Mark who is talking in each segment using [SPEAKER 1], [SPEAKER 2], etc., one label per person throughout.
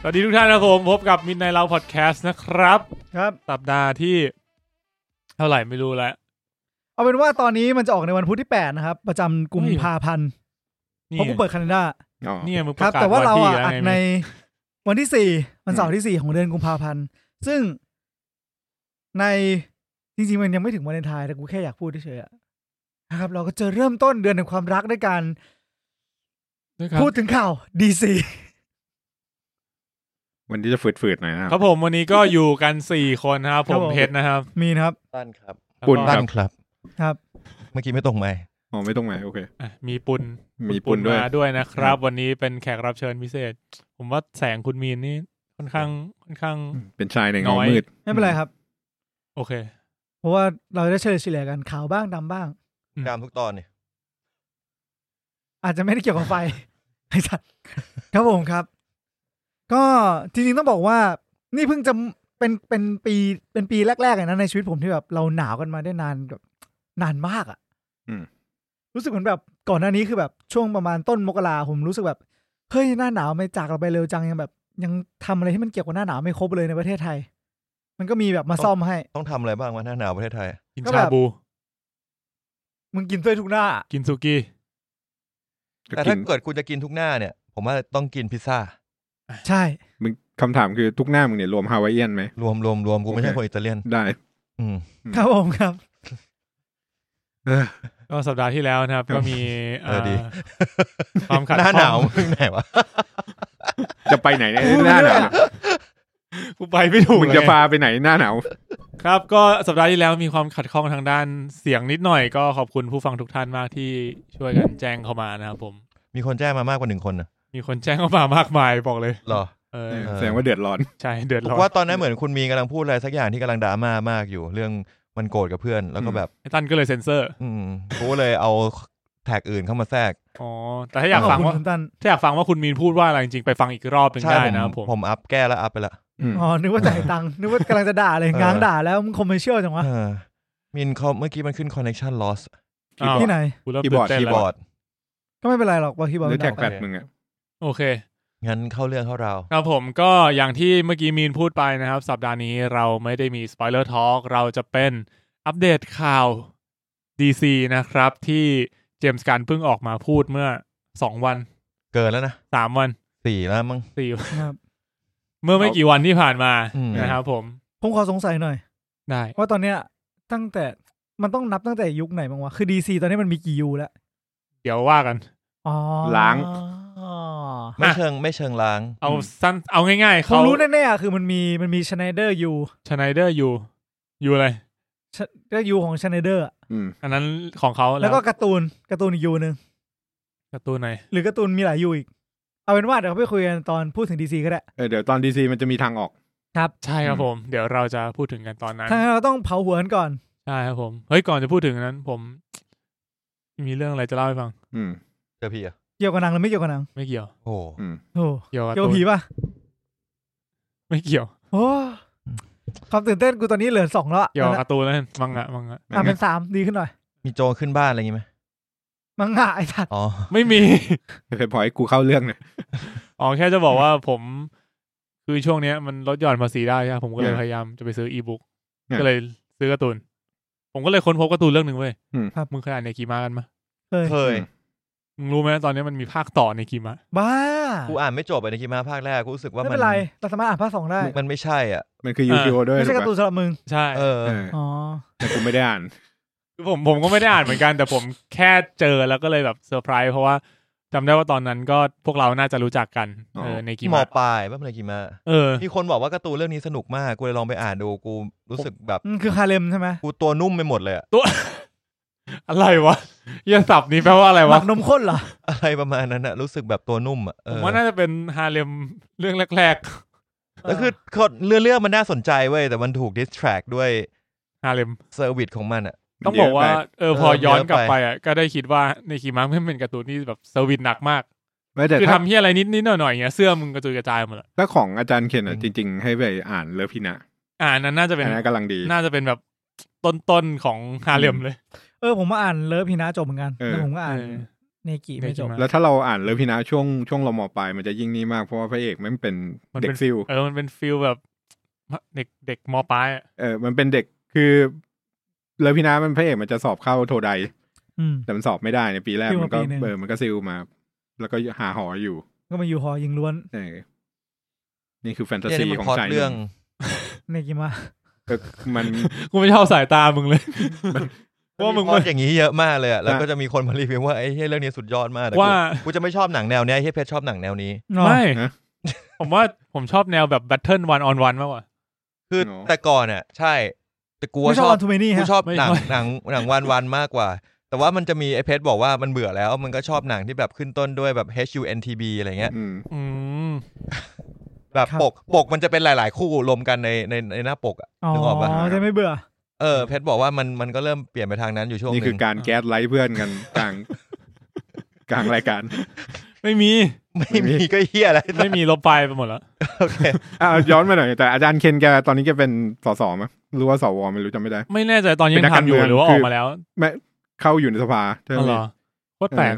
[SPEAKER 1] สวัสดีทุกท่านนะครับผมพบกับมินในเราพอดแคสต์นะครับ
[SPEAKER 2] ครับ
[SPEAKER 1] สัปดาห์ที่ เท่าไหร่ไม่รู้แล้ว
[SPEAKER 2] เอาเป็นว่าตอนนี้มันจะออกในวันพุธที่ 8 นะครับ ประจำกุมภาพันธ์เพ
[SPEAKER 1] นี่
[SPEAKER 2] ราะกูเปิดแคนาดา
[SPEAKER 3] อ๋อ
[SPEAKER 1] เนี่ยมึงป
[SPEAKER 2] ครับ
[SPEAKER 1] ระกาศ
[SPEAKER 2] แต่ว่าเราอ่ะ
[SPEAKER 1] น
[SPEAKER 2] อัด
[SPEAKER 1] ที่
[SPEAKER 2] ใน
[SPEAKER 1] แล้วไง
[SPEAKER 2] วันที่ 4 วันเสาร์ที่ 4 ของเดือนกุมภาพันธ์ ซึ่งในจริงๆ มันยังไม่ถึงวันเลนไทายแต่กูแค่อยากพูดเฉยๆอะนะครับ เราก็จะเริ่มต้นเดือนแห่งความรักด้วยการ
[SPEAKER 1] ด้วยครับ
[SPEAKER 2] พูดถึงข่าวดีซี
[SPEAKER 3] วันนี้จะฝืดๆหน่อยนะ
[SPEAKER 1] ค
[SPEAKER 3] ค
[SPEAKER 1] รั
[SPEAKER 3] รับ
[SPEAKER 1] บผมวันนี้ก็อยู่กันสี่คนนะครับผมเพชรนะครับ
[SPEAKER 2] มีนะครับ
[SPEAKER 4] ตั้นครับ
[SPEAKER 3] ปุ่น
[SPEAKER 1] แล้วก็
[SPEAKER 4] ตั้นครับ
[SPEAKER 2] ครับ
[SPEAKER 4] เมื่อกี้ไม่ตรงไหมค์
[SPEAKER 3] อ๋อไม่ต้องไหนโอเค
[SPEAKER 1] อ่ะมีปุน
[SPEAKER 3] มีปุ่นด้วย
[SPEAKER 1] มาด้วยนะครั
[SPEAKER 3] ครับ บ
[SPEAKER 1] วันนี้เป็นแขกรับเชิญพิเศษ ผมว่าแสงคุณมีนนี่ค่อนข้างค่อนข้าง
[SPEAKER 3] เป็นชายใน
[SPEAKER 1] น้
[SPEAKER 3] เงา
[SPEAKER 1] อย
[SPEAKER 3] มืด
[SPEAKER 2] ไม่เป็นไรครับ
[SPEAKER 1] โอเค
[SPEAKER 2] เพราะว่าเราจะเฉลยเฉลี่ยกันขาวบ้างดำบ้าง
[SPEAKER 4] กามทุกตอนเนี่ย
[SPEAKER 2] อาจจะไม่ได้เกี่ยวกับไฟ ไอ้สัตว์ครับผมครับ ก็จริงๆต้องบอกว่า นี่เพิ่งจะเป็นเป็นปีเป็นปีแรกๆเลยนะในชีวิตผมที่แบบเราหนาวกันมาได้นานแบบนานมากอะ่ะ
[SPEAKER 3] อืม
[SPEAKER 2] รู้สึกเหมือนแบบก่อนหน้านี้คือแบบช่วงประมาณต้นมกราผมรู้สึกแบบเฮ้ยหน้าหนาวไม่จากเราไปเร็วจังยังแบบ ยังทำอะไรที่มันเกี่ยวกับหน้าหนาวไม่ครบเลยในประเทศไทย มันก็มีแบบมาซ่อมให้
[SPEAKER 4] ต้องทำอะไรบ้างวะหน้าหนาวประเทศไทยอะ
[SPEAKER 1] กิน
[SPEAKER 2] ก็
[SPEAKER 1] ชา
[SPEAKER 2] แบบ
[SPEAKER 1] บู
[SPEAKER 2] มึงกินด้วยทุกหน้า
[SPEAKER 1] กินสุกี้
[SPEAKER 3] ก็
[SPEAKER 4] แต่
[SPEAKER 3] กิ
[SPEAKER 4] ถ้าน เกิดกูจะกินทุกหน้าเนี่ย ผมว่าต้องกินพิซซ่า
[SPEAKER 2] ใช่
[SPEAKER 3] มึงคำถามคือทุกหน้ามึงเนี่ยรวมฮาวายเอียนไหม
[SPEAKER 4] รวมรวมรวมกูไม่ใช่
[SPEAKER 3] โอเค
[SPEAKER 4] คนอิตาเลียน
[SPEAKER 3] ได้
[SPEAKER 4] อืม
[SPEAKER 2] ครับผมครับ
[SPEAKER 3] เออ
[SPEAKER 1] ก็สัปดาห์ที่แล้วนะครับ ก็มี
[SPEAKER 4] เออดี
[SPEAKER 1] อ่าความขัด
[SPEAKER 4] หน้าหนาว
[SPEAKER 1] ข้อง
[SPEAKER 4] มึงไหนวะ
[SPEAKER 3] จะไปไหนเนี่ย
[SPEAKER 2] พูด
[SPEAKER 3] ห
[SPEAKER 2] ไม่
[SPEAKER 3] น้าห
[SPEAKER 2] ได้
[SPEAKER 3] นาว
[SPEAKER 2] อะ
[SPEAKER 1] กูไปไม่ถูก
[SPEAKER 3] มึงจะ
[SPEAKER 1] เลย
[SPEAKER 3] พาไปไหนหน้าหนาว
[SPEAKER 1] ครับก็สัปดาห์ที่แล้วมีความขัดข้องทางด้านเสียงนิดหน่อยก็ขอบคุณผู้ฟังทุกท่านมากที่ช่วยกันแจ้งเข้ามานะครับผม
[SPEAKER 4] มีคนแจ้งมามากกว่าหนึ่งคนนะ
[SPEAKER 1] มีคนแจ้งเข้ามามากมายบอกเลย
[SPEAKER 4] หรอ
[SPEAKER 1] เออ
[SPEAKER 3] เออ
[SPEAKER 4] เออ
[SPEAKER 3] แสดงว่าเดือดร้อน
[SPEAKER 1] ใช่เดือด
[SPEAKER 4] ผม
[SPEAKER 1] ร้อน
[SPEAKER 4] ว่าตอนนั้นเหมือนคุณมีกำลังพูดอะไรสักอย่างที่กำลังดราม่ามากอยู่เรื่องมันโกรธกับเพื่อน แล้วก็แบบ
[SPEAKER 1] ไอ้ตันก็เลยเซ็นเซอร์
[SPEAKER 4] อืมกูก็เลยเอาแท็กอื่นเข้ามาแทรก
[SPEAKER 1] อ๋อแต่ถ้าอยาก
[SPEAKER 2] ขบ
[SPEAKER 1] ฟัง
[SPEAKER 2] คุณ
[SPEAKER 1] ว่า
[SPEAKER 2] คุณตัน
[SPEAKER 1] ถ้าอยากฟังว่าคุณมีนพูดว่าอะไรจริงๆไปฟังอีกรอบหนึ่ง
[SPEAKER 4] ใช่
[SPEAKER 1] ได้
[SPEAKER 4] ผม
[SPEAKER 1] นะครับผม
[SPEAKER 4] ผมอัพแก้แล้วอัพไปละ
[SPEAKER 3] อืม
[SPEAKER 2] อ๋อนึกว่าจ่ายตังค์นึกว่ากำลังจะด่าเลยง้างด่าแล้วมึงคอมเมอร์เชียลจังวะ
[SPEAKER 4] เออมินเขาเมื่อกี้มันขึ้น connection loss
[SPEAKER 1] อ้าว
[SPEAKER 2] ที่ไหน
[SPEAKER 1] กูเริ่มตื่นเต้น
[SPEAKER 4] คี
[SPEAKER 1] แล้
[SPEAKER 4] ย์บอ
[SPEAKER 1] ว
[SPEAKER 4] ร์ด
[SPEAKER 2] ก็ไม่เป็นไรหรอกบางทีบอก
[SPEAKER 3] หรือ
[SPEAKER 2] ไม่
[SPEAKER 3] แท็
[SPEAKER 2] ได้
[SPEAKER 3] กแพดมึงอะ
[SPEAKER 1] โอเค
[SPEAKER 4] งั้นเข้าเรื่องเข้าราว
[SPEAKER 1] ครับผมก็อย่างที่เมื่อกี้มีนพูดไปนะครับ สัปดาห์นี้เราไม่ได้มีสปอยเลอร์ทอล์กเราจะเป็นอัปเดตข่าว DC นะครับ ที่เจมส์การนเพิ่งออกมาพูดเมื่อ 2 วัน
[SPEAKER 4] เกินแล้วนะ
[SPEAKER 1] 3 วัน
[SPEAKER 4] สี่แล้วมั้ง
[SPEAKER 1] 4 วัน
[SPEAKER 2] ครับ
[SPEAKER 1] เมื่อไม่กี่วันที่ผ่านมา
[SPEAKER 4] อืม
[SPEAKER 1] นะครับผม
[SPEAKER 2] ผมขอสงสัยหน่อย
[SPEAKER 1] ได้
[SPEAKER 2] ว่าตอนเนี้ยตั้งแต่มันต้องนับตั้งแต่ยุคไหนบ้างวะคือดีซีตอนนี้มันมีกี่ยูแล้ว
[SPEAKER 1] เดี๋ยวว่ากัน
[SPEAKER 2] อ๋อ
[SPEAKER 3] ล้าง
[SPEAKER 4] ไม่
[SPEAKER 1] อ่ะ
[SPEAKER 4] เชิงไม่เชิงล้าง
[SPEAKER 1] เอาสั้นเอาง่ายๆ
[SPEAKER 2] ผม
[SPEAKER 1] เขา
[SPEAKER 2] รู้แน่ๆคือมันมีมันมีชไนเดอร์ยู
[SPEAKER 1] ชไนเดอร์อยู่ อยู่อะไร
[SPEAKER 2] ก็ยูของชไนเดอร์
[SPEAKER 3] อืม
[SPEAKER 1] อันนั้นของเขา
[SPEAKER 2] แล้วก็การ์ตูนการ์ตูนอีกยูหนึ่ง
[SPEAKER 1] การ์ตูนไหน
[SPEAKER 2] หรือการ์ตูนมีหลายยูอีก เอาเป็นว่าเดี๋ยวไปคุยกันตอนพูดถึงดีซีก็ได้
[SPEAKER 3] เออเดี๋ยวตอนดีซีมันจะมีทางออก
[SPEAKER 1] ใช่ครับผม เดี๋ยวเราจะพูดถึงกันตอนนั้น
[SPEAKER 2] ถ้างั้นเราต้องเผาหัวกันก่อน
[SPEAKER 1] ใช่ครับผม เฮ้ย ก่อนจะพูดถึงอันนั้น ผม มีเรื่องอะไรจะเล่าให้ฟัง
[SPEAKER 3] อืม
[SPEAKER 4] เจอพี่เหรอ่ะ
[SPEAKER 2] เกี่ยวกับหนังหรือไม่เกี่ยวกับหนัง
[SPEAKER 1] ไม่เกี่ยว
[SPEAKER 4] โอ้
[SPEAKER 3] อืม
[SPEAKER 2] โอ้
[SPEAKER 1] เกี่ยวกับ
[SPEAKER 2] เกี่ยวกับผีป่ะ
[SPEAKER 1] ไม่เกี่ยว
[SPEAKER 2] โอ้ความตื่นเต้นกูตอนนี้เหลือสองแล้วอะ
[SPEAKER 1] เกี่ยวกับการ์ตูนแล้วกันมังงะมังงะ
[SPEAKER 2] อ่ะเป็นสามดีขึ้นหน่อย
[SPEAKER 4] มีโจรขึ้นบ้านอะไรอย่างงี้ไหม
[SPEAKER 2] มังงะไอ้สัตว์
[SPEAKER 4] อ๋อ
[SPEAKER 1] ไม่มี
[SPEAKER 3] เคยพอให้กูเข้าเรื่องเลย
[SPEAKER 1] อ๋อแค่จะบอกว่าผมคือช่วงเนี้ยมันลดหย่อนภาษีได้ใช่ไหมผมก็เลย
[SPEAKER 3] เนี่ย
[SPEAKER 1] พยายามจะไปซื้ออีบุ๊ก
[SPEAKER 3] เนี่ย
[SPEAKER 1] ก็เลยซื้อการ์ตูน ผมก็เลยค้นพบการ์ตูนเรื่องหนึ่งเว้ย
[SPEAKER 3] อืม
[SPEAKER 1] มึงเคยอ่านในกีมากันมะ
[SPEAKER 2] เคย
[SPEAKER 4] เคย
[SPEAKER 1] มึงรู้ไหมตอนนี้มันมีภาคต่อในกีมา
[SPEAKER 2] บ้า
[SPEAKER 4] กูอ่านไม่จบไปในคิมาภาคแรก กูรู้สึกว่า
[SPEAKER 2] ไม่
[SPEAKER 4] มั
[SPEAKER 2] เป็น นไรเราสามารถอ่านภาคสองได้
[SPEAKER 4] มันไม่ใช่อ่ะ
[SPEAKER 3] มันคือยูทีโอด้วย
[SPEAKER 2] ไม่ใช่
[SPEAKER 3] ถู
[SPEAKER 2] การ์ตู
[SPEAKER 3] กปะ
[SPEAKER 2] นสำหรับมึง
[SPEAKER 1] ใช่
[SPEAKER 4] เออ
[SPEAKER 3] เออ
[SPEAKER 2] อ๋อ
[SPEAKER 3] แต่กูไม่ได้อ่าน
[SPEAKER 1] คือผมผมก็ไม่ได้อ่านเหมือนกัน แต่ผมแค่เจอแล้วก็เลยแบบเซอร์ไพรส์เพราะว่าจำได้ว่าตอนนั้นก็พวกเราน่าจะรู้จักกัน
[SPEAKER 3] อ๋อ
[SPEAKER 1] เออในกี
[SPEAKER 4] ม
[SPEAKER 1] มา
[SPEAKER 4] อปลายบ้างเลยคิมา
[SPEAKER 1] เออ
[SPEAKER 4] มีคนบอกว่าการ์ตูนเรื่องนี้สนุกมาก กูเลยลองไปอ่านดู กูรู้สึกแบบ
[SPEAKER 2] อืมคือคาเลมใช่ไหม
[SPEAKER 4] กูตัวนุ่มไปหมดเลยอะ
[SPEAKER 1] อะไรวะเยี่ยสับนี้แปลว่าอะไร
[SPEAKER 2] หมั
[SPEAKER 1] วะ
[SPEAKER 2] กนมข้นเหรอ
[SPEAKER 4] อะไรประมาณนั้นอะรู้สึกแบบตัวนุ่มอะเอ
[SPEAKER 1] ผม
[SPEAKER 4] อ
[SPEAKER 1] ว่าน่าจะเป็นฮาเลมเรื่องแรก
[SPEAKER 4] แล้วคือคือเรื่องเรื่องมันน่าสนใจเว้ย แต่มันถูกดิสแทรกด้วย
[SPEAKER 1] ๆฮาเลม
[SPEAKER 4] เซอร์วิสของมันอะ
[SPEAKER 1] ต้องบอกว่าเออพอ
[SPEAKER 4] เออ
[SPEAKER 1] ย้อนกลับ
[SPEAKER 4] เยอะ
[SPEAKER 1] ไป
[SPEAKER 4] ไป
[SPEAKER 1] อ่ะก็ได้คิดว่าในคีมังไม่งเป็นการ์ตูนที่แบบเซอร์วิสหนักมาก
[SPEAKER 3] ไม่แต่
[SPEAKER 1] คือ
[SPEAKER 3] ถ้า
[SPEAKER 1] ทำเฮียอะไรนิดนิดหน่อยหน่อยๆเงี้ยเสื้อมึงกระจุยกระจายหมดเลย
[SPEAKER 3] ถ้าของอาจารย์เคนอะจริง ๆ ให้ไปอ่านเลิฟพินะ
[SPEAKER 1] อ่าอันนั้นน่าจะเป็น
[SPEAKER 3] อันนั้นกำลังดี
[SPEAKER 1] น่าจะเป็นแบบต้นต้นๆของฮาเลมเลย
[SPEAKER 2] เออผมมาอ่านเลิฟพีนาจบเหมือนกัน
[SPEAKER 3] เออ
[SPEAKER 2] แล้วผมก็อ่าน
[SPEAKER 1] เออ
[SPEAKER 2] เนกิไม่จบ
[SPEAKER 1] เนกิมา
[SPEAKER 3] แล้วถ้าเราอ่านเลิฟพินะช่วงช่วงเรามอปลายมันจะยิ่งนี่มากเพราะว่าพระเอกแมันเป็น
[SPEAKER 1] มัน
[SPEAKER 3] เด็
[SPEAKER 1] เป็น
[SPEAKER 3] กซิล
[SPEAKER 1] เออมันเป็นฟิลแบบเด็กเด็กมปลายอะ
[SPEAKER 3] เออมันเป็นเด็กคือเลิฟพินะมันพระเอกมันจะสอบเข้าโทได
[SPEAKER 2] อืม
[SPEAKER 3] แต่มันสอบไม่ได้ในปีแรก
[SPEAKER 2] ซิลมามั
[SPEAKER 3] มันก็
[SPEAKER 2] ปีหนึ่ง
[SPEAKER 3] เออมันก็ซิลมา แล้วก็หาหออยู่
[SPEAKER 2] ก็มาอยู่หอยิงล้วน
[SPEAKER 3] เออนี่คือแฟนตา
[SPEAKER 4] เนี่ย
[SPEAKER 3] ซี
[SPEAKER 4] นี่มัน
[SPEAKER 3] ของ
[SPEAKER 4] พล็อต
[SPEAKER 3] สายหนึ่
[SPEAKER 4] เรื่อง
[SPEAKER 2] เนกิมา
[SPEAKER 3] เออมัน
[SPEAKER 1] กูไม่ชอบสายตามึงเลย ว่ามึง
[SPEAKER 4] พ
[SPEAKER 1] ว่า
[SPEAKER 4] อดอย่างนี้เยอะมากเลยอะแล้ว
[SPEAKER 3] นะ
[SPEAKER 4] ก็จะมีคนมารีวิวว่าไอ้เหี้ยเรื่องนี้สุดยอดมากแต่
[SPEAKER 1] ว่า
[SPEAKER 4] กูจะไม่ชอบหนังแนวเนี้ยไอ้เหี้ยเพชรชอบหนังแนวนี้
[SPEAKER 1] ไม่
[SPEAKER 3] ฮะ
[SPEAKER 1] ผมว่าผมชอบแนวแบบ Battle One on One มากกว่า
[SPEAKER 4] คือ
[SPEAKER 3] เนอะ
[SPEAKER 4] แต่ก่อนอะใช่ แต่กู
[SPEAKER 2] ไม่
[SPEAKER 4] ว่า
[SPEAKER 2] ช
[SPEAKER 4] ช
[SPEAKER 2] อบอ
[SPEAKER 4] อ
[SPEAKER 2] บ อนทูเมนี่
[SPEAKER 4] กู
[SPEAKER 2] ฮะ
[SPEAKER 4] ชอบ
[SPEAKER 1] ไม่
[SPEAKER 4] หนัง
[SPEAKER 1] ไม่
[SPEAKER 4] หนังหนังวันวันมากกว่า แต่ว่ามันจะมีไอ้เพชรบอกว่ามันเบื่อแล้วมันก็ชอบหนังที่แบบขึ้นต้นด้วยแบบ H U N T B อะไรเงี้ย
[SPEAKER 3] อืม
[SPEAKER 1] อืม
[SPEAKER 4] แบบปกปกมันจะเป็นหลาย ๆ คู่รวมกันในในในหน้าปกอะ
[SPEAKER 2] อ๋อ
[SPEAKER 4] นึกออกปะ
[SPEAKER 2] จะไม่เบื่อ
[SPEAKER 4] เออเพชรบอกว่ามันมันก็เริ่มเปลี่ยนไปทางนั้นอยู่ช่วงห
[SPEAKER 3] นี่คือ
[SPEAKER 4] นึ่
[SPEAKER 3] ง การแก๊สไลท์เพื่อนกันกลาง กลางรายการ
[SPEAKER 1] ไม่มี
[SPEAKER 4] ไม่มีก็เฮียอะไร
[SPEAKER 1] ไม่มีลบไปไปหมดแล้ว
[SPEAKER 4] โอเค
[SPEAKER 3] อ่าย้อนมาหน่อยแต่อาจารย์เคนแกตอนนี้แกเป็นสสมั้ยหรู้ว่าสวไม่รู้จำไม่ได้
[SPEAKER 1] ไม่แน่ใจตอนนี้
[SPEAKER 3] เป็นนั
[SPEAKER 1] ยัง
[SPEAKER 3] กกา
[SPEAKER 1] ทำ
[SPEAKER 3] ร
[SPEAKER 1] อยู่
[SPEAKER 3] เมือง
[SPEAKER 1] หรือว่าอ
[SPEAKER 3] คือ อ
[SPEAKER 1] กมาแล้ว
[SPEAKER 3] ไม่เข้าอยู่ในสภาใช่ไห
[SPEAKER 1] อ๋อ
[SPEAKER 3] ม
[SPEAKER 1] เหรอโคตรแปลก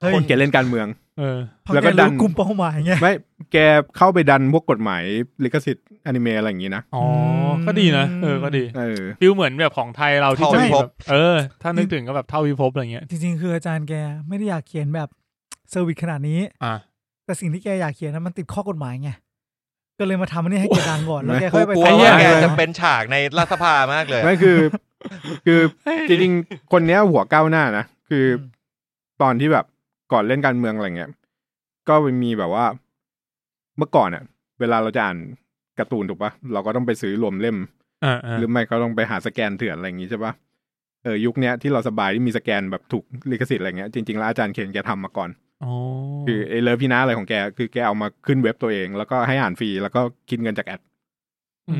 [SPEAKER 2] เฮ้ย
[SPEAKER 3] คนแกเล่นการเมือง
[SPEAKER 1] เออ
[SPEAKER 2] พอ
[SPEAKER 3] แล้วก็
[SPEAKER 2] รู้
[SPEAKER 3] ดัน
[SPEAKER 2] กลุ่มเป้าหมายไง
[SPEAKER 3] ไม่แกเข้าไปดันพวกกฎหมายลิขสิทธิ์อนิเมะอะไรอย่างนี้นะ
[SPEAKER 1] อ๋ออ
[SPEAKER 2] ม
[SPEAKER 1] ก็ดีนะเออก็ดี
[SPEAKER 3] เออ
[SPEAKER 1] ฟิลเหมือนแบบของไทยเราที่
[SPEAKER 4] เท่า
[SPEAKER 1] จะ
[SPEAKER 4] พิ
[SPEAKER 1] มี
[SPEAKER 4] ภ
[SPEAKER 1] แบบ
[SPEAKER 4] พ
[SPEAKER 1] เออ ถ้านึกถึงก็แบบเท่าพิภพอะไรเงี้ย
[SPEAKER 2] จริงๆ คืออาจารย์แกไม่ได้อยากเขียนแบบเซอร์วิสขนาดนี้
[SPEAKER 1] อ่ะ
[SPEAKER 2] แต่สิ่งที่แกอยากเขียนนั้นมันติดข้อกฎหมายไง ก็เลยมาทำอันนี้ให้แกดังก่อน แล้วแกค่อยไป
[SPEAKER 4] ก
[SPEAKER 2] ใส่
[SPEAKER 4] ลัว
[SPEAKER 3] ไอ้เหี้ย
[SPEAKER 4] ว่าแก
[SPEAKER 2] ไว้
[SPEAKER 4] จะเป็นฉากในรัฐสภามากเลยอะ
[SPEAKER 3] ไม่คือ คือจริงๆคนเนี้ยหัวก้าวหน้านะคืออตอนที่แบบก่อนเล่นการเมืองอะไรเงี้ยก็มีแบบว่า เมื่อก่อนอะเวลาเราจะอ่านการ์ตูนถูกปะเราก็ต้องไปซื้อรวมเล่ม
[SPEAKER 1] อ่าอ่า
[SPEAKER 3] หรือไม่ก็ต้องไปหาสแกนเถื่อนอะไรอย่างนี้ใช่ปะเออยุคเนี้ยที่เราสบายที่มีสแกนแบบถูกลิขสิทธิ์อะไรเงี้ยจริงๆแล้วอาจารย์เคนแกทำมาก่อน
[SPEAKER 1] อ๋อ
[SPEAKER 3] คือไอเลิฟพี่นะอะไรของแกคือแกเอามาขึ้นเว็บตัวเอง แล้วก็ให้อ่านฟรีแล้วก็คิดเงินจากแอด
[SPEAKER 2] อื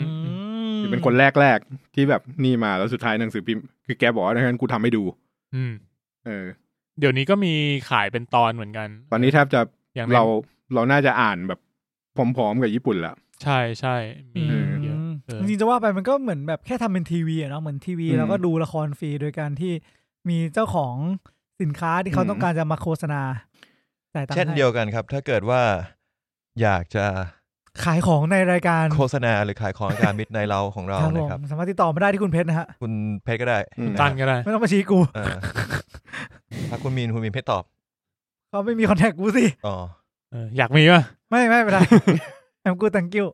[SPEAKER 2] ม
[SPEAKER 3] เป็นคนแรกๆที่แบบนี่มาแล้วสุดท้ายหนังสือพิมพ์คือแกบอกว่างั้นกูทำให้ดู
[SPEAKER 1] อืม
[SPEAKER 3] เออ
[SPEAKER 1] เดี๋ยวนี้ก็มีขายเป็นตอนเหมือนกัน
[SPEAKER 3] ตอนนี้แทบจะ
[SPEAKER 1] อย่าง
[SPEAKER 3] เรา
[SPEAKER 1] เรา
[SPEAKER 3] เราน่าจะอ่านแบบพร้อมๆกับญี่ปุ่นละ
[SPEAKER 1] ใช่ใช่มี
[SPEAKER 3] อืม
[SPEAKER 1] เยอะ เออ
[SPEAKER 2] จริงๆ จะว่าไปมันก็เหมือนแบบแค่ทำเป็นทีวีอะเนาะ เหมือนทีวี
[SPEAKER 3] อืม
[SPEAKER 2] แล้วก็ดูละครฟรีโดยการที่มีเจ้าของสินค้าที่เขา
[SPEAKER 3] อืม
[SPEAKER 2] ต้องการจะมาโฆษณาจ่ายตังค์
[SPEAKER 4] เช่น
[SPEAKER 2] ให้
[SPEAKER 4] เดียวกันครับ ถ้าเกิดว่าอยากจะ
[SPEAKER 2] ขายของในรายการ
[SPEAKER 4] โฆษณาหรือขายของรายการมิดในเราของเรา
[SPEAKER 2] ครับผ
[SPEAKER 4] นะ
[SPEAKER 2] ม
[SPEAKER 4] ครับ
[SPEAKER 2] สามารถติดต่อมาได้ที่คุณเพชรนะฮะ
[SPEAKER 4] คุณเพชรก็ได้
[SPEAKER 3] อืม
[SPEAKER 1] ตันก็ได้
[SPEAKER 2] ไม่ต้องมาชี้กู
[SPEAKER 4] เออถ้าคุณมีนคุณมีนเพชรตอบ
[SPEAKER 2] เขาไม่มีคอนแทคกูสิ
[SPEAKER 4] อ๋อ
[SPEAKER 1] เอออยากมีป่ะ
[SPEAKER 2] ไม่ไม่ เป็นไร แอมกู thank you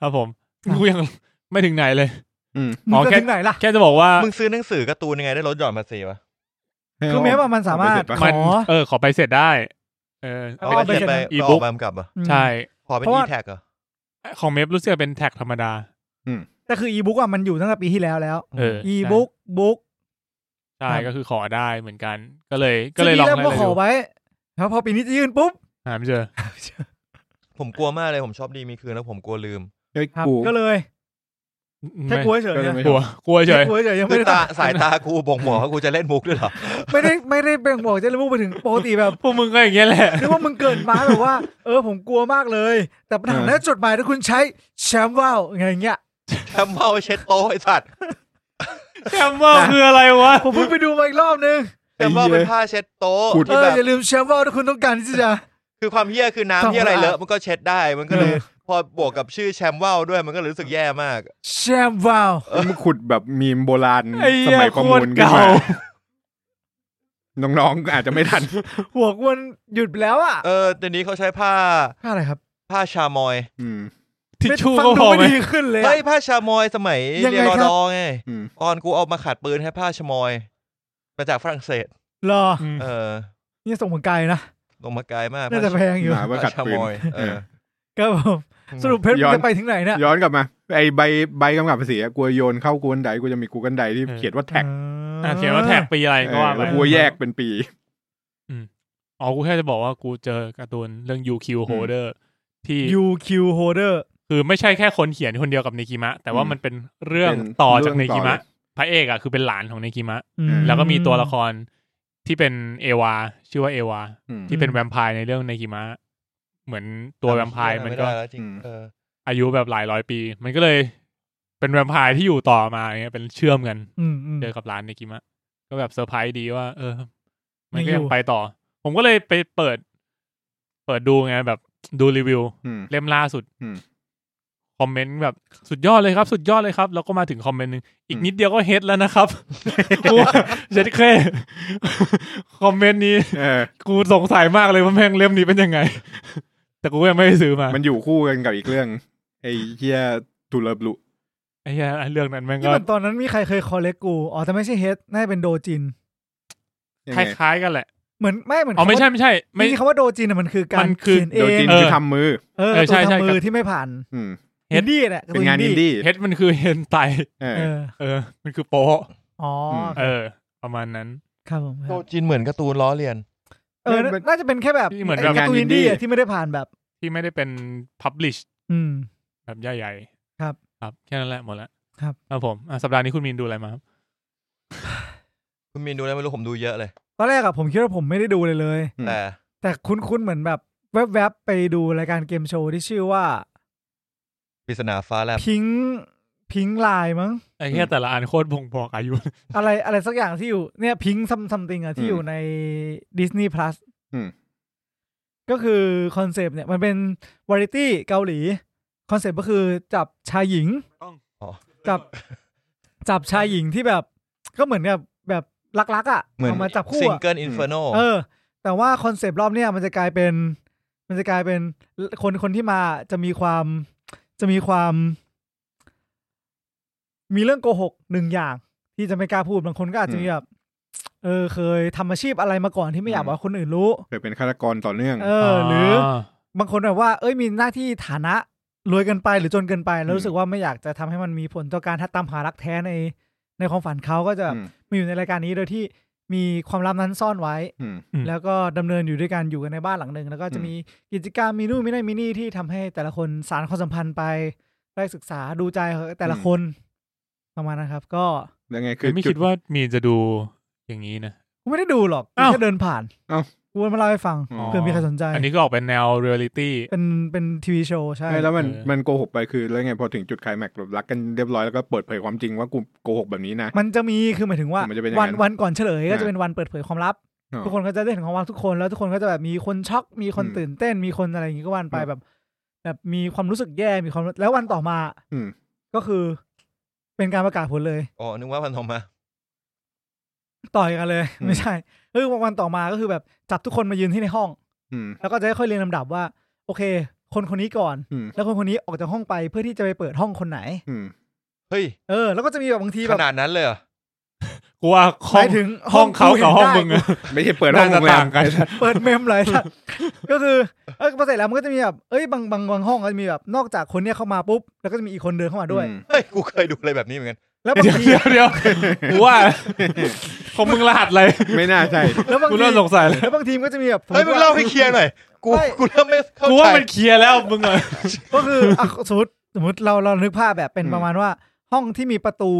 [SPEAKER 1] ครับผมกูยังไม่ถึงไหนเลย
[SPEAKER 3] อืม
[SPEAKER 2] มึ
[SPEAKER 1] อ๋
[SPEAKER 2] ง
[SPEAKER 1] อ
[SPEAKER 2] จะ
[SPEAKER 1] แค่
[SPEAKER 2] ถึงไหนล่ะ
[SPEAKER 1] แค่จะบอกว่า
[SPEAKER 4] มึงซื้อหนังสือการ์ตูนยังไงได้ลดหย่อนภาษีวะ
[SPEAKER 3] ให้
[SPEAKER 2] คือแม้ว่ามันสามารถ
[SPEAKER 3] เอไปเจปะ
[SPEAKER 1] มัน
[SPEAKER 2] ขอ
[SPEAKER 1] เออขอไปเสร็จได้ เออ
[SPEAKER 4] เอาไป
[SPEAKER 2] เอาไป
[SPEAKER 4] เขียนไป
[SPEAKER 2] เขียน
[SPEAKER 4] อี
[SPEAKER 1] e-book
[SPEAKER 4] บุ๊กกลับเหรอ่ะ
[SPEAKER 2] อืม
[SPEAKER 1] ใช่
[SPEAKER 4] พอเป็น
[SPEAKER 2] เพราะ
[SPEAKER 4] อี
[SPEAKER 2] ว่า
[SPEAKER 4] แท็กเหรอ
[SPEAKER 1] ของเมฟรู้สึกจะเป็นแท็กธรรมดา
[SPEAKER 2] แต่คืออีบุ๊กอ่ะมันอยู่ตั้งแต่ปีที่แล้วแล้ว
[SPEAKER 1] เออ
[SPEAKER 2] อีบุ๊กบุ๊ก
[SPEAKER 1] ใช่ก็คือขอได้เหมือนกัน ก็เลยก็
[SPEAKER 2] ซึ่
[SPEAKER 1] เลยลอง
[SPEAKER 2] ปีแรกก็
[SPEAKER 1] เลย
[SPEAKER 2] ขอ
[SPEAKER 1] ดู
[SPEAKER 2] ไว้แล้วพอปีนี้จะยื่นปุ๊บ
[SPEAKER 1] หาไม่เจอ
[SPEAKER 4] ผมกลัวมากเลยผมชอบดีมีคืนแล้วผมกลัวลืม
[SPEAKER 3] เฮ้ย
[SPEAKER 2] ครับ
[SPEAKER 3] กู
[SPEAKER 2] ก็เลยแค่กลัวเฉย
[SPEAKER 3] ก็
[SPEAKER 2] ๆ
[SPEAKER 3] เลย
[SPEAKER 2] นะ
[SPEAKER 3] ไม่
[SPEAKER 1] กลัวกลัวเฉ
[SPEAKER 2] แค่
[SPEAKER 1] ย
[SPEAKER 2] กลัวเฉยๆยัง
[SPEAKER 4] คื
[SPEAKER 2] ไม่
[SPEAKER 4] อ
[SPEAKER 2] ได้
[SPEAKER 4] ตาสายตากูบ่งบอกว่ากูจะเล่นมุกด้วยเหรอ
[SPEAKER 2] ไม่ได้ไม่ได้เป็นบอกจะเล่นมุกไปถึงปกติแบบ
[SPEAKER 1] พวกมึงก็อย่างเงี้ยแหละ
[SPEAKER 2] นึกว่ามึงเกิดมาแบบว่า เออผมกลัวมากเลย แต่ปัญหา
[SPEAKER 3] เออ
[SPEAKER 2] แล้วจดหมายที่คุณใช้แชมป์ว่าวไงเงี้ย
[SPEAKER 4] แชมเปาเช็ดโต๊ะไอ้สัตว์
[SPEAKER 1] แคมเปอร์คืออะไรวะ
[SPEAKER 2] ผมเพิ่งไปดูมาอีกรอบนึง
[SPEAKER 4] แชมเปาเป็นผ้าเช็ดโต๊ะ
[SPEAKER 3] ขุด
[SPEAKER 2] เอ
[SPEAKER 4] ที่
[SPEAKER 2] อ
[SPEAKER 4] แบบ
[SPEAKER 2] อย่าลืมแชมป์ว่าวถ้าคุณต้องการที่จะ
[SPEAKER 4] คือความเหี้ยคือน้ำเหี้ยอะไรเลอะมันก็เช็ดได้มันก็เลย
[SPEAKER 2] เออ
[SPEAKER 4] พอบวกกับชื่อแชมเปาด้วยมันก็เลยรู้สึกแย่มาก
[SPEAKER 2] แชมป์ว่าว
[SPEAKER 3] มึงขุดแบบมีมโบราณ
[SPEAKER 1] ไอ้เหี้
[SPEAKER 3] ส
[SPEAKER 1] ย
[SPEAKER 3] มัยข้อมูล
[SPEAKER 1] โคตร
[SPEAKER 3] ขึ้น
[SPEAKER 1] เก่า
[SPEAKER 3] มาน้องๆอาจจะไม่ทัน
[SPEAKER 2] หัวกวนหยุดไปแล้วอ่ะ
[SPEAKER 4] เออเดี๋ยวนี้เขาใช้ผ้า
[SPEAKER 2] ผ้าอะไรครับ
[SPEAKER 4] ผ้าชามอย
[SPEAKER 3] อืม
[SPEAKER 1] ทิชชู่
[SPEAKER 2] ฟัง
[SPEAKER 1] ก็พ
[SPEAKER 2] ดู
[SPEAKER 1] อไหม
[SPEAKER 2] ไม่ดีขึ้นเลยอะ
[SPEAKER 4] เฮ้ยผ้าชามอยสมัย
[SPEAKER 2] ยัง
[SPEAKER 4] เรี
[SPEAKER 2] ไง
[SPEAKER 4] ยนรอ
[SPEAKER 2] ครั
[SPEAKER 4] ด
[SPEAKER 2] บ
[SPEAKER 4] อไง
[SPEAKER 3] อืม
[SPEAKER 4] ตอนกูเอามาขัดปืนให้ผ้าชามอยมาจากฝรั่งเศส
[SPEAKER 2] เหรอ
[SPEAKER 1] อืม
[SPEAKER 4] เออ
[SPEAKER 2] นี่ส่งเหมือนไกลนะ
[SPEAKER 4] ลงมาไกลมาก
[SPEAKER 2] น่าจะแพงอยู่
[SPEAKER 3] หมาว่ากัดปืน
[SPEAKER 4] ชามอยเออ
[SPEAKER 2] ครับผมสรุปเพชร
[SPEAKER 3] ย้อน
[SPEAKER 2] จะไปถึงไหนเนี่ย
[SPEAKER 3] ย้อนกลับมา ไอใบใบกำกับภาษีอะกูโยนเข้ากูกันไดกูจะมีกูกันไดที่เขียนว่าแท็ก
[SPEAKER 1] อ่ะเขียนว่าแท็กปีอะไร
[SPEAKER 3] เอ
[SPEAKER 1] ก็
[SPEAKER 3] อ
[SPEAKER 1] ว่าไป
[SPEAKER 3] แล้วกูแยกเป็นปี
[SPEAKER 1] อ๋อกูแค่จะบอกว่ากูเจอการ์ตูนเรื่อง UQ Holder ที่
[SPEAKER 2] ยูคิวโฮเดอร์
[SPEAKER 1] คือไม่ใช่แค่คนเขียนคนเดียวกับเนกิมะ แต่ว่า
[SPEAKER 3] อืม
[SPEAKER 1] มันเป็นเรื่อง
[SPEAKER 3] เป็น
[SPEAKER 1] ต่อจากเน
[SPEAKER 3] เรื่องต่อ
[SPEAKER 1] กิมะ
[SPEAKER 3] เลย
[SPEAKER 1] พระเอกอ่ะคือเป็นหลานของเนกิมะ แล้วก็มีตัวละครที่เป็นเอวา ชื่อว่าเอวา
[SPEAKER 3] อืม
[SPEAKER 1] ที่เป็นแวมไพร์ในเรื่องเนกิมะ เหมือนตัวแวมไพร์มันก็
[SPEAKER 4] ไได้แล้วจริง
[SPEAKER 3] อืม
[SPEAKER 4] เออ
[SPEAKER 1] อายุแบบหลายร้อยปี มันก็เลยเป็นแวมไพร์ที่อยู่ต่อมาอย่างเงี้ยเป็นเชื่อมกัน
[SPEAKER 2] อืมอืม
[SPEAKER 1] เจอกับหลานเนกิมะ ก็แบบเซอร์ไพรส์ดีว่า เออ มันก็
[SPEAKER 2] ยังอยู่
[SPEAKER 1] ยังไปต่อ ผมก็เลยไปเปิด เปิดดูไงแบบดูรีวิว
[SPEAKER 3] อืม
[SPEAKER 1] เล่มล่าสุด
[SPEAKER 3] อืม
[SPEAKER 1] คอมเมนต์แบบสุดยอดเลยครับ สุดยอดเลยครับ แล้วก็มาถึงคอมเมนต์หนึงอีก
[SPEAKER 3] อืม
[SPEAKER 1] นิดเดียวก็เฮดแล้วนะครับ กูเจ็ดเคคอมเมนต์นี้
[SPEAKER 3] เออ
[SPEAKER 1] กูสงสัยมากเลยว่าแม่งเล่มนี้เป็นยังไง แต่กูยังไม่ได้ซื้อมา
[SPEAKER 3] มันอยู่คู่กันกับอีกเรื่อง ไอ้เฮียตูเลบลุ
[SPEAKER 1] ไอ้เหี้ยเรื่องนั้นแม่ง
[SPEAKER 2] นี่
[SPEAKER 1] ก็
[SPEAKER 2] เหมือนตอนนั้นมีใครเคยคอลเลกกู อ๋อ แต่ไม่ใช่เฮดน่าจะเป็นโดจิน
[SPEAKER 1] คล้ายๆกันแหละ
[SPEAKER 2] เหมือนไม่เหมือน
[SPEAKER 1] อ๋อไม่ใช่ไม่ใช่
[SPEAKER 2] ไม่
[SPEAKER 1] ไม่
[SPEAKER 2] คำว่าโดจินอะมันคือการ
[SPEAKER 1] มันคือ
[SPEAKER 2] เขียนเอ
[SPEAKER 3] โดยจริ
[SPEAKER 2] ง
[SPEAKER 3] น
[SPEAKER 1] เออ
[SPEAKER 3] คือทำมือ
[SPEAKER 2] เออ
[SPEAKER 1] เออใช่
[SPEAKER 2] ตัว
[SPEAKER 1] ใช่
[SPEAKER 2] ทำมื
[SPEAKER 1] ครั
[SPEAKER 2] อบ ที่ไม่ผ่าน
[SPEAKER 3] อืม
[SPEAKER 1] เฮด
[SPEAKER 2] อินดี้แหละ
[SPEAKER 3] เป็นงานอินดี้
[SPEAKER 1] เฮดมันคือเฮนไต
[SPEAKER 3] เอ
[SPEAKER 2] เอ
[SPEAKER 3] อ
[SPEAKER 2] อ
[SPEAKER 1] เออ มันคือโป๊ะ
[SPEAKER 2] อ๋ออ
[SPEAKER 3] ม
[SPEAKER 1] เออ ประมาณนั้น
[SPEAKER 2] ครับผมครับ
[SPEAKER 4] โตจีนเหมือนการ์ตูนล้อเลียน
[SPEAKER 2] เออน่าจะเป็นแค่แบบ
[SPEAKER 1] ที่เหมือนแบบ
[SPEAKER 2] การ์ตูน
[SPEAKER 3] งานอิ
[SPEAKER 2] อิ
[SPEAKER 3] น
[SPEAKER 2] น
[SPEAKER 3] ดี้
[SPEAKER 2] ดี้อะที่ไม่ได้ผ่านแบบ
[SPEAKER 1] ที่ไม่ได้เป็นพับลิช
[SPEAKER 2] อืม
[SPEAKER 1] แบบใหญ่ๆ
[SPEAKER 2] ครับ
[SPEAKER 1] ครับแค่นั้นแหละหมดแล้ว
[SPEAKER 2] ครับ
[SPEAKER 1] ครับผมอ่ะสัปดาห์นี้คุณมีนดูอะไรมาครับ
[SPEAKER 4] คุณมีนดูแล้วไม่รู้ผมดูเยอะเลย
[SPEAKER 2] ตอนแรกอะผมคิดว่าผมไม่ได้ดูเลยเลย
[SPEAKER 3] อืม
[SPEAKER 4] แต่
[SPEAKER 2] แต่คุ้นๆเหมือนแบบแวบๆไปดูรายการเกมโชว์ที่ชื่อว่า
[SPEAKER 4] ปริศนาฟ้าแลบ
[SPEAKER 2] พิงพิงลายมั้ง
[SPEAKER 1] ไอ้แค่แต่ละอันโคตรบ่งบอกอายุ
[SPEAKER 2] อะไรอะไรสักอย่างที่อยู่เนี่ยพิงซัมซัมติงอะที่อยู่ใน Disney Plus
[SPEAKER 3] อืม
[SPEAKER 2] ก็คือคอนเซปต์เนี่ยมันเป็นวาไรตี้เกาหลี คอนเซปต์ก็คือจับชายหญิง
[SPEAKER 1] ต้อง
[SPEAKER 2] อ๋อจับ จับชายหญิงที่แบบ ก็เหมือนแบบแบบรักๆอะ
[SPEAKER 4] เหมือน
[SPEAKER 2] เอามาจับคู่
[SPEAKER 4] ซิง
[SPEAKER 2] อะ
[SPEAKER 4] เกิลอินเฟอร์โน
[SPEAKER 2] เออ แต่ว่าคอนเซปต์รอบเนี่ยมันจะกลายเป็น มันจะกลายเป็นคนคนที่มาจะมีความจะมีความ มีเรื่องโกหกหนึ่งอย่าง ที่จะไม่กล้าพูดบางคนก็อาจจะมีแบบเออเคยทำอาชีพอะไรมาก่อนที่ไม่อยาก
[SPEAKER 3] อื
[SPEAKER 2] บ
[SPEAKER 3] ม
[SPEAKER 2] อกให้คนอื่นรู้
[SPEAKER 3] เคยเป็นฆาตกรต่อเนื่อง
[SPEAKER 2] เอออหรือบางคนแบบว่า เอ้ยมีหน้าที่ฐานะรวยเกินไปหรือจนเกินไป แล้ว
[SPEAKER 3] อืม
[SPEAKER 2] รู้สึกว่าไม่อยากจะทำให้มันมีผลต่อการตามหารักแท้ในในความฝันเขาก็จะ
[SPEAKER 3] ม
[SPEAKER 2] มาอยู่ในรายการนี้โดยที่มีความลับนั้นซ่อนไว้
[SPEAKER 3] อืม
[SPEAKER 1] อืม
[SPEAKER 2] แล้วก็ดำเนินอยู่ด้วยกันอยู่กันในบ้านหลังหนึ่งแล้วก็จะ
[SPEAKER 3] อืม
[SPEAKER 2] มีกิจกรรมมีนู่นมีนั่นมีนี่ที่ทำให้แต่ละคนสารความสัมพันธ์ไปได้ศึกษาดูใจแต่ละคนประมาณนั้นครับ ก็
[SPEAKER 3] ยังไงคื
[SPEAKER 1] คืออไม่
[SPEAKER 3] จุ
[SPEAKER 1] คิ
[SPEAKER 3] ด
[SPEAKER 1] ดว่ามีนจะดูอย่างนี้นะ
[SPEAKER 2] กูไม่ได้ดูหรอกกู
[SPEAKER 1] อ้าว
[SPEAKER 2] แค่เดินผ่าน
[SPEAKER 3] อ้าว
[SPEAKER 2] กูมาเล่าให้ฟัง
[SPEAKER 3] อ๋อ
[SPEAKER 2] เผื่อมีใครสนใจ
[SPEAKER 1] อันนี้ก็ออกเป็นแนวเรียลลิตี้
[SPEAKER 2] เป็นเป็นทีวีโชว์ใช่
[SPEAKER 3] ใช่แล้วมัน
[SPEAKER 1] เออ
[SPEAKER 3] มันโกหกไปคือแล้วไงพอถึงจุดไคลายแม็กซ์แบบรักกันเรียบร้อยแล้วก็เปิดเผยความจริงว่ากูโกหกแบบนี้นะ
[SPEAKER 2] มันจะมีคือหมายถึงว่า
[SPEAKER 3] มันจะเป็นอย่างนั้
[SPEAKER 2] วัน นวันก่อนเฉลยก็
[SPEAKER 3] อ่า
[SPEAKER 2] จะเป็นวันเปิดเผยความลับ
[SPEAKER 3] อ๋อ
[SPEAKER 2] ทุกคนก็จะได้เห็นความลับทุกคนแล้วทุกคนก็จะแบบมีคนช็อกมีคน
[SPEAKER 3] อืม
[SPEAKER 2] ตื่นเต้นมีคนอะไรอย่างงี้ก็วันไป
[SPEAKER 3] อืม
[SPEAKER 2] แบบ แบบมีความรู้สึกแย่มีความแล้ววันต่อมา
[SPEAKER 3] อืม
[SPEAKER 2] ก็คือ เป็นการประกาศผลเลย
[SPEAKER 4] อ๋อนึกว่าพันธมา
[SPEAKER 2] ต่อยกันเลย
[SPEAKER 3] อืม
[SPEAKER 2] ไม่ใช่เออวันต่อมาก็คือแบบจับทุกคนมายืนที่ในห้อง
[SPEAKER 3] อืม
[SPEAKER 2] แล้วก็จะค่อยเรียงลำดับว่า โอเค คนคนนี้ก่อน
[SPEAKER 3] อืม
[SPEAKER 2] แล้วคนคนนี้ออกจากห้องไปเพื่อที่จะไปเปิดห้องคนไหน
[SPEAKER 3] อืม
[SPEAKER 4] เฮ้ย
[SPEAKER 2] เออ แล้วก็จะมีแบบบางที
[SPEAKER 4] ข
[SPEAKER 2] แบบ
[SPEAKER 4] นาดนั้นเลยเหรอ
[SPEAKER 1] กูว่า
[SPEAKER 2] ห
[SPEAKER 1] ห้อ
[SPEAKER 2] มาง ยถึง
[SPEAKER 1] ห้องเขากับห้อง
[SPEAKER 2] กู
[SPEAKER 1] มึง
[SPEAKER 2] เนได้
[SPEAKER 1] อะ
[SPEAKER 3] ไม่ใช่เปิดห้องโร
[SPEAKER 1] น่าง จะ
[SPEAKER 3] แร
[SPEAKER 1] ต่าม งกัน
[SPEAKER 2] เปิดเมมหลายท่าน ก็คือเออพอเสร็จแล้วมันก็จะมีแบบเอ้ยบางบางบางห้องก็จะมีแบบนอกจากคนเนี้ยเข้ามาปุ๊บ แล้วก็จะมีอีกคนเดินเข้ามาด้วย
[SPEAKER 3] อืม
[SPEAKER 4] เฮ้ยกูเคยดูอะไรแบบนี้เหมือนกัน
[SPEAKER 2] แล้วบาง
[SPEAKER 1] เดี๋ยว
[SPEAKER 2] ที
[SPEAKER 1] เดี๋ยวเดี๋ยวกูว่าของมึงรหัส อะไร
[SPEAKER 3] ไม่น่าใช่
[SPEAKER 2] แล้วบาง
[SPEAKER 1] กู
[SPEAKER 2] ที
[SPEAKER 1] เริ่มสงสัยแล้ว
[SPEAKER 2] แล้วบางทีมก็จะมีแบบ
[SPEAKER 4] เฮ้ยมึงเล่าให้เคลียร์หน่อยกูกูเริ่มไม่เข้า
[SPEAKER 1] กู
[SPEAKER 4] ใจ
[SPEAKER 1] ว่ามันเคลียร์แล้วมึงอะ
[SPEAKER 2] ก็คืออ่ะสมมติสมมติเราเรานึกภาพแบบเป็น
[SPEAKER 3] อืม
[SPEAKER 2] ประมาณว่า ห้องที่มีประตู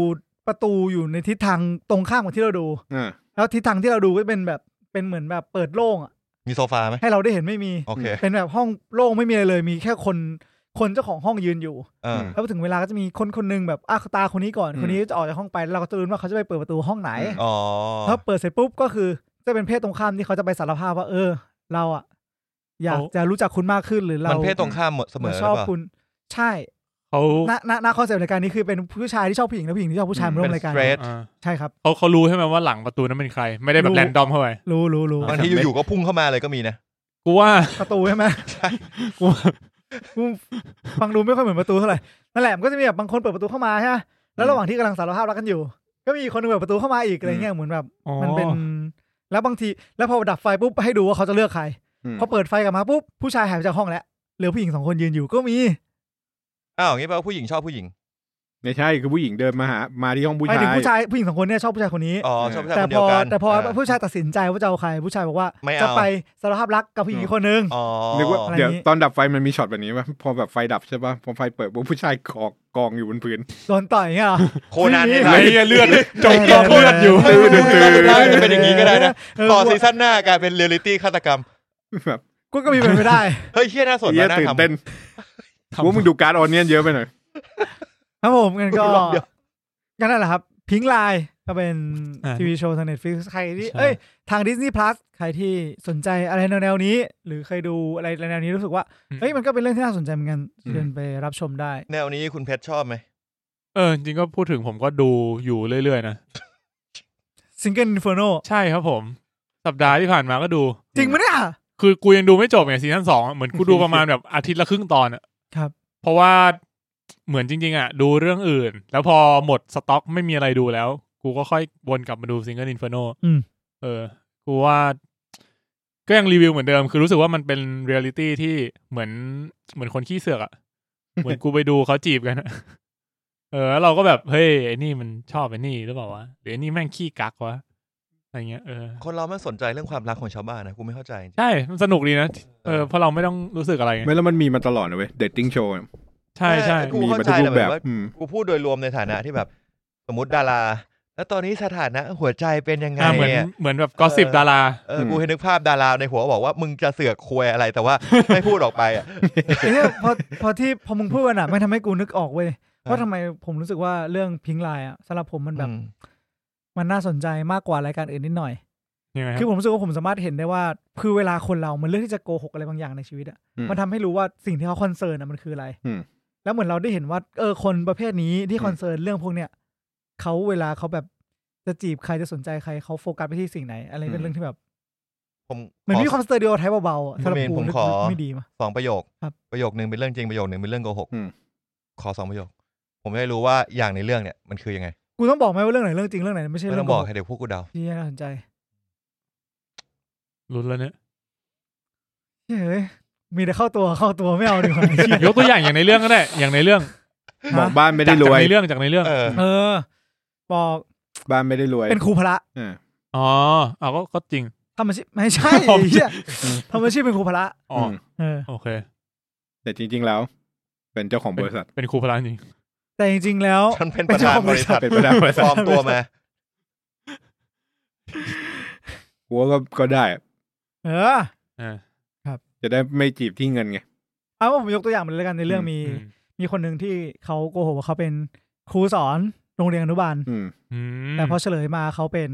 [SPEAKER 2] ประตูอยู่ในทิศทางตรงข้ามกับที่เราดู
[SPEAKER 3] อ่า
[SPEAKER 2] แล้วทิศทางที่เราดูก็เป็นแบบเป็นเหมือนแบบเปิดโล่งอะ
[SPEAKER 4] มีโซฟาไหม
[SPEAKER 2] ให้เราได้เห็นไม่มี
[SPEAKER 4] โอเค
[SPEAKER 2] เป็นแบบห้องโล่งไม่มีอะไรเลย มีแค่คนคนเจ้าของห้องยืนอยู่
[SPEAKER 4] เออ
[SPEAKER 2] แล้วพอถึงเวลาก็จะมีคนคนหนึงแบบอ่ะตาคนนี้ก่อน คนนี้จะออกจากห้องไปแล้วเราก็จะรู้นว่าเขาจะไปเปิดประตูห้องไหน
[SPEAKER 4] อ๋อ
[SPEAKER 2] ถ้าเปิดเสร็จปุ๊บก็คือ จะเป็นเพศตรงข้ามที่เขาจะไปสารภาพว่า เออ เราอ่ะอยากจะรู้จักคุณมากขึ้นหรือเรา
[SPEAKER 4] มั
[SPEAKER 2] ม
[SPEAKER 4] นเพศตรงข้ามหมดเสมอห
[SPEAKER 2] ช
[SPEAKER 4] รือ อบ เปล่า
[SPEAKER 2] คุณใช่
[SPEAKER 1] เขา
[SPEAKER 2] ณณณคอนเซปต์รายการนี้คือเป็นผู้ชายที่ชอบผู้หญิงและผู้หญิงที่ชอบผู้ชายมาร่ว
[SPEAKER 4] เป็น
[SPEAKER 2] มรา
[SPEAKER 4] ส
[SPEAKER 2] ยการ
[SPEAKER 4] เตรท
[SPEAKER 1] อ่า
[SPEAKER 2] ใช่ครับ
[SPEAKER 1] เขาเขารู้ใช่ไหมว่าหลังประตูนั้นเป็นใคร ไม่ได้แบ
[SPEAKER 2] รู้
[SPEAKER 1] บแรนดอมเข้าไป
[SPEAKER 2] รู้รู้รู้
[SPEAKER 4] บางทีอยู่ๆก็พุ่งเข้ามาเลยก็มีนะ
[SPEAKER 1] กูว่า
[SPEAKER 2] ประตูใช่ไหม
[SPEAKER 4] ใช่
[SPEAKER 1] กูว่า
[SPEAKER 2] กูฟังดูไม่ค่อยเหมือนประตูเท่าไหร่นั่นแหละมันก็จะมีแบบบางคนเปิดประตูเข้ามาใช่ไหมแล้วระหว่างที่กำลังสารภาพรักกันอยู่ ก็มีอีกคนหนึงเปิดประตูเข้ามาอีกอะไรเงี้ยเหมือนแบบ
[SPEAKER 1] อ๋อ
[SPEAKER 2] มันเป็นแล้วบางที แล้วพอดับไฟปุ๊บให้ดูว่าเขาจะเลือกใครพอเปิดไฟกลับมาปุ๊บผู้ชายหายไปจากห้องแล้วเหลือผู้หญิงสองคนยืนอยู่ก็มี
[SPEAKER 4] อ้าวอย่างงี้แปลว่าผู้หญิงชอบผู้หญิง
[SPEAKER 3] ไม่ใช่คือผู้หญิงเดินมาหามาที่ห้องผู้
[SPEAKER 2] หมาย
[SPEAKER 3] ชาย
[SPEAKER 2] ถึงผู้ชายผู้หญิงสองคนเนี่ยชอบผู้ชายคนนี้
[SPEAKER 4] อ๋อชอบผู้ชาย
[SPEAKER 2] แต่
[SPEAKER 4] คน
[SPEAKER 2] พ
[SPEAKER 4] เดีย
[SPEAKER 2] อ
[SPEAKER 4] วกัน
[SPEAKER 2] แต่พอ
[SPEAKER 4] เ
[SPEAKER 2] ผู้ชายตัดสินใจว่าจะเอาใคร ผู้ชายบอกว่า
[SPEAKER 4] ไม่เอา
[SPEAKER 2] จะไปสารภาพรักกับผู้หญิงอีกคนนึง
[SPEAKER 4] อ๋อ
[SPEAKER 3] นึกว่า
[SPEAKER 2] อะไร
[SPEAKER 3] เดี๋ยว
[SPEAKER 2] นี้
[SPEAKER 3] ตอนดับไฟมันมีช็อตแบบนี้ป่ะพอแบบไฟดับใช่ป่ะพอไฟเปิดปุ๊บผู้ชายกอกกองอยู่บนพื้น
[SPEAKER 2] โดนต่อยเงี้ยเหรอ
[SPEAKER 4] โคนัน
[SPEAKER 1] ไอ้
[SPEAKER 4] เนี่ย
[SPEAKER 1] เหี้ยเลือดจมกองเลือดอยู่
[SPEAKER 3] ตื้อตื้อตื้อ
[SPEAKER 4] น่าจะเป็นอย่างนี้ก็ได้นะ
[SPEAKER 2] เออ
[SPEAKER 4] ต่อซีซั่นหน้ากลายเป็นเรียลลิตี้ฆาตกรรม
[SPEAKER 3] แบบ
[SPEAKER 2] กูก็มีเป็นไปได้
[SPEAKER 4] เฮ้ยเฮียน่าสน
[SPEAKER 3] เหี้ย
[SPEAKER 4] นะน่า
[SPEAKER 3] ตื่น
[SPEAKER 4] ทำ
[SPEAKER 3] เต้น
[SPEAKER 1] ทำ
[SPEAKER 3] ว่ามึงดูการ์ดออนเนียนเยอะไปหน่อย
[SPEAKER 2] ครับผมงั้นก็
[SPEAKER 4] รอบเดียว
[SPEAKER 2] ก็นั่นแหละครับ พิงไลน์ ก็เป็น
[SPEAKER 1] อ่า
[SPEAKER 2] ทีวีโชว์ทาง Netflix ใครที่
[SPEAKER 1] ใช่
[SPEAKER 2] เอ้ยทาง Disney Plus ใครที่สนใจอะไรแนวๆนี้ หรือเคยดูอะไรแนวๆนี้รู้สึกว่าเฮ้ยมันก็เป็นเรื่องที่น่าสนใจเหมือนกันเชิญไปรับชมได้
[SPEAKER 4] แนวนี้คุณเพชรชอบไหม
[SPEAKER 1] เออจริงก็พูดถึงผมก็ดูอยู่เรื่อยๆนะ
[SPEAKER 2] Single Inferno
[SPEAKER 1] ใช่ครับผม สัปดาห์ที่ผ่านมาก็ดู
[SPEAKER 2] จริงไหมเนี่ย
[SPEAKER 1] คือกูยังดูไม่จบไงซีซั่นสองอะเหมือนกูดูประมาณแบบอาทิตย์ละครึ่งตอนอะ
[SPEAKER 2] ครับ
[SPEAKER 1] เพราะว่าเหมือนจริง ๆ อ่ะ ดูเรื่องอื่น แล้วพอหมดสต็อกไม่มีอะไรดูแล้ว กูก็ค่อยวนกลับมาดูซิงเกิลอินฟ n o โน
[SPEAKER 2] อืม
[SPEAKER 1] เออ กูว่า ก็ยังรีวิวเหมือนเดิม คือรู้สึกว่ามันเป็นเรียลลิตี้ที่เหมือนเหมือนคนขี้เสือก อ่ะ เหมือนกูไปดูเขาจีบกันอะเออแล้วเราก็แบบเฮ้ยไอ้นี่มันชอบไอ้นี่หรือเปล่าวะหรือไอ้นี่แม่งขี้กักวะอะไรเงี้ยเออ
[SPEAKER 4] คนเราไม่สนใจเรื่องความรักของชาวบ้านนะกูไม่เข้าใจจริง
[SPEAKER 1] ใช่ มันสนุกดีนะ เออ เพราะเราไม่ต้องรู้สึกอะไรไง
[SPEAKER 3] ไม่แล้วมันมีมาตลอดนะเว้ยเดทติ้งโชว์
[SPEAKER 1] ใช่ใช่
[SPEAKER 4] กู
[SPEAKER 3] มี
[SPEAKER 4] เข้า
[SPEAKER 3] มา
[SPEAKER 4] ใจ
[SPEAKER 3] ทุกรู
[SPEAKER 4] แต่
[SPEAKER 3] ป
[SPEAKER 4] แบ
[SPEAKER 3] แบบ บ
[SPEAKER 4] ว่า
[SPEAKER 3] อืม
[SPEAKER 4] กูพูดโดยรวมในฐานะที่แบบ สมมติดารา แล้วตอนนี้สถานะหัวใจเป็นยังไง
[SPEAKER 1] อ่าเหมือน
[SPEAKER 4] เนี่ย
[SPEAKER 1] เหมือนแบบก็สิบ
[SPEAKER 4] เออ
[SPEAKER 1] ดารา
[SPEAKER 4] เออกูเห็นนึกภาพดาราในหัวบอกว่ามึงจะเสือกควยอะไรแต่ว่า ไม่พูดออกไปอ่ะ
[SPEAKER 2] ไอ้เนี่ยพอพอที่พอมึงพูดมันอ่ะไม่ทำให้กูนึกออกเว้ยว่าทำไมผมรู้สึกว่าเรื่องพิงไลน์อ่ะสำหรับผมมันแบบ
[SPEAKER 4] อืม
[SPEAKER 2] มันน่าสนใจมากกว่ารายการอื่นนิดหน่อย
[SPEAKER 1] ยังไงครั
[SPEAKER 2] คือบ ผมรู้สึกว่าผมสามารถเห็นได้ว่าคือเวลาคนเรา มันเลือกที่จะโกหกอะไรบางอย่างในชีวิตอ่ะ
[SPEAKER 3] อืม
[SPEAKER 2] มันทำให้รู้ว่าสิ่งที่เขาคอนเซิร์นอ่ะมันคืออะไร
[SPEAKER 3] อืม
[SPEAKER 2] แล้วเหมือนเราได้เห็นว่าเออคนประเภทนี้ที่คอนเซิร์นเรื่องพวกเนี้ยเขาเวลาเขาแบบจะจีบใครจะสนใจใครเขาโฟกัสไปที่สิ่งไหน อะไรเป็นเรื่องที่แบบ
[SPEAKER 4] ผม
[SPEAKER 2] เหมือน
[SPEAKER 4] ขอ
[SPEAKER 2] มีความสเตอริโอไทป์เบาๆอะสำหรับ
[SPEAKER 4] ผมเอง
[SPEAKER 2] กู
[SPEAKER 4] ผม
[SPEAKER 2] นึก
[SPEAKER 4] ขอ
[SPEAKER 2] ไม่ดีมา
[SPEAKER 4] สองประโยค
[SPEAKER 2] ครับ
[SPEAKER 4] ประโยคหนึ่งเป็นเรื่องจริงประโยคหนึ่งเป็นเรื่องโกหก
[SPEAKER 3] อืม
[SPEAKER 4] ขอสองประโยค ผมจะได้รู้ว่าอย่างในเรื่องเนี่ยมันคือยังไง
[SPEAKER 2] กูต้องบอกไหมว่าเรื่องไหนเรื่องจริงเรื่องไหนไม่ใช่
[SPEAKER 4] ไม่
[SPEAKER 2] เรื่
[SPEAKER 4] ต้
[SPEAKER 2] อโก
[SPEAKER 4] อง งบอก
[SPEAKER 2] หก
[SPEAKER 4] ให้เดี๋ยวพวกกูเดา
[SPEAKER 2] ที่น่าสนใจ
[SPEAKER 1] รุนแล้วเนี่ย
[SPEAKER 2] เฮ้ย มีแต่เข้าตัวเข้าตัวไม่เอาดีกว่า ไอ้เหี้ย
[SPEAKER 1] ยกตัวอย่างอย่างในเรื่องก็ได้ อย่างในเรื่อง
[SPEAKER 3] บอกบ้านไม่ได้
[SPEAKER 1] จาก
[SPEAKER 3] ร
[SPEAKER 1] จาก
[SPEAKER 3] วย
[SPEAKER 1] ในเรื่องจากในเรื่อง
[SPEAKER 4] เออ
[SPEAKER 2] เออ บอก
[SPEAKER 3] บ้านไม่ได้รวย
[SPEAKER 2] เป็นครูพระ
[SPEAKER 3] อ่า
[SPEAKER 1] อ๋อเอาก็ก็จริง
[SPEAKER 2] ทำอาชีพไม่ใช่
[SPEAKER 1] อ๋อไม่
[SPEAKER 2] ไอ้
[SPEAKER 1] ใช่
[SPEAKER 2] เหี้ยทำอาชีพเป็นครูพระ
[SPEAKER 1] อ๋ออ
[SPEAKER 3] ม
[SPEAKER 2] เออ
[SPEAKER 1] โอเค
[SPEAKER 3] แต่จริง ๆ แล้ว เป็นเจ้าของบริษัท
[SPEAKER 1] เป็นครูพลานจริง
[SPEAKER 2] แต่จริง ๆ แล้ว
[SPEAKER 4] ฉันเป็นประธานบริษัท
[SPEAKER 3] เป็นประธานบริษั
[SPEAKER 4] ป
[SPEAKER 3] ท
[SPEAKER 4] ลอมตัวมา
[SPEAKER 3] หัวาก็ก็ได้
[SPEAKER 2] เออ
[SPEAKER 1] อ่า
[SPEAKER 3] จะได้ไม่จีบที่เงินไง
[SPEAKER 2] เอาว่าผมยกตัวอย่างมันเลยแล้วกันในเรื่องมี
[SPEAKER 1] อืม
[SPEAKER 2] มีคนหนึ่งที่เขาโกหกว่าเขาเป็นครูสอนโรงเรียนอนุบาล
[SPEAKER 3] อืม
[SPEAKER 1] อืม
[SPEAKER 2] แต่พอเฉลยมาเขาเป็น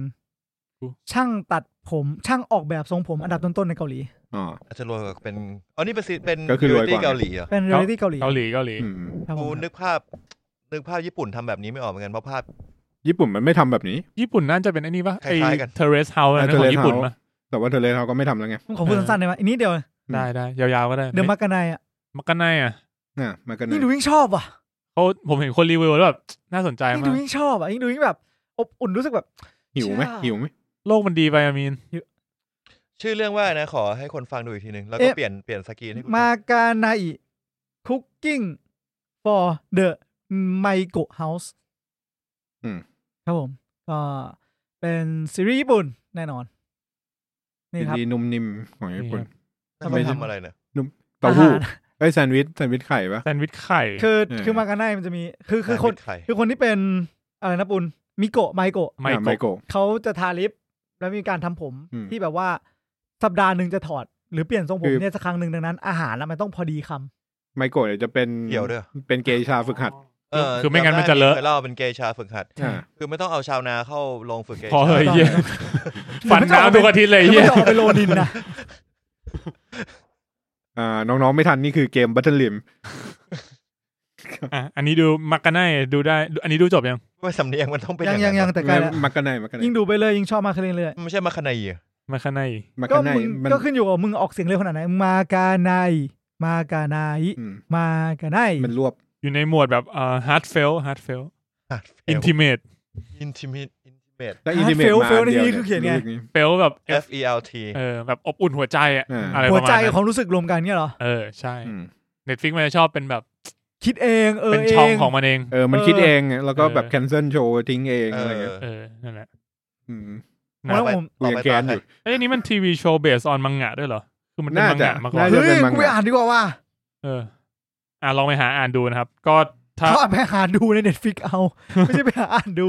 [SPEAKER 1] ครู
[SPEAKER 2] ช่างตัดผมช่างออกแบบทรงผมอันดับต้นๆในเกาหลี
[SPEAKER 3] อ๋อ
[SPEAKER 4] อาจจะรวยกว่าเป็นอ๋อนี่เป็นซีเป็น
[SPEAKER 3] ก็คือรวยกว่า
[SPEAKER 4] เกาหลีเหรอ
[SPEAKER 2] เป็นเรียลิตี้เกาหลี
[SPEAKER 1] เกาหลีเกาหลี
[SPEAKER 3] อืม
[SPEAKER 2] ครับผ
[SPEAKER 4] กู
[SPEAKER 2] ม
[SPEAKER 4] นึกภาพ นึกภาพญี่ปุ่นทำแบบนี้ไม่ออกเหมือนกันเพราะภาพ
[SPEAKER 3] ญี่ปุ่นมันไม่ทำแบบนี้
[SPEAKER 1] ญี่ปุ่นน่าจะเป็นไอ้นี่ปะไอ้
[SPEAKER 4] คล้ายๆกัน
[SPEAKER 1] เทเรสเฮาส์
[SPEAKER 3] อ่า
[SPEAKER 1] นั่นของ
[SPEAKER 3] Terrace
[SPEAKER 1] ญี่ปุ่น
[SPEAKER 3] House
[SPEAKER 1] ปะ
[SPEAKER 3] แต่ว่าเธอเลยเขาก็ไม่ทำแล้วไง
[SPEAKER 2] ผมขอพูดสั้นๆได้ไหมอันนี้เดียว
[SPEAKER 3] ม
[SPEAKER 1] ได้ได้ยาวๆก็ได้
[SPEAKER 2] เดอะมักกะไนอ่ะ
[SPEAKER 1] มักกันไนอ่ะ
[SPEAKER 3] อ่ะมันก็เนี่
[SPEAKER 2] ยิ่
[SPEAKER 3] ย
[SPEAKER 2] งดูยิ่งชอบว่ะ
[SPEAKER 1] เขาผมเห็นคนรีวิวแล้วแบบน่าสนใจ
[SPEAKER 2] ยิ่ง
[SPEAKER 1] มา
[SPEAKER 2] ดู
[SPEAKER 1] ก
[SPEAKER 2] ยิ่งชอบอ่ะยิ่งดูยิ่งแบบ อบอุ่นรู้สึกแบบ
[SPEAKER 3] หิวไหม
[SPEAKER 2] เชื่อ
[SPEAKER 3] หิวไหม
[SPEAKER 1] โลกมันดีไปอะมีน
[SPEAKER 4] ชื่อเรื่องว่านะ ขอให้คนฟังดูอีกทีนึง แล้วก็
[SPEAKER 2] เอ๊ะ
[SPEAKER 4] เปลี่ยนเปลี่ยนสกรีนให้กู
[SPEAKER 2] มากาไนคุกกิ้ง for the ไมโกะเฮาส์
[SPEAKER 3] อืม
[SPEAKER 2] ครับผมก็เป็นซีรีส์ญี่ปุ่นแน่นอน นี่ครับ
[SPEAKER 3] ดีนุ่มนิ่มของญี่ปุ่น
[SPEAKER 4] ทำไมทำอะไรเนี่ย
[SPEAKER 3] เต้าหู้
[SPEAKER 2] อาหาร
[SPEAKER 3] ไอ้ยแซนด์วิชแซนด์วิชไข่ปะ
[SPEAKER 1] แซนด์วิชไข่
[SPEAKER 2] คือ
[SPEAKER 3] เออ
[SPEAKER 2] คือมากาไนมันจะมีคือคือคน
[SPEAKER 4] ใคร
[SPEAKER 2] คือคนที่เป็น อะไรนะปุนมิโกะไมโกะ
[SPEAKER 1] ไม
[SPEAKER 3] อ่ะไม
[SPEAKER 1] โกะ
[SPEAKER 3] โกะ
[SPEAKER 2] เขาจะทาลิป แล้วมีการทำผม
[SPEAKER 3] อืม
[SPEAKER 2] ที่แบบว่าสัปดาห์หนึ่งจะถอด หรือเปลี่ยนทรงผ
[SPEAKER 3] คื
[SPEAKER 2] ม
[SPEAKER 3] อ
[SPEAKER 2] เนี่ยสักครั้งหนึ่งดังนั้น อาหารแล้วมันต้องพอดีคำ
[SPEAKER 3] ไมโกะเนี่ยจะเป็น
[SPEAKER 4] เกี่ยวด้วยเหรอ
[SPEAKER 3] เป็นเกย์ชาฝึกหัด
[SPEAKER 1] คือไม่งั้นมันจะเลอะ
[SPEAKER 4] คยเล่าเป็นเกย์ชาฝึกหัด
[SPEAKER 3] อ่า
[SPEAKER 4] คือไม่ต้องเอาชาวนาเข้าโรงฝึกเกย์
[SPEAKER 1] พอ
[SPEAKER 4] ชา
[SPEAKER 1] เฮ้ยเหี้ย
[SPEAKER 2] มั
[SPEAKER 1] ฟัน
[SPEAKER 2] นจะเอา
[SPEAKER 1] น้ำ
[SPEAKER 2] ไป
[SPEAKER 1] ทุกอาทิตย์เลย
[SPEAKER 2] แล้ว
[SPEAKER 1] เหี้
[SPEAKER 2] มั
[SPEAKER 1] ย
[SPEAKER 2] นจะออกไปโรนินนะ
[SPEAKER 3] อ่าน้องๆไม่ทันนี่คือเกมบัตเทิลลิม
[SPEAKER 1] อ่ะอันนี้ดูมักกันไนดูได้ดูอันนี้ดูจบยัง
[SPEAKER 4] ไม่สำเนียงมันต้องเป็นอ
[SPEAKER 2] ยัง
[SPEAKER 4] ย่าง
[SPEAKER 2] ยัง
[SPEAKER 4] นั้น
[SPEAKER 2] ยังแต่ใกล้แล้ว
[SPEAKER 3] มักกันไนมักกันไน
[SPEAKER 2] ยิ่งดูไปเลยยิ่งชอบมากขึ้นเรื่อย
[SPEAKER 4] มันไม่ใช่มาคาไนเหรอ
[SPEAKER 1] มักกันไน
[SPEAKER 3] มาก
[SPEAKER 2] ๆก็
[SPEAKER 3] กันไน
[SPEAKER 2] มึง
[SPEAKER 3] มัน
[SPEAKER 2] ก็ขึ้นอยู่กับมึงออกเสียงเร็วขนาดไหนมากาไนมากาไน
[SPEAKER 3] อืม
[SPEAKER 2] มากาไน
[SPEAKER 3] มันรวบ
[SPEAKER 1] อยู่ในหมวดแบบเอ่อฮาร์ดเฟลฮาร์ดเฟลอินทิเมต
[SPEAKER 4] อินทิมิตอินทิเมต
[SPEAKER 3] และอินดิเมตมาอันเดียวเนี่ยรู้สึกนี้
[SPEAKER 1] เฟลแบบ F
[SPEAKER 4] F E L T
[SPEAKER 1] เออแบบอบอุ่นหัวใจอะ
[SPEAKER 3] อ่า
[SPEAKER 1] อะไรป
[SPEAKER 2] หัว
[SPEAKER 1] ระ
[SPEAKER 2] ใจ
[SPEAKER 1] มาณ
[SPEAKER 2] กับ
[SPEAKER 1] นั้น
[SPEAKER 2] ความรู้สึกรวมกันเนี่ยเหรอ
[SPEAKER 1] เออใช่
[SPEAKER 3] อืม
[SPEAKER 1] เน็ตฟิกมันจะชอบเป็นแบบ
[SPEAKER 2] คิดเองเออ
[SPEAKER 1] เป็น
[SPEAKER 2] เอ
[SPEAKER 1] ช่อง
[SPEAKER 2] ง
[SPEAKER 1] ของมันเอง
[SPEAKER 3] เออมัน
[SPEAKER 2] เออ
[SPEAKER 3] คิดเองอะแล้วก็แบบ
[SPEAKER 1] เออ
[SPEAKER 3] แคนเซิลโชว์ทิ้งเอง
[SPEAKER 4] เอ
[SPEAKER 3] อะไร
[SPEAKER 4] อ
[SPEAKER 3] เงี้ย
[SPEAKER 1] เออนั่นแหละ
[SPEAKER 3] อืม
[SPEAKER 2] ผมว่าผม
[SPEAKER 3] กูยังแกนอยู่
[SPEAKER 1] เอ้ยอันนี้มันทีวีโชว์เบสออนมังงะด้วยเหรอ คือมันเป็น
[SPEAKER 3] น่า
[SPEAKER 1] มัง
[SPEAKER 3] จะ
[SPEAKER 1] งะมาก่อ
[SPEAKER 3] น่า
[SPEAKER 1] น
[SPEAKER 2] เฮ้
[SPEAKER 3] เป็
[SPEAKER 2] ย
[SPEAKER 3] มัง
[SPEAKER 2] กู
[SPEAKER 3] งะ
[SPEAKER 2] ไปอ่านดีกว่าว่า
[SPEAKER 1] เออ อ่ะลองไปหาอ่านดูนะครับ ก็ถ้า
[SPEAKER 2] เขาอ่านไปหาดูในเน็ตฟิกเอา ไม่ใช่ไปหาอ่านดู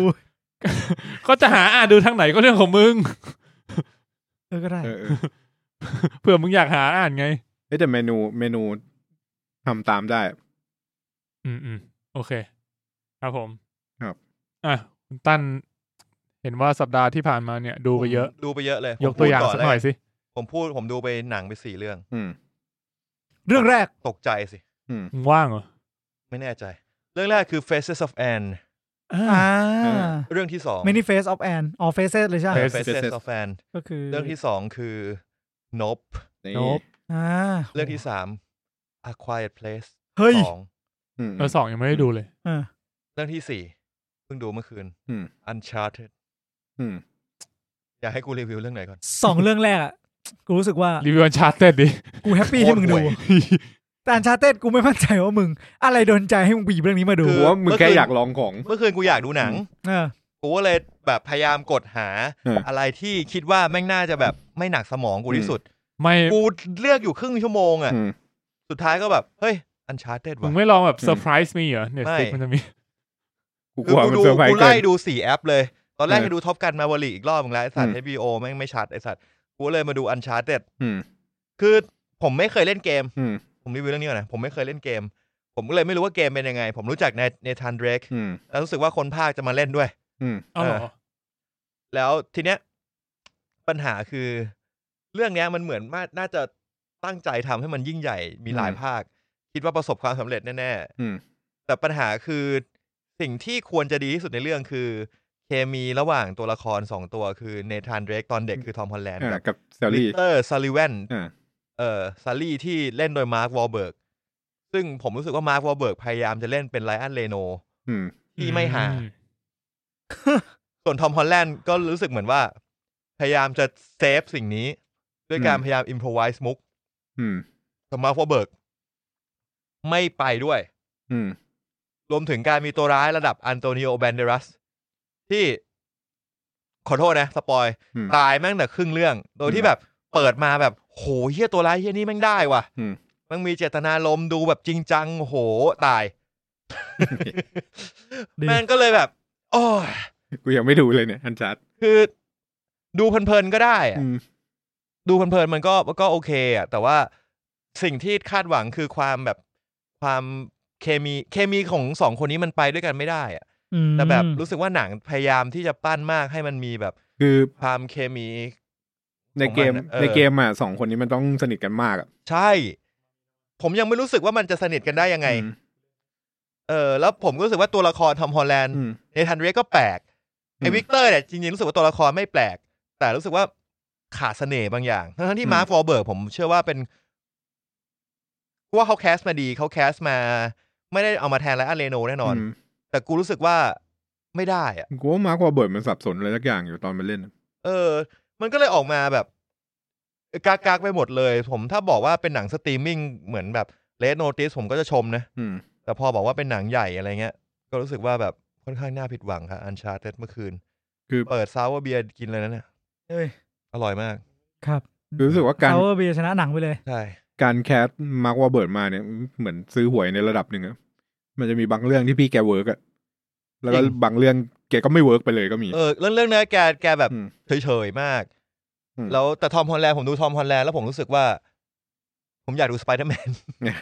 [SPEAKER 1] ก็จะหาอ่านดูทางไหนก็เรื่องของมึง
[SPEAKER 2] เออก็ได้
[SPEAKER 3] เออเออ
[SPEAKER 1] เผื่อมึงอยากหาอ่านไง
[SPEAKER 3] เอ้ยแต่เมนูเมนูทำตามได้
[SPEAKER 1] อืมอืมโอเค ครับผม
[SPEAKER 3] ครับ
[SPEAKER 1] อ่ะคุณตั้น เห็นว่าสัปดาห์ที่ผ่านมาเนี่ยดูไปเยอะ
[SPEAKER 4] ดูไปเยอะเลย
[SPEAKER 1] ยกตัวอย่าง
[SPEAKER 4] ผม
[SPEAKER 1] สั
[SPEAKER 4] พูด
[SPEAKER 1] กหน่อย
[SPEAKER 4] เล
[SPEAKER 1] สิ
[SPEAKER 4] ผมพูดผมดูไปหนังไปสี่เรื่อง
[SPEAKER 3] อืม
[SPEAKER 2] เรื่องแรก
[SPEAKER 4] ตกใจสิ
[SPEAKER 3] อืม
[SPEAKER 1] ว่างเหรอ
[SPEAKER 4] ไม่แน่ใจ เรื่องแรกคือ Faces of Anne
[SPEAKER 1] อ่า
[SPEAKER 2] อ่า
[SPEAKER 3] เออ
[SPEAKER 4] เรื่องที่สอง
[SPEAKER 2] many face of Anne all faces เลยใช่ไหม
[SPEAKER 1] Face
[SPEAKER 4] Faces of Anne
[SPEAKER 2] ก็คือ
[SPEAKER 4] เรื่องที่สองคือ Nope
[SPEAKER 3] นี่
[SPEAKER 1] โน้ต
[SPEAKER 2] อ่า
[SPEAKER 4] เรื่องที่สาม A Quiet Place
[SPEAKER 2] เฮ้ย
[SPEAKER 4] สอง
[SPEAKER 3] อืม
[SPEAKER 1] แล้วสองยังไม่ได้ดูเลย
[SPEAKER 2] เออ
[SPEAKER 4] เรื่องที่สี่เพิ่งดูเมื่อคืน
[SPEAKER 3] อืม
[SPEAKER 4] Uncharted
[SPEAKER 3] อืม
[SPEAKER 4] อยากให้กูรีวิวเรื่องไหนก่อน
[SPEAKER 2] สองเรื่องแรกอ่ะ กูรู้สึกว่า
[SPEAKER 1] รีวิวอันชาร์เต็ดดิ
[SPEAKER 2] กูแฮปปี้ที่มึงดู
[SPEAKER 4] โคตรห่วย
[SPEAKER 2] แต่อันชาเต้กูไม่มั่นใจว่ามึง อะไรโดนใจให้มึงบีบเรื่องนี้มาดู
[SPEAKER 4] คื
[SPEAKER 3] หัวามึงแค่อยากลองของ
[SPEAKER 4] เมื่อคืนกูอยากดูหนัง
[SPEAKER 2] เออ
[SPEAKER 4] กูก็เลยแบบพยายามกดหา
[SPEAKER 3] เอออ
[SPEAKER 4] อะไรที่คิดว่าแม่งน่าจะแบบไม่หนักสมองกูที่สุด
[SPEAKER 1] ไม่
[SPEAKER 4] กูเลือกอยู่ครึ่งชั่วโมงอ่ะ
[SPEAKER 3] อืม
[SPEAKER 4] สุดท้ายก็แบบ เฮ้ย อันชาร์เต็ด
[SPEAKER 1] มึ
[SPEAKER 4] ว่ะ
[SPEAKER 1] งไม่ลองแบบ
[SPEAKER 3] อืม
[SPEAKER 1] เซอร์ไพรส์มีเหรอเน็ตฟลิก
[SPEAKER 4] ไม่
[SPEAKER 1] มันจะมี
[SPEAKER 3] กูก
[SPEAKER 4] คือ
[SPEAKER 3] ลัวมัน
[SPEAKER 4] กูดู
[SPEAKER 3] เซอร์ไพร
[SPEAKER 4] กู
[SPEAKER 3] ส์เกิ
[SPEAKER 4] ไล่
[SPEAKER 3] น
[SPEAKER 4] ดูสี่แอปเลย ตอนแรก
[SPEAKER 3] เออ
[SPEAKER 4] ให้ดูท็อปกันมาวลีอีกรอบมึงแล้วไอสัตว์
[SPEAKER 3] อืม
[SPEAKER 4] HBO แม่งไม่ชัดไอสัตว์ กูเลยมาดูอันชาร์เต็ด
[SPEAKER 3] อืม
[SPEAKER 4] คือผมไม่เคยเล่นเกม
[SPEAKER 3] อืม
[SPEAKER 4] ผมรีวิวเรื่องนี้ก่อนนะ ผมไม่เคยเล่นเกม ผมก็เลยไม่รู้ว่าเกมเป็นยังไง ผมรู้จักในเนธานเดรก
[SPEAKER 3] อืม
[SPEAKER 4] แล้วรู้สึกว่าคนภาคจะมาเล่นด้วย
[SPEAKER 3] อืม
[SPEAKER 1] เอาเหรอ
[SPEAKER 4] แล้วทีเนี้ยปัญหาคือ เรื่องเนี้ยมันเหมือนมาน่าจะตั้งใจทำให้มันยิ่งใหญ่มีหลาย
[SPEAKER 3] อืม
[SPEAKER 4] ภาค คิดว่าประสบความสำเร็จแน่ๆ
[SPEAKER 3] อืม
[SPEAKER 4] แต่ปัญหาคือสิ่งที่ควรจะดีที่สุดในเรื่องคือ เคมีระหว่างตัวละครสองตัวคือเนธานเดรกตอนเด็กคือทอมฮอลแลนด์
[SPEAKER 3] อ่า
[SPEAKER 4] กับ
[SPEAKER 3] กับเซล
[SPEAKER 4] ลิ
[SPEAKER 3] ลี่
[SPEAKER 4] เตอร์ซาริเวน
[SPEAKER 3] อ่า
[SPEAKER 4] เอ่อซารีที่เล่นโดยมาร์ควอลเบิร์กซึ่งผมรู้สึกว่ามาร์ควอลเบิร์กพยายามจะเล่นเป็นไลอันเรโน
[SPEAKER 3] อืม
[SPEAKER 4] ที่ไม่หา ส่วนทอมฮอลแลนด์ก็รู้สึกเหมือนว่า พยายามจะเซฟสิ่งนี้ ด้วยการ
[SPEAKER 3] อืม
[SPEAKER 4] พยายามอิมพรไวส์มุก
[SPEAKER 3] อืม
[SPEAKER 4] แต่มาร์ควอลเบิร์กไม่ไปด้วย
[SPEAKER 3] อืม
[SPEAKER 4] รวมถึงการมีตัวร้ายระดับอันโตนิโอแบนเดรัส ที่ ขอโทษนะ สปอย
[SPEAKER 3] อืม
[SPEAKER 4] ตายแม่งแต่ครึ่งเรื่อง โดยที่แบบเปิดมาแบบ โหเฮียตัวร้ายเฮียนี่แม่งได้ว่ะ
[SPEAKER 3] อืม
[SPEAKER 4] แมันมีเจตนาลมณ์ดูแบบจริงจัง โหตาย
[SPEAKER 2] ดี
[SPEAKER 4] แม่งก็เลยแบบ โอ้ย
[SPEAKER 3] กูยังไม่ดูเลยเนี่ย อันจัด
[SPEAKER 4] คือดูเพลินๆก็ได้อะ
[SPEAKER 3] อืม
[SPEAKER 4] ดูเพลินๆมันก็ก็โอเคอะแต่ว่าสิ่งที่คาดหวังคือความแบบความเคมีเคมีของสองคนนี้มันไปด้วยกันไม่ได้อะ
[SPEAKER 2] อืม
[SPEAKER 4] แต่แบบรู้สึกว่าหนังพยายามที่จะปั้นมากให้มันมีแบบ
[SPEAKER 3] คือ
[SPEAKER 4] ความเคมี
[SPEAKER 3] ในเกม
[SPEAKER 4] ของมันอะเออ
[SPEAKER 3] ในเกมอ่ะสองคนนี้มันต้องสนิทกันมากอ่ะ
[SPEAKER 4] ใช่ ผมยังไม่รู้สึกว่ามันจะสนิทกันได้ยังไง
[SPEAKER 3] อืม
[SPEAKER 4] เออ แล้วผมก็รู้สึกว่าตัวละครทอมฮอลแลนด์
[SPEAKER 3] อืม
[SPEAKER 4] ในทันเรกก็แปลกไอ
[SPEAKER 3] อืม
[SPEAKER 4] วิกเตอร์เนี่ยจริงๆรู้สึกว่าตัวละครไม่แปลก แต่รู้สึกว่าขาดเสน่ห์บางอย่าง ทั้งๆที่
[SPEAKER 3] อืม
[SPEAKER 4] มาร์ฟอเบิร์กผมเชื่อว่าเป็นว่าเขาแคสมาดีเขาแคสมา ไม่ได้เอามาแทนไลอ้อนเรโนแน่นอน
[SPEAKER 3] ม
[SPEAKER 4] แต่กูรู้สึกว่าไม่ได้อะ
[SPEAKER 3] กูว่ามากกว่าเบิร์ดมันสับสนอะไรสักอย่างอยู่ตอนมันเล่นอะ
[SPEAKER 4] เออ มันก็เลยออกมาแบบกากากๆไปหมดเลย ผมถ้าบอกว่าเป็นหนังสตรีมมิ่งเหมือนแบบเล n โนติสผมก็จะชมนะ
[SPEAKER 3] อืม
[SPEAKER 4] แต่พอบอกว่าเป็นหนังใหญ่อะไรเงี้ย ก็รู้สึกว่าแบบค่อนข้างน่าผิดหวังครับอันชาเต็ดเมื่อคืน
[SPEAKER 3] คือ
[SPEAKER 4] เปิดซาวเบียร์กินเลยนะเนี่ย
[SPEAKER 2] เอ้ย
[SPEAKER 4] อร่อยมาก
[SPEAKER 2] ครับ
[SPEAKER 3] คือรู้สึกว่าการ
[SPEAKER 2] เซาเบียชนะหนังไปเลย
[SPEAKER 4] ใช่
[SPEAKER 3] การแคสมาร์กวาเบิร์ดมาเนี่ยเหมือนซื้อหวยในระดับหนึ่งอะมันจะมีบางเรื่องที่พี่แกเวิร์กอะแล้วก็
[SPEAKER 4] จริง
[SPEAKER 3] บางเรื่องแกก็ไม่เวิร์กไปเลยก็มี
[SPEAKER 4] เออ เรื่องเรื่องเนี้ยแกแกแบบ
[SPEAKER 3] อืม
[SPEAKER 4] เฉยๆมาก
[SPEAKER 3] อืม
[SPEAKER 4] แล้วแต่ทอมฮอลแลนด์ผมดูทอมฮอลแลนด์แล้วผมรู้สึกว่า ผมอยากดูสไปเดอร์แมน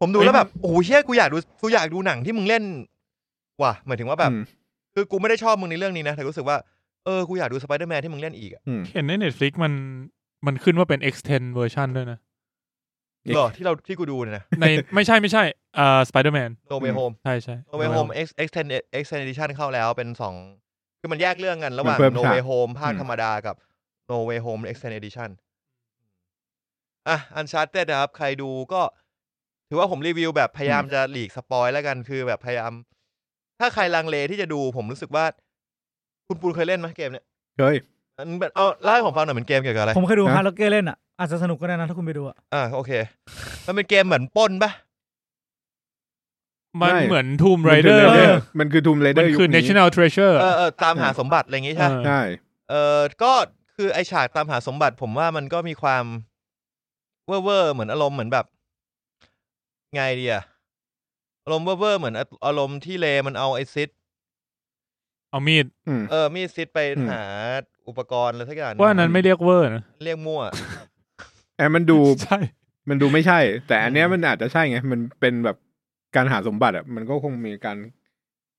[SPEAKER 4] ผมดูแล้วแบบโอ้โหเชี่ยกูอยากดูกูอยากดูหนังที่มึงเล่นว่ะหมายถึงว่าแบบ
[SPEAKER 3] อืม
[SPEAKER 4] คือกูไม่ได้ชอบมึงในเรื่องนี้นะแต่รู้สึกว่า เออ กูอยากดูสไปเดอร์แมนที่มึงเล่นอีกอะ
[SPEAKER 3] อืม
[SPEAKER 1] เห็นใน Netflix มันมันขึ้นว่าเป็น extend version ด้วยนะ
[SPEAKER 3] เอ๊ะ
[SPEAKER 4] เหรอที่เราที่กูดูเนี่ยนะ
[SPEAKER 1] ใน ไม่ใช่ไม่ใช่เอ่อ Spider-Man
[SPEAKER 4] โนเวโฮม
[SPEAKER 1] ใช่ใช่
[SPEAKER 4] โนเวโฮมเอ็กซ์เอ็กซ์เทนเอ็กซ์เทนดิชันเข้าแล้วเป็นสองคือมันแยกเรื่องกันระหว่า
[SPEAKER 3] มัน
[SPEAKER 4] ง
[SPEAKER 3] เพิ่ม
[SPEAKER 4] โน
[SPEAKER 3] ฉาก
[SPEAKER 4] เวโฮมภาค
[SPEAKER 3] อืม
[SPEAKER 4] ธรรมดากับโนเวโฮมเอ็กซ์เทนดิชันอ่ะอันชาร์เต็ดนะครับ ใครดูก็ ถือว่าผมรีวิวแบบพยายามจะหลีกสปอยแล้วกันคือแบบพยายาม ถ้าใครลังเลที่จะดูผมรู้สึกว่า คุณปูนเคยเล่นไหมเกมเนี่ย
[SPEAKER 3] เคย
[SPEAKER 4] อันเป็นเอาเล่าให้ผมฟังหน่อยเป็นเกมเกี่ยวกับอะไร
[SPEAKER 2] ผมเคยดู
[SPEAKER 3] นะ
[SPEAKER 2] ฮาร์ลเกอร์เล่นอ่ะ อาจจะสนุกก็ได้นะถ้าคุณไปดูอ่ะ
[SPEAKER 4] อ่าโอเค มันเป็นเกมเหมือนปล้นปะ
[SPEAKER 1] มัน
[SPEAKER 3] ไม่
[SPEAKER 1] เหมือน Tomb
[SPEAKER 3] มันคือ
[SPEAKER 1] Raider
[SPEAKER 3] Tomb
[SPEAKER 2] เอ
[SPEAKER 3] Raider
[SPEAKER 2] อ
[SPEAKER 3] มันคือทูมไรเด
[SPEAKER 1] มั
[SPEAKER 3] อน ร์ยุค
[SPEAKER 1] คือ
[SPEAKER 3] นี้
[SPEAKER 1] National Treasure
[SPEAKER 4] เออเออตามหา
[SPEAKER 3] เออ
[SPEAKER 4] สมบัติอะไรอย่างงี้ใช่ไหม
[SPEAKER 1] เออ
[SPEAKER 3] ใช่
[SPEAKER 4] เออก็คือไอฉากตามหาสมบัติผมว่ามันก็มีความเว่อร์ๆเหมือนอารมณ์เหมือนแบบ ไงดีอะอารมณ์เว่อร์ๆเหมือนอารมณ์ที่เลมันเอาไอซิด
[SPEAKER 1] เอามีด
[SPEAKER 3] อืม
[SPEAKER 4] เออมีดซิดไป
[SPEAKER 3] อืม
[SPEAKER 4] หาอุปกรณ์อะไรสักอย่าง
[SPEAKER 1] ว่าอันนั้นไม่เรียกเวอร์นะ
[SPEAKER 4] เรียกมั่ว
[SPEAKER 3] แอน มันดู
[SPEAKER 1] ใช่
[SPEAKER 3] มันดูไม่ใช่ แต่อันเนี้ยมันอาจจะใช่ไง มันเป็นแบบการหาสมบัติอ่ะ มันก็คงมีการ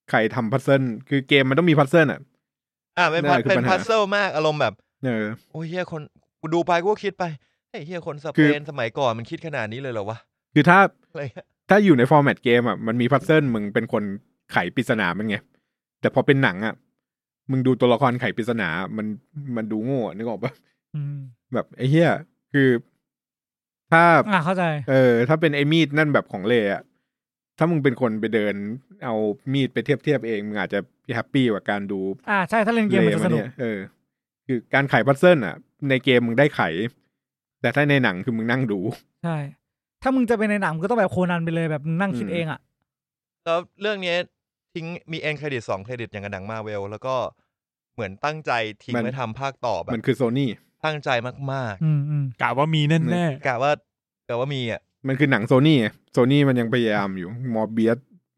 [SPEAKER 3] ใครทำพัซเซิล คือเกมมันต้องมีพัซเซิลอ่ะ
[SPEAKER 4] อ่าเป็นพัซ
[SPEAKER 3] นั่นคือ
[SPEAKER 4] เป็น
[SPEAKER 3] ปัญหา
[SPEAKER 4] พัซเซิลมากอารมณ์แบบ
[SPEAKER 3] เออ
[SPEAKER 4] โอ้ยเฮียคนกูดูไปกูก็คิดไปเฮยเหียคนส
[SPEAKER 3] คื
[SPEAKER 4] เป
[SPEAKER 3] อ
[SPEAKER 4] นสมัยก่อนมันคิดขนาดนี้เลยเหรอวะ
[SPEAKER 3] คือถ้า
[SPEAKER 4] อะไรเงี้ย
[SPEAKER 3] ถ้าอยู่ในฟอร์แมตเกมอ่ะมันมีพัซเซิลมึงเป็นคนไขปริศนามันไง แต่พอเป็นหนังอ่ะมึงดูตัวละครไขปริศนา มันมันดูโง่อะนึกออกปะ
[SPEAKER 2] อืม
[SPEAKER 3] แบบไอ้เหี้ยคือถ้า
[SPEAKER 2] อ่าเข้าใจ
[SPEAKER 3] เออ ถ้าเป็นไอ้มีดนั่นแบบของเลอะถ้ามึงเป็นคนไปเดิน เอามีดไปเทียบเทียบๆเองมึงอาจจะแฮปปี้กว่าการดู
[SPEAKER 2] อ่าใช่ถ้าเล่นเก
[SPEAKER 3] เล
[SPEAKER 2] มมันจะส
[SPEAKER 3] มา
[SPEAKER 2] นุก
[SPEAKER 3] เนี่ยเออ คือการไขพัซเซิลอ่ะ ในเกมมึงได้ไข แต่ถ้าในหนังคือมึงนั่งดู
[SPEAKER 2] ใช่ ถ้ามึงจะเป็นในหนังมึงก็ต้องแบบโคนันไปเลยแบบมึงนั่งคิด
[SPEAKER 3] อืม
[SPEAKER 2] เองอ่ะ
[SPEAKER 4] แล้วเรื่องเนี้ยทิ้งมีเอ็นเครดิตสองเครดิตอย่างกับหนังมาเวล แล้วก็เหมือนตั้งใจทิ้ง
[SPEAKER 3] มัน
[SPEAKER 4] ไว้ทำภาคต่อแบบ
[SPEAKER 3] มันคือโซนี่
[SPEAKER 4] ตั้งใจมาก
[SPEAKER 2] อืมอืม
[SPEAKER 1] กะว่ามีแน่
[SPEAKER 4] ๆกะว่ากะว่ามีอ่ะ
[SPEAKER 3] มันคือหนังโซนี่โซนี่มันยังพยายามอยู่มอร์เบียส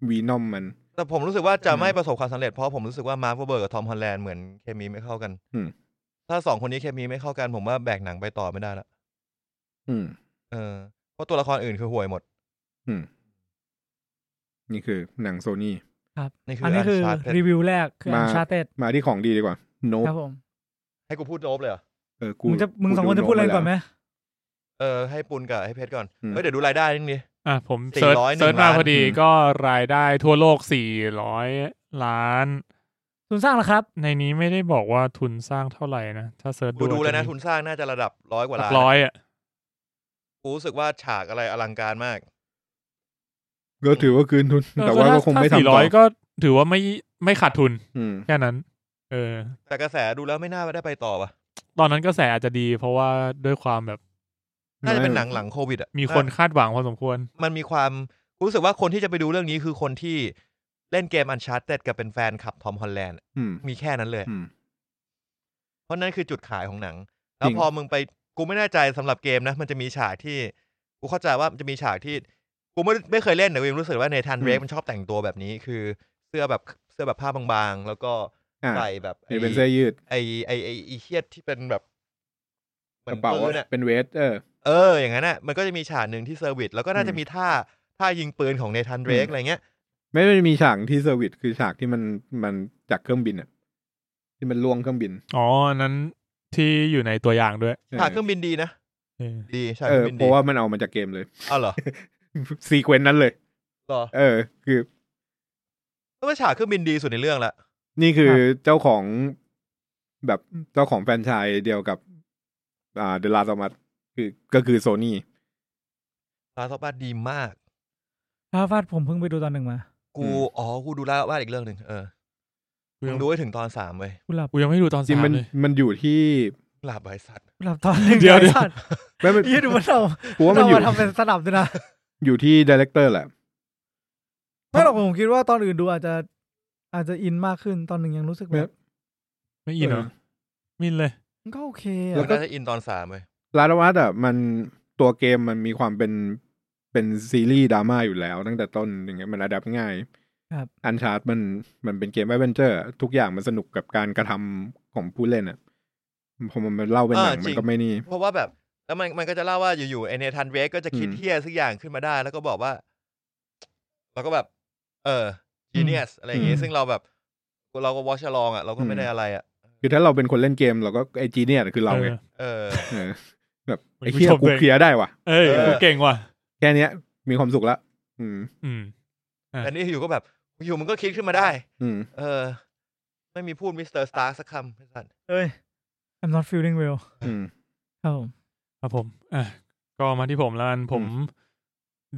[SPEAKER 3] วีนอมมัน
[SPEAKER 4] แต่ผมรู้สึกว่าจะ
[SPEAKER 3] อืม
[SPEAKER 4] ไม่ประสบความสำเร็จเพราะผมรู้สึกว่ามาร์คเบิร์กกับทอมฮอลแลนด์เหมือนเคมีไม่เข้ากัน
[SPEAKER 3] อืม
[SPEAKER 4] ถ้าสองคนนี้เคมีไม่เข้ากันผมว่าแบกหนังไปต่อไม่ได้ละ
[SPEAKER 3] อืม
[SPEAKER 4] เออเพราะตัวละครอื่นคือห่วยหมด
[SPEAKER 3] อืม นี่คือหนังโซนี่
[SPEAKER 4] นี่คือ
[SPEAKER 2] อัน
[SPEAKER 4] อั
[SPEAKER 2] นี้
[SPEAKER 4] น
[SPEAKER 2] คือ
[SPEAKER 4] ชาร์
[SPEAKER 2] รีวิวแรกคือ
[SPEAKER 3] มา
[SPEAKER 2] อันชาเต็ด
[SPEAKER 3] มาที่ของดีดีกว่า โนบ
[SPEAKER 2] ครับผม
[SPEAKER 4] ให้กูพูดโนบเลยเหรอ
[SPEAKER 3] เออกู
[SPEAKER 2] มึงจะมึงสองคนจะพูดอะไรก่อนไหม
[SPEAKER 4] เออให้ปุนกับให้เพชรก่อน
[SPEAKER 3] อืม
[SPEAKER 4] เฮ้ยเดี๋ยวดูรายได้นิดนึง
[SPEAKER 1] ๆอ่ะผม
[SPEAKER 4] 400
[SPEAKER 1] เซิร์ช
[SPEAKER 4] หนึ่ง
[SPEAKER 1] เซิร์ชมา
[SPEAKER 4] ล้าน
[SPEAKER 1] พอดีก็รายได้ทั่วโลก 400 ล้าน
[SPEAKER 2] ทุนสร้างแล้วครับ
[SPEAKER 1] ในนี้ไม่ได้บอกว่าทุนสร้างเท่าไหร่นะ ถ้าเซิร์ช
[SPEAKER 4] กูดูแล้วนะ
[SPEAKER 1] จมี
[SPEAKER 4] ทุนสร้างน่าจะระดับร้อยกว่า
[SPEAKER 1] หลั
[SPEAKER 4] ล้าก น
[SPEAKER 1] ร้อยอ่ะ
[SPEAKER 4] กูรู้สึกว่าฉากอะไรอลังการมาก
[SPEAKER 3] ก็ถือว่าคืนทุน แต่ว่าก็คงไม่
[SPEAKER 1] สี่
[SPEAKER 3] ทำต่
[SPEAKER 1] ร้
[SPEAKER 3] อ
[SPEAKER 1] อยก็ถือว่าไม่ไม่ขาดทุน
[SPEAKER 3] อืม
[SPEAKER 1] แค่นั้น เออ
[SPEAKER 4] แต่กระแสดูแล้วไม่น่าได้ไปต่อป่ะ
[SPEAKER 1] ตอนนั้นกระแสอาจจะดีเพราะว่าด้วยความแบบ
[SPEAKER 4] น่าจะเป็นหนังหลังโควิดอ่ะ
[SPEAKER 1] มีคน
[SPEAKER 4] อ่ะ
[SPEAKER 1] คาดหวังพอสมควร
[SPEAKER 4] มันมีความรู้สึกว่าคนที่จะไปดูเรื่องนี้คือคนที่เล่นเกมอันชาร์เต็ดกับเป็นแฟนคลับทอมฮอลแลนด์
[SPEAKER 3] อืม
[SPEAKER 4] มีแค่นั้นเลย
[SPEAKER 3] อืม
[SPEAKER 4] เพราะนั่นคือจุดขายของหนัง
[SPEAKER 3] จริง
[SPEAKER 4] แล้วพอมึงไปกูไม่แน่ใจสำหรับเกมนะ มันจะมีฉากที่ กูเข้าใจว่ามันจะมีฉากที่ กูไม่ไม่เคยเล่นแต่กูยังรู้สึกว่าในทันเรกมันชอบแต่งตัวแบบนี้ คือเสื้อแบบเสื้อแบบผ้าบางๆ แล้วก็
[SPEAKER 3] อ่า
[SPEAKER 4] ใส่แบบไอ้
[SPEAKER 3] นี่เป็นเสื้อยืด
[SPEAKER 4] ไอไอไอไอ้เฮียดที่เป็นแบบห
[SPEAKER 3] ก
[SPEAKER 4] มือน
[SPEAKER 3] ระเป๋า
[SPEAKER 4] ปืน
[SPEAKER 3] อะ
[SPEAKER 4] อะ
[SPEAKER 3] เป็นเวสเออ
[SPEAKER 4] เอออย่างนั้นอ่ะมันก็จะมีฉากหนึ่งที่เซอร์วิสแล้วก็น่าจะมีท่าท่ายิงปืนของในทันเรก
[SPEAKER 3] อืม
[SPEAKER 4] อะไรเงี้ย
[SPEAKER 3] ไม่ได้มีฉากที่เซอร์วิสคือฉากที่มันมันจากเครื่องบินอะที่มันล่วงเครื่องบิน
[SPEAKER 1] อ๋ออันนั้นที่อยู่ในตัวอย่างด้วย
[SPEAKER 3] เออ
[SPEAKER 4] ฉากเครื่องบินดีนะ
[SPEAKER 1] เออ
[SPEAKER 4] ดีฉากเค
[SPEAKER 3] เอ
[SPEAKER 4] รื่
[SPEAKER 3] อ
[SPEAKER 4] องบิน
[SPEAKER 3] เพ
[SPEAKER 4] ดี
[SPEAKER 3] ราะว่ามันเอามาจากเกมเลย
[SPEAKER 4] อ้าวเหรอ
[SPEAKER 3] ซีเควนต์นั้นเลย
[SPEAKER 4] เหรอ
[SPEAKER 3] เออ คือ
[SPEAKER 4] เพราะว่าฉากเครื่องบินดีสุดในเรื่องละ
[SPEAKER 3] นี่คือเจ้าของแบบเจ้าของแฟรนไชส์เดียวกับ อ่าเดลาสมัตคือก็คือโซนี่
[SPEAKER 4] ลาซอบ้าดีมาก
[SPEAKER 2] ถ้าฟาดผมเพิ่งไปดูตอนหนึ่งมา
[SPEAKER 4] กู
[SPEAKER 3] อืม
[SPEAKER 4] อ๋อกูดูลาซอบ้าอีกเรื่องหนึ่งเออมึงดูให้ถึงตอนสามเว้ย
[SPEAKER 2] กูหลับ
[SPEAKER 1] กูยังไม่ดูตอน
[SPEAKER 3] จริง
[SPEAKER 1] สาม
[SPEAKER 3] มัน
[SPEAKER 1] เลย
[SPEAKER 3] มันอยู่ที่
[SPEAKER 4] หลาบไอ้สัตว์
[SPEAKER 2] กูหลับตอนหนึ่ง
[SPEAKER 1] เดี๋ยวเดี๋ยว
[SPEAKER 2] ไอ้สัต
[SPEAKER 3] ไม่ไม่
[SPEAKER 2] ยี่ดูมันเรา
[SPEAKER 3] กูว่ามัน
[SPEAKER 2] เรา
[SPEAKER 3] อยู่
[SPEAKER 2] มาทำเป็นสนับด้วยนะ
[SPEAKER 3] อยู่ที่ดีเลกเตอร์แหละ
[SPEAKER 2] ไม่หรอกผมคิดว่าตอนอื่นดูอาจจะ อาจจะอินมากขึ้นตอนหนึ่งยังรู้สึกแบบ
[SPEAKER 1] ไม่อินเหรอ
[SPEAKER 3] เออ
[SPEAKER 1] มินเลย
[SPEAKER 2] มันก็โอเค
[SPEAKER 3] แล้
[SPEAKER 2] อะ
[SPEAKER 3] ว
[SPEAKER 4] มัน
[SPEAKER 3] ก็
[SPEAKER 4] น่าจะอินตอนสามเว้ย
[SPEAKER 3] ลาดวัตอ่ะมันตัวเกมมันมีความเป็นเป็นซีรีส์ดราม่าอยู่แล้ว ตั้งแต่ต้นอย่างเงี้ยมันอัดับง่าย
[SPEAKER 2] ครับ
[SPEAKER 3] อันชาร์ตมันมันเป็นเกมแอดเวนเจอร์ ทุกอย่างมันสนุกกับการกระทำของผู้เล่นอ่ะพอมันเล่าเป็นหนังมันก็ไม่นี่
[SPEAKER 4] เพราะว่าแบบ แล้วมันมันก็จะเล่าว่าอยู่ๆไอเนทันเวกก็จะคิด
[SPEAKER 3] อืม
[SPEAKER 4] เฮี้ยสักอย่างขึ้นมาได้ แล้วก็บอกว่า แล้วก็แบบ เออ genius อะไรอย่างเงี้ยซึ่งเราแบบเราก็วอชลองอ่ะ เราก็ไม่ได้อะไรอ่ะ
[SPEAKER 3] คือถ้าเราเป็นคนเล่นเกมเราก็ไอจีเนี่ยคือเราไง
[SPEAKER 4] เอ อ
[SPEAKER 3] เออแบบ
[SPEAKER 1] เหมือน
[SPEAKER 3] ไอเคี
[SPEAKER 1] ผู้
[SPEAKER 3] ย
[SPEAKER 1] ชม
[SPEAKER 3] กู
[SPEAKER 1] เลย
[SPEAKER 3] เคลียร์ได้ว่ะ
[SPEAKER 1] เอ้ย
[SPEAKER 4] เออ
[SPEAKER 1] กูเก่งว่ะ
[SPEAKER 3] แค่เนี้ย มีความสุขละอืม
[SPEAKER 1] อืม
[SPEAKER 4] แต่นี่อยู่ก็แบบอยู่มันก็คิดขึ้นมาได้
[SPEAKER 3] อืม
[SPEAKER 4] เออ ไม่มีพูดมิสเตอร์สตาร์สักคำไอ้สัตว์
[SPEAKER 2] เอ้ย I'm not feeling well
[SPEAKER 3] อืม
[SPEAKER 2] ครับผม
[SPEAKER 1] ครับผมอ่ะก็มาที่ผมแล้วกันผม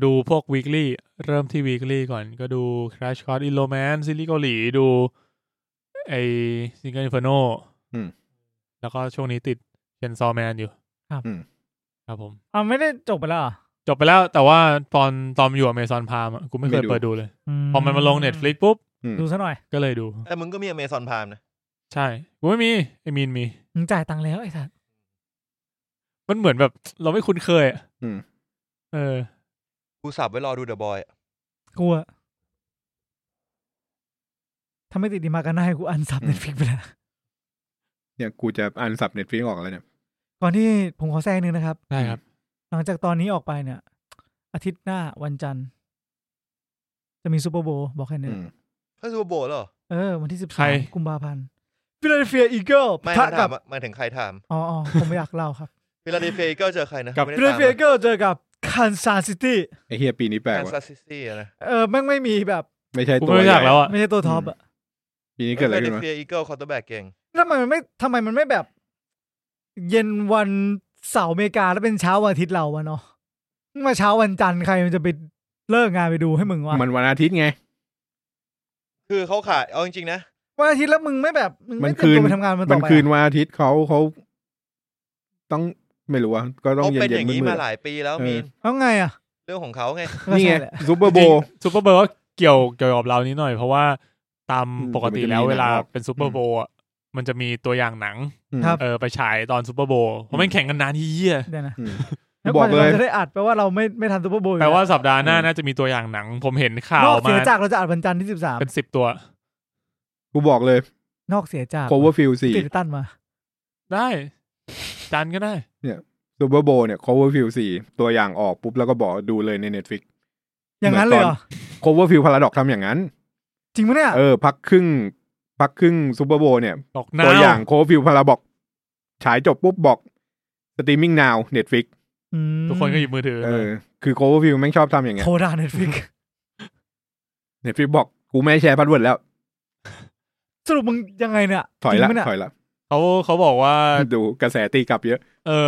[SPEAKER 1] ดูพวก weekly เริ่มที่ weekly ก่อนก็ดู Crash Course in Romance ซีรีส์เกาหลีดูไอ Single Inferno
[SPEAKER 3] อืม
[SPEAKER 1] แล้วก็ช่วงนี้ติดเชนซอแมนอยู่
[SPEAKER 3] อืม
[SPEAKER 1] ครับผม
[SPEAKER 2] อ่าไม่ได้จบไปแล้วเหรอ
[SPEAKER 1] จบไปแล้วแต่ว่าตอนตอนอยู่ Amazon Prime อะกูไม่เคย
[SPEAKER 3] ไม่ดู
[SPEAKER 1] เปิดดูเลย
[SPEAKER 2] อื
[SPEAKER 1] พอมันมาลง Netflix ปุ๊บ
[SPEAKER 3] อืม
[SPEAKER 2] ดูซะหน่อย
[SPEAKER 1] ก็เลยดู
[SPEAKER 4] แต่มึงก็มีอเมซอนพามนะ
[SPEAKER 1] ใช่กูไม่มีไอมีนมี
[SPEAKER 2] มึงจ่ายตังค์แล้วไอ้สัตว์
[SPEAKER 1] มันเหมือนแบบ เราไม่คุ้นเคยอะ
[SPEAKER 3] อืม
[SPEAKER 1] เออ
[SPEAKER 4] กูสับไว้รอดูเดอะบอย
[SPEAKER 2] กูอะถ้าไม่ติดดีมากันได้กูอันซับ Netflix ไปแล้ว
[SPEAKER 3] เนี่ยกูจะอ่านสับเน็ตฟิกออกแล้วเนี่ย
[SPEAKER 2] ก่อนที่ผมขอแทรกนึงนะครับ
[SPEAKER 1] ได้ครับ
[SPEAKER 2] หลังจากตอนนี้ออกไปเนี่ย อาทิตย์หน้าวันจันทร์ จะมีซูเปอร์โบว์บอกแค่นี้
[SPEAKER 3] อืม
[SPEAKER 4] เขาซูเปอร์โบว์แล้วเหรอ
[SPEAKER 2] เออ วันที่สิบ
[SPEAKER 1] ใคร
[SPEAKER 2] สามกุมภาพันธ์ ฟิลาเดลเฟียอีเกิล
[SPEAKER 4] ไม่
[SPEAKER 2] ทะ
[SPEAKER 4] นะ
[SPEAKER 2] กั
[SPEAKER 4] ถา
[SPEAKER 2] บ
[SPEAKER 4] มว่าหมายถึงใครถาม
[SPEAKER 2] อ๋ออ๋อผมอยากเล่าครับ
[SPEAKER 4] ฟิลาเดลเฟียก็เจอใครนะ
[SPEAKER 3] กับ
[SPEAKER 4] ไม่
[SPEAKER 2] ฟิ
[SPEAKER 4] ได้
[SPEAKER 2] ลาเดล
[SPEAKER 4] ตาม
[SPEAKER 2] เฟียอีเกิลเจอกับคันซัสซิตี้
[SPEAKER 3] ไอเฮียปีนี้แปลก
[SPEAKER 4] แคน
[SPEAKER 3] ว่ะ
[SPEAKER 4] ซัสซิตี้อะนะ
[SPEAKER 2] เออแม่งไม่มีแบบ
[SPEAKER 3] ไม่ใช่
[SPEAKER 1] กู
[SPEAKER 3] ตัว
[SPEAKER 1] ไม่รู้
[SPEAKER 3] ให
[SPEAKER 1] จั
[SPEAKER 3] ญ่
[SPEAKER 1] กแล้วอ่ะ
[SPEAKER 2] ไม่ใช่ตัวท็อปอะ
[SPEAKER 3] ปีนี้
[SPEAKER 4] ฟิ
[SPEAKER 3] เกิดอะไร
[SPEAKER 4] ลาเด
[SPEAKER 3] ขึ้น
[SPEAKER 4] ล
[SPEAKER 3] วะ
[SPEAKER 4] เฟียอีเกิลคอร์เตอร์แบ็กเก่ง
[SPEAKER 2] แล้วทำไมมันไม่ทำไมมันไม่แบบ เย็นวันเสาร์อเมริกาแล้วเป็นเช้าวันอาทิตย์เราวะเนาะมาเช้าวันจันทร์ใครมันจะไปเลิกงานไปดูให้มึงวะ
[SPEAKER 3] มันวันอาทิตย์ไง
[SPEAKER 4] คือเขาขายเอาจริงๆนะ
[SPEAKER 2] วันอาทิตย์แล้วมึงไม่แบบมึง
[SPEAKER 3] มั
[SPEAKER 2] ไม่
[SPEAKER 3] น
[SPEAKER 2] เตรียม
[SPEAKER 3] คืน
[SPEAKER 2] ตัวไปทำงานมันต่
[SPEAKER 3] มั
[SPEAKER 2] อน ไป
[SPEAKER 3] คืน
[SPEAKER 2] อะ
[SPEAKER 3] วันอาทิตย์เขาเขาต้องไม่รู้ว่าก็ต้อง
[SPEAKER 4] เขา
[SPEAKER 3] เย็น
[SPEAKER 4] เป็น
[SPEAKER 3] เย็
[SPEAKER 4] อน ย่าง
[SPEAKER 3] มื
[SPEAKER 4] นี้
[SPEAKER 3] ด
[SPEAKER 4] มาหลายปีแล้วมีน
[SPEAKER 2] เอาไงอ่ะ
[SPEAKER 4] เรื่องของเขาไง
[SPEAKER 3] ๆนี่
[SPEAKER 2] ก็
[SPEAKER 3] ไง
[SPEAKER 2] ใช่แหละ
[SPEAKER 3] ซูเปอร์โบ
[SPEAKER 1] ซูเปอร์เบก็เกี่ยวเกี่ยวกับเรานี้หน่อย เพราะว่าตาม
[SPEAKER 3] อืม
[SPEAKER 1] ปกติแล้ว
[SPEAKER 3] มันจะมี
[SPEAKER 1] เวลา
[SPEAKER 3] หนังออก
[SPEAKER 1] เป็นซูเปอร์โบมันจะมีตัวอย่างหนัง
[SPEAKER 2] ครับ
[SPEAKER 1] เออไปฉายตอนซูเปอร์โบเพราะมันแข่งกันนานที่เยี่ย
[SPEAKER 2] เดี๋ยวนะ
[SPEAKER 3] บอกเลย
[SPEAKER 2] จะได้อัดแปลว่าเราไม่ไม่ทันซูเปอร์โบว์อยู่
[SPEAKER 1] แปลว่าสัปดาห์หน้า
[SPEAKER 3] อืม
[SPEAKER 1] น่าจะมีตัวอย่างหนัง ผมเห็นข่าวน
[SPEAKER 2] อก
[SPEAKER 1] มา
[SPEAKER 2] เสียจากเราจะอัดวันจันทร์ที่สิบสาม
[SPEAKER 1] เป็นสิบตัว
[SPEAKER 3] กูบอกเลย
[SPEAKER 2] นอกเสียจาก
[SPEAKER 3] Coverfield สี่
[SPEAKER 2] ติดตั้นมา
[SPEAKER 1] ได้ จันทร์ก็ได้
[SPEAKER 3] ซูเปอร์โบเนี่ย Coverfield สี่ตัวอย่างออกปุ๊บแล้วก็บอกดูเลยใน Netflix
[SPEAKER 2] อย่างนั้นเลยเหรอ
[SPEAKER 3] Coverfield Paradox ทำอย่างนั้น
[SPEAKER 2] จริงปะเนี่ย
[SPEAKER 3] เออ พักครึ่ง พักครึ่งซูเปอร์โบเนี่ย
[SPEAKER 1] ดอกนา
[SPEAKER 3] ตัว
[SPEAKER 1] ว
[SPEAKER 3] อย่าง Coverfield Paradox ฉายจบปุ๊บบอกสตรีมมิ่งนาว Netflix
[SPEAKER 2] ม
[SPEAKER 1] ทุกคนก็หยิบมือถือ
[SPEAKER 3] เออ คือ Coverfield แม่งชอบทำอย่างเงี้ย
[SPEAKER 2] โทรดาเน็ตฟิก
[SPEAKER 3] Netflix บอกกูไม่ให้แชร์พาสเวิร์ดแล้ว
[SPEAKER 2] สรุปมึงยังไงเนี่ย
[SPEAKER 3] ถอย
[SPEAKER 2] จริ
[SPEAKER 3] ละ
[SPEAKER 2] งปเนี่ย
[SPEAKER 3] ถอยละ
[SPEAKER 1] เขาเขาบอกว่า
[SPEAKER 3] ดูกระแสตีกลับเยอะ
[SPEAKER 1] เออ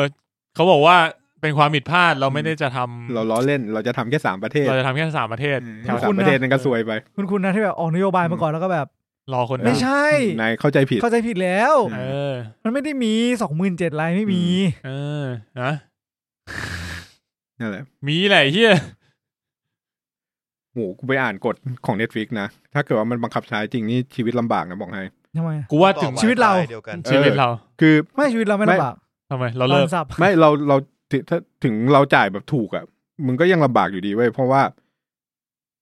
[SPEAKER 1] เขาบอกว่าเป็นความผิดพลาดเราไม่ได้จะทำ
[SPEAKER 3] เราล้อเล่นเราจะทำแค่สามประเทศ
[SPEAKER 1] เราจะทำแค่สามประเทศ
[SPEAKER 3] เออ
[SPEAKER 1] แถว
[SPEAKER 3] สามประเทศนั้นก็ซวยไป
[SPEAKER 2] คุณคุณนะที่แบบออกนโยบายมาก่อนแล้วก็แบบ
[SPEAKER 1] รอคน
[SPEAKER 2] ไม่ใช่
[SPEAKER 3] นายเข้าใจผิด
[SPEAKER 2] เข้าใจผิดแล้ว
[SPEAKER 1] เออ
[SPEAKER 2] มันไม่ได้มีสองหมื่นเจ็ดไลน์ไม่มี
[SPEAKER 1] เออนะ
[SPEAKER 3] นั่นแหละ
[SPEAKER 1] มีแหละไอ้เฮีย
[SPEAKER 3] โหกูไปอ่านกฎของ Netflix นะ ถ้าเกิดว่ามันบังคับใช้จริงนี่ชีวิตลำบากนะบอกให้
[SPEAKER 2] ทำไมอะ
[SPEAKER 1] กูว่าถึง
[SPEAKER 4] ต่อม
[SPEAKER 2] ชีวิตเรา
[SPEAKER 4] สไล์เดียวกัน
[SPEAKER 1] ชีวิตเรา
[SPEAKER 3] คือ
[SPEAKER 2] ไม่ชีวิตเราไม่
[SPEAKER 3] ไม่
[SPEAKER 2] ลำบาก
[SPEAKER 1] ทำไม เราเลิก
[SPEAKER 2] ลำสับ
[SPEAKER 3] ไม่เราเราถึงถ้าถึงเราจ่ายแบบถูกอะ่ะมึงก็ยังลำบากอยู่ดีเว้ยเพราะว่า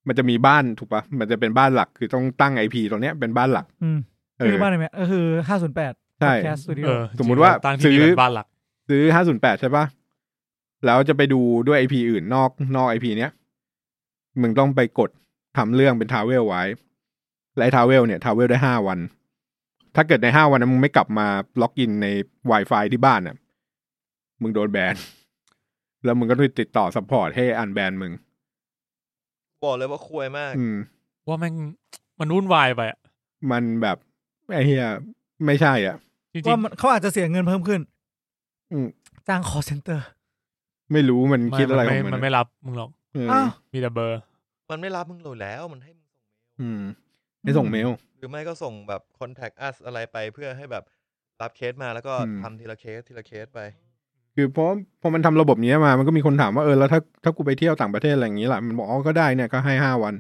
[SPEAKER 3] มันจะมีบ้านถูกปะมันจะเป็นบ้านหลักคือต้องตั้งไอพีตรงเนี้ยเป็นบ้านหลัก
[SPEAKER 2] อืม
[SPEAKER 3] เอ
[SPEAKER 2] คือ
[SPEAKER 3] อ
[SPEAKER 2] บ้านไหนไหมก็คือห้าศูนย์แปด
[SPEAKER 3] ใช่
[SPEAKER 2] แคสตูดิโอ
[SPEAKER 1] เออ
[SPEAKER 3] สมมุติว่า
[SPEAKER 1] ตั้ง
[SPEAKER 3] ซื้
[SPEAKER 1] ที่
[SPEAKER 3] อ
[SPEAKER 1] เป็นบ้านหลัก
[SPEAKER 3] ซื้อห้าศูนย์แปดใช่ปะแล้วจะไปดูด้วยไอพีอื่นนอกนอกไอพีเนี้ยมึงต้องไปกดทำเรื่องเป็นทาวเวลไว้ และทาวเวลเนี่ยทาวเวลได้ห้าวัน ถ้าเกิดในห้าวันนั้นมึงไม่กลับมาล็อกอินใน Wi-Fi ที่บ้านน่ะ มึงโดนแบน แล้วมึงก็ต้องติดต่อซัพพอร์ตให้อันแบนมึง
[SPEAKER 4] บอกเลยว่าควยมาก
[SPEAKER 3] อืม
[SPEAKER 1] ว่าแม่งมันวุ่นวายไปอะ
[SPEAKER 3] มันแบบไอ้เฮียไม่ใช่อ่ะ
[SPEAKER 1] จริง
[SPEAKER 2] ว่ามันเขาอาจจะเสียเงินเพิ่มขึ้น
[SPEAKER 3] อืม
[SPEAKER 2] จ้างคอเซ็นเตอร์
[SPEAKER 3] ไม่รู้มัน
[SPEAKER 1] ๆ
[SPEAKER 3] คิดอะไรข
[SPEAKER 1] มัไม่
[SPEAKER 3] อน งมัน
[SPEAKER 1] มันไม่รับมึงหรอก
[SPEAKER 3] เอออ
[SPEAKER 2] อ้าว
[SPEAKER 1] มีแต่เบอร์
[SPEAKER 4] มันไม่รับมึงเลยแล้ว มันให้มึงส่ง
[SPEAKER 3] อืมให้ส่งเมล
[SPEAKER 4] หรือไม่ก็ส่งแบบ contact us อะไรไปเพื่อให้แบบรับเคสมาแล้วก็
[SPEAKER 3] อืม
[SPEAKER 4] ทำทีละเคสทีละเคสไป
[SPEAKER 3] คือเพราะพอมันทำระบบเนี้ยมา มันก็มีคนถามว่าเออแล้วถ้าถ้ากูไปเที่ยวต่างประเทศอะไรอย่างนี้ล่ะ มันบอกอ๋อก็ได้เนี่ยก็ให้ห้าวัน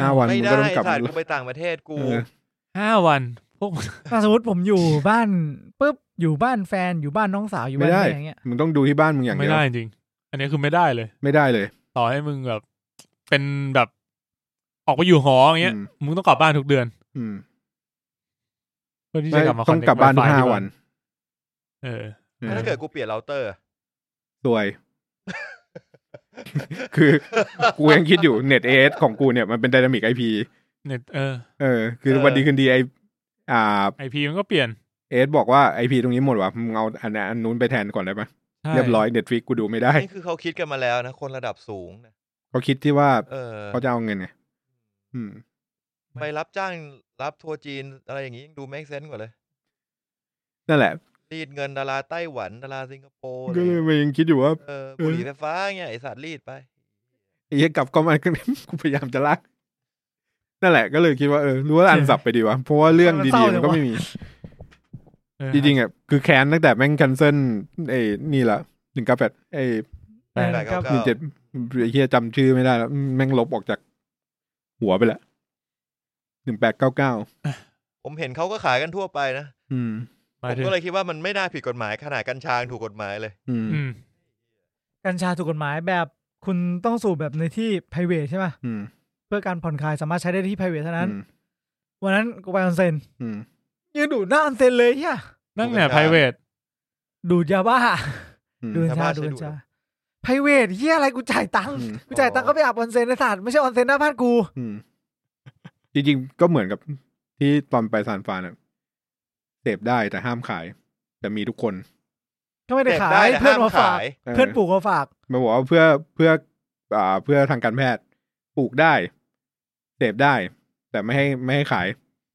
[SPEAKER 3] ห้าวัน
[SPEAKER 4] ไม่
[SPEAKER 3] มึง
[SPEAKER 4] ได้
[SPEAKER 3] ก็ต้องกลับ
[SPEAKER 4] ถ่ายกูไปต่างประเทศกู
[SPEAKER 3] เออ
[SPEAKER 1] ห้าวัน พวก
[SPEAKER 2] ถ้าสมมติผมอยู่บ้านปุ๊บอยู่บ้านแฟนอยู่บ้านน้องสาวอยู่
[SPEAKER 3] ไม่
[SPEAKER 2] บ้าน
[SPEAKER 3] ได้
[SPEAKER 2] อะไรอย่างเงี้ย
[SPEAKER 3] มึงต้องดูที่บ้านมึงอย่าง
[SPEAKER 1] ไม่
[SPEAKER 3] เดียว
[SPEAKER 1] ได้จริง อันนี้คือไม่ได้เลย
[SPEAKER 3] ไม่ได้เลย
[SPEAKER 1] ต่อให้มึงแบบ เป็นแบบ ออกไปอยู่หออย่างเงี้ย
[SPEAKER 3] อืม
[SPEAKER 1] มึงต้องกลับบ้านทุกเดือน
[SPEAKER 3] อืม
[SPEAKER 1] เพื่อที่
[SPEAKER 3] ไม่
[SPEAKER 1] จะกลับมา
[SPEAKER 3] ต้อง
[SPEAKER 1] connect
[SPEAKER 3] กลับบ้าน
[SPEAKER 1] wifi
[SPEAKER 3] ทุกห้า
[SPEAKER 1] ที่
[SPEAKER 3] วัน
[SPEAKER 1] เออ
[SPEAKER 3] เออ
[SPEAKER 4] ถ้าเกิดกูเปลี่ยนเราเตอร์
[SPEAKER 3] สวย คือกูยังคิดอยู่เน็ตเอสของกูเนี่ยมันเป็น d y นามิกไอพี
[SPEAKER 1] เน็ตเออ
[SPEAKER 3] เออ คือ
[SPEAKER 4] เออ
[SPEAKER 3] วันดีคืนดีไออ่า
[SPEAKER 1] ไอพีมันก็เปลี่ยน
[SPEAKER 3] เอสบอกว่าไอพีตรงนี้หมดว่ะมึงเอาอันอันนู้นไปแทนก่อนได้ไหม
[SPEAKER 1] ใช่
[SPEAKER 3] เรียบร้อยเน็ตฟิกกูดูไม่ได้
[SPEAKER 4] นี่คือเขาคิดกันมาแล้วนะ คนระดับสูงนะ
[SPEAKER 3] เขาคิดที่ว่า
[SPEAKER 4] เออ
[SPEAKER 3] เขาจะเอาเงินไงอืม
[SPEAKER 4] ไปรับจ้างรับทัวร์จีนอะไรอย่างงี้ยังดูแม็กเซนกว่าเลย
[SPEAKER 3] นั่นแหละ
[SPEAKER 4] รีดเงินดาราไต้หวันดาราสิงคโปร์อะไร
[SPEAKER 3] ก็
[SPEAKER 4] อย่าง
[SPEAKER 3] เลยมัน
[SPEAKER 4] งี้
[SPEAKER 3] ยังคิดอยู่ว่า
[SPEAKER 4] เออบุหรี่ไฟฟ้าเงี้ยไอสัตว์รีดไป
[SPEAKER 3] ไอ้เหี้ยกลับก็มาขึ้น กูพยายามจะลากนั่นแหละก็เลยคิดว่าเออรู้ว่าอันสับไปดีวะเพราะว่าเรื่องดีๆมันก็ไม่มี
[SPEAKER 1] เออ
[SPEAKER 3] จริงๆอ่ะคือแคนตั้งแต่แม่ง cancel ไอ้นี่ละหนึ่งกาแฟไอ้
[SPEAKER 4] แปดแปดเก้า
[SPEAKER 3] หนึ่
[SPEAKER 4] เก้า
[SPEAKER 3] งเจ็ดไอ้เฮียจำชื่อไม่ได้แล้วแม่งลบออกจากหัวไปละหนึ่งแปดเก้าเก้า
[SPEAKER 4] ผมเห็นเขาก็ขายกันทั่วไปนะ
[SPEAKER 3] อืม
[SPEAKER 1] มา
[SPEAKER 4] ผม
[SPEAKER 1] ถึง
[SPEAKER 4] ก็เลยคิดว่ามันไม่น่าผิดกฎหมายขนาดกัญชายังถูกกฎหมายเลย
[SPEAKER 3] อืม
[SPEAKER 1] อืม
[SPEAKER 2] กัญชาถูกกฎหมายแบบคุณต้องสูบแบบในที่ p r i v a t ใช่ไหม
[SPEAKER 3] อืม
[SPEAKER 2] เพื่อการผ่อนคลายสามารถใช้ได้ที่ p r i v a t เท่านั้น
[SPEAKER 3] อืม
[SPEAKER 2] วันนั้นกูไปออนเซน
[SPEAKER 3] อืม
[SPEAKER 2] ยืนดูดหน้าออนเซนเลยเฮีย
[SPEAKER 1] นั่นแหละ
[SPEAKER 4] ผมก็
[SPEAKER 1] p r i v a t
[SPEAKER 2] ดูดยาบ้า
[SPEAKER 3] อืม
[SPEAKER 2] ดูดกัญชา
[SPEAKER 4] ใช่
[SPEAKER 2] ดูดกัญ
[SPEAKER 4] ดู
[SPEAKER 2] ชา
[SPEAKER 4] ด
[SPEAKER 2] ไพรเวทเฮียอะไรกูจ่ายตังค์
[SPEAKER 3] อืม
[SPEAKER 2] กูจ่ายตังค์ก็ไปอาบออนเซนในศาสตร์ไม่ใช่ออนเซนหน้าบ้านกู
[SPEAKER 3] อืมจริงๆก็เหมือนกับที่ตอนไปซานฟรานอะ เสพได้แต่ห้ามขาย แต่มีทุกคน
[SPEAKER 2] ก็ไม่ได้
[SPEAKER 4] เด็ก
[SPEAKER 2] ขา
[SPEAKER 4] ได้
[SPEAKER 2] ย
[SPEAKER 4] แต่
[SPEAKER 2] เพื่อ
[SPEAKER 4] ห้าน ม
[SPEAKER 2] มาฝาก
[SPEAKER 4] ขาย
[SPEAKER 2] เพื่อนปลูกมาฝาก
[SPEAKER 3] มันบอกว่าเพื่อเพื่ออ่าเพื่อทางการแพทย์ปลูกได้เสพได้ แต่ไม่ให้ไม่ให้ขาย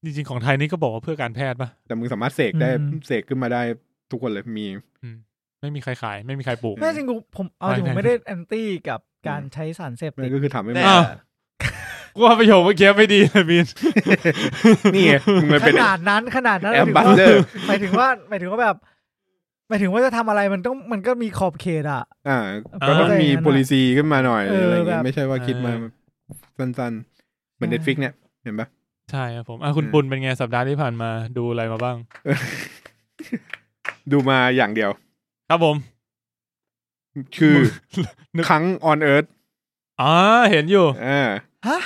[SPEAKER 1] จริงๆของไทยนี่ก็บอกว่าเพื่อการแพทย์ปะ
[SPEAKER 3] แต่มึงสามารถเสกได้เสกขึ้นมาได้ทุกคนเลยมี
[SPEAKER 1] อืม ไม่มีใครขาย ไม่มีใครปลูก
[SPEAKER 2] แม่จริงกูผมเอา
[SPEAKER 1] ได้
[SPEAKER 2] จริงผม
[SPEAKER 1] ได้
[SPEAKER 2] ไม่ได้แอนตี้กับการใช้สารเสพ
[SPEAKER 3] มั
[SPEAKER 2] ติด
[SPEAKER 3] นก็คือทำให้
[SPEAKER 4] แต่
[SPEAKER 3] มัน
[SPEAKER 1] อ่ะ กูว่าประโยคเมื่อกี้ไม่ดีเลยมีน
[SPEAKER 3] นี่ไงมึงเลย
[SPEAKER 2] ข
[SPEAKER 3] เป็น
[SPEAKER 2] นาดนั้นขนาดนั้น
[SPEAKER 3] Ambassador
[SPEAKER 2] หมายถึงว่าหมายถึงว่าแบบหมายถึงว่าจะทำอะไรมันต้องมันก็มีขอบเขตอ่ะ
[SPEAKER 3] อ่าก็ต้องมี
[SPEAKER 2] เข้าใจ
[SPEAKER 3] policy ขึ้นมาหน่อย
[SPEAKER 2] เออ
[SPEAKER 3] อะไรอย่าง
[SPEAKER 2] แบ
[SPEAKER 3] งี้
[SPEAKER 2] บ
[SPEAKER 3] ไม่ใช่ว่าคิดมา
[SPEAKER 1] เออ
[SPEAKER 3] สั้นๆ เหมือน Netflix เนี่ย เห็นปะ
[SPEAKER 1] ใช่ครับผมอ่ะคุณ
[SPEAKER 3] อืม
[SPEAKER 1] ปุณเป็นไงสัปดาห์ที่ผ่านมาดูอะไรมาบ้าง
[SPEAKER 3] ดูมาอย่างเดียว
[SPEAKER 1] ครับผม
[SPEAKER 3] คือ
[SPEAKER 1] นึก
[SPEAKER 3] ครั้ง on earth
[SPEAKER 1] อ๋อเห็นอยู่
[SPEAKER 3] อ่า
[SPEAKER 2] ฮะ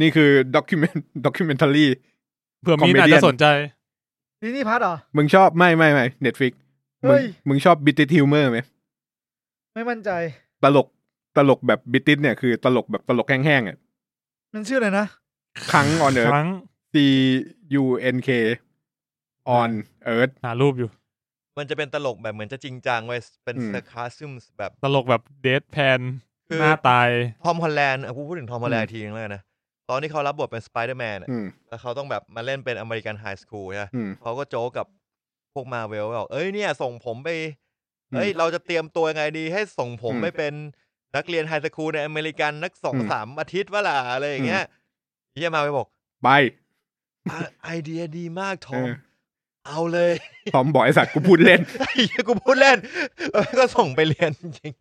[SPEAKER 3] นี่คือ document documentary
[SPEAKER 1] เผื่อมีนอาจจะสนใจ
[SPEAKER 2] ดินี่พัทเหรอ
[SPEAKER 3] มึงชอบไม่ไม่ไม่ Netflix มึ
[SPEAKER 2] เฮ้
[SPEAKER 3] ง
[SPEAKER 2] ย
[SPEAKER 3] มึงชอบ British humor ไหม
[SPEAKER 2] ไม่มั่นใจ
[SPEAKER 3] ตลกตลกแบบ British เนี่ยคือตลกแบบตลกแห้งๆอ่ะ
[SPEAKER 2] มันชื่ออะไรนะ
[SPEAKER 3] ครั้ง on
[SPEAKER 1] ค
[SPEAKER 3] earth
[SPEAKER 1] รั้ง
[SPEAKER 3] C U N K on earth
[SPEAKER 1] หารูปอยู่
[SPEAKER 4] มันจะเป็นตลกแบบเหมือนจะจริงจังเว้ยเป็น
[SPEAKER 3] อืม
[SPEAKER 4] สคาซึมแบบ
[SPEAKER 1] ตลกแบบเดทแพน
[SPEAKER 4] คือ
[SPEAKER 1] หน้าตาย
[SPEAKER 4] ทอมฮอลแลนด์อ่ะกูพูดถึงทอมฮอลแลนด์อีกทีนึงแล้วกันนะตอนที่เขารับบทเป็นสไปเดอร์แมนอะ
[SPEAKER 3] อืม
[SPEAKER 4] แล้วเขาต้องแบบมาเล่นเป็นอเมริกันไฮสคูลใช่ปะ
[SPEAKER 3] อืม
[SPEAKER 4] เขาก็โจกกับพวกมาเวลบอกเอ้ยเนี่ย ส่งผมไป
[SPEAKER 3] อืม
[SPEAKER 4] เอ้ย เราจะเตรียมตัวยังไงดี ให้ส่งผม
[SPEAKER 3] อืม
[SPEAKER 4] ไปเป็นนักเรียนไฮสคูลในอเมริกันนักสอง
[SPEAKER 3] อืม
[SPEAKER 4] สามอาทิตย์ว่าล่ะอะไรอย่างเงี้ยเฮียมาเวลบอก
[SPEAKER 3] ไป
[SPEAKER 4] อ่ะไอเดียดีมากทอ
[SPEAKER 3] เอ
[SPEAKER 4] ม
[SPEAKER 3] อ
[SPEAKER 4] เอาเลย
[SPEAKER 3] ทอมบอกไอสัตว์กูพูดเล่น
[SPEAKER 4] ไอ้เหี้ยกูพูดเล่นแล้วก็ส่งไปเรียนจริง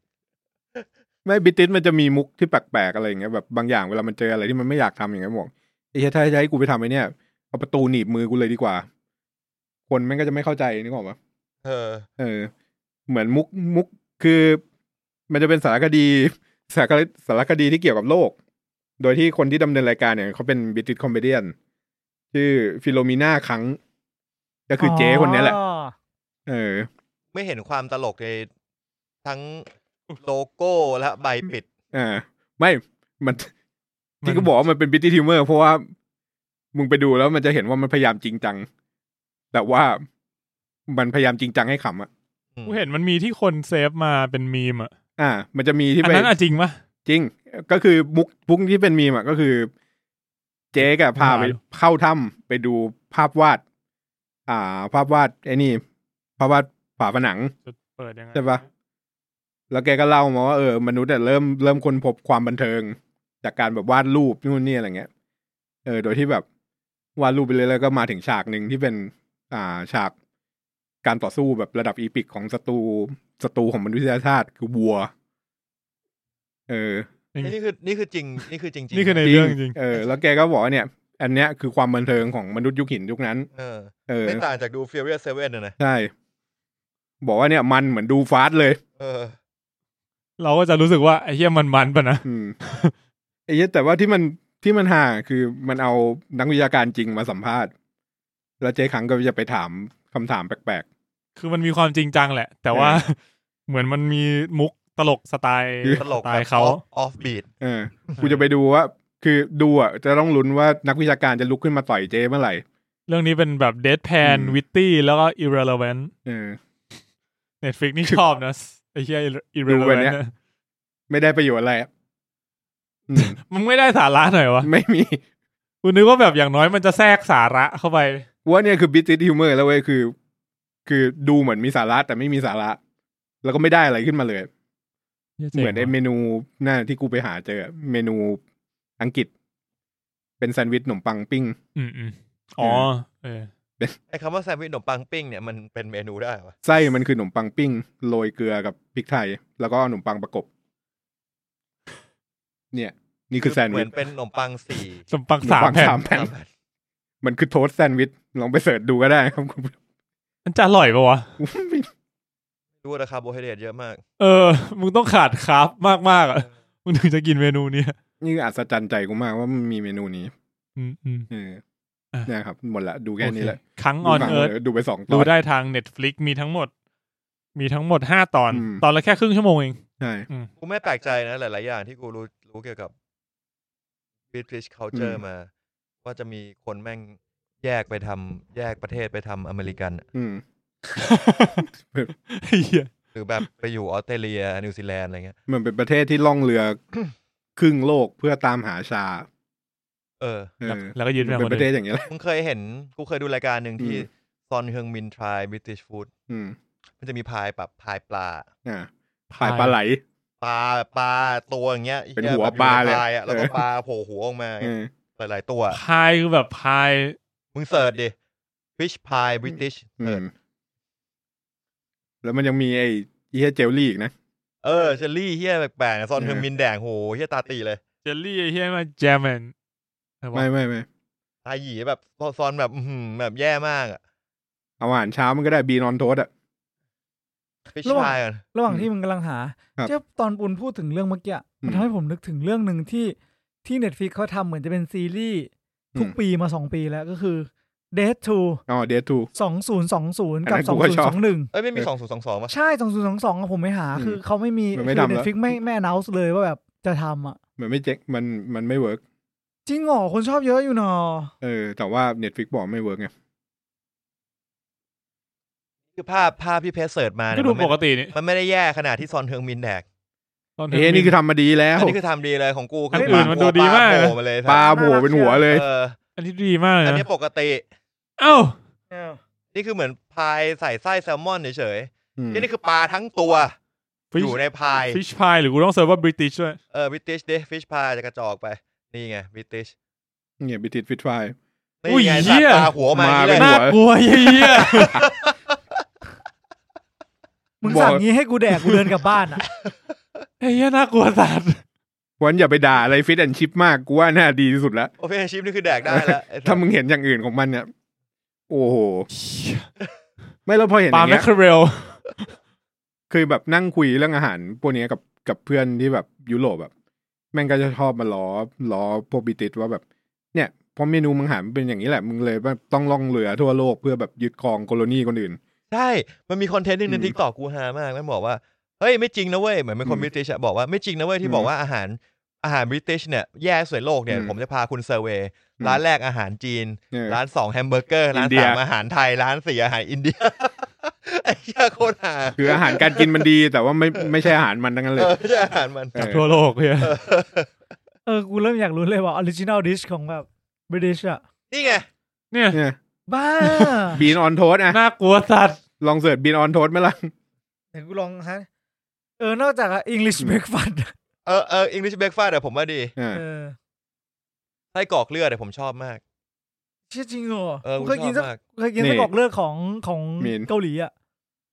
[SPEAKER 3] ไม่บิติสมันจะมีมุกที่แปลกๆอะไรอย่างเงี้ยแบบบางอย่างเวลามันเจออะไรที่มันไม่อยากทำอย่างเงี้ยบอกไอ้เหี้ยถ้าจะให้กูไปทำไอ้เนี่ยเอาประตูหนีบมือกูเลยดีกว่า คนแม่งก็จะไม่เข้าใจนึกออกปะ
[SPEAKER 4] ๆเออ
[SPEAKER 3] เออ เหมือนมุกมุกคือ มันจะเป็นสารคดี สารคดีสารคดีที่เกี่ยวกับโลก โดยที่คนที่ดำเนินรายการเนี่ยเขาเป็นบิติสคอมเมเดี้ชื่อฟิโลมีนาครั้ง ก็คือเจ๊คนเนี้ยแหละ เออ
[SPEAKER 4] ไม่เห็นความตลกในทั้งโลโก้และใบปิด
[SPEAKER 3] อ่าไม่มันที่ก็บอกว่ามันเป็นบิตตี้ทิมเมอร์เพราะว่า มึงไปดูแล้วมันจะเห็นว่ามันพยายามจริงจัง แต่ว่ามันพยายามจริงจังให้ขำอ่ะ
[SPEAKER 1] กูเห็นมันมีที่คนเซฟมาเป็นมีมอ่ะ
[SPEAKER 3] อ่า มันจะมีที่
[SPEAKER 1] อัน
[SPEAKER 3] ไป
[SPEAKER 1] นั้นอะจริงปะ
[SPEAKER 3] จริง ก็คือมุกพุกที่เป็นมีมอ่ะก็คือ เจ๊กับพาไป
[SPEAKER 1] หาดู
[SPEAKER 3] เข้าถ้ำไปดูภาพวาด อ่า ภาพวาดไอ้นี่ ภาพวาดฝาผนัง
[SPEAKER 1] จะเปิดยังไง
[SPEAKER 3] ใช่ปะ แล้วแกก็เล่ามาว่าเออมนุษย์อะเริ่มเริ่มค้นพบความบันเทิง จากการแบบวาดรูปนู่นนี่อะไรเงี้ย เออ โดยที่แบบวาดรูปไปเลยแล้วก็มาถึงฉากหนึ่งที่เป็น อ่าฉากการต่อสู้แบบระดับอีพิกของศัตรูศัตรูของมนุษยชาติคือวัว เออ
[SPEAKER 4] นี่คือนี่คือจริง นี่คือจริงๆ
[SPEAKER 1] นี่คือในเรื่องจริง
[SPEAKER 3] เออ แล้วแกก็บอกว่าเนี่ย อันเนี้ยคือความบันเทิงของมนุษย์ยุคหินยุคนั้น
[SPEAKER 4] เออ
[SPEAKER 3] เออ
[SPEAKER 4] ไม่ต่างจากดู Furious Seven นะนะ
[SPEAKER 3] ใช่บอกว่าเนี่ยมันเหมือนดูฟาสต์เลย
[SPEAKER 4] เออ
[SPEAKER 1] เราก็จะรู้สึกว่าไอ้เหี้ยมันมันๆปะนะ
[SPEAKER 3] อืม ไอ้เหี้ยแต่ว่าที่มันที่มันห่าคือมันเอานักวิชาการจริงมาสัมภาษณ์ แล้วเจ๊ขังก็จะไปถามคำถามแปลก
[SPEAKER 1] คือมันมีความจริงจังแหละ แต่ว่า เหมือนมันมีมุกตลกสไตล์
[SPEAKER 3] คือ
[SPEAKER 4] ตลก
[SPEAKER 1] สไต
[SPEAKER 4] แบบ
[SPEAKER 1] ล์เขา
[SPEAKER 4] ออฟบีด
[SPEAKER 3] ๆเอ อกูจะไปดูว่า คือดูอ่ะจะต้องลุ้นว่านักวิชาการจะลุกขึ้นมาต่อยเจ๊เมื่อไหร่
[SPEAKER 1] เรื่องนี้เป็นแบบเดทแพน
[SPEAKER 3] อืม
[SPEAKER 1] วิตตี้แล้วก็อิเรลเวน
[SPEAKER 3] เออ
[SPEAKER 1] เน็ตฟิกนี่ชอบนะไอ้เหี้ยอิเรล
[SPEAKER 3] ดู
[SPEAKER 1] เว
[SPEAKER 3] วัน
[SPEAKER 1] น
[SPEAKER 3] เนี้ย ไม่ได้ประโยชน์อะไร อะอืม
[SPEAKER 1] มันไม่ได้สาระหน่อยวะ
[SPEAKER 3] ไม่มี
[SPEAKER 1] กูนึกว่าแบบอย่างน้อยมันจะแทรกสาระเข้าไป
[SPEAKER 3] กูว่าเนี่ยคือบิติทิวเมอร์แล้วเว้ยคือ คือดูเหมือนมีสาระแต่ไม่มีสาระ แล้วก็ไม่ได้อะไรขึ้นมาเลย เหมือนไอเมนูหน้าที่กูไปหาเจอเมนูอังกฤษ เป็นแซนด์วิชขนมปังปิ้ง
[SPEAKER 1] อืมอืมอ๋อเออ
[SPEAKER 4] ไอ้คำว่าแซนด์วิชขนมปังปิ้งเนี่ยมันเป็นเมนูได้ปะ
[SPEAKER 3] ไส้มันคือขนมปังปิ้งโรยเกลือกับพริกไทย แล้วก็เอาขนมปังประกบ เนี่ย นี่คือแซนด์
[SPEAKER 4] เห
[SPEAKER 3] วิ
[SPEAKER 4] มือ
[SPEAKER 3] ช
[SPEAKER 4] นเป็นขนมปังสี่
[SPEAKER 1] สมปัง
[SPEAKER 3] ขน
[SPEAKER 1] สาม
[SPEAKER 3] ปัง
[SPEAKER 1] แผ่น
[SPEAKER 3] สามแผ่นมันคือโทสต์แซนด์วิชลองไปเสิร์ชดูก็ได้ครับคุณผู้ชม
[SPEAKER 1] มันจะอร่อยปะวะ
[SPEAKER 4] ดูราคาร์โบไฮเดรตเยอะมาก
[SPEAKER 1] เออ มึงต้องขาดคาร์บมากมากๆอ่ะ มึงถึงจะกินเมนูเนี้ย
[SPEAKER 3] นี่คืออัศจรรย์ใจกูมากว่ามันมีเมนูนี้
[SPEAKER 1] อืมอืม
[SPEAKER 3] เออ
[SPEAKER 1] อ่ะ
[SPEAKER 3] เนี่ยครับ หมดละดูแค่นี้แหละ
[SPEAKER 1] โอเคครั้งอ
[SPEAKER 3] ดู
[SPEAKER 1] อน
[SPEAKER 3] หนัง
[SPEAKER 1] เอิร์
[SPEAKER 3] เลยดูไปสองต
[SPEAKER 1] ดู
[SPEAKER 3] อน
[SPEAKER 1] ได้ทาง Netflix มีทั้งหมด มีทั้งหมดห้าตอน
[SPEAKER 3] อืม
[SPEAKER 1] ตอนละแค่ครึ่งชั่วโมงเอง
[SPEAKER 3] ใช่
[SPEAKER 4] กูไม่แปลกใจนะ หลาย ๆ อย่างที่กูรู้รู้เกี่ยวกับ British culture มา ว่าจะมีคนแม่งแ แยกไปทำแยกประเทศไปทำอเมริกัน
[SPEAKER 3] อืม
[SPEAKER 1] เหี้ย
[SPEAKER 4] หรือแบบไปอยู่ออสเตรเลียนิวซีแลนด์อะไรเงี้ย
[SPEAKER 3] เหมือนเป็นประเทศที่ล่องเรือ ครึ่งโลกเพื่อตามหาชา
[SPEAKER 4] เออ
[SPEAKER 3] เออ
[SPEAKER 1] แล้วก็ยึด
[SPEAKER 3] มั
[SPEAKER 1] มาน ค
[SPEAKER 3] เป็น
[SPEAKER 1] น
[SPEAKER 3] ประเท
[SPEAKER 1] อื่
[SPEAKER 3] ศ
[SPEAKER 1] น
[SPEAKER 3] อย่างเงี้ยแหละ
[SPEAKER 4] มึงเคยเห็นกูเคยดูรายการหนึ่งที่
[SPEAKER 3] อืม
[SPEAKER 4] ซอนเฮืองมินทรายบิติชฟูด
[SPEAKER 3] อืม
[SPEAKER 4] มันจะมีพายแบบพายปลา
[SPEAKER 3] อ่าผ่ายปลาไหล
[SPEAKER 4] ปลาปลาตัวอย่างเงี้ย
[SPEAKER 3] เป็น
[SPEAKER 4] หี้ย
[SPEAKER 3] หัว
[SPEAKER 4] แบบอยู่
[SPEAKER 3] ปลา
[SPEAKER 4] ใน
[SPEAKER 3] เลย
[SPEAKER 4] พายอะแล้วก็
[SPEAKER 3] เออ
[SPEAKER 4] ปลาโผล่หัวออกมา
[SPEAKER 3] เออ
[SPEAKER 4] หลายๆตัว
[SPEAKER 1] พายคือแบบพาย
[SPEAKER 4] มึงเสิร์ชดิ fish pie british
[SPEAKER 3] อื
[SPEAKER 4] เสิ
[SPEAKER 3] ม
[SPEAKER 4] ร์ช
[SPEAKER 3] แล้วมันยังมีไอ้เฮียเจลลี่อีกนะ
[SPEAKER 4] เออเชอรี่เฮียแปลกๆนะซอนเฮือง
[SPEAKER 3] เออ
[SPEAKER 4] มินแดงโหเฮียตาตีเลย
[SPEAKER 1] เจลลี่ไอ้เฮียมาแจมัน
[SPEAKER 3] ไม่ไม่ไม่
[SPEAKER 4] ตาหยีแบบซอนแบบอื้อหือแบบแย่มากอะ
[SPEAKER 3] เอาอาหารเช้ามันก็ได้บีนอนโทสอ่ะ
[SPEAKER 4] fish
[SPEAKER 2] ระหว่าง
[SPEAKER 4] pie ก่อน
[SPEAKER 2] ระหว่างที่มึงกำลังหา
[SPEAKER 3] ครับ
[SPEAKER 2] เจ้าตอนปุนพูดถึงเรื่องเมื่อกี้อะมัน
[SPEAKER 3] อืม
[SPEAKER 2] ทำให้ผมนึกถึงเรื่องหนึ่งที่ที่เน็ตฟิกเขาทำเหมือนจะเป็นซีรีส์ทุก
[SPEAKER 3] อืม
[SPEAKER 2] ปีมาสองปีแล้วก็คือ d e a t to
[SPEAKER 3] อ๋อเดทู
[SPEAKER 2] 2020 กับ
[SPEAKER 3] อันนั้นกูก็ชอบ
[SPEAKER 4] เอ้ยไม่มีสองศูนย์สองสองป่ะ
[SPEAKER 2] 2021 ใช่ 2022อะผมไม่หา
[SPEAKER 3] อืม
[SPEAKER 2] คือเขาไม่มีคื
[SPEAKER 3] มัน
[SPEAKER 2] อ
[SPEAKER 3] ไม่ทำแล้ว
[SPEAKER 2] Netflix ไม่ไม่ announce เลยว่าแบบจะทำอ่ะ
[SPEAKER 3] มันไม่เจ๊งมันมันไม่เวิร์ก
[SPEAKER 2] จริงเหรอคนชอบเยอะอยู่หนอ
[SPEAKER 3] เออ แต่ว่าเน็ตฟิกบอกไม่เวิร์กไง
[SPEAKER 4] คือภาพภาพที่เพจเสิร์ชมา
[SPEAKER 1] ก็
[SPEAKER 4] เนี่ย
[SPEAKER 1] ดู
[SPEAKER 4] มันไม่
[SPEAKER 1] ปกตินี่
[SPEAKER 4] มันไม่ได้แย่ขนาดที่ซอนเฮืองมินแดก
[SPEAKER 1] ตอน
[SPEAKER 3] เอ้ยนี่คือทำมาดีแล้ว
[SPEAKER 4] อันนี้คือทำดีเลยของกู
[SPEAKER 1] อัน
[SPEAKER 4] คื
[SPEAKER 1] อื่นมันดูดีมาก
[SPEAKER 4] ปลา
[SPEAKER 1] นะ
[SPEAKER 4] โผล่มาเลย
[SPEAKER 3] ปลาโผล่เป็นหัวเลย
[SPEAKER 4] เออ
[SPEAKER 1] อันนี้ดีมากเลย
[SPEAKER 4] อัน
[SPEAKER 1] นะ
[SPEAKER 4] นี้ปกติ
[SPEAKER 1] เอ้า
[SPEAKER 4] นี่คือเหมือนพายใส่ไส้แซลมอนเฉย
[SPEAKER 3] อืม
[SPEAKER 4] ๆนี่นี่คือปลาทั้งตัว อยู่ในพาย
[SPEAKER 1] ฟิชพายหรือกูต้องเซิร์ฟว่าบริติชด้วย
[SPEAKER 4] เออบิติชเดฟิชพายจะกระจอกไป นี่ไงบิติช
[SPEAKER 3] เนี่ยบิติดฟิตไฟ
[SPEAKER 4] นี่ไงสัตว์ปลาหัวมาอย่างนี้เลย
[SPEAKER 3] มาเป็
[SPEAKER 1] น่ากลัวเยี่ย
[SPEAKER 2] มึง
[SPEAKER 3] บอก
[SPEAKER 2] สั่งงี้ให้กูแดกกูเดินกลับบ้านอ่ะ
[SPEAKER 1] ไอ้เหี้ยน่ากลัวสัตว์
[SPEAKER 3] วันอย่าไปด่าอะไรฟิตแอนชิพมากกูว่าน่าดีที่สุดละ
[SPEAKER 4] โอเพนชิปนี่คือแดกได้ แล้วไอ้สัตว์
[SPEAKER 3] ถ้ามึงเห็นอย่างอื่นของมันเนี่ยโอ้โห ไม่แล้วพอเห็นอ
[SPEAKER 1] ปลา
[SPEAKER 3] ย่าง
[SPEAKER 1] แม
[SPEAKER 3] เงี้
[SPEAKER 1] ค
[SPEAKER 3] ย
[SPEAKER 1] เคเรล
[SPEAKER 3] เคือแบบนั่งคุยเรื่องอาหารพวกเนี้ยกับกับเพื่อนที่แบบยุโรปแบบแม่งก็จะชอบมาล้อล้อพวกบิติดว่าแบบ เนี่ยเพราะเมนูมึงหามันเป็นอย่างนี้แหละมึงเลยว่าต้องล่องเรือทั่วโลกเพื่อแบบยึดครองโคโลนีคนอื่น
[SPEAKER 4] ใช่ มันมีคอนเทนต์หนึ่งใน
[SPEAKER 3] อืม
[SPEAKER 4] ทิกตอกกูฮามากมันบอกว่า เฮ้ยไม่จริงนะเว้ย เหมือนเป็นคน
[SPEAKER 3] อืม
[SPEAKER 4] บริติชอะบอกว่าไม่จริงนะเว้ยที่
[SPEAKER 3] อืม
[SPEAKER 4] บอกว่าอาหารอาหารบริติชเนี่ยแย่สวยโลกเนี่ย
[SPEAKER 3] อืม
[SPEAKER 4] ผมจะพาคุณเซอร์เวย์
[SPEAKER 3] อืม
[SPEAKER 4] ร้านแรกอาหารจีน
[SPEAKER 3] เออ
[SPEAKER 4] ร้านสองแฮมเบอร์เกอร์ร้าน
[SPEAKER 3] อินเดีย
[SPEAKER 4] สามอาหารไทย ร้านสี่อาหารอินเดีย ไอ้เหี้ยโคตร หา
[SPEAKER 3] คืออาหารการกินมันดี แต่ว่าไม่ไม่ใช่อาหารมันทั้งนั้นเล
[SPEAKER 4] เอย อไม่ใช่อาหารมัน
[SPEAKER 3] เออ
[SPEAKER 1] ทั่วโลกเฮีย
[SPEAKER 2] เออ กูเริ่มอยากรู้เลยว่าออริจิน l ลดิชของแบบบริ i ิชอ่ะ
[SPEAKER 4] นี่ไง
[SPEAKER 1] เนี่ย
[SPEAKER 3] เนี่ย
[SPEAKER 2] บ้า
[SPEAKER 3] บีนออนโทสอะ
[SPEAKER 1] น่ากลัวสัตว์
[SPEAKER 3] ลองเสิร์ชบีนออนโทสไหมล่ะ
[SPEAKER 2] เดี๋ยวกูลองฮะ เออ นอกจากอังกฤษเบรกฟัน
[SPEAKER 4] เออเอออังกฤษเบรกฟาสต์อะผมว่าดี
[SPEAKER 3] เออ
[SPEAKER 2] เออ
[SPEAKER 4] ไส้กรอกเลือดอะผมชอบมาก
[SPEAKER 2] เชี่ยจริงเหรอ
[SPEAKER 4] เออ
[SPEAKER 2] กู
[SPEAKER 4] ผม
[SPEAKER 2] เคย
[SPEAKER 4] ช
[SPEAKER 2] กิ
[SPEAKER 4] อน บ
[SPEAKER 2] สัก
[SPEAKER 4] มาก
[SPEAKER 2] เคยกิน
[SPEAKER 3] นี่
[SPEAKER 2] สักกรอกเลือดของของ
[SPEAKER 3] มีน
[SPEAKER 2] เกาหลีอ่ะ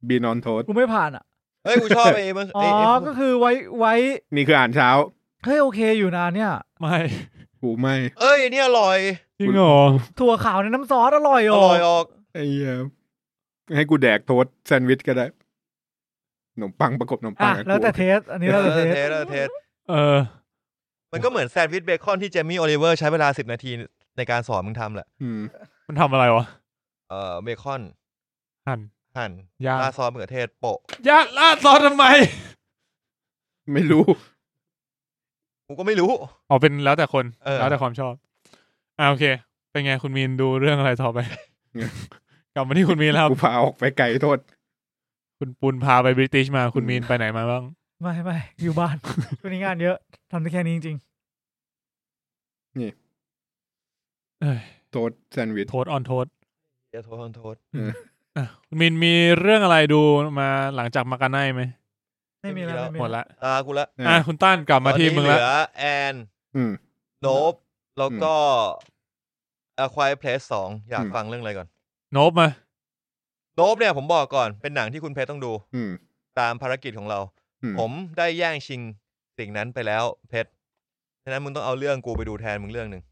[SPEAKER 3] บีนออนโทส
[SPEAKER 2] กูไม่ผ่านอ่ะ
[SPEAKER 4] เฮ้ยกูชอบไอ้มึง
[SPEAKER 2] อ๋อ
[SPEAKER 4] ไอ้ไอ้
[SPEAKER 2] ก็คือไว้ไว้
[SPEAKER 3] นี่คืออาหารเช้า
[SPEAKER 2] เฮ้ยโอเคอยู่นะเนี่ย
[SPEAKER 1] ไม่
[SPEAKER 3] กูไม่
[SPEAKER 4] เอ้ยอันนี่อร่อย
[SPEAKER 1] จริงเหรอ
[SPEAKER 2] ถั่วขาวในน้ำซอสอร่อย
[SPEAKER 4] อ
[SPEAKER 2] อ๋อ
[SPEAKER 4] ร่อยออก
[SPEAKER 3] ไอ้เหี้ยให้กูแดกโทสแซนด์วิชก็ได้ขนมปังประกบขนมปั
[SPEAKER 2] อ่ะ
[SPEAKER 3] งอะ
[SPEAKER 2] แล้วแต่
[SPEAKER 3] กู
[SPEAKER 2] เทส อันนี้
[SPEAKER 4] เอ
[SPEAKER 2] แล้วแต่
[SPEAKER 4] อ
[SPEAKER 2] เท
[SPEAKER 4] เท
[SPEAKER 2] ส
[SPEAKER 4] สเออเทส
[SPEAKER 1] เออ
[SPEAKER 4] มันก็เหมือนแซนด์วิชเบคอนที่เจมี่โอลิเวอร์ใช้เวลาสิบนาทีในการสอนมึงทำแหละ
[SPEAKER 3] อืม
[SPEAKER 1] มันทำอะไรวะ
[SPEAKER 4] เออเบคอน
[SPEAKER 1] หั่น
[SPEAKER 4] หั่น
[SPEAKER 1] ย่าง
[SPEAKER 4] ราดซอสมะเขือเทศโปะ
[SPEAKER 1] ยาลาดซอสทำไม
[SPEAKER 3] ไม่รู้
[SPEAKER 4] กูก็ไม่รู้
[SPEAKER 1] เอาเป็นแล้วแต่คน
[SPEAKER 4] เออ
[SPEAKER 1] แล้วแต่ความชอบ อ่าโอเค เป็นไงคุณมีนดูเรื่องอะไรต่อไป
[SPEAKER 3] เนี่ย
[SPEAKER 1] กลับมาที่คุณมีนแล้วครับ
[SPEAKER 3] กูพาออกไปไกลโทษ
[SPEAKER 1] คุณปุนพาไปบริติชมาคุณ
[SPEAKER 3] อืม
[SPEAKER 1] มีนไปไหนมาบ้าง
[SPEAKER 2] ไม่ไม่อยู่บ้าน ช่วงนี้งานเยอะทำได้แค่นี้จริง
[SPEAKER 3] โทษแซนด์วิช
[SPEAKER 1] โทษออนโทษ
[SPEAKER 4] เดี๋ยวโทษโทษ
[SPEAKER 1] อ่ะคุณมีนมีเรื่องอะไรดูมาหลังจากมากันไนไหม
[SPEAKER 2] ๆไม่มีแล้วไ
[SPEAKER 1] หมดละ
[SPEAKER 4] อ่ากูละ
[SPEAKER 3] เอออ่
[SPEAKER 1] อ่ะคุณต้านกลับมาที่
[SPEAKER 4] ตอนนี้
[SPEAKER 1] มึง
[SPEAKER 4] เห
[SPEAKER 1] ละ
[SPEAKER 4] ลือแอน
[SPEAKER 3] อืม
[SPEAKER 4] โนบแล้วก็ a q u i r e Place สองอยาก
[SPEAKER 3] อืม
[SPEAKER 4] ฟังเรื่องอะไรก่อน
[SPEAKER 1] โนบมา
[SPEAKER 4] โนบเนี่ยผมบอกก่อนเป็นหนังที่คุณเพชรต้องดู
[SPEAKER 3] อืม
[SPEAKER 4] ตามภารกิจของเรา
[SPEAKER 3] อืม
[SPEAKER 4] ผมได้แย่งชิงสิ่งนั้นไปแล้วเพชรฉะนั้นมึงต้องเอาเรื่องกูไปดูแทนมึงเรื่องหนึ่ง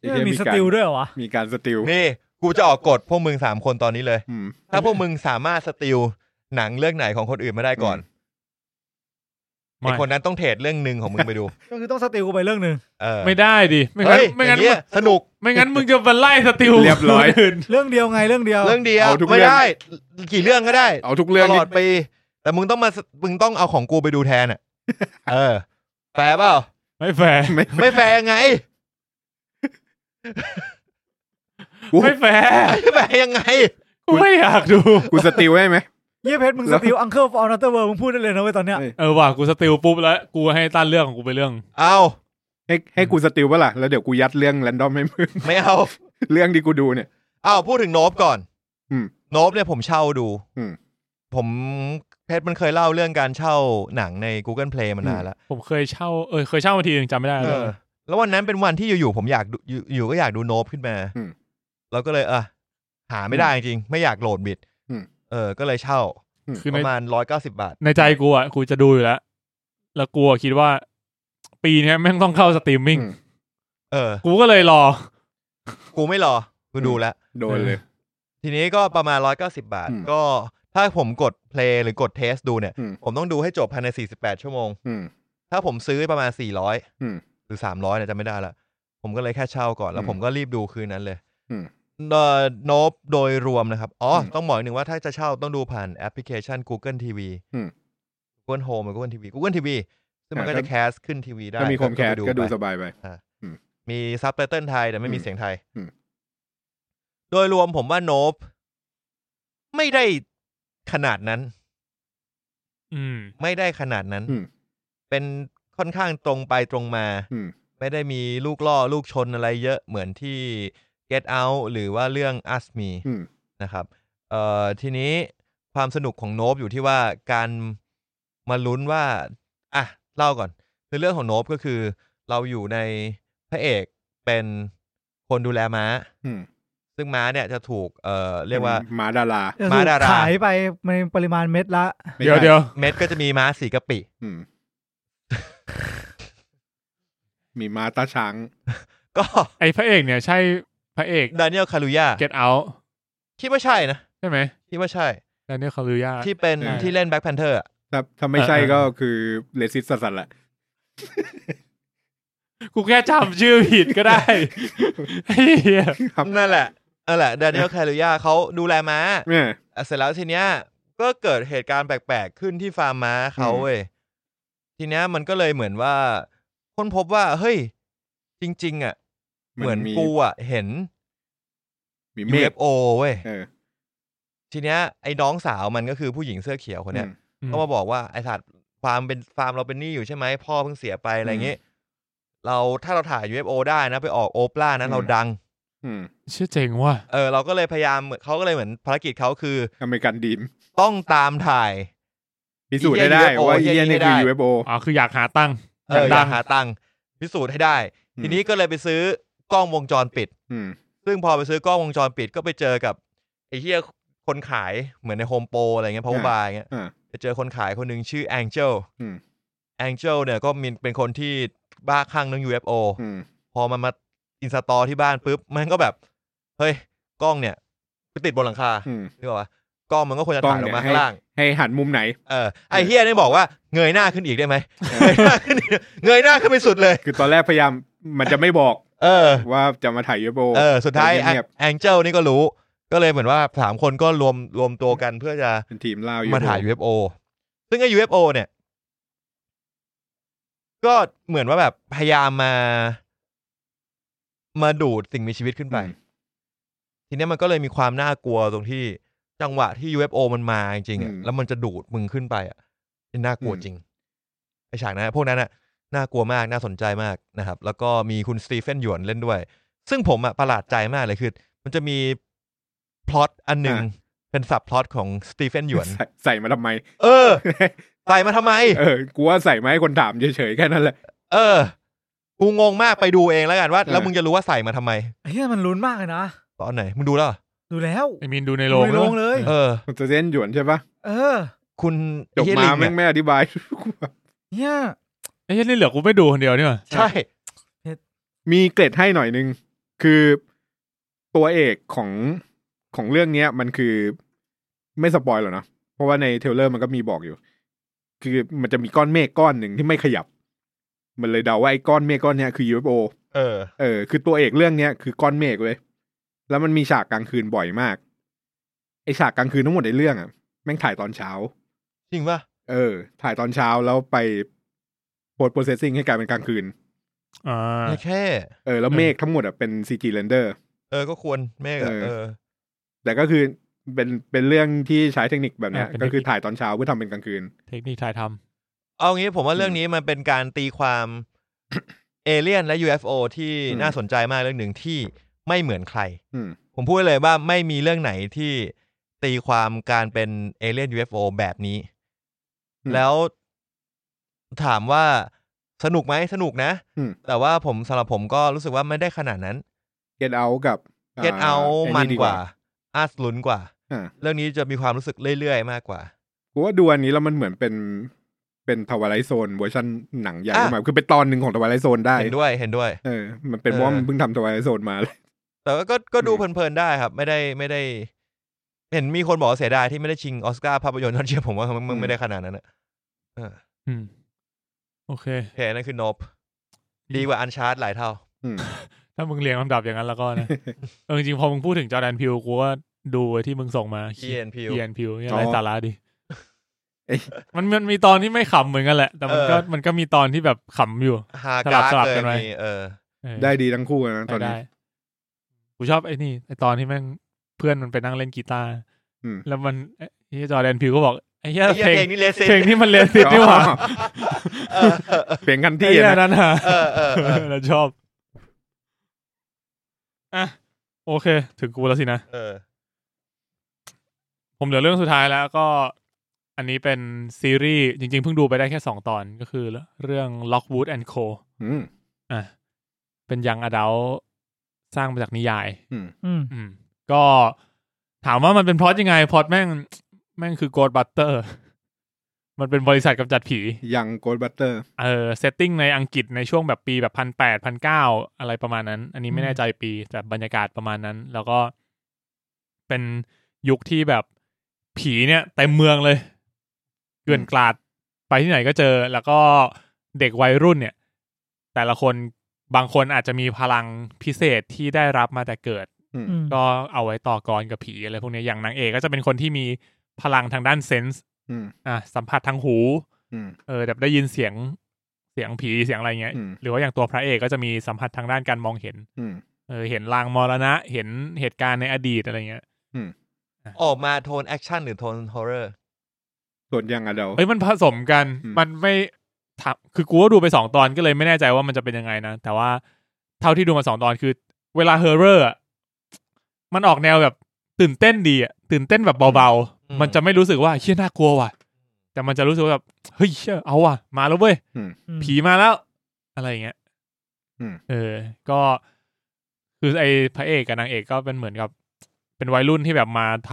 [SPEAKER 3] ไอ้
[SPEAKER 2] ม่
[SPEAKER 3] เหี้ย
[SPEAKER 2] มีส
[SPEAKER 3] การ
[SPEAKER 2] ติลด้วยเหรอวะ
[SPEAKER 3] มีการสติล
[SPEAKER 4] นี่กูจะออกกฎพวกมึงสามคนตอนนี้เลย
[SPEAKER 3] อืม
[SPEAKER 4] ถ้าพวกมึงสามารถสติลหนังเรื่องไหนของคนอื่นมาได้ก่อนไอ
[SPEAKER 1] ไม่
[SPEAKER 4] คนนั้นต้องเทรดเรื่องหนึ่งของมึงไปดู
[SPEAKER 2] ก็คือต้องสติลกูไปเรื่องหนึ่ง
[SPEAKER 4] เออ
[SPEAKER 1] ไม่ได้ดิ ไม่งั้น
[SPEAKER 4] เฮ้ย
[SPEAKER 1] ไม่
[SPEAKER 4] อ
[SPEAKER 1] งั้
[SPEAKER 4] ย่าน งเงี้ยสนุก
[SPEAKER 1] ไม่งั้นมึงจะมาไล่สติล
[SPEAKER 3] เรียบร้อย
[SPEAKER 1] คนน
[SPEAKER 2] เรื่องเดียวไงเรื่องเดียว
[SPEAKER 4] เรื่องเดียว
[SPEAKER 3] เอาทุกเรื่อง
[SPEAKER 4] ไม่ได้ กี่เรื่องก็ได้
[SPEAKER 3] เอาทุกเรื่อ
[SPEAKER 4] ต
[SPEAKER 3] ง
[SPEAKER 4] ล
[SPEAKER 3] นี่
[SPEAKER 4] อดปี แต่มึงต้องมามึงต้องเอาของกูไปดูแทนอ่ะ เออแฟร์เปล่า
[SPEAKER 1] ไม่แฟร์
[SPEAKER 3] ไม่
[SPEAKER 4] ไม่แฟร์ยังไง
[SPEAKER 3] กู
[SPEAKER 1] ไม่แฟร์
[SPEAKER 4] ไปยังไง
[SPEAKER 1] กูไม่อยากดู
[SPEAKER 3] กูสติลได้ไหม
[SPEAKER 2] เยี่ยเพชรมึงสติลอังเคิลฟอร์นัตเตอร์เวิร์มึงพูดได้เลยนะเว้ยตอนเนี้ย
[SPEAKER 3] เอ้ย
[SPEAKER 1] เออว่ะกูสติลปุ๊บแล้ว กูให้ตั้นเรื่องของกูไปเรื่อง
[SPEAKER 4] เอา
[SPEAKER 3] ให้ให้กูสติลปะล่ะแล้วเดี๋ยวกูยัดเรื่องแรนดอมให้มึง
[SPEAKER 4] ไม่เอา
[SPEAKER 3] เรื่องที่กูดูเนี่ย
[SPEAKER 4] อ้าวพูดถึงโนบก่อน
[SPEAKER 3] อืม
[SPEAKER 4] โนบเนี่ยผมเช่าดู
[SPEAKER 3] อืม
[SPEAKER 4] ผมเพชรมันเคยเล่าเรื่องการเช่าหนังใน Google Play มานานแล้ว
[SPEAKER 1] ผมเคยเช่าเออเคยเช่ามาทีหนึงจำไม่ได้
[SPEAKER 4] เอ
[SPEAKER 1] แล้ว
[SPEAKER 4] อ แล้ววันนั้นเป็นวันที่อยู่ๆผมอยากดูอยู่อยู่ก็อยากดูโนบขึ้นมา
[SPEAKER 3] อืม
[SPEAKER 4] เราก็เลยเออหาไม่ได้จริงๆไม่อยากโหลดบิด
[SPEAKER 3] อืม
[SPEAKER 4] เออ ก็เลยเช่า
[SPEAKER 1] คือ
[SPEAKER 4] ป
[SPEAKER 1] ใน
[SPEAKER 4] ระมาณร้อยเก้าสิบาท
[SPEAKER 1] ในใจกูอ่ะกูจะดูอยู่แล้ว แล้วกูอะคิดว่า ปีเนี้ยแม่งต้องเข้าสตรีมมิ่ง
[SPEAKER 3] อืม
[SPEAKER 4] เออ
[SPEAKER 1] กูก็เลยรอ
[SPEAKER 4] กูไม่รอกูดูแล้ว
[SPEAKER 3] โดนเลย
[SPEAKER 4] ทีนี้ก็ประมาณร้อยเก้าสิบาท
[SPEAKER 3] อืม
[SPEAKER 4] ก็ถ้าผมกดเพลย์หรือกดเทสดูเนี่ย
[SPEAKER 3] อืม
[SPEAKER 4] ผมต้องดูให้จบภายในสี่สิบแปดชั่วโมง
[SPEAKER 3] อืม
[SPEAKER 4] ถ้าผมซื้อประมาณสี่ร้อย
[SPEAKER 3] อืม
[SPEAKER 4] หรือสามร้อยเนี่ยจะไม่ได้ละ ผมก็เลยแค่เช่าก่อน แล้ว
[SPEAKER 3] อืม
[SPEAKER 4] ผมก็รีบดูคืนนั้นเลย
[SPEAKER 3] อืม
[SPEAKER 4] เอ่อโนบโดยรวมนะครับ อ๋ออ
[SPEAKER 3] ม
[SPEAKER 4] ต้องบอกอีกหนึ่งว่าถ้าจะเช่าต้องดูผ่านแอปพลิเคชัน Google TV
[SPEAKER 3] อืม
[SPEAKER 4] Google Home หรือ Google TV Google TV ซึ่งมันก็จะแคสขึ้นทีวีได้
[SPEAKER 3] ถ้ามีคมแคส
[SPEAKER 4] ไป
[SPEAKER 3] ก็ดู
[SPEAKER 4] ไป
[SPEAKER 3] สบายไป
[SPEAKER 4] มีซับไตเติลไทย แต่ไม่มี
[SPEAKER 3] อืม
[SPEAKER 4] เสียงไทย
[SPEAKER 3] อืม
[SPEAKER 4] โดยรวมผมว่าโนบไม่ได้ขนาดนั้น
[SPEAKER 1] อืม
[SPEAKER 4] ไม่ได้ขนาดนั้น
[SPEAKER 3] อืม
[SPEAKER 4] เป็นค่อนข้างตรงไปตรงมา
[SPEAKER 3] อืม
[SPEAKER 4] ไม่ได้มีลูกล่อลูกชนอะไรเยอะเหมือนที่ Get Out หรือว่าเรื่อง Ask Me
[SPEAKER 3] อืม
[SPEAKER 4] นะครับ เอ่อทีนี้ความสนุกของโนบอยู่ที่ว่าการมาลุ้นว่า อ่ะ เล่าก่อนคือเรื่องของโนบก็คือ เราอยู่ในพระเอกเป็นคนดูแลม้า
[SPEAKER 3] อืม
[SPEAKER 4] ซึ่งม้าเนี่ยจะถูก เอ่อเรียกว่า
[SPEAKER 3] หมาดารา
[SPEAKER 2] จะถูก
[SPEAKER 4] มาดารา
[SPEAKER 2] ขายไปในปริมาณเม็ดละ
[SPEAKER 3] ไม่
[SPEAKER 1] เดี๋ยวเดี๋ยว
[SPEAKER 4] เม็ดก็จะมีม้าสีกะปิ
[SPEAKER 3] อืม มีมาตาช้าง
[SPEAKER 4] ก็
[SPEAKER 1] ไอพระเอกเนี่ยใช่พระเอก
[SPEAKER 4] ดานิเอลคารุยา
[SPEAKER 1] Get Out
[SPEAKER 4] คิดว่าใช่นะ
[SPEAKER 1] ใช่ไหม
[SPEAKER 4] คิดว่าใช่
[SPEAKER 1] แดเนียลคารูยา
[SPEAKER 4] ที่เป็น
[SPEAKER 1] อ่า
[SPEAKER 4] ที่เล่นแบ็คแพนเทอร์
[SPEAKER 3] ถ้าถ้าไม่ใช่
[SPEAKER 1] เออเออ
[SPEAKER 3] ก็คือเลซิสสัตว์แหละ
[SPEAKER 1] กูแค่จำชื่อผิดก็ได้ ไอ้เหี้ย
[SPEAKER 3] ครับ
[SPEAKER 4] นั่นแหละนั่นแหละดานิเอลคารุยาเขาดูแลม้า
[SPEAKER 3] เนี่ย
[SPEAKER 4] อ่ะเสร็จแล้วทีเนี้ยก็เกิดเหตุการณ์แปลกๆ ขึ้นที่ฟาร์มม้าเขา
[SPEAKER 3] อืม
[SPEAKER 4] เว้ยทีเนี้ยมันก็เลยเหมือนว่าค้นพบว่า เฮ้ย จริง ๆ อ่ะ เหมือน
[SPEAKER 3] มี
[SPEAKER 4] กูอ่ะ เห็น
[SPEAKER 3] มีเมฆ
[SPEAKER 4] UFO เว้ย
[SPEAKER 3] เออ
[SPEAKER 4] ทีเนี้ยไอ้น้องสาวมันก็คือผู้หญิงเสื้อเขียวคนเนี้ย
[SPEAKER 3] อืม
[SPEAKER 4] ก็มาบอกว่าไอ้สัตว์ฟาร์มเป็นฟาร์มเราเป็นหนี้อยู่ใช่ไหมพ่อเพิ่งเสียไปอะไรอย่างเงี้ยเราถ้าเราถ่าย UFO ได้นะ ไปออกโอปล่านะเรา
[SPEAKER 3] อืม
[SPEAKER 4] ดัง
[SPEAKER 3] อืม
[SPEAKER 1] เชื่อเจ๋งว่ะ
[SPEAKER 4] เออเราก็เลยพยายามเขาก็เลยเหมือนภารกิจเขาคือ
[SPEAKER 3] อเมริกันดีม
[SPEAKER 4] ต้องตามถ่าย
[SPEAKER 3] พิสูจน์ให้ได้
[SPEAKER 4] UFO
[SPEAKER 3] ว่าไอ้เยี่ยนี่คือ
[SPEAKER 4] ไม่ได้
[SPEAKER 3] UFO
[SPEAKER 1] อ๋อคืออยากหาตั้งค์
[SPEAKER 4] เอ
[SPEAKER 1] อยา
[SPEAKER 4] อก อ
[SPEAKER 1] ดั
[SPEAKER 4] ยาก
[SPEAKER 1] ง
[SPEAKER 4] หาตังค์พิสูจน์ให้ได้
[SPEAKER 3] อืม
[SPEAKER 4] ทีนี้ก็เลยไปซื้อกล้องวงจรปิด
[SPEAKER 3] อืม
[SPEAKER 4] ซึ่งพอไปซื้อกล้องวงจรปิดก็ไปเจอกับไอ้เหี้ยคนขายเหมือนในโฮมโปรอะไรเงี้ยพาวเวอร์บาร์เงี้ย
[SPEAKER 3] อ่า
[SPEAKER 4] ไปเจอคนขายคนหนึ่งชื่อแองเจล
[SPEAKER 3] อืม
[SPEAKER 4] แองเจลเนี่ยก็มีเป็นคนที่บ้าคลั่งเรื่อง UFO
[SPEAKER 3] อืม
[SPEAKER 4] พอมันมาอินสตอลที่บ้านปุ๊บ มันก็แบบ เฮ้ย กล้องเนี่ยไปติดบนหลังคา
[SPEAKER 3] อืม
[SPEAKER 4] นึกออกปะกล้องมันก็ควรจะ
[SPEAKER 3] กล้อ
[SPEAKER 4] ถ่าง ยล
[SPEAKER 3] เนี่ย
[SPEAKER 4] งมาข้างล่าง
[SPEAKER 3] ให้หันมุมไหน
[SPEAKER 4] เออไอ้เฮียนี่บอกว่าเงยหน้าขึ้นอีกได้ไหมเงยหน้าขึ้นอีกเงยหน้าขึ้นไปสุดเลย
[SPEAKER 3] คือตอนแรกพยายามมันจะไม่บอก
[SPEAKER 4] เออ
[SPEAKER 3] ว่าจะมาถ่าย UFO
[SPEAKER 4] เออสุดท้าย
[SPEAKER 3] แต่เงียบ
[SPEAKER 4] แองเจลนี่ก็รู้ ก็เลยเหมือนว่าสามคนก็รวมรวมตัวกันเพื่อจะ
[SPEAKER 3] ๆเป็นทีมล่า
[SPEAKER 4] มา
[SPEAKER 3] UFO
[SPEAKER 4] ถ่าย UFO ซึ่งไอ้ UFO เนี่ย ก็เหมือนว่าแบบพยายามมา มาดูดสิ่งมีชีวิตขึ้นไป
[SPEAKER 3] อืม
[SPEAKER 4] ทีเนี้ยมันก็เลยมีความน่ากลัวตรงที่จังหวะที่ UFO มันมาจริงๆอะ
[SPEAKER 3] อืม
[SPEAKER 4] แล้วมันจะดูดมึงขึ้นไปอ่ะนี่น่ากลัว
[SPEAKER 3] อืม
[SPEAKER 4] จริงไอฉากนั้นอะพวกนั้นอ่ะน่ากลัวมากน่าสนใจมากนะครับ แล้วก็มีคุณสตีเฟนหยวนเล่นด้วย ซึ่งผมอ่ะประหลาดใจมากเลยคือ มันจะมีพล็อตอันหนึ่งเป็นสับพล็อตของสตีเฟนหยวน
[SPEAKER 3] ใส่ใส่มาทำไม
[SPEAKER 4] เออใส่มาทำไม
[SPEAKER 3] เออ กูว่าใส่มาให้คนถามเฉยๆแค่นั้นแหละ
[SPEAKER 4] เออกูงงมากไปดูเองแล้วกันว่า แล้ว
[SPEAKER 3] เออ
[SPEAKER 4] มึงจะรู้ว่าใส่มาทำไม
[SPEAKER 2] ไอ้เหี้ยมันลุ้นมากเลยนะ
[SPEAKER 4] ตอนไหนมึงดูแล้วเหรอ
[SPEAKER 2] ดูแล้ว
[SPEAKER 1] ไอมีนดูในโรง
[SPEAKER 2] ดูในโรงเลย
[SPEAKER 4] เออ
[SPEAKER 3] มันจะเส้นหยวนใช่ปะ
[SPEAKER 2] เออ
[SPEAKER 4] คุณ
[SPEAKER 3] จบ
[SPEAKER 4] เฮีย
[SPEAKER 3] มา
[SPEAKER 4] ลิง
[SPEAKER 3] แม่
[SPEAKER 4] เนี่ย
[SPEAKER 3] งไม่อธิบาย
[SPEAKER 2] เหี้ย
[SPEAKER 1] ไอ้เหี้ยนี่เหลือกูไม่ดูคนเดียวนี่หว่า
[SPEAKER 4] ใช่
[SPEAKER 3] มีเกร็ดให้หน่อยนึง คือตัวเอกของของเรื่องเนี้ย มันคือไม่สปอยหรอกเนอะเพราะว่าในเทรลเลอร์มันก็มีบอกอยู่ คือมันจะมีก้อนเมฆก้อนหนึ่งที่ไม่ขยับ มันเลยเดาว่าไอ้ก้อนเมฆก้อนเนี้ยคือ UFO
[SPEAKER 4] เออ
[SPEAKER 3] เออคือตัวเอกเรื่องเนี้ยคือก้อนเมฆเว้ยแล้วมันมีฉากกลางคืนบ่อยมาก ไอฉากกลางคืนทั้งหมดในเรื่องอ่ะแม่งถ่ายตอนเช้า
[SPEAKER 4] จริงป่ะ
[SPEAKER 3] เออ ถ่ายตอนเช้าแล้วไปโพสโปรเซสซิ่งให้กลายเป็นกลางคืน
[SPEAKER 1] อ่า
[SPEAKER 4] ไม่แค่
[SPEAKER 3] เออแล้วเมฆทั้งหมดอ่ะเป็นซีจีเรนเดอร์
[SPEAKER 4] เออก็ควรแม่ง
[SPEAKER 3] เอ
[SPEAKER 4] อะ
[SPEAKER 3] อ
[SPEAKER 4] เออ
[SPEAKER 3] แต่ก็คือเป็นเป็นเรื่องที่ใช้เทคนิคแบบเนี้ย
[SPEAKER 1] อ่าเป็นเทคนิค
[SPEAKER 3] ก็คือถ่ายตอนเช้าเพื่อทำเป็นกลางคืน
[SPEAKER 1] เทคนิคถ่ายทำ
[SPEAKER 4] เอางี้ผมว่าเรื่องนี้มันเป็นการตีความ เอเลี่ยนและ UFO ที่
[SPEAKER 3] อืม
[SPEAKER 4] น่าสนใจมากเรื่องหนึ่งที่ไม่เหมือนใคร
[SPEAKER 3] อืม
[SPEAKER 4] ผมพูดเลยว่าไม่มีเรื่องไหนที่ตีความการเป็นเอเลี่ยน UFO แบบนี้
[SPEAKER 3] อืม
[SPEAKER 4] แล้วถามว่าสนุกไหมสนุกนะ
[SPEAKER 3] อืม
[SPEAKER 4] แต่ว่าผมสำหรับผมก็รู้สึกว่าไม่ได้ขนาดนั้น
[SPEAKER 3] เก็ตเอากับ
[SPEAKER 4] เก็ตเอามัน
[SPEAKER 3] ไดี
[SPEAKER 4] กว่า อาสลุนกว่า
[SPEAKER 3] อ่า
[SPEAKER 4] เรื่องนี้จะมีความรู้สึกเรื่อยๆ มากกว่า
[SPEAKER 3] กูว่าดูอันนี้แล้วมันเหมือนเป็นเป็นทวายไลโซนเวอร์ชันหนังใหญ่
[SPEAKER 4] อ่ะ
[SPEAKER 3] ขึ้นมาคือเป็นตอนหนึ่งของทวายไลโซนได้
[SPEAKER 4] เห็นด้วยเห็นด้วย
[SPEAKER 3] เออมันเป็น
[SPEAKER 4] เออ
[SPEAKER 3] เพราะว่ามันเพิ่งทำทวายไลโซนมาเลย
[SPEAKER 4] แต่ว่าก็ก็ดู
[SPEAKER 3] อืม
[SPEAKER 4] เพลินๆได้ครับ ไม่ได้ไม่ได้ เห็นมีคนบอกว่าเสียดายที่ไม่ได้ชิงออสการ์ภาพยนตร์ยอดเยี่ยมผมว่ามันมันไม่ได้ขนาดนั้นอะเออ
[SPEAKER 1] อืม โอเค
[SPEAKER 4] โอเคนั่นคือนบดีกว่าอันชาร์ตหลายเท่า
[SPEAKER 3] อืม
[SPEAKER 1] ถ้ามึงเรียงลำดับอย่างนั้นแล้วก็นะ เออจริงๆพอมึงพูดถึงจอร์แดนพิวกูว่าดูไอ้ที่มึงส่งมา
[SPEAKER 4] Ian Peele
[SPEAKER 1] เอียนพิวเนี่ย
[SPEAKER 3] อ๋อ
[SPEAKER 1] ไรสาระดิ
[SPEAKER 3] เอ้ย
[SPEAKER 1] มันมันมีตอนที่ไม่ขำเหมือนกันแหละ แต่มันก็
[SPEAKER 4] เออ
[SPEAKER 1] มันก็มีตอนที่แบบขำอยู่
[SPEAKER 4] ฮา
[SPEAKER 1] สลับ
[SPEAKER 4] กา
[SPEAKER 1] สลับ
[SPEAKER 4] เล
[SPEAKER 1] กั
[SPEAKER 4] ย
[SPEAKER 1] นไว้
[SPEAKER 4] มีเออ
[SPEAKER 1] เออ
[SPEAKER 3] ได้ดีทั้งคู่นะตอนนี้
[SPEAKER 1] ได้กูชอบไอ้นี่ไอ้ตอนที่แม่งเพื่อนมันไปนั่งเล่นกีตาร์
[SPEAKER 3] อืม
[SPEAKER 1] แล้วมันไอ้จอร์แดนพิวก็บอกไอ้เหี้ย
[SPEAKER 4] ไอ้เหี้ย
[SPEAKER 1] เพลง
[SPEAKER 4] เพลงนี้เลเซน
[SPEAKER 1] เพลงที่มันเล สิตนี่หว่า
[SPEAKER 3] อ๋อ
[SPEAKER 4] เออเออ
[SPEAKER 3] เปลี่ยนกัน
[SPEAKER 1] ไอ้
[SPEAKER 3] ที่
[SPEAKER 1] เหี้ย
[SPEAKER 3] นะ
[SPEAKER 1] นั่นฮะ
[SPEAKER 4] เออเออเออ
[SPEAKER 1] เราชอบ อ่ะ โอเค ถึงกูแล้วสินะ
[SPEAKER 4] เออ
[SPEAKER 1] ผมเหลือเรื่องสุดท้ายแล้วก็ อันนี้เป็นซีรีส์ จริงๆ เพิ่งดูไปได้แค่สองตอนก็คือเรื่อง Lockwood and Co
[SPEAKER 3] อืม
[SPEAKER 1] อ่ะ เป็นยังอดัลสร้างมาจากนิยาย
[SPEAKER 3] อืม
[SPEAKER 2] อืม
[SPEAKER 1] อืม ก็ถามว่ามันเป็นพล็อตยังไงพล็อตแม่ง แม่งคือโกดบัตเตอร์ มันเป็นบริษัทกำจัดผี
[SPEAKER 3] ยังโกลบัตเตอร์
[SPEAKER 1] เออเซตติ้งในอังกฤษในช่วงแบบปีแบบพันแปดพันเก้าอะไรประมาณนั้น อันนี้ไม่
[SPEAKER 2] อืม
[SPEAKER 1] แน่ใจปี แต่บรรยากาศประมาณนั้น แล้วก็เป็นยุคที่แบบผีเนี่ยเต็มเมืองเลยเกลื่อนกลาดไปที่ไหนก็เจอ แล้วก็เด็กวัยรุ่นเนี่ย แต่ละคนบางคนอาจจะมีพลังพิเศษที่ได้รับมาแต่เกิด
[SPEAKER 2] อืม
[SPEAKER 1] ก็เอาไว้ต่อกรกับผีอะไรพวกเนี้ยอย่างนางเอกก็จะเป็นคนที่มีพลังทางด้านเซนส์
[SPEAKER 3] อืม
[SPEAKER 1] อ่ะสัมผัสทางหู
[SPEAKER 3] อืม
[SPEAKER 1] เออแบบได้ยินเสียงเสียงผีเสียงอะไรเงี้ย
[SPEAKER 3] อืม
[SPEAKER 1] หรือว่าอย่างตัวพระเอกก็จะมีสัมผัสทางด้านการมองเห็น
[SPEAKER 3] อืม
[SPEAKER 1] เออเห็นลางมรณะ เห็นเหตุการณ์ในอดีตอะไรเงี้ย
[SPEAKER 4] ออกมาโทนแอคชั่นหรือโทนฮอร์เรอร์
[SPEAKER 3] ส่วนยังอะเดา
[SPEAKER 1] เอ้ยมันผสมกัน
[SPEAKER 3] อืม
[SPEAKER 1] มันไม่ถามคือกูก็ดูไปสองตอนก็เลยไม่แน่ใจว่ามันจะเป็นยังไงนะ แต่ว่าเท่าที่ดูมาสองตอนคือ เวลาเฮอร์เรอร์อะมันออกแนวแบบตื่นเต้นดีอะตื่นเต้นแบบเบาๆ มันจะไม่รู้สึกว่าเชี่ยน่ากลัวว่ะ แต่มันจะรู้สึกว่าแบบเฮ้ยเชี่ยเอาว่ะมาแล้วเว้ย ผีมาแล้ว อะไรอย่างเงี้ย
[SPEAKER 3] อืม
[SPEAKER 1] เออ ก็คือไอ้พระเอกกับนางเอกก็เป็นเหมือนกับ เป็นวัยรุ่นที่แบบมาท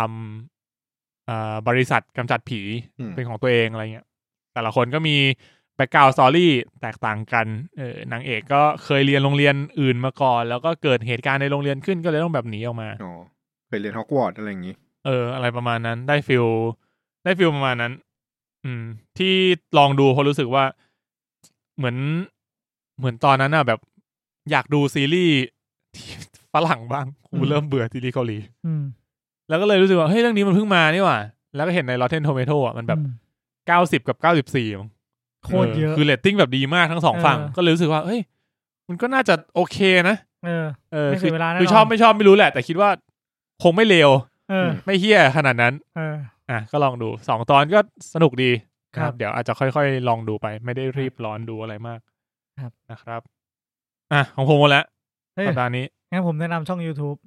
[SPEAKER 1] ำอ่าบริษัทกำจัดผี
[SPEAKER 3] อืม
[SPEAKER 1] เป็นของตัวเองอะไรเงี้ย แต่ละคนก็มีแบ็กกราวด์สตอรี่แตกต่างกันเออนางเอกก็เคยเรียนโรงเรียนอื่นมาก่อน แล้วก็เกิดเหตุการณ์ในโรงเรียนขึ้นก็เลยต้องแบบหนีออกมา
[SPEAKER 3] อ๋อเคยเรียนฮอกวอตส์อะไรอย่างงี้
[SPEAKER 1] เออ อะไรประมาณนั้นได้ฟิลได้ฟิลประมาณนั้น อืม ที่ลองดูเพราะรู้สึกว่าเหมือนเหมือนตอนนั้นน่ะ แบบ อยากดูซีรีส์ที่ฝรั่งบ้างกูเริ่มเบื่อซีรีส์เกาหลี
[SPEAKER 2] อืม
[SPEAKER 1] แล้วก็เลยรู้สึกว่าเฮ้ยเรื่องนี้มันเพิ่งมานี่หว่า แล้วก็เห็นใน Rotten Tomato อ่ะ มันแบบเก้าสิบกับเก้าสิบสี่
[SPEAKER 2] โคตรเยอะ
[SPEAKER 1] คือเรตติ้งแบบดีมากทั้งสองฝั่ง
[SPEAKER 2] เออ
[SPEAKER 1] ก็เลยรู้สึกว่าเฮ้ย มันก็น่าจะโอเคนะ
[SPEAKER 2] เออ
[SPEAKER 1] เออ
[SPEAKER 2] ไม่เสี
[SPEAKER 1] คื
[SPEAKER 2] ยเวลาแน่นอน
[SPEAKER 1] คือชอบไม่ชอบไม่รู้แหละ แต่คิดว่าคงไม่เลว
[SPEAKER 2] เออ
[SPEAKER 1] ไม่เฮี้ยขนาดนั้น
[SPEAKER 2] เออ
[SPEAKER 1] อ่ะก็ลองดูสองตอนก็สนุกดี
[SPEAKER 2] ครับ
[SPEAKER 1] นะเดี๋ยวอาจจะค่อยๆ ลองดูไป ไม่ได้รีบร้อนดูอะไรมาก
[SPEAKER 2] ครับ
[SPEAKER 1] นะครับ อ่ะของผมหมดแล้ว
[SPEAKER 2] เฮ้ย
[SPEAKER 1] สัปดาห์นี้
[SPEAKER 2] งั้นผมแนะนำช่อง YouTube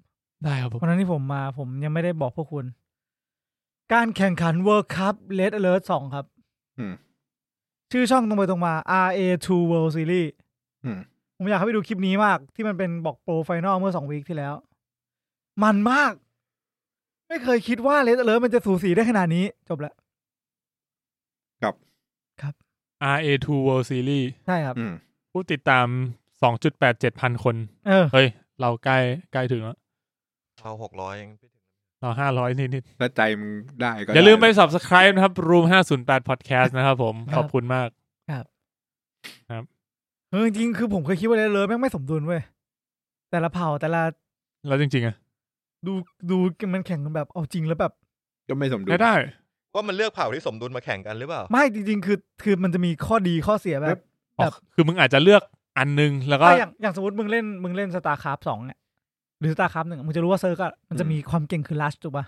[SPEAKER 1] ได้ครับผม
[SPEAKER 2] วันนั้นที่ผมมาผมยังไม่ได้บอกพวกคุณ การแข่งขัน World Cup Red Alert 2 ครับ
[SPEAKER 3] อืม
[SPEAKER 2] ชื่อช่องตรงไปตรงมา RA2 World Series
[SPEAKER 3] อืม
[SPEAKER 2] ผมอยากให้ไปดูคลิปนี้มาก ที่มันเป็นบอกโปรไฟนอลเมื่อสองวีคที่แล้ว มันมาก ไม่เคยคิดว่าเลสเลอร์มันจะสูสีได้ขนาดนี้ จบแล้ว
[SPEAKER 1] RA2 World Series
[SPEAKER 2] ใช่ครับ
[SPEAKER 3] อืม
[SPEAKER 1] ผู้ติดตาม 2.87 พันคน
[SPEAKER 2] เออ
[SPEAKER 1] เฮ้ย เราใกล้ใกล้ถึงแล้ว
[SPEAKER 4] เอาหกร้อยยังไม่ถึง
[SPEAKER 1] เรา 500 นิด
[SPEAKER 3] ถ้าใจมึงได้ก็
[SPEAKER 1] ๆ อย่าลืมไป
[SPEAKER 3] ด้
[SPEAKER 1] subscribe นะครับ Room 508 Podcast นะครับผม
[SPEAKER 2] ค
[SPEAKER 1] ข
[SPEAKER 2] รับ
[SPEAKER 1] อบคุณมาก
[SPEAKER 2] เออจริงๆคือผมเคยคิดว่าเลสเลอร์แม่งไม่สมดุลเว้ย แต่ละเผ่าแต่ละ
[SPEAKER 1] แล้วจริงๆอ่ะ
[SPEAKER 2] ดูดูมันแข่งกันแบบเอาจริงแล้วแบบ
[SPEAKER 3] ก็ไม่สมดุล
[SPEAKER 1] ได้ได้
[SPEAKER 4] ว่ามันเลือกเผ่าที่สมดุลมาแข่งกันหรือเปล่า
[SPEAKER 2] ไม่จริง ๆ คือคือมันจะมีข้อดีข้อเสียแบบ
[SPEAKER 1] อ๋อ
[SPEAKER 2] แบบ
[SPEAKER 1] คือมึงอาจจะเลือกอันนึงแล้วก็
[SPEAKER 2] ถ้าอย่างอย่างสมมติมึงเล่นมึงเล่นสตาร์คราฟสองเนี่ย หรือสตาร์คราฟหนึ่งอะมึงจะรู้ว่าเซิร์กอะมันจะมีความเก่งคือลัชถูกปะ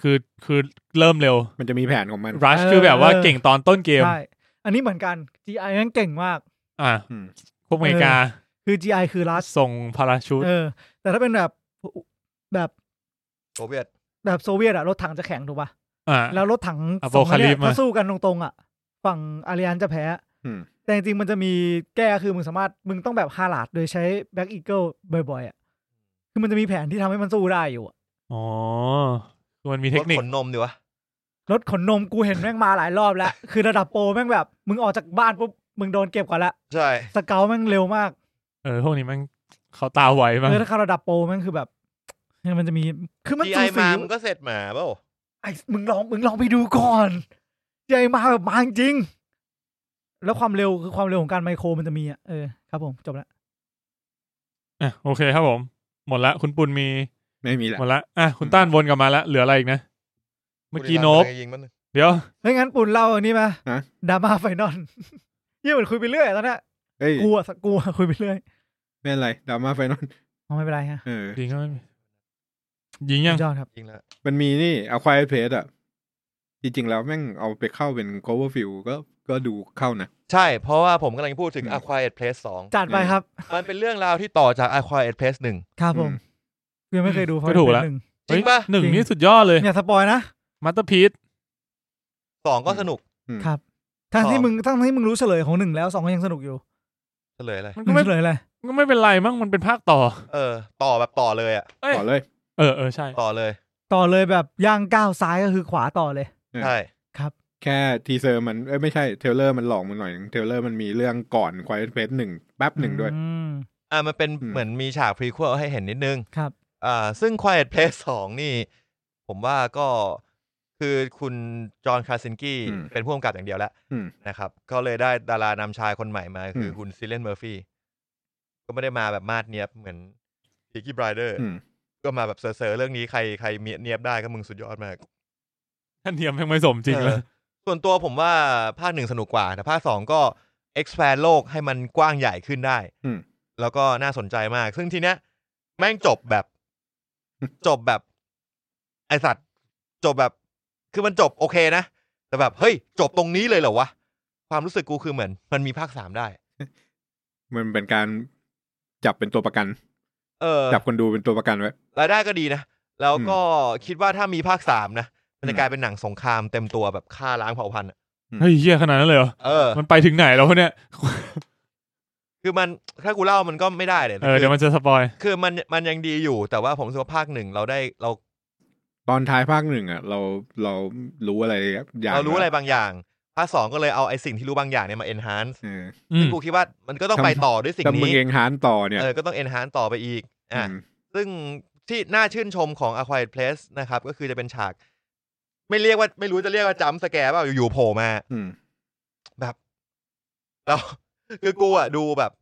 [SPEAKER 1] คือคือเริ่มเร็ว
[SPEAKER 3] มันจะมีแผนของมัน
[SPEAKER 1] รัช
[SPEAKER 2] เออ
[SPEAKER 1] คือแบบว่า
[SPEAKER 2] เออ
[SPEAKER 1] เก่งตอนต้นเกม
[SPEAKER 2] ใช่อันนี้เหมือนกัน GI นั่นเก่งมาก
[SPEAKER 1] อ่า
[SPEAKER 3] อืม
[SPEAKER 1] พวกอเมริกา
[SPEAKER 2] คือ GI คือลัช
[SPEAKER 1] ส่งพาราชูต
[SPEAKER 2] เออ แต่ถ้าเป็นแบบแบบ
[SPEAKER 4] โซเวียต
[SPEAKER 2] แบบโซเวียตอะรถถังจะแข็งถูกปะ
[SPEAKER 1] อ่า
[SPEAKER 2] แล้วรถถัง
[SPEAKER 1] อ่ะ
[SPEAKER 2] สองอันเนี้ย
[SPEAKER 1] Apocalypse มา
[SPEAKER 2] ถ้าสู้กันตรงๆอะฝั่งอาริยันจะแพ้
[SPEAKER 3] อืม
[SPEAKER 2] แต่จริงๆมันจะมีแก้คือมึงสามารถมึงต้องแบบฮาลาดโดยใช้แบ็กอีเกิลบ่อยๆอ่ะคือมันจะมีแผนที่ทำให้มันสู้ได้อยู่อะ
[SPEAKER 1] อ๋อคือมันมีเทคนิค
[SPEAKER 4] รถขนนมดีวะ
[SPEAKER 2] รถขนนมกูเห็นแม่งมาหลายรอบแล้ว คือระดับโปรแม่งแบบ มึงออกจากบ้านปุ๊บมึงโดนเก็บก่อนละ
[SPEAKER 4] ใช่
[SPEAKER 2] สเกลแม่งเร็วมาก
[SPEAKER 1] เออพวกนี้มันเขาตาไวมาก
[SPEAKER 2] เออถ้าเขาระดับโปรแม่งคือแบบเนี่ยมันจะมีคือมัน
[SPEAKER 4] ดี
[SPEAKER 2] สู
[SPEAKER 4] ไอ
[SPEAKER 2] สี
[SPEAKER 4] มามันก็เสร็จหมาเปล่า
[SPEAKER 2] ไอ้มึงลองมึงลองไปดูก่อนใหญ่มาแบบมาจริงแล้วความเร็วคือความเร็วของการไมโครมันจะมีอ่ะเออครับผมจบละ
[SPEAKER 1] อ่ะโอเคครับผม หมดละคุณปุณมี
[SPEAKER 3] ไม่มีแหละ
[SPEAKER 1] หมดละอ่ะคุณต้านวนกลับมาละเหลืออะไรอีกนะ เมื่อกี้โนบ
[SPEAKER 4] กูจะยิงมันง
[SPEAKER 1] เดี๋ยว
[SPEAKER 2] เฮ้ยงั้นปุ่นเล่าอันนี้มา
[SPEAKER 3] ฮะ
[SPEAKER 2] ดราม่าไฟนอล เยี่ยเหมือนคุยไปเรื่อยอะตอนเนี้ย
[SPEAKER 3] เอ้ย
[SPEAKER 2] กลัวสักกลัว คุยไปเรื่อย
[SPEAKER 3] ไม่เป็นไรดราม่าไฟนอล
[SPEAKER 2] อ๋อไม่เป็นไรฮะ
[SPEAKER 3] เออ
[SPEAKER 1] ยิงก็ไม่มียิงยัง
[SPEAKER 2] สุดยอดครับ
[SPEAKER 4] ยิงแล้ว
[SPEAKER 3] มันมีนี่เอาควายเพจอะจริงๆแล้วแม่งเอาไปเข้าเป็น cover view ก็ก็ดูเข้านะ
[SPEAKER 4] ใช่เพราะว่าผมกำลังพูดถึง
[SPEAKER 3] อืม
[SPEAKER 4] a q u i r e d Place 2
[SPEAKER 2] จัดไปครับ
[SPEAKER 4] มันเป็นเรื่องราวที่ต่อจาก a q u i r e d Place 1
[SPEAKER 2] ครับผมยังไม่เคยดู
[SPEAKER 1] ก็ถูก
[SPEAKER 2] เพราะ
[SPEAKER 1] ละ
[SPEAKER 2] เป็นหนึ่ง
[SPEAKER 4] จริงปะ
[SPEAKER 1] เฮ้ยหนึ่ง
[SPEAKER 2] จริง
[SPEAKER 1] นี่สุดยอดเลย
[SPEAKER 2] อย่าสปอยนะ
[SPEAKER 1] มัตเตอร์พีซ
[SPEAKER 4] สองก็สนุก
[SPEAKER 2] ทั้งที่
[SPEAKER 4] อ๋อ
[SPEAKER 2] มึงทั้งที่มึงรู้เฉลยของหนึ่งแล้วสองก็ยังสนุกอยู่
[SPEAKER 4] เฉลยเลย
[SPEAKER 1] มัน
[SPEAKER 2] มึ
[SPEAKER 1] ก็
[SPEAKER 2] ง
[SPEAKER 1] ไม่
[SPEAKER 2] เฉลยเลย
[SPEAKER 1] ก็ไม่เป็นไรมั้งมันเป็นภาคต่อ
[SPEAKER 4] เออ ต่อแบบต่อเลยอ่ะ
[SPEAKER 1] เอ้ย
[SPEAKER 3] ต่อเลย
[SPEAKER 1] เออเออใช่
[SPEAKER 4] ต่อเลย
[SPEAKER 2] ต่อเลยแบบย่างก้าวซ้ายก็คือขวาต่อเลย
[SPEAKER 3] เออ
[SPEAKER 4] ใช่
[SPEAKER 3] แค่ทีเซอร์มันเอ้ยไม่ใช่เทรลเลอร์มันหลอกมันหน่อยนึงเทรลเลอร์มันมีเรื่องก่อนควายเพจหนึ่งแป๊บหนึ่งด้วย
[SPEAKER 2] อืม
[SPEAKER 4] อ่ะมันเป็น
[SPEAKER 3] อืม
[SPEAKER 4] เหมือนมีฉากพรีควลให้เห็นนิดนึง
[SPEAKER 2] ครับ
[SPEAKER 4] อ่า ซึ่ง Quiet Place 2 นี่ ผมว่าก็คือคุณจอห์นคาซินกี้
[SPEAKER 3] อืม
[SPEAKER 4] เป็นผู้กำกับอย่างเดียวแล้ว
[SPEAKER 3] อืม
[SPEAKER 4] นะครับ ก็เลยได้ดารานำชายคนใหม่มา คืออ
[SPEAKER 3] ม
[SPEAKER 4] คุณซิเลนเมอร์ฟี่ก็ไม่ได้มาแบบมาดเนียบเหมือนพิกกี้บรเดอร์
[SPEAKER 3] อืม
[SPEAKER 4] ก็มาแบบเซอร์ๆเรื่องนี้ใครใครเนียบได้ก็มึงสุดยอดมาก
[SPEAKER 1] ท่านเทียมยังไม่สมจริง
[SPEAKER 4] เออ
[SPEAKER 1] เลย
[SPEAKER 4] ส่วนตัวผมว่าภาคหนึ่งสนุกกว่า แต่ภาคสองก็ expand โลกให้มันกว้างใหญ่ขึ้นได้
[SPEAKER 3] อืม
[SPEAKER 4] แล้วก็น่าสนใจมาก ซึ่งทีเนี้ย แม่งจบแบบ จบแบบ ไอสัตว์ จบแบบ คือมันจบโอเคนะ แต่แบบ เฮ้ย จบตรงนี้เลยเหรอวะ ความรู้สึกกูคือเหมือน มันมีภาคสามได้
[SPEAKER 3] มันเป็นการจับเป็นตัวประกัน
[SPEAKER 4] เออ
[SPEAKER 3] จับคนดูเป็นตัวประกันไว้
[SPEAKER 4] รายได้ก็ดีนะ แล้วก็คิดว่าถ้ามีภาคสามนะมันจะกลายเป็นหนังสงครามเต็มตัวแบบฆ่าล้างเผ่าพันธุ์อะ
[SPEAKER 1] เฮ้ยเฮียขนาดนั้นเลยเหรอ
[SPEAKER 4] เออ
[SPEAKER 1] มันไปถึงไหนแล้ววะเนี่ย
[SPEAKER 4] คือมันถ้ากูเล่ามันก็ไม่ได้เลยนะ
[SPEAKER 1] เออ
[SPEAKER 4] คือ
[SPEAKER 1] เดี๋ยวมันจะสปอย
[SPEAKER 4] คือมันมันยังดีอยู่แต่ว่าผมรู้สึกว่าภาคหนึ่งเราได้เรา
[SPEAKER 3] ตอนท้ายภาคหนึ่งอ่ะ เราเรารู้อะไรอย่าง
[SPEAKER 4] เรารู้อะไรบางอย่าง ภาคสองก็เลยเอาไอ้สิ่งที่รู้บางอย่างเนี่ยมา enhance
[SPEAKER 3] เออ
[SPEAKER 1] อืม
[SPEAKER 4] กูคิดว่ามันก็ต้องไป
[SPEAKER 3] ทำ
[SPEAKER 4] ต่อด้วยสิ่ง
[SPEAKER 3] ถ้ามึง
[SPEAKER 4] นี้
[SPEAKER 3] เองหานต่อเนี่ย
[SPEAKER 4] เออก็ต้อง enhance ต่อไปอีกอ่ะ
[SPEAKER 3] ม
[SPEAKER 4] ซึ่งที่น่าชื่นชมของ a q u i r e d Place นะครับ ก็คือจะเป็นฉาก ไม่เรียกว่าไม่รู้จะเรียกว่าจำสแกร์เปล่าอยู่ๆโผล่มา
[SPEAKER 3] อืม
[SPEAKER 4] แบบแล้ว คือกูอ่ะดูแบบ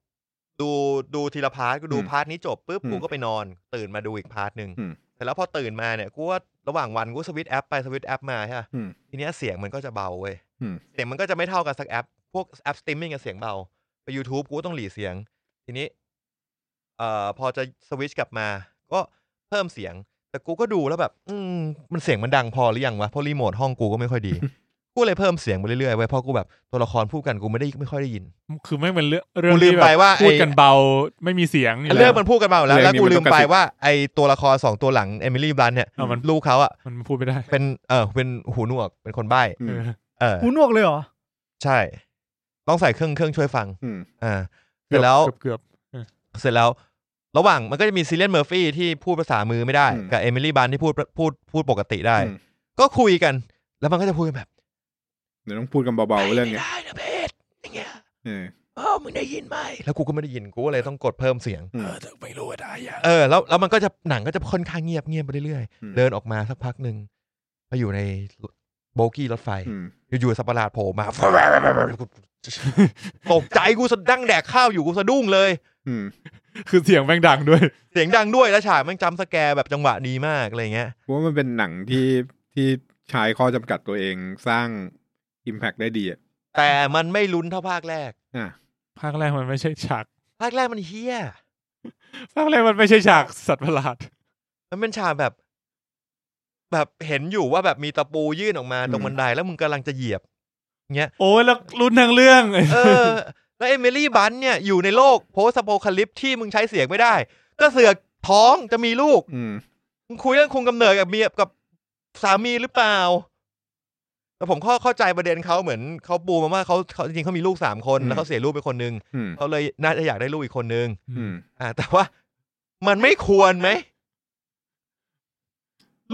[SPEAKER 4] ดูดูทีละพาร์ทกูดู
[SPEAKER 3] อืม
[SPEAKER 4] พาร์ทนี้จบปุ๊บ
[SPEAKER 3] อืม
[SPEAKER 4] กูก็ไปนอน ตื่นมาดูอีกพาร์ทหนึ่ง
[SPEAKER 3] อืม
[SPEAKER 4] แต่แล้วพอตื่นมาเนี่ยกูว่าระหว่างวันกูสวิตช์แอปไปสวิตช์แอปมาใช่ปะ
[SPEAKER 3] อืม
[SPEAKER 4] ทีเนี้ยเสียงมันก็จะเบาเว้ย
[SPEAKER 3] อืม
[SPEAKER 4] เสียงมันก็จะไม่เท่ากันสักแอป พวกแอปสตรีมมิ่งกับเสียงเบา ไป YouTube กูก็ต้องหลีเสียง ทีนี้ เอ่อพอจะสวิตช์กลับมา ก็เพิ่มเสียง แต่กูก็ดูแล้วแบบ อืมมันเสียงมันดังพอหรือยังวะเพราะรีโมทห้องกูก็ไม่ค่อย ดี กูเลยเพิ่มเสียงไปเรื่อยๆไว้ยเพราะกูแบบตัวละครพูดกันกูไม่ได้ไม่ค่อยได้ยิน
[SPEAKER 1] คือไม่งเป็นเรื่องเรื่อง
[SPEAKER 4] กูลืม
[SPEAKER 1] ที่แบ
[SPEAKER 4] ไปว่า
[SPEAKER 1] บพูด
[SPEAKER 4] ไอ้
[SPEAKER 1] กันเบาไม่มีเสียงอยู่
[SPEAKER 4] เรื่
[SPEAKER 1] แล้
[SPEAKER 4] อง
[SPEAKER 1] ว
[SPEAKER 4] มันพูดกันมาหมดแล้ว
[SPEAKER 3] เรื่
[SPEAKER 4] แล้
[SPEAKER 3] อ
[SPEAKER 4] ว
[SPEAKER 3] งนี้
[SPEAKER 4] กู
[SPEAKER 3] มัน
[SPEAKER 4] ลื
[SPEAKER 3] ต้อ
[SPEAKER 4] ม
[SPEAKER 3] งกระ
[SPEAKER 4] ไป
[SPEAKER 3] ซิบ
[SPEAKER 4] ว่าไอตัวละครสองตัวหลังเอมิลี่บลันเนี่ย
[SPEAKER 1] อ่ะมัน
[SPEAKER 4] ลูกเขาอ่ะ
[SPEAKER 1] มันพูดไม่ได้
[SPEAKER 4] เป็นเออเป็นหูหนวกเป็นคนใบ้
[SPEAKER 3] อื
[SPEAKER 1] เอ
[SPEAKER 3] ม
[SPEAKER 1] อ
[SPEAKER 4] เออ
[SPEAKER 2] กูหนวกเลยเหรอ
[SPEAKER 4] ใช่ ต้องใส่เครื่องเครื่องช่วยฟัง
[SPEAKER 3] อืม
[SPEAKER 4] อ่าเสร็จแล้ว
[SPEAKER 1] เกือบเกือบ
[SPEAKER 4] เสร็จแล้ว ระหว่างมันก็จะมีซีเลียนเมอร์ฟี่ที่พูดภาษามือไม่ได้
[SPEAKER 3] อืม
[SPEAKER 4] กับเอมิลี่บลันที่พูดพูดพูดปกติได้
[SPEAKER 3] อืม
[SPEAKER 4] ก็คุยกัน แล้วมันก็จะพูดกันแบบ
[SPEAKER 3] เดี๋ยวต้องพูดกันเบาๆเรื่องเนี้ย
[SPEAKER 4] ไม่ได้นะเพชรอย่างเงี้ย
[SPEAKER 3] เออ
[SPEAKER 4] เออมึงได้ยินไหมแล้วกูก็ไม่ได้ยินกูก็เลยต้องกดเพิ่มเสียง
[SPEAKER 3] อืม
[SPEAKER 1] ไม่รู้ว่าได้ยัง
[SPEAKER 4] เออแล้วแล้วมันก็จะหนังก็จะค่อนข้างเงียบเงียบไปเรื่อย
[SPEAKER 3] อืม
[SPEAKER 4] ๆ เดินออกมาสักพักหนึ่งมาอยู่ในโบกี้รถไฟ
[SPEAKER 3] อืม
[SPEAKER 4] อยู่ๆสัตว์ประหลาดโผล่มา ตกใจกูสะดั้งแดกข้าวอยู่กูสะดุ้งเลย
[SPEAKER 3] อืม
[SPEAKER 1] คือเสียงแม่งดังด้วย
[SPEAKER 4] เสียงดังด้วยแล้วฉากแม่งจำสแกร์แบบจังหวะดีมากอะไรเงี้ย
[SPEAKER 3] เพราะว่ามันเป็นหนังที่ที่ใช้ข้อจำกัดตัวเองสร้าง Impact ได้ดีอ่ะ
[SPEAKER 4] แต่มันไม่ลุ้นเท่าภาคแรก
[SPEAKER 3] อ่ะ
[SPEAKER 1] ภาคแรกมันไม่ใช่ฉาก
[SPEAKER 4] ภาคแรกมันเฮี้ย
[SPEAKER 1] ภาคแรกมันไม่ใช่ฉากสัตว์ประหลาด
[SPEAKER 4] มันเป็นฉากแบบ แบบเห็นอยู่ว่าแบบมีตะปูยื่นออกมาตรง
[SPEAKER 3] อืม
[SPEAKER 4] บันไดแล้วมึงกำลังจะเหยียบ
[SPEAKER 1] โอ้ยแล้วรุนทั้งเรื่อง
[SPEAKER 4] เออ แล้วเอมิลี่บันเนี่ย อยู่ในโลกโพสโ o คาลิปที่มึงใช้เสียงไม่ได้ ก็เสือกท้องจะมีลูก
[SPEAKER 3] อืม
[SPEAKER 4] มึงคุยเรื่องคุมกำเนิดกับเมียกับสามีหรือเปล่า แต่ผมเข้าเข้าใจประเด็นเขาเหมือนเขาปูมาว่าเขาเขาจริงๆเขามีลูกสามคน
[SPEAKER 3] อืม
[SPEAKER 4] แล้วเขาเสียลูกไปคนนึง
[SPEAKER 3] อืม
[SPEAKER 4] เขาเลยน่าจะอยากได้ลูกอีกคนนึง
[SPEAKER 3] อืม
[SPEAKER 4] อ่า แต่ว่ามันไม่ควรไหม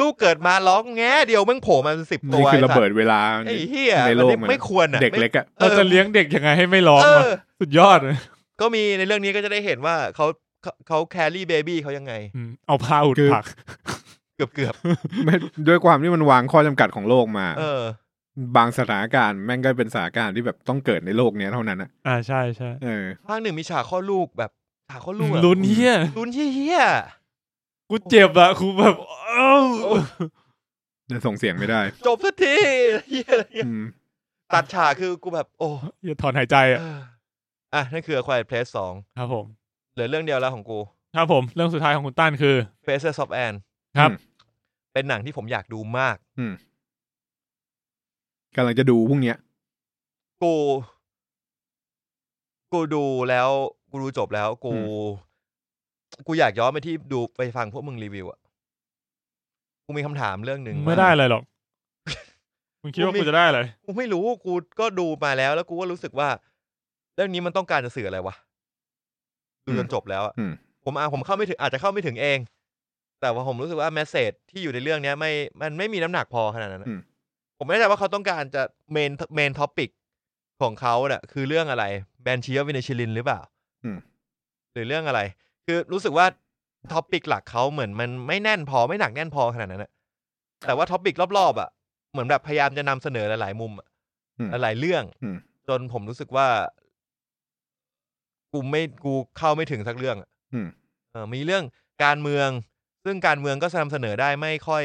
[SPEAKER 4] ลูกเกิดมาร้องแง่เดียวมึงโผล่มาสิบตั
[SPEAKER 3] นี่
[SPEAKER 4] ว
[SPEAKER 3] คือระเบิ
[SPEAKER 4] ไสัตว์
[SPEAKER 3] ดเวลา
[SPEAKER 4] ไอ้เหี้ย
[SPEAKER 3] ในโลกมั
[SPEAKER 4] มั
[SPEAKER 3] น
[SPEAKER 4] นไม่ควรอ่ะ
[SPEAKER 3] เด็กเล็กอ่ะ
[SPEAKER 1] เราจะเลี้ยงเด็กยังไงให้ไม่ร้อง
[SPEAKER 4] เอ
[SPEAKER 1] วะ
[SPEAKER 4] อ
[SPEAKER 1] สุดยอดเลย
[SPEAKER 4] ก็มีในเรื่องนี้ก็จะได้เห็นว่าเขาเขาเขาแครี่เบบี้เขายังไง
[SPEAKER 1] มเอาผ้าอุด
[SPEAKER 3] คือ
[SPEAKER 1] ผัก
[SPEAKER 4] เกือบเกือบ
[SPEAKER 3] ไม่ด้วยความที่มันวางข้อจำกัดของโลกมา
[SPEAKER 4] ๆเออ
[SPEAKER 3] บางสถานการณ์แม่งก็เป็นสถานการณ์ที่แบบต้องเกิดในโลกเนี้ยเท่านั้นอ่ะ
[SPEAKER 1] อ่าใช่ใช่
[SPEAKER 3] เออ
[SPEAKER 4] ภาคหนึ่งมีฉากข้อดลูกแบบฉากข้อดลูกอะ
[SPEAKER 1] ลุ้นเฮีย
[SPEAKER 4] ลุ้นเหี้ยๆ
[SPEAKER 1] กูเจ็บอะกูแบบเอ้า
[SPEAKER 4] โอ้
[SPEAKER 3] ส่งเสียงไม่ได้
[SPEAKER 4] จบสักที เหี้ยอะไรเงี้ย
[SPEAKER 3] อืม
[SPEAKER 4] ตัดฉากคือกูแบบ โอ้
[SPEAKER 1] อย่าถอนหายใจ
[SPEAKER 4] เอ
[SPEAKER 1] อะ
[SPEAKER 4] ออ่ะ นั่นคือ Quiet Place สอง
[SPEAKER 1] ครับผม
[SPEAKER 4] เหลือเรื่องเดียวแล้วของกู
[SPEAKER 1] ครับผมเรื่องสุดท้ายของคุณต้านคือ
[SPEAKER 4] Faces of Anne
[SPEAKER 1] ครับ
[SPEAKER 3] อืม
[SPEAKER 4] เป็นหนังที่ผมอยากดูมาก
[SPEAKER 3] กำลังจะดูพรุ่งเนี้ย
[SPEAKER 4] กู กูดูแล้ว กูดูจบแล้ว กู
[SPEAKER 3] อื
[SPEAKER 4] กูอยากย้อนไปที่ดูไปฟังพวกมึงรีวิวอะกูมีคำถามเรื่องหนึ่ง
[SPEAKER 1] ไม่ได้อะไรหรอกมึงคิดว่ากูจะได้อะไร
[SPEAKER 4] กูไม่รู้กูก็ดูมาแล้ว แล้วกูก็รู้สึกว่า เรื่องนี้มันต้องการจะสื่ออะไรวะดูจนจบแล้วอะ
[SPEAKER 3] อืม
[SPEAKER 4] ผมอาผมเข้าไม่ถึงอาจจะเข้าไม่ถึงเอง แต่ว่าผมรู้สึกว่าแมสเซจที่อยู่ในเรื่องเนี้ยไม่มันไม่มีน้ำหนักพอขนาดนั้นอะ
[SPEAKER 3] อืม
[SPEAKER 4] ผมไม่แน่ใจว่าเขาต้องการจะเมนเมนท็อปิกของเขาเนี่ยคือเรื่องอะไรแบนชีอวินชิลินหรือเปล่า
[SPEAKER 3] อืม
[SPEAKER 4] หรือเรื่องอะไร คือรู้สึกว่าท็อปิกหลักเขาเหมือนมันไม่แน่นพอไม่หนักแน่นพอขนาดนั้นอะแต่ว่าท็อปิกรอบๆอ่ะเหมือนแบบพยายามจะนำเสนอหลายๆมุมอะ
[SPEAKER 3] อืม
[SPEAKER 4] หลายๆเรื่อง
[SPEAKER 3] อืม
[SPEAKER 4] จนผมรู้สึกว่า กูไม่กูเข้าไม่ถึงสักเรื่องอะ
[SPEAKER 3] อืม
[SPEAKER 4] เออมีเรื่องการเมือง ซึ่งการเมืองก็นำเสนอได้ไม่ค่อย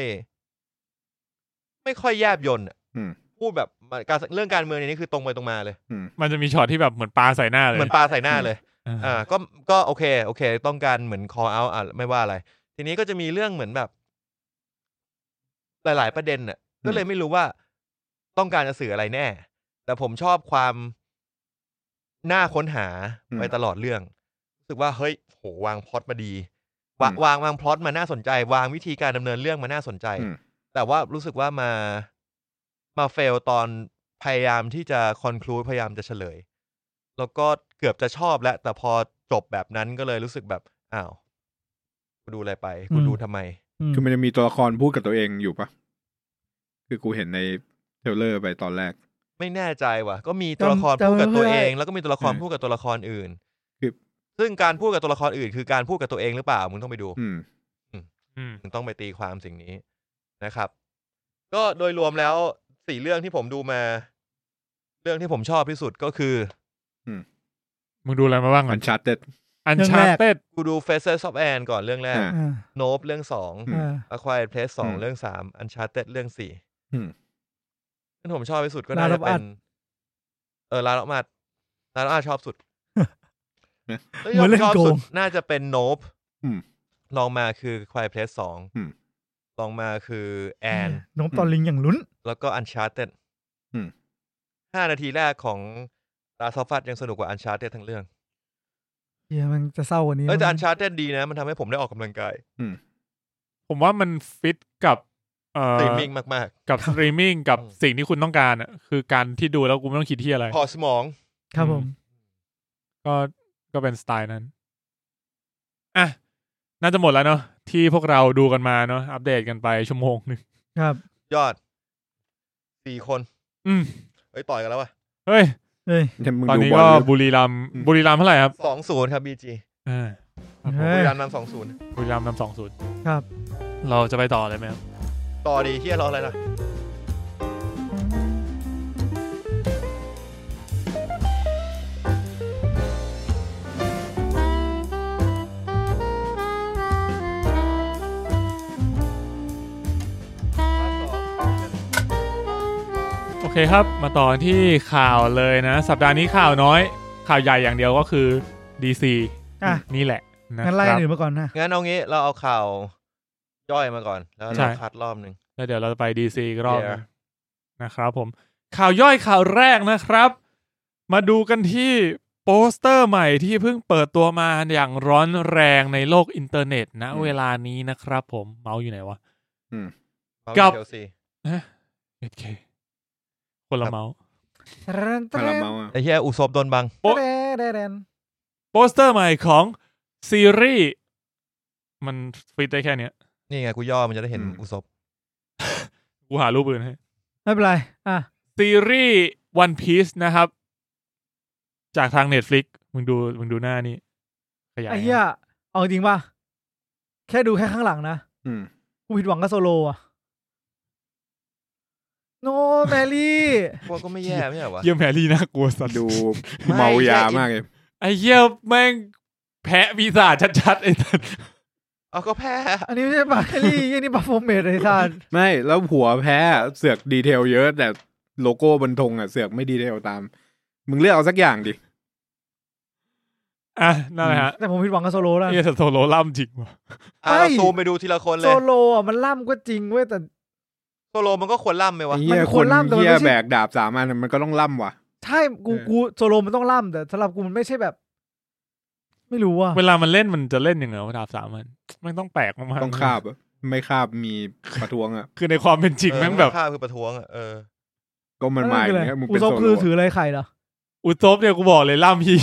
[SPEAKER 4] ไม่ค่อยแยบยนต์อะ
[SPEAKER 3] อืม
[SPEAKER 4] พูดแบบมันการเรื่องการเมืองในนี้คือตรงไปตรงมาเลย
[SPEAKER 3] อืม
[SPEAKER 1] มันจะมีช็อตที่แบบเหมือนปลาใส่หน้าเลย
[SPEAKER 4] เหมือนปลาใส่หน้าเลย
[SPEAKER 1] อ่า
[SPEAKER 4] อ่า ก็ก็โอเค โอเค ต้องการเหมือน call out อ่ะไม่ว่าอะไร ทีนี้ก็จะมีเรื่องเหมือนแบบ หลาย ๆ ประเด็นน่ะ ก็เลยไม่รู้ว่าต้องการจะสื่ออะไรแน่ แต่ผมชอบความน่าค้นหา
[SPEAKER 3] อืม
[SPEAKER 4] ไปตลอดเรื่องรู้สึกว่าเฮ้ยโหวางพล็อตมาดีวะ
[SPEAKER 3] อืม
[SPEAKER 4] วางวางพล็อตมาน่าสนใจ วางวิธีการดำเนินเรื่องมาน่าสนใจ
[SPEAKER 3] อืม
[SPEAKER 4] แต่ว่ารู้สึกว่ามามาเฟลตอนพยายามที่จะคอนคลูดพยายามจะเฉลย แล้วก็เกือบจะชอบแล้ว แต่พอจบแบบนั้นก็เลยรู้สึกแบบอ้าวกูดูอะไรไปกู
[SPEAKER 2] อืม
[SPEAKER 4] ดูทำไม
[SPEAKER 2] ม
[SPEAKER 3] คือมันจะมีตัวละครพูดกับตัวเองอยู่ปะคือกูเห็นในเทรลเลอร์ไปตอนแรก
[SPEAKER 4] ไม่แน่ใจว่ะ ก็มีตัวละครพูดกับตัวเอง แล้วก็มีตัวละครพูดกับตัวละครอื่น
[SPEAKER 3] คือ
[SPEAKER 4] ซึ่งการพูดกับตัวละครอื่น คือการพูดกับตัวเองหรือเปล่ามึงต้องไปดู
[SPEAKER 3] อืม
[SPEAKER 1] อืม
[SPEAKER 4] มึงต้องไปตีความสิ่งนี้นะครับ ก็โดยรวมแล้วสี่เรื่องที่ผมดูมา เรื่องที่ผมชอบที่สุดก็คือ
[SPEAKER 1] มึงดูอะไรมาบ้าง
[SPEAKER 3] อันชาร์เต็ด
[SPEAKER 1] อันชาเต็ด
[SPEAKER 4] กูดู Faces of Anne ก่อนเรื่องแรก
[SPEAKER 3] อ่า
[SPEAKER 2] อ่า
[SPEAKER 4] Nope เรื่องสอง
[SPEAKER 3] อืม
[SPEAKER 2] อ่า
[SPEAKER 4] Acquired Place สอง
[SPEAKER 3] อืม
[SPEAKER 4] เรื่องสาม Uncharted เรื่องสี่
[SPEAKER 3] อืม
[SPEAKER 4] ที่ผมชอบที่สุดก็น่า
[SPEAKER 2] ลาล
[SPEAKER 4] จะ
[SPEAKER 2] อบอั
[SPEAKER 4] เป็
[SPEAKER 2] ด
[SPEAKER 4] น เออลาลอบอัดลาลอบอัดชอบสุดแล้ว
[SPEAKER 2] เหมือนเล่น
[SPEAKER 4] ชอบ
[SPEAKER 2] โกง
[SPEAKER 4] สุดน่าจะเป็น Nope
[SPEAKER 3] อืม
[SPEAKER 4] ลองมาคือ Quiet Place สอง
[SPEAKER 3] อืม
[SPEAKER 4] ลองมาคือแอน
[SPEAKER 2] โนมตอนลิงอย่างลุ้น
[SPEAKER 4] แล้วก็ Uncharted
[SPEAKER 3] อืม
[SPEAKER 4] ห้านาทีแรกของลาซอฟัตยังสนุกกว่า Uncharted ทั้งเรื่อง
[SPEAKER 2] เฮียมันจะเศร้ากว่านี้
[SPEAKER 4] เออแต่
[SPEAKER 2] มั้ง
[SPEAKER 4] Uncharted ดีนะ มันทำให้ผมได้ออกกำลังกาย
[SPEAKER 1] ผมว่ามันฟิตกับเอ่
[SPEAKER 4] ส
[SPEAKER 1] อ
[SPEAKER 4] ตรีมมิ่งมาก
[SPEAKER 1] กับสตรีมมิ่งกับ
[SPEAKER 4] อืม
[SPEAKER 1] สิ่งที่คุณต้องการอะคือการที่ดูแล้วกูไม่ต้องคิดที่อะไร
[SPEAKER 4] ๆ พอสมอง
[SPEAKER 2] ครับผม
[SPEAKER 1] ก็ก็เป็นสไตล์นั้น อ่ะ น่าจะหมดแล้วเนาะที่พวกเราดูกันมาเนาะอัปเดตกันไปชั่วโมงหนึ่ง
[SPEAKER 2] ครับ
[SPEAKER 4] ยอดสี่คน
[SPEAKER 1] อืม
[SPEAKER 4] เอ้ยต่อยกันแล้วว่ะ
[SPEAKER 1] เฮ้ย
[SPEAKER 2] เอ้ย
[SPEAKER 3] เนี่ยมึง
[SPEAKER 1] ตอน
[SPEAKER 3] ดู
[SPEAKER 1] นี้
[SPEAKER 3] บอล
[SPEAKER 1] ก็
[SPEAKER 3] หรือ
[SPEAKER 1] บุรีรัมย์
[SPEAKER 3] อืม
[SPEAKER 1] บุรีรัมย์เท่าไหร่ครับ
[SPEAKER 4] สองศูนย์ครับบีจี
[SPEAKER 1] อ่าครับผม
[SPEAKER 2] เฮ้
[SPEAKER 4] บุ
[SPEAKER 2] ย
[SPEAKER 4] รีรัมย์นำสองศูนย์
[SPEAKER 1] บุรีรัมย์นำสองศูนย์
[SPEAKER 2] ครับ
[SPEAKER 1] เราจะไปต่อเลยไหมครับ
[SPEAKER 4] ต่อดีเฮียรออะไรล่ะ
[SPEAKER 1] โอเคครับ มาต่อที่ข่าวเลยนะ สัปดาห์นี้ข่าวน้อย ข่าวใหญ่อย่างเดียวก็คือ DC
[SPEAKER 2] อ่ะ
[SPEAKER 1] นี่แหละ นะ
[SPEAKER 2] งั้นไล่
[SPEAKER 1] ค
[SPEAKER 2] อั
[SPEAKER 1] รับ
[SPEAKER 2] นอื่นมาก่อนนะ
[SPEAKER 4] งั้นเอางี้เราเอาข่าวย่อยมาก่อน แล้ว
[SPEAKER 1] ใช่
[SPEAKER 4] เราคัดรอบหนึ่ง
[SPEAKER 1] แล้วเดี๋ยวเราจะไปดีซีกรอบ
[SPEAKER 4] Yeah.
[SPEAKER 1] นะครับผม ข่าวย่อยข่าวแรกนะครับ มาดูกันที่โปสเตอร์ใหม่ที่เพิ่งเปิดตัวมาอย่างร้อนแรงในโลกอินเทอร์เน็ตนะ
[SPEAKER 3] อืม
[SPEAKER 1] เวลานี้นะครับผมเมาส์อยู่ไหนวะ
[SPEAKER 4] เอา
[SPEAKER 1] กับ
[SPEAKER 4] เชลซี
[SPEAKER 1] เอเคคนละเมาส์
[SPEAKER 3] พาราเมาส์อะ
[SPEAKER 4] ไอ้เหี้ยอุซบโดนบัง
[SPEAKER 1] โป๊ะ โปสเตอร์ใหม่ของซีรีส์มันฟิตได้แค่เนี้ย
[SPEAKER 4] นี่ไงกูย่อมันจะได้เห็นอุซบ
[SPEAKER 1] กูหารูปอื่นให้
[SPEAKER 2] ไม่เป็นไร อ่ะ
[SPEAKER 1] ซีรีส์ One Piece นะครับ จากทาง Netflix มึงดูมึงดูหน้านี่ขยาย
[SPEAKER 2] ไอ้เหี้ยเอาจริงป่ะ แค่ดูแค่ข้างหลังนะ
[SPEAKER 3] อืม
[SPEAKER 2] กูผิดหวังกับโซโลอะโนแมรี่
[SPEAKER 4] พวกก็ไม่แย่ไม่ใช่เหรอวะ
[SPEAKER 1] เยี่ยมแฮร์รี่น่ากลัวสัตว์
[SPEAKER 3] ดู
[SPEAKER 4] ไม่
[SPEAKER 3] เมายามากเลย
[SPEAKER 1] ไอ้เหี้ยแม่งแพะปีศาจชัดๆไอ้สัตว์
[SPEAKER 4] เอาก็แพ้
[SPEAKER 2] อันนี้ไม่ใช่ปาแคลรี่ยี่นี่ปาโฟเมดไอ้สัตว์
[SPEAKER 3] ไม่ แล้วหัวแพ้เสือกดีเทลเยอะ แต่โลโก้บนธงอ่ะเสือกไม่ดีเทลตาม มึงเลือกเอาสักอย่างดิ
[SPEAKER 1] อ่ะนั่นแหละฮะ
[SPEAKER 2] แต่ผมผิดหวังกับโซโลแล้ว
[SPEAKER 1] เหี้ยสตว์โซโลล่ำจริงว่ะ
[SPEAKER 4] อ่ะ
[SPEAKER 2] ไม่
[SPEAKER 4] เราซูมไปดูทีละคนเล
[SPEAKER 2] โซ
[SPEAKER 4] ย
[SPEAKER 2] โลอ่ะมันล่ำก็จริงเว้ยแต่
[SPEAKER 4] โซโลมันก็ควรล่ำไหมวะ
[SPEAKER 3] ไอ้เหี้ย
[SPEAKER 2] มันค
[SPEAKER 3] คว
[SPEAKER 2] ร
[SPEAKER 3] น
[SPEAKER 2] ล่ำแต่มันไม่
[SPEAKER 3] เหี้ย
[SPEAKER 2] ใช่
[SPEAKER 3] แบกดาบสามอันมันก็ต้องล่ำว่ะ
[SPEAKER 2] ใช่กู
[SPEAKER 3] เออ
[SPEAKER 2] กูโซโลมันต้องล่ำแต่สำหรับกูมันไม่ใช่แบบ ไม่รู้อ่ะ
[SPEAKER 1] เวลามันเล่นมันจะเล่นยังไงวะดาบสามมันแม่งต้องแปลกมากๆ
[SPEAKER 3] ต้องคาบอะไม่คาบมีประท้วงอ่ะ
[SPEAKER 1] คือในความเป็นจริง
[SPEAKER 4] เออ
[SPEAKER 1] แม่งแบบ
[SPEAKER 4] ข้าวคือประท้วงอะเออ
[SPEAKER 3] ก็มันมาอย่างเงี้ยมึง
[SPEAKER 2] กู
[SPEAKER 3] เป็น
[SPEAKER 2] ซบ
[SPEAKER 3] โซ
[SPEAKER 2] คือ
[SPEAKER 3] โล่
[SPEAKER 2] ถืออะไรไข่เหรอ
[SPEAKER 1] อุซบเนี่ยกูบอกเลยล่ำพี่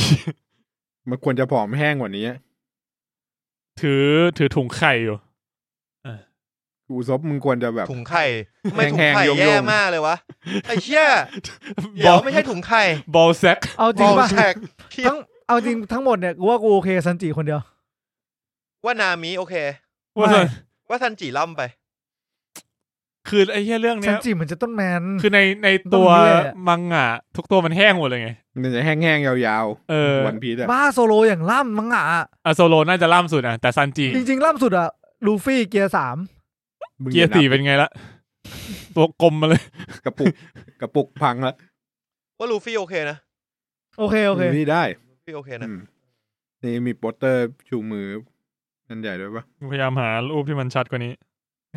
[SPEAKER 3] มันควรจะผอมแห้งกว่านี้
[SPEAKER 1] ถือถือถุงไข่อยู่
[SPEAKER 3] อูซบมึงควรจะแบบ
[SPEAKER 4] ถุงไข่ไม่ถุงไข่
[SPEAKER 3] แห้งๆโยงๆ
[SPEAKER 4] แย่มากเลยวะไอ้เชี่ย
[SPEAKER 1] บ
[SPEAKER 4] เดี๋ย
[SPEAKER 1] อ
[SPEAKER 4] ว
[SPEAKER 1] ล
[SPEAKER 4] ไม่ใช่ถุงไข่
[SPEAKER 1] บอลแซก
[SPEAKER 2] เอาจ
[SPEAKER 4] บ
[SPEAKER 2] ริง
[SPEAKER 4] อล
[SPEAKER 2] ป่ะ
[SPEAKER 4] แท็กเหี้ย
[SPEAKER 2] ทั้งเอาจริงทั้งหมดเนี่ยกูว่ากูโอเคซันจิคนเดียว
[SPEAKER 4] ว่านามิโอเค
[SPEAKER 1] ว่า
[SPEAKER 2] ไม่
[SPEAKER 4] ว่าซันจิล่ำไป
[SPEAKER 1] คือไอ้เหี้ยเรื่อง
[SPEAKER 2] ซั
[SPEAKER 1] เนี้
[SPEAKER 2] น
[SPEAKER 1] ย
[SPEAKER 2] จิเหมือนจะต้นแมน
[SPEAKER 1] คือในในตัว
[SPEAKER 2] ต้องเลือกอะ
[SPEAKER 1] มังงะทุกตัวมันแห้งหมดเลยไง
[SPEAKER 3] มันจะแห้งๆยาว
[SPEAKER 1] เออ
[SPEAKER 3] ๆวันพีซอ่ะ
[SPEAKER 2] บ้าโซโลอย่างล่ำมั้งอ่ะ
[SPEAKER 1] อะโซโลน่าจะล่ำสุดอะแต่ซันจิ
[SPEAKER 2] จริงๆล่ำสุดอ่ะลูฟี่เกียร์สาม
[SPEAKER 3] มึง
[SPEAKER 1] เกียร์สี่เป็นไงละ ตัวกลมมาเลย
[SPEAKER 3] กระปุกกระปุกพังละ
[SPEAKER 4] ว่าลูฟี่โอเคนะ
[SPEAKER 2] โอเคโอเค
[SPEAKER 3] นี่ได้
[SPEAKER 4] ลูฟี่โอเคนะ
[SPEAKER 3] อืมนี่มีโปสเตอร์ชูมือนั่นใหญ่ด้วยปะ
[SPEAKER 1] พยายามหารูปที่มันชัดกว่านี้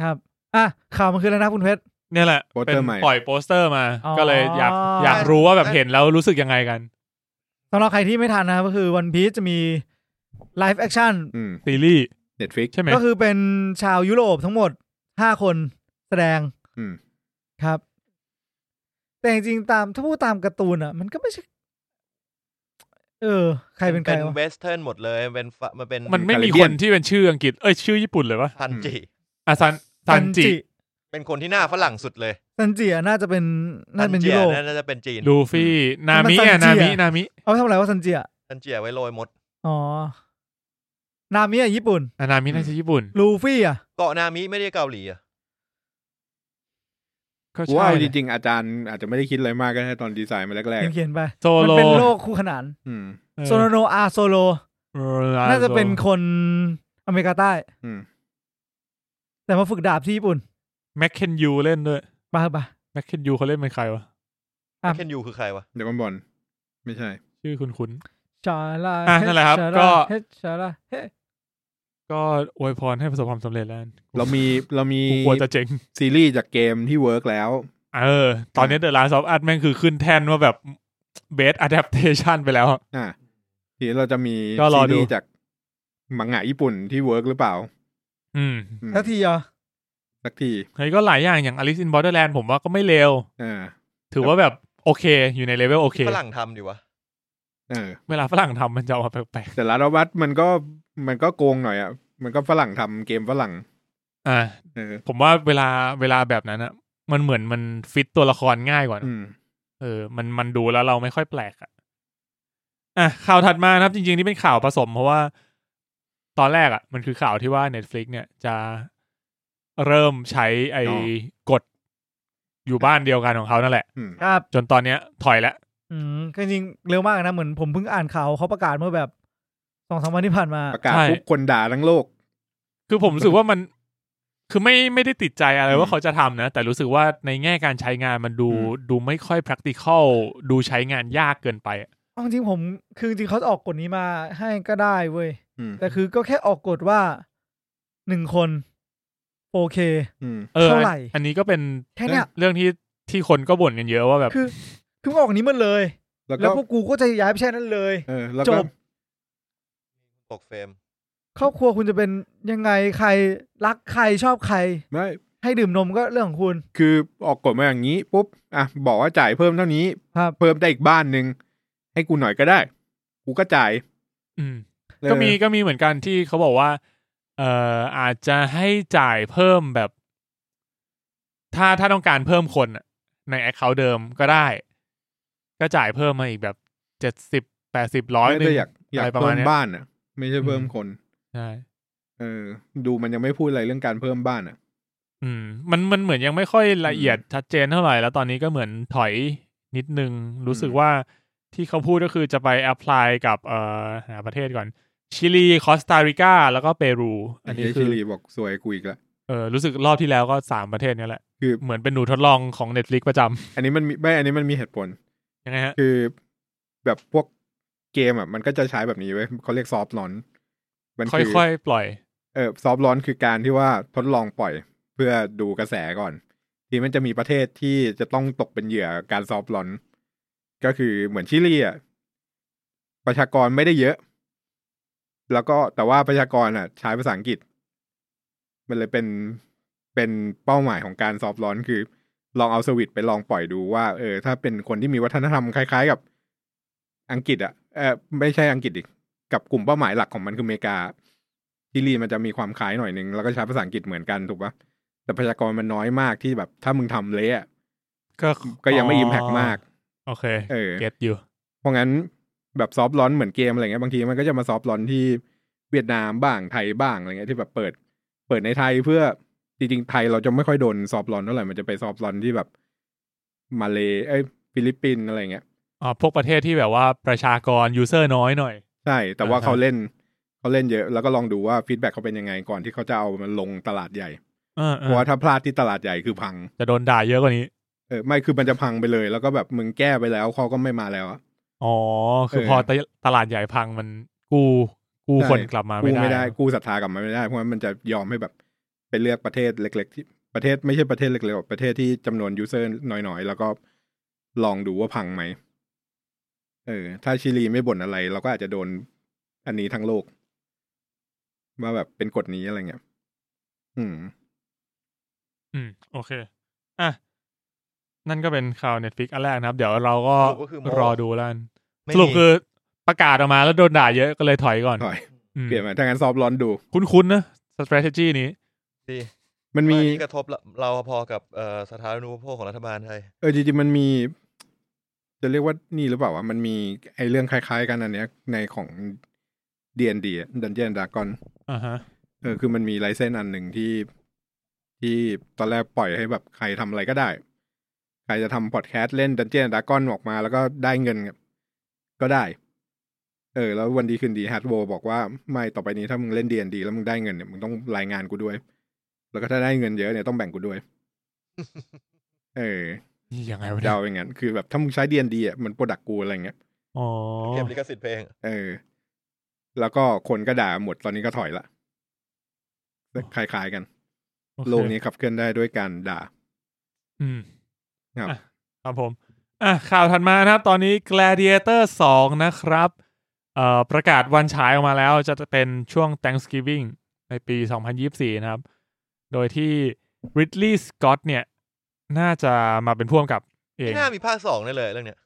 [SPEAKER 2] ครับ อ่ะ ข่าวมันคืออะไรนะคุณเพชร
[SPEAKER 1] เนี่ยแหละ
[SPEAKER 3] โปส
[SPEAKER 1] เป็
[SPEAKER 3] เตอร์
[SPEAKER 1] น
[SPEAKER 3] ใหม่
[SPEAKER 1] ปล่อยโปสเตอร์มา
[SPEAKER 2] อ๋อ
[SPEAKER 1] ก็เลยอยากอยากรู้ว่าแบบเห็นแล้วรู้สึกยังไงกัน
[SPEAKER 2] สำหรับใครที่ไม่ทันนะครับก็คือวันพี e จะมีไลฟ์แอคชั่น
[SPEAKER 3] อืม
[SPEAKER 1] ซีรีส์
[SPEAKER 3] เน็ตฟิก
[SPEAKER 1] ใช่ไหม
[SPEAKER 2] ก็คือเป็นชาวยุโรปทั้งหมดห้าคนแสดง
[SPEAKER 3] อืม
[SPEAKER 2] ครับ แต่จริงๆตามถ้าพูดตามการ์ตูนอ่ะ มันก็ไม่ใช่ เออ ใครเป็นใคร
[SPEAKER 4] เป็น
[SPEAKER 2] วะ
[SPEAKER 4] เวสเทิร์นหมดเลยมันเป็นฝมันเป็น
[SPEAKER 1] มันไม่มีคน
[SPEAKER 3] Caribbean
[SPEAKER 1] ที่เป็นชื่ออังกฤษเอ้ยชื่อญี่ปุ่นเลยวะ
[SPEAKER 4] ซันจิ
[SPEAKER 1] อ่ะซันซันจิ
[SPEAKER 4] เป็นคนที่หน้าฝรั่งสุดเลย
[SPEAKER 2] ซันจิอ่ะน่าจะเป็นน่าจะเป็น
[SPEAKER 4] ซั
[SPEAKER 2] ยุ
[SPEAKER 4] จี
[SPEAKER 2] โรป
[SPEAKER 4] น่าจะเป็นจีน
[SPEAKER 1] ลูฟี่นามิ
[SPEAKER 2] มันซั
[SPEAKER 1] อะ
[SPEAKER 2] นจิ
[SPEAKER 1] นามิ
[SPEAKER 2] อะ
[SPEAKER 1] นามิ
[SPEAKER 2] เอาไว้ทำอะไรวะซันจิอ่ะ
[SPEAKER 4] ซันเจียไว้โรยมด
[SPEAKER 2] อ๋อ นามิอ่ะญี่ปุ่น
[SPEAKER 1] อ่ะนามิน่าจะญี่ปุ่น
[SPEAKER 2] ลูฟี่อ่ะ
[SPEAKER 4] เกาะนามิไม่ได้เกาหลีอะ
[SPEAKER 1] ก็
[SPEAKER 3] กู
[SPEAKER 1] ใช่
[SPEAKER 3] ว่าเอาจริงๆอาจารย์อาจจะไม่ได้คิดอะไรมากก็ได้ตอนดีไซน์มาแรกๆ
[SPEAKER 2] เขียนๆไป
[SPEAKER 1] โซ
[SPEAKER 2] มัน
[SPEAKER 1] โล
[SPEAKER 2] เป็นโลกคู่ขนาน
[SPEAKER 3] อืม
[SPEAKER 1] เออ
[SPEAKER 2] โซโลโนอาโซโล น่าจะเป็นคนอเมริกาใต้
[SPEAKER 3] อืม
[SPEAKER 2] แต่มาฝึกดาบที่ญี่ปุ่น
[SPEAKER 1] แม็กเคนยูเล่นด้วย
[SPEAKER 2] มาเถอะปะ
[SPEAKER 1] แม็กเคนยูเขาเล่นเป็นใครวะ
[SPEAKER 2] อ่ะ
[SPEAKER 4] เคนยูคือใครวะ
[SPEAKER 3] เดี๋ยวก่อนบอลไม่ใช่
[SPEAKER 1] ชื่อคุ้นๆ
[SPEAKER 2] ชาลา
[SPEAKER 1] อ่ะนั่นแหละครับ
[SPEAKER 2] เฮชา
[SPEAKER 1] ก็
[SPEAKER 2] ลาเฮชชาลาเฮ
[SPEAKER 1] ก็อวยพรให้ประสบความสำเร็จแล้วกัน
[SPEAKER 3] เรา มีเรามี
[SPEAKER 1] กูกลัวจะเจ๊ง
[SPEAKER 3] ซีรีส์จากเกมที่เวิร์กแล้ว
[SPEAKER 1] เออ ตอนนี้เดอะ a า t ซอฟอาร์ตแม่งคือขึ้นแท่นว่าแบบเบสอะดัปเทชันไปแล้ว
[SPEAKER 3] อ่ะทีนี้เราจะมี
[SPEAKER 1] ก็รอ
[SPEAKER 3] ซี
[SPEAKER 1] ดู
[SPEAKER 3] รีส์จากมังงะญี่ปุ่นที่เวิร์กหรือเปล่า
[SPEAKER 1] อืม
[SPEAKER 3] อืม
[SPEAKER 2] แล้วทีเหรอ
[SPEAKER 3] สักที
[SPEAKER 1] เฮ้ยก็หลายอย่างอย่าง Alice in Borderland ผมว่าก็ไม่เลว
[SPEAKER 3] อ่า
[SPEAKER 1] ถือว่าแบบโอเค อยู่ในเลเวลโอเค
[SPEAKER 4] ฝรั่งทำดิวะ
[SPEAKER 3] เออ
[SPEAKER 1] เวลาฝรั่งทำมันจะออกมาแปลก
[SPEAKER 3] แต่ลาดวัตมันก็มันก็โกงหน่อยอ่ะ มันก็ฝรั่งทำเกมฝรั่ง
[SPEAKER 1] ๆอ่า
[SPEAKER 3] เออ
[SPEAKER 1] ผมว่าเวลาเวลาแบบนั้นอะมันเหมือนมันฟิตตัวละครง่ายกว่านะ
[SPEAKER 3] อืม
[SPEAKER 1] เออมันมันดูแล้วเราไม่ค่อยแปลกอะอ่ะข่าวถัดมานะครับ จริงๆ นี่เป็นข่าวผสมเพราะว่า ตอนแรกอะมันคือข่าวที่ว่า Netflix เนี่ยจะเริ่มใช้ไอ้
[SPEAKER 3] อ๋อ
[SPEAKER 1] กฎอยู่บ้านเดียวกันของเขานั่นแหละ
[SPEAKER 3] อืม
[SPEAKER 2] ครับ
[SPEAKER 1] จนตอนเนี้ยถอยแล้ว
[SPEAKER 2] อืมก็จริงเร็วมากนะ เหมือนผมเพิ่งอ่านข่าวเขาประกาศเมื่อแบบสองสามวันที่ผ่านมา
[SPEAKER 3] ประกาศปุ๊บคนด่าทั้งโลก
[SPEAKER 1] คือผมรู้สึกว่ามัน คือไม่ไม่ได้ติดใจอะไร
[SPEAKER 3] อืม
[SPEAKER 1] ว่าเขาจะทำนะ แต่รู้สึกว่าในแง่การใช้งานมันดู
[SPEAKER 3] อืม
[SPEAKER 1] ดูไม่ค่อย practical ดูใช้งานยากเกินไปอะ
[SPEAKER 2] เอาจริงผมคือจริงเขาออกกฎนี้มาให้ก็ได้เว้ย
[SPEAKER 3] อืม
[SPEAKER 2] แต่คือก็แค่ออกกฎว่าหนึ่งคน โอเค
[SPEAKER 3] อืม
[SPEAKER 1] เออ
[SPEAKER 2] เท่าไหร่
[SPEAKER 1] อันอันนี้ก็เป็น
[SPEAKER 2] แค่เนี้ย
[SPEAKER 1] เรื่องที่ที่คนก็บ่นกันเยอะว่าแบบ
[SPEAKER 2] คือคือออกนี้มันเลย
[SPEAKER 3] แล้ว
[SPEAKER 2] แล้
[SPEAKER 3] ก็
[SPEAKER 2] วพวกกูก็จะย้ายไปแช่นั้นเลย
[SPEAKER 3] เออแล้ว
[SPEAKER 2] จ
[SPEAKER 3] ก็
[SPEAKER 2] บ
[SPEAKER 4] ตกเฟรม
[SPEAKER 2] ครอบครัวคุณจะเป็นยังไงใครรักใครชอบใคร
[SPEAKER 3] ไม่
[SPEAKER 2] ให้ดื่มนมก็เรื่องของคุณ
[SPEAKER 3] คือออกกฎมาอย่างนี้ปุ๊บอ่ะบอกว่าจ่ายเพิ่มเท่านี้
[SPEAKER 2] ครับ
[SPEAKER 3] เพิ่มได้อีกบ้านหนึ่งให้กูหน่อยก็ได้ กูก็จ่าย
[SPEAKER 1] อืม
[SPEAKER 3] เออ
[SPEAKER 1] ก็มีก็มีเหมือนกันที่เขาบอกว่า เอ่ออาจจะให้จ่ายเพิ่มแบบ ถ้าถ้าต้องการเพิ่มคนอะในแอคเคาท์เดิมก็ได้ ก็จ่ายเพิ่มมาอีกแบบเจ็ดสิบแปดสิบร้อยห
[SPEAKER 3] ไม่
[SPEAKER 1] นึ่
[SPEAKER 3] ได้
[SPEAKER 1] ง
[SPEAKER 3] อยากอยาก
[SPEAKER 1] อะไรประ
[SPEAKER 3] เพิ่
[SPEAKER 1] มาณ
[SPEAKER 3] ม
[SPEAKER 1] เนี้ย
[SPEAKER 3] บ้านอ่ะ ไม่ใช่เพิ่มคน
[SPEAKER 1] ใช่
[SPEAKER 3] เออ ดูมันยังไม่พูดอะไรเรื่องการเพิ่มบ้านอ่ะ
[SPEAKER 1] อืม มันมันเหมือนยังไม่ค่อยละเอียดชัดเจนเท่าไหร่แล้วตอนนี้ก็เหมือนถอยนิดนึง รู้สึกว่าที่เขาพูดก็คือจะไปแอพพลายกับเอ่อหาประเทศก่อน ชิลี คอสตาริกา แล้วก็เปรู
[SPEAKER 3] อั
[SPEAKER 1] อั
[SPEAKER 3] น
[SPEAKER 1] น
[SPEAKER 3] นี้
[SPEAKER 1] นี้
[SPEAKER 3] ชิ
[SPEAKER 1] คือ
[SPEAKER 3] ลีบอกสวยกูอีกละ
[SPEAKER 1] เออรู้สึกรอบที่แล้วก็สามประเทศเนี้ยแหละ
[SPEAKER 3] คือ
[SPEAKER 1] เหมือนเป็นหนูทดลองของ Netflix ประจ
[SPEAKER 3] อันนี้มันมีไม่อันนี้มันมีเหตุผล
[SPEAKER 1] ำยังไงฮะ
[SPEAKER 3] คือแบบพวกเกมอ่ะ มันก็จะใช้แบบนี้เว้ยเขาเรียกซอฟต์ลอนมัน
[SPEAKER 1] ค่
[SPEAKER 3] คือ
[SPEAKER 1] อยๆ ปล่อย
[SPEAKER 3] เออซอฟต์ลอนคือการที่ว่าทดลองปล่อย เพื่อดูกระแสก่อน ที่มันจะมีประเทศที่จะต้องตกเป็นเหยื่อการซอฟต์ลอนก็คือเหมือนชิลีอ่ะประชากรไม่ได้เยอะ แล้วก็แต่ว่าประชากรอ่ะ ใช้ภาษาอังกฤษ มันเลยเป็นเป็นเป้าหมายของการซอฟต์ลอนคือ ลองเอาสวิตช์ไปลองปล่อยดูว่าเออถ้าเป็นคนที่มีวัฒนธรรมคล้ายๆกับอังกฤษอ่ะเออไม่ใช่อังกฤษอีกกับกลุ่มเป้าหมายหลักของมันคืออเมริกาชิลีมันจะมีความคล้ายหน่อยนึงแล้วก็ใช้ภาษาอังกฤษเหมือนกันถูกปะแต่ประชากรมันน้อยมากที่แบบ ถ้ามึงทำเละอะ
[SPEAKER 1] ก็
[SPEAKER 3] ก็ยังไม่อิมแพกมาก
[SPEAKER 1] โอเค
[SPEAKER 3] เออ
[SPEAKER 1] เก็ตอยู่
[SPEAKER 3] เพราะงั้นแบบซอฟต์ลอนเหมือนเกมอะไรเงี้ยบางทีมันก็จะมาซอฟต์ลอนที่เวียดนามบ้างไทยบ้างอะไรเงี้ยที่แบบเปิด เปิดในไทยเพื่อจริงๆไทยเราจะไม่ค่อยโดนซอฟต์ลอนเท่าไหร่มันจะไปซอฟต์ลอนที่แบบมาเลเอ้ยฟิลิปปินส์อะไรเงี้ย
[SPEAKER 1] อ๋อ พวกประเทศที่แบบว่าประชากรยูเซอร์น้อยหน่อย
[SPEAKER 3] ใช่แต่ว่า
[SPEAKER 1] อ่าฮะ
[SPEAKER 3] เขาเล่นเขาเล่นเยอะ แล้วก็ลองดูว่าฟีดแบ็กเขาเป็นยังไงก่อนที่เขาจะเอามันลงตลาดใหญ่
[SPEAKER 1] เออเออ
[SPEAKER 3] เพราะว่าถ้าพลาดที่ตลาดใหญ่คือพัง
[SPEAKER 1] จะโดนด่าเยอะกว่านี้
[SPEAKER 3] เออไม่คือมันจะพังไปเลย แล้วก็แบบมึงแก้ไปแล้วเขาก็ไม่มาแล้วอะ
[SPEAKER 1] อ๋อ คือ
[SPEAKER 3] เออ
[SPEAKER 1] พอตะตลาดใหญ่พังมันกูกู
[SPEAKER 3] ใช่
[SPEAKER 1] คนกลับมา
[SPEAKER 3] กู
[SPEAKER 1] ไม่ได้
[SPEAKER 3] ไม่ได้
[SPEAKER 1] เหรอ
[SPEAKER 3] กูศรัทธากลับมันไม่ได้เพราะว่ามันจะยอมให้แบบไปเลือกประเทศเล็ก ๆ ที่ประเทศไม่ใช่ประเทศเล็กๆหรอกประเทศที่จำนวนยูเซอร์น้อยๆ แล้วก็ลองดูว่าพังไหมเออ ถ้าชิลีไม่บ่นอะไร เราก็อาจจะโดนอันนี้ทั้งโลกว่าแบบเป็นกฎนี้อะไรเงี้ยอืม
[SPEAKER 1] อืม โอเค อ่ะ นั่นก็เป็นข่าว Netflix อันแรกนะครับ เดี๋ยวเราก็
[SPEAKER 4] สรุปก็คือโม้
[SPEAKER 1] รอดูแล้วกัน
[SPEAKER 4] ไม่
[SPEAKER 1] สรุป
[SPEAKER 4] มี
[SPEAKER 1] คือประกาศออกมาแล้วโดนด่าเยอะก็เลยถอยก่อน
[SPEAKER 3] ถอย
[SPEAKER 1] อืม
[SPEAKER 3] เปลี่ยนมาถ้างั้นซอฟร้อนดู
[SPEAKER 1] คุ้นๆนะ strategy นี้
[SPEAKER 4] ดี
[SPEAKER 3] มัน
[SPEAKER 4] มี
[SPEAKER 3] มี
[SPEAKER 4] กระทบเราเราพอกับเอ่อสถานอนูปโภคของรัฐบาลไทย
[SPEAKER 3] เออจริงๆมันมี จะเรียกว่านี่หรือเปล่าวะมันมีไอเรื่องคล้าย ๆ กันอันเนี้ย ในของ D&D อะ Dungeon and Dragon
[SPEAKER 1] อ่าฮะ
[SPEAKER 3] เออคือมันมีไลเซนส์อันหนึ่งที่ที่ตอนแรกปล่อยให้แบบใครทำอะไรก็ได้ ใครจะทำพอดแคสต์เล่นดันเจียนดากอนออกมาแล้วก็ได้เงินก็ได้ เออ แล้ววันดีคืนดีฮาร์ดโวบอกว่าไม่ต่อไปนี้ถ้ามึงเล่นดีนดีแล้วมึงได้เงินเนี่ยมึงต้องรายงานกูด้วย แล้วก็ถ้าได้เงินเยอะเนี่ยต้องแบ่งกูด้วย เออ
[SPEAKER 1] ยังไงวะเนี่ย
[SPEAKER 3] เดาอย่างงั้นคือแบบถ้ามึงใช้ดีนดีอ่ะมันโปรดักกูอะไรเงี้ย
[SPEAKER 1] อ๋อ
[SPEAKER 4] เก็บลิขสิทธิ์เพลง
[SPEAKER 3] เออ แล้วก็คนก็ด่าหมดตอนนี้ก็ถอยละคล้ายๆกัน
[SPEAKER 1] อเค
[SPEAKER 3] โลกนี้ขับเคลื่อนได้ด้วยการด่า
[SPEAKER 1] อืม
[SPEAKER 3] ครับ
[SPEAKER 1] อ่ะครับผม อ่ะ ข่าวถัดมานะครับ ตอนนี้ Gladiator 2 นะครับ เอ่อ ประกาศวันฉายออกมาแล้ว จะเป็นช่วง Thanksgiving ในปี 2024 นะครับ โดยที่ Ridley Scott เนี่ย น่าจะมาเป็นพ่วงกับเอง
[SPEAKER 4] ไม่น่ามีภาคสองได้เลยเรื่องเนี้ย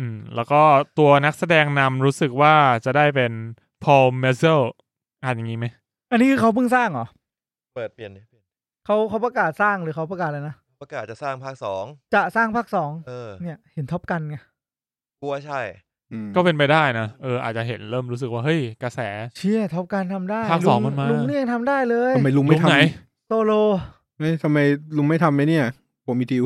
[SPEAKER 1] อืม แล้วก็ตัวนักแสดงนำรู้สึกว่าจะได้เป็น Paul m e z z e l อ่านอย่างนี้ไหม
[SPEAKER 2] อันนี้คือเขาเพิ่งสร้างเหรอ
[SPEAKER 4] เปิดเปลี่ยนดิเปลี่ยน
[SPEAKER 2] เขาเขาประกาศสร้างหรือเขาประกาศอะไรนะ
[SPEAKER 4] ประกาศจะสร้างภาคสอง
[SPEAKER 2] จะสร้างภาคสอง
[SPEAKER 4] เออ
[SPEAKER 2] เนี่ย เห็นท็อปกันไง
[SPEAKER 4] กลัวใช่
[SPEAKER 3] อืม
[SPEAKER 1] ก็เป็นไปได้นะ เออ อาจจะเห็นเริ่มรู้สึกว่า เฮ้ย กระแส
[SPEAKER 2] เชี่ยท็อปกันทำได้
[SPEAKER 1] ภาคสอง
[SPEAKER 2] ลุ
[SPEAKER 1] มันมา
[SPEAKER 2] ลุงเนี่ยยังทำได้เลย
[SPEAKER 3] ทำไมลุง
[SPEAKER 1] ลุ
[SPEAKER 3] ไม่
[SPEAKER 1] ง
[SPEAKER 3] ทำ
[SPEAKER 1] ไหน
[SPEAKER 2] โซโล
[SPEAKER 3] เอ้ยทำไมลุงไม่ทำไหมเนี่ยผมมีดิว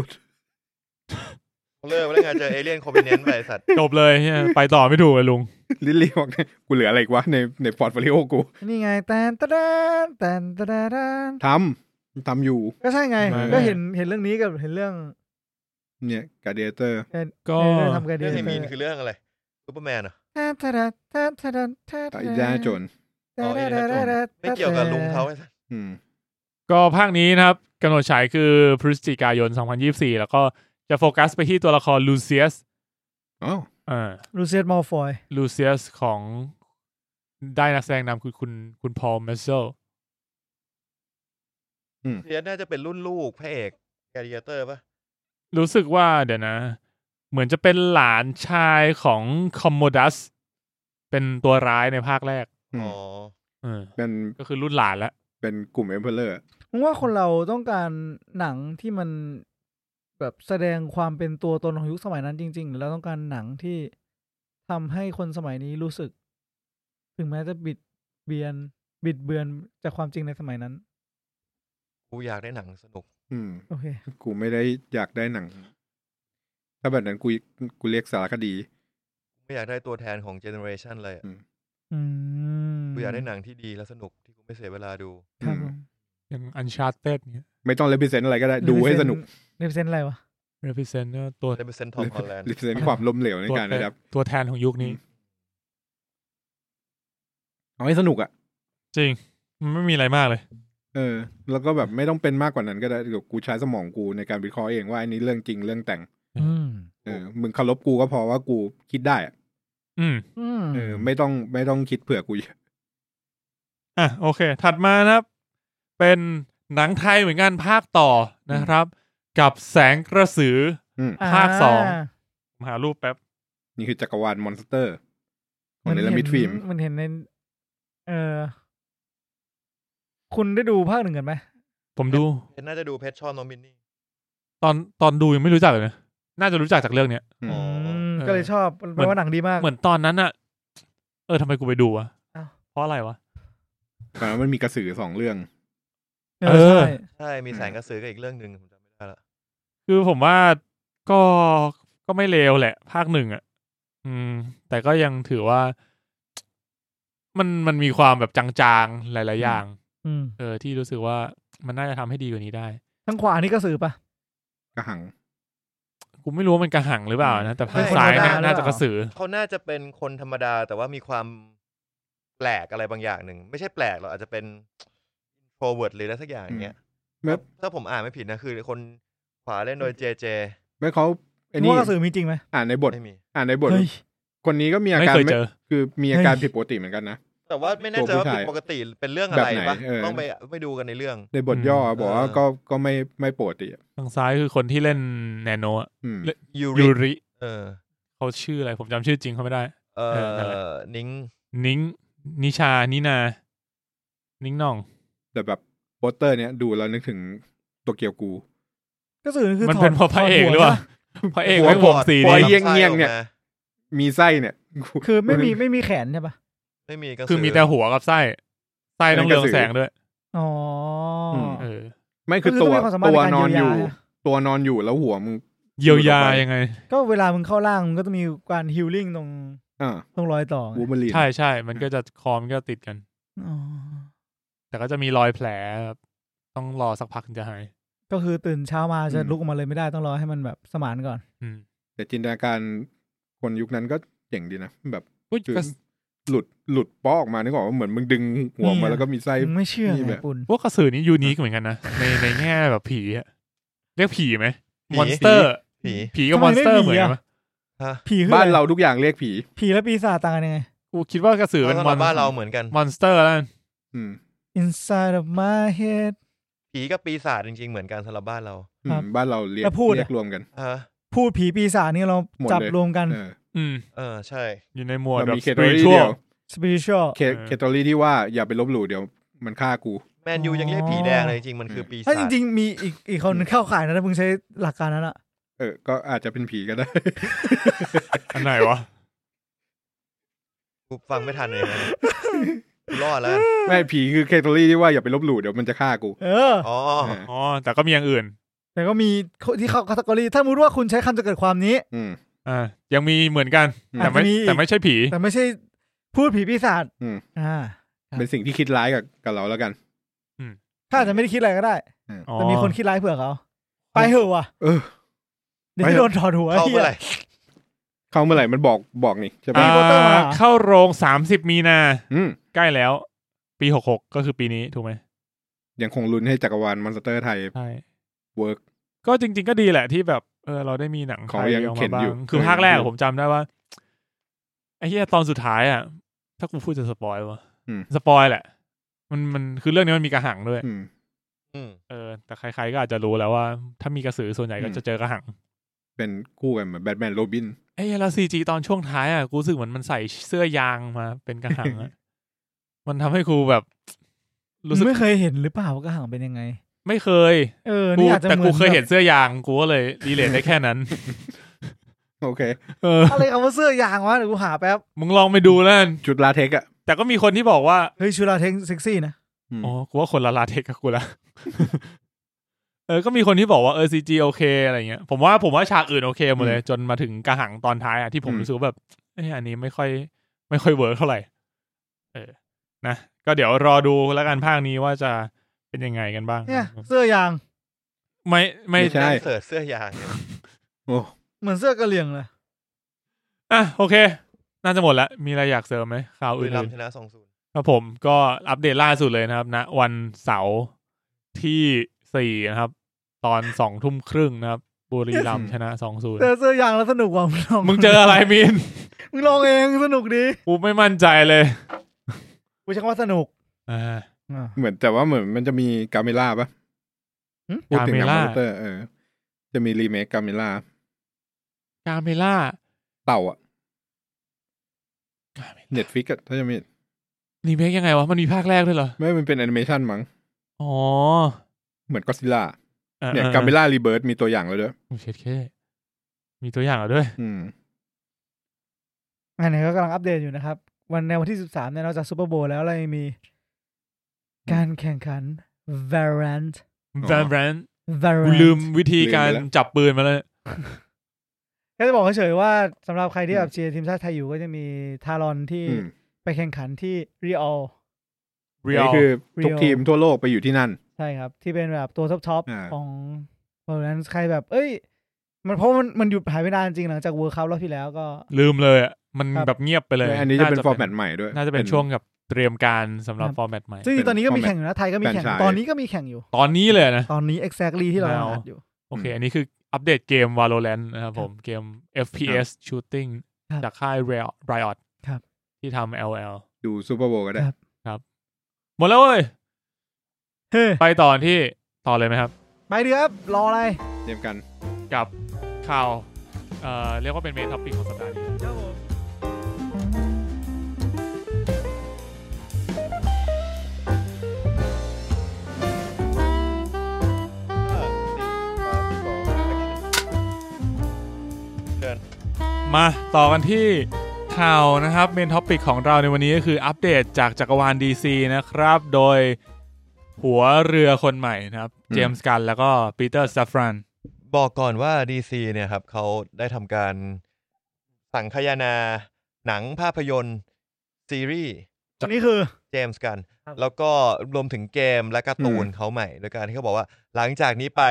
[SPEAKER 4] เลิกไปแล้วไงเจอเอเลี่ยนคอมบิเนนต์ไปไอ้สัตว์
[SPEAKER 1] จบเลยเหี้ย ไปต่อไม่ถูกเลยลุง
[SPEAKER 3] ลิลลี่บอก เนี่ยกูเหลืออะไรอีกวะในในพอร์ตโฟลิโอกู
[SPEAKER 2] นี่ไงแตนตะแดนแตนตะแดน
[SPEAKER 3] ทำทำอยู่
[SPEAKER 2] ก็ใช่ไง
[SPEAKER 1] ไม่
[SPEAKER 2] ก็เห็นเห็นเรื่องนี้กับเห็นเรื่อง
[SPEAKER 3] เนี่ยกาเดเตอร์
[SPEAKER 1] ก็
[SPEAKER 2] เรื่องทำกันดี
[SPEAKER 4] เรื่องที่มีนคือเรื่องอะไรซูเปอร์แมนเหรอ
[SPEAKER 2] แตนตะแดนแตนตะแดนแตนตะ
[SPEAKER 3] อินเดีย
[SPEAKER 2] แดน
[SPEAKER 3] โจน
[SPEAKER 4] อ๋อ Indiana Jones ไม่เกี่ยวกับลุงเขาไอ้สัส
[SPEAKER 3] อืม
[SPEAKER 1] ก็ภาคนี้นะครับกำหนดฉายคือพฤศจิกายน 2024 แล้วก็จะโฟกัสไปที่ตัวละครลูเซียส
[SPEAKER 3] อ๋อ
[SPEAKER 1] เออ
[SPEAKER 2] ลูเซียสมอลฟอย
[SPEAKER 1] ลูเซียสของได้นักแสดงนำคือคุณคุณพอลเมสเซล
[SPEAKER 4] เดียน่าจะเป็นรุ่นลูกพระเอกแกดิเตอร์ป่ะ
[SPEAKER 1] รู้สึกว่าเดี๋ยวนะ เหมือนจะเป็นหลานชายของคอมโมดัสเป็นตัวร้ายในภาคแรก
[SPEAKER 3] อืม
[SPEAKER 4] อ๋อ
[SPEAKER 1] เออ
[SPEAKER 3] เป็น
[SPEAKER 1] ก็คือรุ่นหลานแล้ว
[SPEAKER 3] เป็นกลุ่มเอ p เ r อร์
[SPEAKER 2] มึงว่าคนเราต้องการหนังที่มันแบบแสดงความเป็นตัวตนของยุคสมัยนั้นจริง ๆ หรือเราต้องการหนังที่ทำให้คนสมัยนี้รู้สึก ถึงแม้จะบิดเบียนบิดเบือนจากความจริงในสมัยนั้น
[SPEAKER 4] กูอยากได้หนังสนุก
[SPEAKER 3] อืม
[SPEAKER 2] โอเค
[SPEAKER 3] กูไม่ได้อยากได้หนัง ถ้าแบบนั้นกูกูเรียกสารคดี
[SPEAKER 4] ไม่อยากได้ตัวแทนของเจเนอเรชันเลยอะ
[SPEAKER 2] อืม
[SPEAKER 4] กูอยากได้หนังที่ดีและสนุกที่กูไม่เสียเวลาดู
[SPEAKER 2] ครับผม
[SPEAKER 1] อย่างอันชาร์เต็ดเนี่ย
[SPEAKER 3] ไม่ต้องเลพิเซนอะไรก็ได้ ดูให้สนุก
[SPEAKER 2] เรปเซนอะไรวะ
[SPEAKER 1] represent ว่าตัว
[SPEAKER 4] represent Tom Holland
[SPEAKER 3] เลพิเซนความล้มเหลวใน
[SPEAKER 1] ตัว
[SPEAKER 3] การ
[SPEAKER 1] แทน
[SPEAKER 3] นะครับ
[SPEAKER 1] ตัวแทนของยุคนี้
[SPEAKER 3] อืม เอาให้สนุกอ่ะ
[SPEAKER 1] จริง มันไม่มีอะไรมากเลย
[SPEAKER 3] เออ แล้วก็แบบไม่ต้องเป็นมากกว่านั้นก็ได้เดี๋ยวกูใช้สมองกูในการวิเคราะห์เองว่าอันนี้เรื่องจริงเรื่องแต่ง
[SPEAKER 1] อื
[SPEAKER 2] ม
[SPEAKER 3] เออ มึงเคารพกูก็พอว่ากูคิดได้อะ
[SPEAKER 1] อืม
[SPEAKER 2] อืม
[SPEAKER 3] เออ ไม่ต้องไม่ต้องคิดเผื่อกูเยอะ
[SPEAKER 1] อ่ะโอเค ถัดมานะครับ เป็นหนังไทยเหมือนกันภาคต่อนะครับ กับแสงกระสือ
[SPEAKER 3] อืม
[SPEAKER 1] ภาคสอง ผมหารูปแป๊บ
[SPEAKER 3] นี่คือจักรวาลมอนสเตอร์ขอ
[SPEAKER 2] มั
[SPEAKER 3] ง
[SPEAKER 2] น
[SPEAKER 3] เน
[SPEAKER 2] เห็
[SPEAKER 3] ลมิทฟิล์ม
[SPEAKER 2] มันเห็นในเออคุณได้ดูภาคหนึ่งกันไหม
[SPEAKER 1] ผมดู
[SPEAKER 4] เพชรน่าจะดูเพชรชอบน้องมินนี่
[SPEAKER 1] ตอนตอนดูยังไม่รู้จักเลยนะ น่าจะรู้จักจากเรื่องเนี้ย
[SPEAKER 4] อ๋อ
[SPEAKER 2] ม
[SPEAKER 1] เออ
[SPEAKER 2] ก็เลยชอบ
[SPEAKER 1] เหมื
[SPEAKER 2] แปล
[SPEAKER 1] อน
[SPEAKER 2] ว่าหนังดีมาก
[SPEAKER 1] เหมือนตอนนั้นอะเออทำไมกูไปดูวะ
[SPEAKER 2] อ้าว
[SPEAKER 1] เพราะอะไรวะ
[SPEAKER 3] ตอนนั้นมันมีกระสือสองเรื่อง
[SPEAKER 1] เออ
[SPEAKER 2] ใช่
[SPEAKER 4] ใช่ มีแสงกระสือกับอีกเรื่องหนึ่งผมจำไม่ได้ละ
[SPEAKER 1] คือผมว่าก็ก็ไม่เลวแหละ ภาคหนึ่งอะอืม แต่ก็ยังถือว่า มันมันมีความแบบจางๆหลายๆอย่าง
[SPEAKER 2] อืม
[SPEAKER 1] เออที่รู้สึกว่ามันน่าจะทำให้ดีกว่านี้ได้
[SPEAKER 2] ทั้งขวานี่ก็สือปะ
[SPEAKER 3] กระหัง
[SPEAKER 1] กูไม่รู้ว่ามันกระหังหรือเปล่านะ แต่ภาค
[SPEAKER 2] ไม่
[SPEAKER 1] ซ้าย
[SPEAKER 2] ธรรมดา
[SPEAKER 1] น่า
[SPEAKER 2] หรือเปล่า
[SPEAKER 1] น่าจะกระสือ
[SPEAKER 4] เขาน่าจะเป็นคนธรรมดา แต่ว่ามีความแปลกอะไรบางอย่างหนึ่ง ไม่ใช่แปลกหรอกอาจจะเป็น forward หรืออะไรสักอย่างเงี้ย
[SPEAKER 3] อืมแบบ
[SPEAKER 4] ถ้าผมอ่านไม่ผิดนะคือคนขวาเล่นโดยเจเจ
[SPEAKER 3] เมื่อเขาไอ้
[SPEAKER 2] นึก
[SPEAKER 3] นี่
[SPEAKER 2] ว่ากระสือมีจริงไหม
[SPEAKER 3] อ่านในบท
[SPEAKER 4] ไม่มี
[SPEAKER 3] อ่านในบท
[SPEAKER 2] เฮ้ย
[SPEAKER 3] คนนี้ก็มีอา
[SPEAKER 1] ไม่
[SPEAKER 3] การ
[SPEAKER 1] เคย
[SPEAKER 3] ไม่
[SPEAKER 1] เจอ
[SPEAKER 3] คือมีอาการ
[SPEAKER 2] เฮ้ย
[SPEAKER 3] ผิดปกติเหมือนกันนะ
[SPEAKER 4] แต่ว่าไม่แน่ใจ
[SPEAKER 3] ตัวผู้
[SPEAKER 4] ว่า
[SPEAKER 3] ชาย
[SPEAKER 4] ผิดปกติเป็นเรื่องอะไร
[SPEAKER 3] แบบไหน
[SPEAKER 4] ปะ
[SPEAKER 3] เออ
[SPEAKER 4] ต้องไปไปดูกันในเรื่อง
[SPEAKER 3] ในบทย่อ
[SPEAKER 1] อืม
[SPEAKER 3] บอกว่า
[SPEAKER 4] เออ
[SPEAKER 3] ก็ก็ไม่ไม่ปกติอะ
[SPEAKER 1] ทางซ้ายคือคนที่เล่นแนโนอะ
[SPEAKER 3] อืม
[SPEAKER 1] และ
[SPEAKER 4] ยู
[SPEAKER 1] ยู
[SPEAKER 4] ริ
[SPEAKER 1] ริ
[SPEAKER 4] เออ
[SPEAKER 1] เขาชื่ออะไร ผมจำชื่อจริงเขาไม่ได้
[SPEAKER 4] เอ
[SPEAKER 1] เออนั่นแหละ
[SPEAKER 4] อนิ้ง
[SPEAKER 1] นิ้งนิชานินา นิ้งหน่อง
[SPEAKER 3] แต่แบบโปสเตอร์เนี้ยดูแล้วนึกถึงตัวเกียวกู
[SPEAKER 2] ก็สือคือ
[SPEAKER 1] มัน
[SPEAKER 2] ถอด
[SPEAKER 1] เป็นเพราะพระเอกหรือเปล่าพระเอก
[SPEAKER 3] หัว
[SPEAKER 1] ไม่ผมสี
[SPEAKER 3] หัว
[SPEAKER 1] นี้
[SPEAKER 3] เยงเงียงเนี่ย มีไส้เนี่ย กู
[SPEAKER 2] คือไม่มีไม่มีแขนใช่ปะ
[SPEAKER 4] ไม่มีกระสื
[SPEAKER 1] คือมีแต่หัวกับไส้ไส้ต้องเรืองแสงด้วย
[SPEAKER 2] อ๋ออ
[SPEAKER 1] เออ
[SPEAKER 3] ไม่คือ
[SPEAKER 2] ก็
[SPEAKER 3] ตั
[SPEAKER 2] ต้
[SPEAKER 3] ว
[SPEAKER 2] งมีความสามารถ
[SPEAKER 3] ตัว
[SPEAKER 2] ใการ
[SPEAKER 3] นอน
[SPEAKER 2] เวา
[SPEAKER 3] อยู่
[SPEAKER 2] นะ
[SPEAKER 3] ตัวนอนอยู่แล้วหัวมึง
[SPEAKER 1] เยียวยายังไง
[SPEAKER 2] ก็เวลามึงเข้าล่างมึงก็จะมีการฮิลลิ่งตรง
[SPEAKER 3] อ่า
[SPEAKER 2] ตรงรอยต่อไง
[SPEAKER 3] บูมลีน
[SPEAKER 1] ใช่ใช่มันก็จะคอมนก็ติดกัน
[SPEAKER 2] อ๋อ
[SPEAKER 1] แต่ก็จะมีรอยแผลครับต้องรอสักพักถึงจะหาย
[SPEAKER 2] ก็คือตื่นเช้ามาจะลุกออกมาเลยไม่ได้ต้องรอให้มันแบบสมานก่อน
[SPEAKER 1] อืม
[SPEAKER 3] แต่จินตนาการคนยุคนั้นก็เจ๋งดีนะแบบ
[SPEAKER 1] อุ๊ย
[SPEAKER 3] คือ
[SPEAKER 1] กระส
[SPEAKER 3] หลุดหลุดป้อออกมานึกออกว่าเหมือนมึงดึงหัว
[SPEAKER 2] นี่
[SPEAKER 3] มา
[SPEAKER 2] อะ
[SPEAKER 3] แล้วก็มีไส้
[SPEAKER 2] มึงไม่เชื่อ
[SPEAKER 3] นี่
[SPEAKER 2] ไง
[SPEAKER 3] แบบ
[SPEAKER 2] ปุ่น
[SPEAKER 1] พวกกระสือนี่ยูนิคเหมือนกันนะ ในในแง่แบบผีอะเรียกผีไหม
[SPEAKER 4] ผี
[SPEAKER 1] มอนสเตอร์
[SPEAKER 4] ผี
[SPEAKER 1] ผีกับม
[SPEAKER 2] ทำไม
[SPEAKER 1] อนสเตอร์
[SPEAKER 2] ไม่
[SPEAKER 1] เหมื
[SPEAKER 2] มี
[SPEAKER 1] อนกั
[SPEAKER 2] อะ
[SPEAKER 1] นปะ
[SPEAKER 2] ผีคือ
[SPEAKER 3] บ้าน
[SPEAKER 2] อะไร
[SPEAKER 3] เราทุกอย่างเรียกผี
[SPEAKER 2] ผีและปีศาจต่างกันยังไง
[SPEAKER 1] กูคิดว่ากระสือเป็น
[SPEAKER 4] แล้ว
[SPEAKER 1] ม
[SPEAKER 4] ก็
[SPEAKER 1] อน
[SPEAKER 4] บ้านเราเหมือนกัน
[SPEAKER 1] มอนสเตอร์แล้วกัน
[SPEAKER 3] อืม
[SPEAKER 2] Inside of my head
[SPEAKER 4] ผีกับปีศาจจริงๆเหมือนกันสำหรับบ้านเรา
[SPEAKER 3] อืม
[SPEAKER 2] ครับ
[SPEAKER 3] บ้านเราเรียก
[SPEAKER 2] แล้วพูดอะ
[SPEAKER 3] เรียกรวมกัน
[SPEAKER 4] อ่ะ
[SPEAKER 2] พูดผีปีศาจนี่เรา
[SPEAKER 3] หมดเลย
[SPEAKER 2] จับรวมกัน
[SPEAKER 3] เออ
[SPEAKER 1] อืม
[SPEAKER 4] เออใช่
[SPEAKER 1] อยู่ในหมวด
[SPEAKER 3] เรา
[SPEAKER 1] แบบ
[SPEAKER 3] มีเค
[SPEAKER 1] ส
[SPEAKER 3] ทอ
[SPEAKER 1] ปิ
[SPEAKER 3] รี่
[SPEAKER 1] ริตชั
[SPEAKER 3] เดี
[SPEAKER 1] ว
[SPEAKER 3] ยว
[SPEAKER 2] spiritual
[SPEAKER 3] เคเคทอรี่ที่ว่าอย่าไปลบหลู่เดี๋ยวมันฆ่ากู
[SPEAKER 4] แมนยูยังเรียกผีแดงเลยจริงๆมันคือปี
[SPEAKER 2] ถ้า
[SPEAKER 4] ศา
[SPEAKER 2] จ
[SPEAKER 4] จ
[SPEAKER 2] ริงๆ มีอีกอีกคนนึงเข้าขายนะถ้ามึงใช้หลักการนั้นอะ
[SPEAKER 3] เออ ก็อาจจะเป็นผีก็ได้
[SPEAKER 1] อันไหนวะ
[SPEAKER 4] กูฟังไม่ทันเลยนะรอดแล้ว
[SPEAKER 3] ไม่ผีคือเคทอรี่ที่ว่าอย่าไปลบหลู่เดี๋ยวมันจะฆ่ากู
[SPEAKER 2] เออ
[SPEAKER 4] อ๋อ
[SPEAKER 3] เออ
[SPEAKER 1] อ๋อ แต่ก็มีอย่างอื่น
[SPEAKER 2] แต่ก็มีที่เข้าคัตกรีถ้ามุติว่าคุณใช้คำจะเกิดความนี้
[SPEAKER 3] อืม
[SPEAKER 1] อ่า ยังมีเหมือนกัน แต่ไม่
[SPEAKER 2] อาจจะมีอีก
[SPEAKER 1] แต่ไม่ใช่ผี
[SPEAKER 2] แต่ไม่ใช่พูดผีปีศาจ
[SPEAKER 3] อืม
[SPEAKER 2] อ่า
[SPEAKER 3] เป็นสิ่งที่คิดร้ายกับกับเราแล้วกัน
[SPEAKER 2] ถ้าอาจจะไม่ได้คิดอะไรก็ได้
[SPEAKER 1] อ๋อ
[SPEAKER 2] แต่มีคนคิดร้ายเผื่อเขา ไปเหอะว่ะ
[SPEAKER 3] เออ
[SPEAKER 2] เดี๋ยวที่โดนถอดหัว
[SPEAKER 4] เข้า
[SPEAKER 2] เฮี
[SPEAKER 4] เมื่
[SPEAKER 2] ย
[SPEAKER 4] อไหร่
[SPEAKER 3] เข้าเมื่อไหร่มันบอกบอกนี่ใช่ปะ
[SPEAKER 1] อ่า
[SPEAKER 2] มีโปสเตอร์มาเหรอ
[SPEAKER 1] เข้าโรงสามสิบมีนา
[SPEAKER 3] อืม
[SPEAKER 1] ใกล้แล้ว ปีหกหกก็คือปีนี้ถูกไหม
[SPEAKER 3] ยังคงลุ้นให้จักรวาลมอนสเตอร์ไทย
[SPEAKER 1] ใช่
[SPEAKER 3] เวิร์ก
[SPEAKER 1] ก็จริง ๆ ก็ดีแหละที่แบบเออเราได้มีหนังไท
[SPEAKER 3] เขา
[SPEAKER 1] ย
[SPEAKER 3] ยัง
[SPEAKER 1] ออก
[SPEAKER 3] เข็
[SPEAKER 1] มานบ้า
[SPEAKER 3] อยู่
[SPEAKER 1] งคือภาคแรก
[SPEAKER 3] เออ
[SPEAKER 1] ผมจำได้ว่าไอ้เหี้ยตอนสุดท้ายอ่ะ ถ้ากูพูดจะสปอยวะสปอยแหละ มันมันคือเรื่องนี้มันมีกระหังด้วย
[SPEAKER 3] อืม
[SPEAKER 4] อืม
[SPEAKER 1] เออแต่ใครๆก็อาจจะรู้แล้วว่า ถ้ามีกระสือส่วนใหญ่ก็
[SPEAKER 3] อืม
[SPEAKER 1] จะเจอกระหัง
[SPEAKER 3] เป็นคู่กันเหมือนแบทแมนโรบิน
[SPEAKER 1] ไอ้ยแล้วซีจีตอนช่วงท้ายอ่ะกูรู้สึกเหมือนมันใส่เสื้อยางมาเป็นกระหังอะ มันทำให้กูแบบ รู้สึก
[SPEAKER 2] ไม่เคยเห็นหรือเปล่าว่ากระหังเป็นยังไง
[SPEAKER 1] ไม่เคย
[SPEAKER 2] เออ
[SPEAKER 1] กู
[SPEAKER 2] นี่อาจจะ
[SPEAKER 1] แต่
[SPEAKER 2] หมื
[SPEAKER 1] กู
[SPEAKER 2] อน
[SPEAKER 1] เคยเห็น
[SPEAKER 2] แบบ
[SPEAKER 1] เสื้อยางกูก็เลยดีเลทได้แค่นั้น
[SPEAKER 3] โอเค
[SPEAKER 1] เออ
[SPEAKER 2] อะไรคำว่าเสื้อยางวะเดี๋ยวกูหาแป๊บ
[SPEAKER 1] มึงลองไปดูแล้วกัน
[SPEAKER 3] ชุดลาเทกซ์อะ
[SPEAKER 1] แต่ก็มีคนที่บอกว่า
[SPEAKER 2] เฮ้ยชุลาเทงเซ็กซี่นะ
[SPEAKER 3] อืม
[SPEAKER 1] อ๋อกูว่าคนละลาเทคกับกูละ เออก็มีคนที่บอกว่าเออซีจีโอเคอะไรเงี้ยผมว่าผมว่าฉากอื่นโอเคหมดเลย จนมาถึงกระหังตอนท้ายอ่ะที่ผมรู้สึกว่าแบบเอออันนี้ไม่ค่อย ไม่ค่อยเวิร์กเท่าไหร่ เออ นะ ก็เดี๋ยวรอดูแล้วกันภาคนี้ว่าจะเป็นยังไงกันบ้าง
[SPEAKER 2] เนี่ยเสื้อยาง
[SPEAKER 1] ไม่ไม่
[SPEAKER 3] ไม่ใช่
[SPEAKER 4] เสิร์ชเสื้อยางเนี่ย
[SPEAKER 3] โอ้
[SPEAKER 2] เหมือนเสื้อกระเหลี่ยงเลย
[SPEAKER 1] อ่ะโอเค น่าจะหมดละมีอะไรอยากเสริมไหมข่าว
[SPEAKER 4] บุรีรั
[SPEAKER 1] อื่น
[SPEAKER 4] มย์ชนะสองศูนย์
[SPEAKER 1] ๆครับผมก็อัปเดตล่าสุดเลยนะครับณวันเสาร์ที่สี่นะครับ ตอนสองทุ่มครึ่งนะครับ บุรีรัม ย์ชนะสองศูนย์
[SPEAKER 2] เจอเสื้อยางแล้วสนุกว่ะมึงลอง
[SPEAKER 1] มึงเจออะไรมิน
[SPEAKER 2] มึงลองเองสนุกดี
[SPEAKER 1] กูไม่มั่นใจเลย
[SPEAKER 2] กูใช้คำว่าสนุก
[SPEAKER 1] อ่า
[SPEAKER 2] อ่า
[SPEAKER 3] เหมือนแต่ว่าเหมือนมันจะมีกาเมล่าปะ
[SPEAKER 2] หึ
[SPEAKER 3] พูดถึงหนัง
[SPEAKER 1] Gamera
[SPEAKER 3] มอนสเตอร์เออ จะมีรีเมคกาเมล่าก
[SPEAKER 1] าเมล่า
[SPEAKER 3] เต่าอะเน็ตฟิกอะถ้าจะไมี
[SPEAKER 1] รีเมคยังไงวะ มันมีภาคแรกด้วยเหรอ
[SPEAKER 3] ไม่มันเป็นแอนิเมชันมั้ง
[SPEAKER 1] อ๋อ
[SPEAKER 3] เหมือนก็ซิล่า
[SPEAKER 1] ออ
[SPEAKER 3] เนี่
[SPEAKER 1] ออก
[SPEAKER 3] ยาเมล่ารีเบิร์มีตัวอย่างแล้วด้วย
[SPEAKER 1] โอ้เช็ดเคมีตัวอย่างเหรอด้วย
[SPEAKER 3] อืม
[SPEAKER 2] อันนี้ก็กำลังอัปเดตอยู่นะครับ วันในวันที่ 13เนี่ยนอกจากซูเปอร์โบว์แล้วเรายังมี การแข่งขัน Variant
[SPEAKER 3] อ๋อ
[SPEAKER 1] แบรนด์แบรนด์กู
[SPEAKER 2] Variant
[SPEAKER 1] ลืมวิธีการ
[SPEAKER 3] ลืมไปแล้ว
[SPEAKER 1] จับปืนมาเลย
[SPEAKER 2] ก็จะบอกเฉยๆว่าสำหรับใครที่แบ
[SPEAKER 3] อื
[SPEAKER 2] บ
[SPEAKER 3] ม
[SPEAKER 2] เชียร์ทีมชาติไทยอยู่ก็จะมีทารอนที่
[SPEAKER 3] อืม
[SPEAKER 2] ไปแข่งขันที่ Real
[SPEAKER 1] เรีย
[SPEAKER 3] นี่
[SPEAKER 1] ล
[SPEAKER 3] คือทุก
[SPEAKER 2] Real
[SPEAKER 3] ทีมทั่วโลกไปอยู่ที่นั่น
[SPEAKER 2] ใช่ครับ ที่เป็นแบบตัวท็อปท็อป
[SPEAKER 3] อ่า
[SPEAKER 2] ของ Valorant ใครแบบ เอ้ย มันเพราะมันมันหยุดหายไปนานจริงหลังจากเวิร์คัพรอบที่แล้วก็
[SPEAKER 1] ลื
[SPEAKER 2] ลื
[SPEAKER 1] มเลยอ่ะ มัน
[SPEAKER 2] ครับ
[SPEAKER 1] แบบเงียบไปเลย
[SPEAKER 3] อันนี้จะเป็นฟอร์แมต
[SPEAKER 1] น
[SPEAKER 3] ใหม่ด้วย
[SPEAKER 1] น่าจะเป็น
[SPEAKER 3] ป็
[SPEAKER 1] ช่วงกับเตรียมการสำหรับ
[SPEAKER 2] ครับ
[SPEAKER 1] ฟอร์แมตใหม่
[SPEAKER 2] ซึ่ง
[SPEAKER 3] เป็น
[SPEAKER 2] ตอนนี้ก็มี
[SPEAKER 3] format
[SPEAKER 2] แข่งอยู่นะไทยก็มีแข่ง
[SPEAKER 3] franchise
[SPEAKER 2] ตอนนี้ก็มีแข่งอยู่
[SPEAKER 1] ตอนนี้เลยนะ
[SPEAKER 2] ตอนนี้ exactly ที่เรา
[SPEAKER 1] แล้ว
[SPEAKER 2] อัดอยู่
[SPEAKER 1] โอเค อันนี้คืออัปเดตเกม Valorant นะครับผม เกม FPS Shooting
[SPEAKER 2] ครับ
[SPEAKER 1] จากค่าย Riot Riot
[SPEAKER 2] ครับ
[SPEAKER 1] ที่ทำ LL
[SPEAKER 3] ดูซูเปอร์โบก็ได้
[SPEAKER 2] ครับ
[SPEAKER 1] หมดแล้วเว้ย
[SPEAKER 2] เฮ้ย
[SPEAKER 1] ไปต่อที่ต่อเลยไหมครับ
[SPEAKER 2] ไปดีครับรออะไร
[SPEAKER 3] เตรียมกัน
[SPEAKER 1] กับข่าว เอ่อ เรียกว่าเป็นเมนท็อปิกของสัปดาห์นี้
[SPEAKER 4] ห้าสี่สามสองแอคชั่นเดิน
[SPEAKER 1] มาต่อกันที่ข่าวนะครับเมนท็อปิกของเราในวันนี้ก็คืออัปเดตจากจักรวาล DC นะครับ โดยหัวเรือคนใหม่นะครับ
[SPEAKER 3] อืม
[SPEAKER 1] เจมส์กันแล้วก็ปีเตอร์ซัฟฟรัน
[SPEAKER 4] บอกก่อนว่า DC เนี่ยครับเขาได้ทำการสังคายนา หนังภาพยนตร์ ซีรีส์
[SPEAKER 2] นี่คือ
[SPEAKER 4] เจมส์กัน
[SPEAKER 2] ครับ
[SPEAKER 4] แล้วก็รวมถึงเกมและการ์ตูน
[SPEAKER 3] อืม
[SPEAKER 4] เขาใหม่โดยการที่เขาบอกว่า หลังจากนี้ไป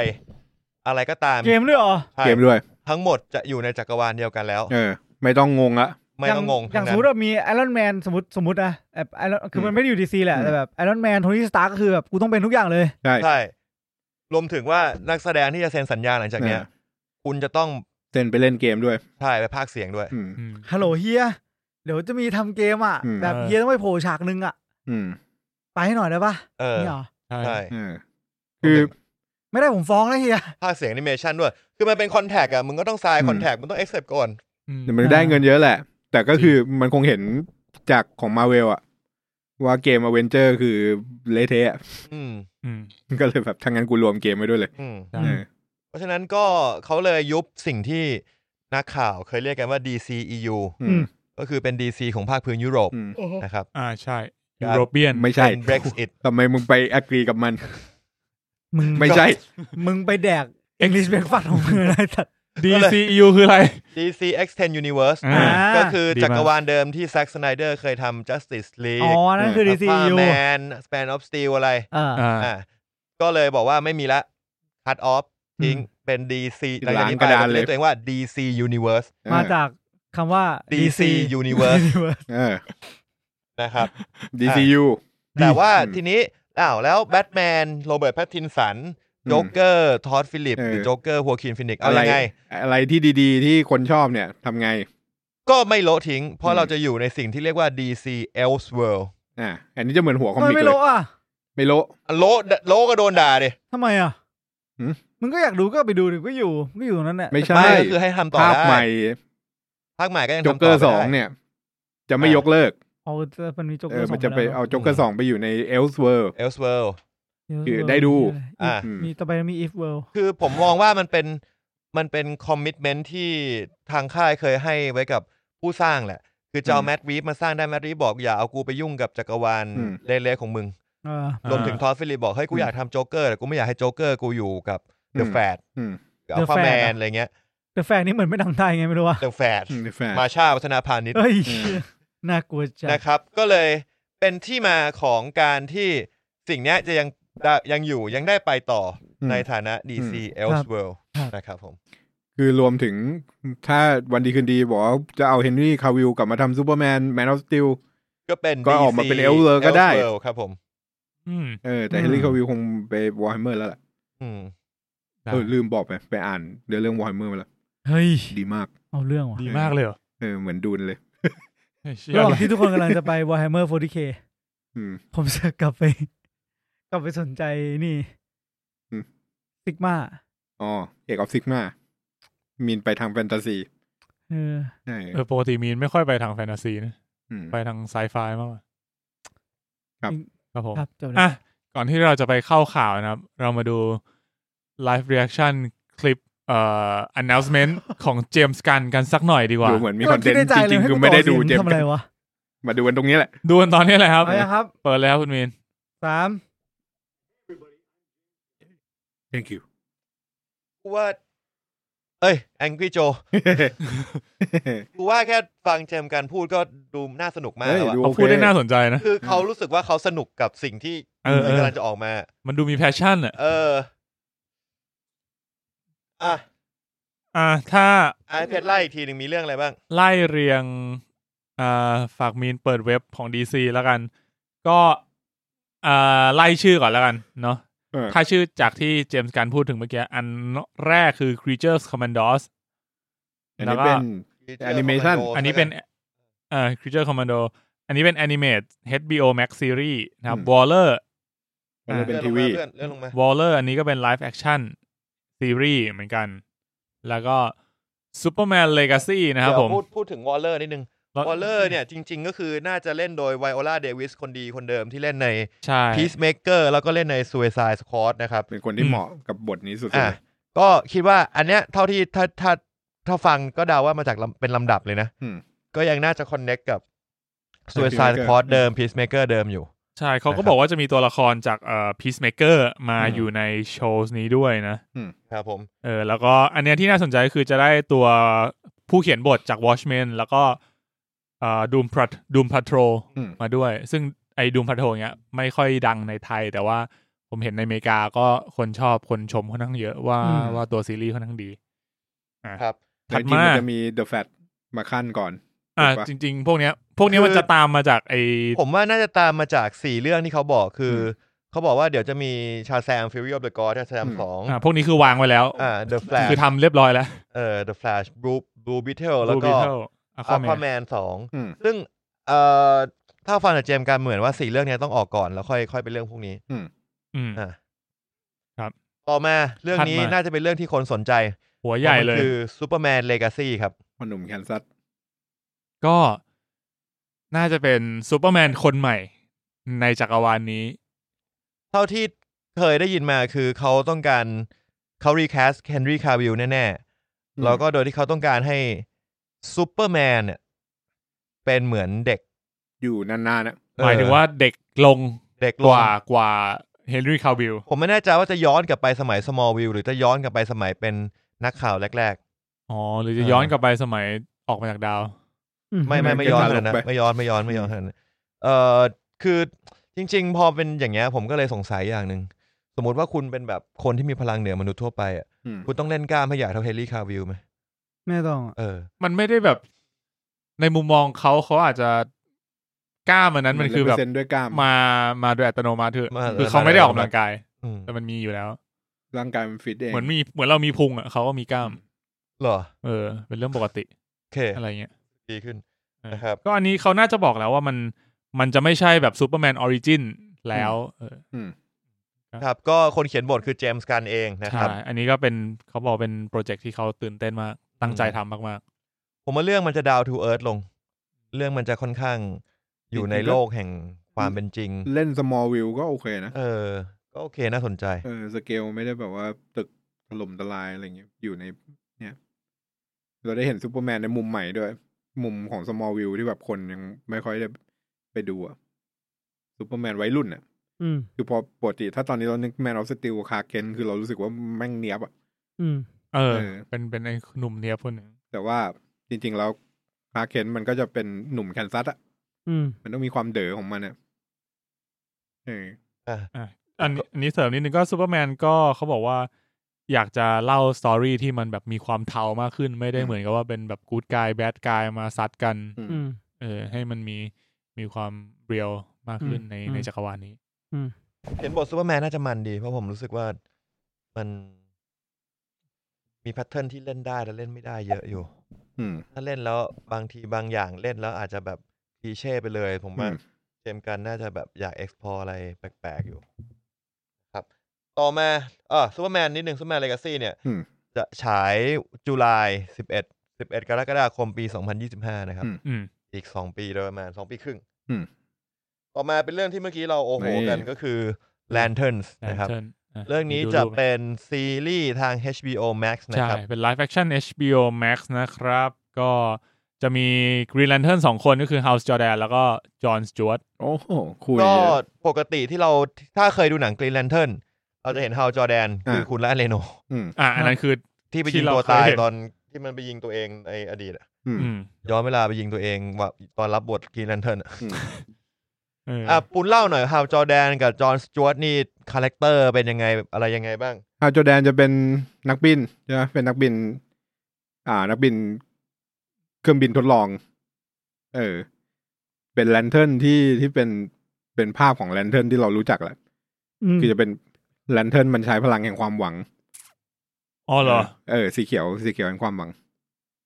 [SPEAKER 4] อะไรก็ตาม
[SPEAKER 2] เกมด้วยเหรอ
[SPEAKER 4] ใช่
[SPEAKER 3] เกมด้วย
[SPEAKER 4] ทั้งหมดจะอยู่ในจักรวาลเดียวกันแล้ว
[SPEAKER 3] เออ ไม่ต้องงงละ
[SPEAKER 4] ไม่ต้องงง
[SPEAKER 2] อย่า
[SPEAKER 4] ทั้
[SPEAKER 2] งส
[SPEAKER 4] ง
[SPEAKER 2] ม
[SPEAKER 4] นั้น
[SPEAKER 2] มติว่ามีไอรอนแมนสมมติสมมตินะแบบไอรอนคือมันไม่ได้อยู่ดีซีแหละ
[SPEAKER 3] อืม
[SPEAKER 2] แต่แบบไอรอนแมนโทนี่สตาร์ก็คือแบบ กูต้องเป็นทุกอย่างเลย
[SPEAKER 3] ใช่
[SPEAKER 4] ใช่ รวมถึงว่านักแสดงที่จะเซ็นสัญญาหลังจากเนี้ย
[SPEAKER 3] ออ
[SPEAKER 4] คุณจะต้อง
[SPEAKER 3] เซ็นไปเล่นเกมด้วย
[SPEAKER 4] ใช่ไปพากย์เสียงด้วย
[SPEAKER 3] อืม
[SPEAKER 1] อืม
[SPEAKER 2] ฮัลโหลเฮีย เดี๋ยวจะมีทำเกมอ่ะ
[SPEAKER 3] อืม
[SPEAKER 2] แบบ
[SPEAKER 1] เออ
[SPEAKER 2] เฮียต้องไปโผล่ฉากนึงอ่ะ
[SPEAKER 3] อืม
[SPEAKER 2] ไปให้หน่อยได้ปะ
[SPEAKER 4] เออ
[SPEAKER 2] นี่เหรอ
[SPEAKER 4] ใช่
[SPEAKER 1] ใช่
[SPEAKER 3] เออคือ
[SPEAKER 2] ไม่ได้ผมฟ้องนะเฮีย
[SPEAKER 4] ภาคเสียงแอนิเมชันด้วย คือมันเป็นคอนแทคอะมึงก็ต้องไซน์คอนแทคมึงต้องเอ็กเซปก่อน
[SPEAKER 1] อืม
[SPEAKER 3] มันได้เงินเยอะแหละ แต่ก็คือมันคงเห็นจากของมาเวลอะว่าเกมอเวนเจอร์คือเละเทะอะ
[SPEAKER 4] อืม
[SPEAKER 1] อืม
[SPEAKER 3] ก็เลยแบบทางงั้นกูรวมเกมไว้ด้วยเลย
[SPEAKER 4] อืม
[SPEAKER 1] ใช่
[SPEAKER 3] เออ
[SPEAKER 4] เพราะฉะนั้นก็เขาเลยยุบสิ่งที่นักข่าวเคยเรียกกันว่า DCEU
[SPEAKER 3] อืม
[SPEAKER 4] ก็คือเป็น DC ของภาคพื้นยุโรป
[SPEAKER 3] อืม
[SPEAKER 4] นะครับ
[SPEAKER 1] อ่าใช่
[SPEAKER 4] ครั
[SPEAKER 1] ยู
[SPEAKER 4] บ
[SPEAKER 1] โรเปียน
[SPEAKER 3] ไม่ใช่
[SPEAKER 4] เป็น Brexit
[SPEAKER 3] ทำไมมึงไปแอกรีกับมัน
[SPEAKER 2] มึง
[SPEAKER 3] ไม่ใช่
[SPEAKER 2] มึงไปแดกเอ็งลิสเบรกฟัดของมึงอะไรสัตว์
[SPEAKER 1] ดีซียูคืออะไร
[SPEAKER 4] DC Extend Universe
[SPEAKER 1] อ่า
[SPEAKER 4] ก็คือ
[SPEAKER 1] ดีมาก
[SPEAKER 4] จักรวาลเดิมที่แซ็กสไนเดอร์เคยทำ Justice
[SPEAKER 2] อ๋
[SPEAKER 4] League
[SPEAKER 2] อ นั่นคือ
[SPEAKER 3] เอ
[SPEAKER 2] ดี
[SPEAKER 3] อ
[SPEAKER 2] ซียู
[SPEAKER 4] m a n Span of Steel อะไร
[SPEAKER 2] เออ
[SPEAKER 1] อ่า
[SPEAKER 4] อ่า ก็เลยบอกว่าไม่มีละ cut off ทิ้งเป็น DC หลังจากนี้ไป
[SPEAKER 3] ล้างกระดาน
[SPEAKER 4] จะ
[SPEAKER 3] เลย
[SPEAKER 4] เรียกตัวเองว่า DC Universe
[SPEAKER 3] เออ
[SPEAKER 2] มาจากคำว่า
[SPEAKER 4] DC Universe
[SPEAKER 2] Universe
[SPEAKER 3] เออ
[SPEAKER 4] นะครับ
[SPEAKER 3] DCU
[SPEAKER 4] แต่ว่า
[SPEAKER 3] อืม
[SPEAKER 4] ทีนี้อ้าวแล้วแบทแมนโรเบิร์ตแพตตินสัน
[SPEAKER 3] อืม
[SPEAKER 4] โจ๊กเกอร์ทอดฟิลิป
[SPEAKER 3] เออ
[SPEAKER 4] หรือโจ๊กเกอร์ฮัวคินฟินิกซ์เอา
[SPEAKER 3] อะไร
[SPEAKER 4] ยังไง
[SPEAKER 3] อะไรที่ดีๆ ที่คนชอบเนี่ยทำไง
[SPEAKER 4] ก็ไม่โละทิ้ง เพ
[SPEAKER 3] อื
[SPEAKER 4] ราะ
[SPEAKER 3] ม
[SPEAKER 4] เราจะอยู่ในสิ่งที่เรียกว่า DC Elseworld
[SPEAKER 3] อ่ะอันนี้จะเหมือนหัวคอ
[SPEAKER 2] ทำไม
[SPEAKER 3] มิก
[SPEAKER 2] ไม่
[SPEAKER 3] เลย
[SPEAKER 2] รู้อ่ะ
[SPEAKER 3] ไม่โละ
[SPEAKER 4] อ่ะโละโละก็โดนด่าดิ
[SPEAKER 2] ทำไมอ่ะ
[SPEAKER 3] หืม
[SPEAKER 2] มึงก็อยากดูก็ไปดูดิก็อยู่ก็อยู่ตรงนั้นแหละ
[SPEAKER 3] ไม่ใช่
[SPEAKER 4] ไม่ก็คือให้ทำต่อ
[SPEAKER 3] ภาพ
[SPEAKER 4] ได้
[SPEAKER 3] ใหม่
[SPEAKER 4] ภาคใหม่ก็ยัง
[SPEAKER 3] จ็อก
[SPEAKER 4] ทำ
[SPEAKER 3] เก
[SPEAKER 4] ต่
[SPEAKER 3] อ
[SPEAKER 4] อ
[SPEAKER 3] ร์
[SPEAKER 4] ไป
[SPEAKER 3] สอง
[SPEAKER 4] ได้
[SPEAKER 3] เนี่ย จะไม่ยกเลิก
[SPEAKER 2] เอาแต่มันมีโจ๊ก
[SPEAKER 3] เอ
[SPEAKER 2] เกอ
[SPEAKER 3] อ
[SPEAKER 2] ร์สอ
[SPEAKER 3] มัน
[SPEAKER 2] ง
[SPEAKER 3] จะไป
[SPEAKER 2] แล้ว
[SPEAKER 3] เอาจ็อกเกอร์สองไปอยู่ในเอลส์เวิร์
[SPEAKER 4] เอลส์เวิลด์
[SPEAKER 2] เยว
[SPEAKER 3] คือได้ดู
[SPEAKER 4] อ่ะ
[SPEAKER 2] มีมีต่อไปมี if world
[SPEAKER 4] คือผมมองว่ามันเป็นมันเป็นคอมมิชเมนท์ที่ทางค่ายเคยให้ไว้กับผู้สร้างแหละ คือจะเอา
[SPEAKER 3] อืม
[SPEAKER 4] แมดวีฟมาสร้างได้แมดวีฟบอกอย่าเอากูไปยุ่งกับจักรวาล
[SPEAKER 3] อืม
[SPEAKER 4] เละๆของมึง
[SPEAKER 2] เออ
[SPEAKER 1] อ่าร
[SPEAKER 4] วมถึงทอสฟิลิปบอกเฮ้ยกูอยากทำโจ๊กเกอร์แต่กูไม่อยากให้โจ๊กเกอร์กูอยู่กับเดอะแฟด
[SPEAKER 3] อืม
[SPEAKER 4] อัลฟาแมนอะไรเงี้ย
[SPEAKER 2] แต่แฟนนี่เหมือนไม่ทำได้ไงไม่รู้ว่า
[SPEAKER 4] เดอะแฟด
[SPEAKER 3] อืมแฟน
[SPEAKER 4] มาชาวัฒนาพาณิชย์
[SPEAKER 2] เฮ้ย
[SPEAKER 3] อืม
[SPEAKER 2] น่ากลัวจัง
[SPEAKER 4] นะครับ ก็เลยเป็นที่มาของการที่สิ่งเนี้ยจะยังได้ยังอยู่ยังได้ไปต่ออ
[SPEAKER 3] ม
[SPEAKER 4] ในฐานะ DC Elseworld นะครับผม
[SPEAKER 3] คือรวมถึงถ้าวันดีคืนดีบอกว่าจะเอาเฮนรี่คาวิลกลับมาทำซูเปอร์แมนแมนอ s สติล
[SPEAKER 4] ก็เป็น
[SPEAKER 3] ก็ออกมา
[SPEAKER 4] DC
[SPEAKER 3] เป็น Elseworld ก็ได้
[SPEAKER 4] Elseworld ครับผม
[SPEAKER 1] อืม
[SPEAKER 3] เออแต่เฮนรี่คาวิลคงไปวอร์ a ฮเมอร์แล้วล่ะ
[SPEAKER 4] อืม
[SPEAKER 1] ได้
[SPEAKER 3] เออลืมบอกไปไปอ่านเรื่องเรื่องวอร์ a ฮเมอร์มาแล้ว
[SPEAKER 2] เฮ้ย
[SPEAKER 3] ดีมาก
[SPEAKER 2] เอาเรื่องว่ะ
[SPEAKER 1] ดีมากเลยเหรอ
[SPEAKER 3] เออเหมือนดูนเลย
[SPEAKER 1] เฮ้ยเชี่ย
[SPEAKER 2] ระหว่างที่ทุกคนกำลังจะไป warhammer 40k
[SPEAKER 3] อืม
[SPEAKER 2] ผมจะกลับไป กลับไปสนใจนี่
[SPEAKER 3] อืม
[SPEAKER 2] ซิกมา
[SPEAKER 3] อ๋อเอกออฟซิกมามีนไปทางแฟนตาซี
[SPEAKER 2] เออ
[SPEAKER 3] ใช่
[SPEAKER 1] เออปกติมีนไม่ค่อยไปทางแฟนตาซีนะ
[SPEAKER 3] ม
[SPEAKER 1] ไปทางไซไฟมากกว่า
[SPEAKER 3] ครับ
[SPEAKER 1] ครับผม
[SPEAKER 2] ครับจบแล้ว
[SPEAKER 1] อ่ะ ก่อนที่เราจะไปเข้าข่าวนะครับ เรามาดู live reaction คลิปเอ่อ announcement ของเจมส์กันกันสักหน่อยดีกว่า
[SPEAKER 3] ดูเหมือนมีคอนเทน
[SPEAKER 2] ใ
[SPEAKER 3] ต์จริง
[SPEAKER 2] ลย
[SPEAKER 3] ๆ
[SPEAKER 2] ให้
[SPEAKER 3] คือไม่ได้ดู
[SPEAKER 2] ต่อสี
[SPEAKER 3] เจ
[SPEAKER 2] ยงทำ
[SPEAKER 3] ม
[SPEAKER 2] อะไร
[SPEAKER 3] ส์
[SPEAKER 2] วะ
[SPEAKER 3] มาดูกันตรงนี้แหละ
[SPEAKER 1] ดูกันตอนนี้เลยครับ
[SPEAKER 2] เอาละครับ
[SPEAKER 1] เปิดแล้วคุณมีน
[SPEAKER 2] สาม
[SPEAKER 3] thank you
[SPEAKER 4] กูว่า เอ้ยแองกี้โจกูว่าแค่ฟังเจมส์กันพูดก็ดูน่าส นุกมาก
[SPEAKER 3] เฮ้ย
[SPEAKER 4] แล้ว
[SPEAKER 3] ดู
[SPEAKER 4] อะ
[SPEAKER 1] เขาพูดได้น่าสนใจนะ
[SPEAKER 4] คือเขารู้สึกว่าเขาสนุกกับสิ่งที่
[SPEAKER 1] เออเออ
[SPEAKER 4] มันกำลังจะออกมา
[SPEAKER 1] มันดูมี passion อ่ะ
[SPEAKER 4] เออ อ่ะ
[SPEAKER 1] อ่า ถ้า
[SPEAKER 4] ไอเพชรไล่อีกทีหนึ่งมีเรื่องอะไรบ้าง
[SPEAKER 1] ไล่เรียง อ่า ฝากมีนเปิดเว็บของ DC แล้วกัน ก็อ่าไล่ชื่อก่อนแล้วกันเนาะ
[SPEAKER 3] เออ
[SPEAKER 1] ถ้าชื่อจากที่เจมส์กันพูดถึงเมื่อกี้ อันแรกคือ creatures commandos
[SPEAKER 3] อัน
[SPEAKER 1] แล้ว
[SPEAKER 3] นี้
[SPEAKER 1] ก็
[SPEAKER 3] เป็น
[SPEAKER 4] Creature
[SPEAKER 3] Animation
[SPEAKER 4] Commando
[SPEAKER 1] อันนี้เป็นเอ่อ Creature Commando อันนี้เป็น Animate HBO Max Series นะครับ
[SPEAKER 3] อืม
[SPEAKER 1] Waller
[SPEAKER 3] มันเลยเป็น
[SPEAKER 4] ลื่อ
[SPEAKER 3] ทีวี
[SPEAKER 4] ลงมาเลื่อนเลื่อนลงมา
[SPEAKER 1] Waller อันนี้ก็เป็น Live Action Series เหมือนกัน แล้วก็ Superman Legacy นะครับ
[SPEAKER 4] เดี๋ยว
[SPEAKER 1] ผม
[SPEAKER 4] พูดพูดถึงวอลเลอร์นิดนึง
[SPEAKER 1] แล้ว
[SPEAKER 4] วอลเลอร์เนี่ยจริง ๆ ก็คือน่าจะเล่นโดยไวโอลาเดวิสคนดีคนเดิมที่เล่นใน
[SPEAKER 1] ใช่
[SPEAKER 4] Peacemaker แล้วก็เล่นใน Suicide Squad นะครับ
[SPEAKER 3] เป็นคนที่เหมาะกับบทนี้สุดๆ
[SPEAKER 4] อ่ะ
[SPEAKER 3] เลย
[SPEAKER 4] ก็คิดว่าอันเนี้ยเท่าที่ถ้าถ้าถ้าฟังก็เดาว่ามาจากลำเป็นลำดับเลยนะ
[SPEAKER 3] อืม
[SPEAKER 4] ก็ยังน่าจะคอนเน็กกับ
[SPEAKER 3] Peacemaker
[SPEAKER 4] Suicide Squad เดิม Peacemaker เดิมอยู่
[SPEAKER 1] ใช่เขา
[SPEAKER 4] นะครั
[SPEAKER 1] ก็
[SPEAKER 4] บ
[SPEAKER 1] บอกว่าจะมีตัวละครจากเอ่อ Peacemaker มา
[SPEAKER 3] อืม
[SPEAKER 1] อยู่ในโชว์นี้ด้วยนะ
[SPEAKER 4] ครับผม
[SPEAKER 1] เออแล้วก็อันเนี้ยที่น่าสนใจก็คือจะได้ตัวผู้เขียนบทจาก Watchmen แล้วก็เอ่อ Doom Pat Doom Patrol
[SPEAKER 3] อืม
[SPEAKER 1] มาด้วย ซึ่งไอ้ Doom Patrol เนี้ยไม่ค่อยดังในไทย แต่ว่าผมเห็นในอเมริกาก็คนชอบคนชมค่อนข้างเยอะว่า
[SPEAKER 2] อืม
[SPEAKER 1] ว่าตัวซีรีส์ค่อนข้างดี
[SPEAKER 4] ครับ
[SPEAKER 1] ถัด
[SPEAKER 3] จริงๆ
[SPEAKER 1] มา
[SPEAKER 3] มันจะมีเดอะแฟตมาขั้นก่อน
[SPEAKER 1] อ่า
[SPEAKER 3] ถูกปะ
[SPEAKER 1] จริง ๆ พวกเนี้ย พวกเนี้ย
[SPEAKER 4] คือ
[SPEAKER 1] มันจะตามมาจากไอ้
[SPEAKER 4] ผมว่าน่าจะตามมาจากสี่เรื่องที่เขาบอกคืออเขาบอกว่าเดี๋ยวจะมีชาแซมฟิว r y of the God ชาแซม
[SPEAKER 3] อืม
[SPEAKER 4] สอง
[SPEAKER 1] อ่าพวกนี้คือวางไว้แล้ว
[SPEAKER 4] อ่า The
[SPEAKER 1] คือ
[SPEAKER 4] Flash
[SPEAKER 1] ทำเรียบร้อยแล้ว
[SPEAKER 4] เอ่อ The Flash Blue Blue Beetle แล้ว
[SPEAKER 1] Blue
[SPEAKER 4] ก็
[SPEAKER 1] Beetle Aquaman
[SPEAKER 4] Aquaman สอง
[SPEAKER 3] อืม
[SPEAKER 4] ซึ่งเอ่อถ้าฟังจากเจมส์การเหมือนว่าสี่เรื่องเนี้ยต้องออกก่อนแล้วค่อยค่อยเป็นเรื่องพวกนี้
[SPEAKER 1] อืม
[SPEAKER 4] อ่ะ
[SPEAKER 1] ครับ
[SPEAKER 4] ต่อมาเรื่องนี้
[SPEAKER 1] ถัดมา
[SPEAKER 4] น่าจะเป็นเรื่องที่คนสนใจ
[SPEAKER 1] หัวใหญ่เลย
[SPEAKER 4] พราะมันคือซูเปอร์แมนเลกาซีครับ
[SPEAKER 3] พ่อหนุ่มแคนซัส
[SPEAKER 1] ก็น่าจะเป็นซูเปอร์แมนคนใหม่ในจักรวาลนี้
[SPEAKER 4] เท่าที่เคยได้ยินมาคือเขาต้องการเขารีแคสเฮนรี่คาวิลแน่ๆ แล้วก็โดยที่เขาต้องการให้ซูเปอร์แมนเนี่ยเป็นเหมือนเด็ก
[SPEAKER 3] อยู่นานๆนะ
[SPEAKER 1] หมายถึงว่าเด็กลง
[SPEAKER 4] เด็ก
[SPEAKER 1] ก
[SPEAKER 4] ลง
[SPEAKER 1] ว่ากว่าเฮนรี่คาวิล
[SPEAKER 4] ผมไม่แน่ใจว่าจะย้อนกลับไปสมัยสมอลวิลหรือจะย้อนกลับไปสมัยเป็นนักข่าวแรก
[SPEAKER 1] อ๋อ หรือจะ
[SPEAKER 4] เออ
[SPEAKER 1] ย้อนกลับไปสมัยออกมาจากดาว
[SPEAKER 4] ๆ ไม่ไม่ไม่ย้อนเลยนะไม่ย้อนไม่ย้อนไม่ย้อนเลยนะเอ่อคือจริง ๆ พอเป็นอย่างเงี้ยผมก็เลยสงสัยอย่างหนึ่งสมมติว่าคุณเป็นแบบคนที่มีพลังเหนือมนุษย์ทั่วไปอ่ะ
[SPEAKER 3] อืม
[SPEAKER 4] คุณต้องเล่นกล้ามให้ใหญ่เท่าเฮนรี่คาร์วิลไหม
[SPEAKER 2] ไม่ต้องอะ
[SPEAKER 4] เออ
[SPEAKER 1] มันไม่ได้แบบในมุมมองเขาเขาอาจจะ กล้ามอันนั้นมันคือแบบ
[SPEAKER 3] เปร์เซ็ต์ด้วยกล้าม
[SPEAKER 1] มามาโดยอัตโนมัติเถอะ
[SPEAKER 4] มา
[SPEAKER 1] คือเขาไม่ได้ออกกำลังกาย
[SPEAKER 4] อืม
[SPEAKER 1] แต่มันมีอยู่แล้ว
[SPEAKER 3] ร่างกายมันฟิตเอง
[SPEAKER 1] เหมือนมีเหมือนเรามีพุงอ่ะเขาก็มีกล้าม
[SPEAKER 4] เหรอ
[SPEAKER 1] เออ เป็นเรื่องปกติ
[SPEAKER 4] โอเค
[SPEAKER 1] อะไรเงี้ย
[SPEAKER 4] ดีขึ้นนะครับ
[SPEAKER 1] ก็อันนี้เขาน่าจะบอกแล้วว่ามันมันจะไม่ใช่แบบซูเปอร์แมนออริจินแล้วเออ
[SPEAKER 3] อืม
[SPEAKER 4] ครับ ก็คนเขียนบทคือเจมส์กันเองนะครับ
[SPEAKER 1] ใช่อันนี้ก็เป็นเขาบอกเป็นโปรเจกต์ที่เขาตื่นเต้นมาก ตั้งใจทำมาก
[SPEAKER 4] ผมว่าเรื่องมันจะดาวทูเอิร์ธลง เรื่องมันจะค่อนข้างอยู่ในโลกแห่งความเป็นจริง
[SPEAKER 3] เล่น small view ก็โอเคนะ
[SPEAKER 4] เออ ก็โอเคน่าสนใจ
[SPEAKER 3] เออสเกลไม่ได้แบบว่าตึกถล่มทลายอะไรเงี้ยอยู่ในเนี่ย เราได้เห็นซูเปอร์แมนในมุมใหม่ด้วย มุมของ small view ที่แบบคนยังไม่ค่อยได้ไปดูอะซูเปอร์แมนวัยรุ่นอะ
[SPEAKER 2] อืม
[SPEAKER 3] คือพอปกติถ้าตอนนี้เรานึกแมนออฟสติลคาเคนคือเรารู้สึกว่าแม่งเนี้ยบอะ
[SPEAKER 2] อืม
[SPEAKER 1] ๆ เออ
[SPEAKER 3] เออ
[SPEAKER 1] เป็นเป็นไอ้หนุ่มเนี้ยคนหนึ่ง
[SPEAKER 3] แต่ว่าจริง ๆ แล้วคาเคนมันก็จะเป็นหนุ่มแคนซัสอะ
[SPEAKER 2] อืม
[SPEAKER 3] มันต้องมีความเด๋อของมันอะเออ
[SPEAKER 1] อันนี้อันนี้เสริมนิดนึงก็ซูเปอร์แมนก็เขาบอกว่า อยากจะเล่าสตอรี่ที่มันแบบมีความเทามากขึ้น ไม่ได้
[SPEAKER 3] อืม
[SPEAKER 1] เหมือนกับว่าเป็นแบบกู๊ดกายแบดกายมาซัดกัน
[SPEAKER 3] อืม
[SPEAKER 2] อืม
[SPEAKER 1] เออ ให้มันมีมีความเรียลมากขึ้น
[SPEAKER 2] อืม
[SPEAKER 1] ใน
[SPEAKER 2] อืม
[SPEAKER 1] ในจักรวาลนี้
[SPEAKER 4] เขียนบทซูเปอร์แมนน่าจะมันดี เพราะผมรู้สึกว่ามันมีแพทเทิร์นที่เล่นได้และเล่นไม่ได้เยอะอยู่
[SPEAKER 3] อืม
[SPEAKER 4] ถ้าเล่นแล้วบางทีบางอย่างเล่นแล้วอาจจะแบบคลีเช่ไปเลย ผมว่า
[SPEAKER 3] อืม
[SPEAKER 4] เจมส์กันน่าจะแบบอยาก explore อะไรแปลกๆอยู่ ครับ ต่อมาเออซูเปอร์แมนนิดหนึ่งซูเปอร์แมนเลกาซี่เนี่ย
[SPEAKER 3] อืม
[SPEAKER 4] จะฉายจุลาย11 11 กรกฎาคมปี 2025 นะครับ
[SPEAKER 3] อืม
[SPEAKER 1] อืม
[SPEAKER 4] อีก 2 ปีโดยประมาณ 2 ปีครึ่ง
[SPEAKER 3] อืม
[SPEAKER 4] ต่อมาเป็นเรื่องที่เมื่อกี้เราโอโห
[SPEAKER 3] นี่
[SPEAKER 4] กันก็คือ Lanterns นะครับ
[SPEAKER 1] Lantern ะ
[SPEAKER 4] เรื่องนี้
[SPEAKER 1] ดู
[SPEAKER 4] จะ
[SPEAKER 1] รูป
[SPEAKER 4] เป็นซีรีส์ทาง HBO Max นะ
[SPEAKER 1] ใช่
[SPEAKER 4] ครับ
[SPEAKER 1] เป็น live action HBO Max นะครับ ก็จะมี Green Lantern สองคนก็คือ House Jordan แล้วก็ John Stewart
[SPEAKER 3] โอ้โหคุย
[SPEAKER 4] ก็
[SPEAKER 3] เยอะ
[SPEAKER 4] ปกติที่เราถ้าเคยดูหนัง Green Lantern เราจะเห็นฮาวจอแดน
[SPEAKER 3] อ่า
[SPEAKER 4] คือคุณและเลโน
[SPEAKER 3] อืม
[SPEAKER 1] อ่ะ อันนั้นคือ
[SPEAKER 4] ที่ไป
[SPEAKER 1] ที่
[SPEAKER 4] ยิง
[SPEAKER 1] เรา
[SPEAKER 4] ตัว
[SPEAKER 1] เค
[SPEAKER 4] ตาย
[SPEAKER 1] ยเห็น
[SPEAKER 4] ตอนที่มันไปยิงตัวเองในอดีตอะ
[SPEAKER 3] อืม
[SPEAKER 1] อืม
[SPEAKER 4] ย้อนเวลาไปยิงตัวเองว่าตอนรับบท Green Lantern อะ
[SPEAKER 3] อืม
[SPEAKER 1] เอออ
[SPEAKER 4] อ่ะปุณเล่าหน่อยฮาวจอแดนกับจอห์นสจวตนี่คาแรคเตอร์เป็นยังไงอะไรยังไงบ้าง
[SPEAKER 3] อาจอร์แดนจะเป็นนักบินใช่ไหมเป็นนักบิน อ่า นักบินเครื่องบินทดลอง เออ เป็นแลนเทิร์นที่ที่เป็นเป็นภาพของแลนเทิร์นที่เรารู้จักแหละ
[SPEAKER 2] ม
[SPEAKER 3] คือจะเป็นแลนเทิร์นมันใช้พลังแห่งความหวัง
[SPEAKER 1] อ๋อเหรอ
[SPEAKER 3] เออสีเขียวสีเขียวแห่งความหวัง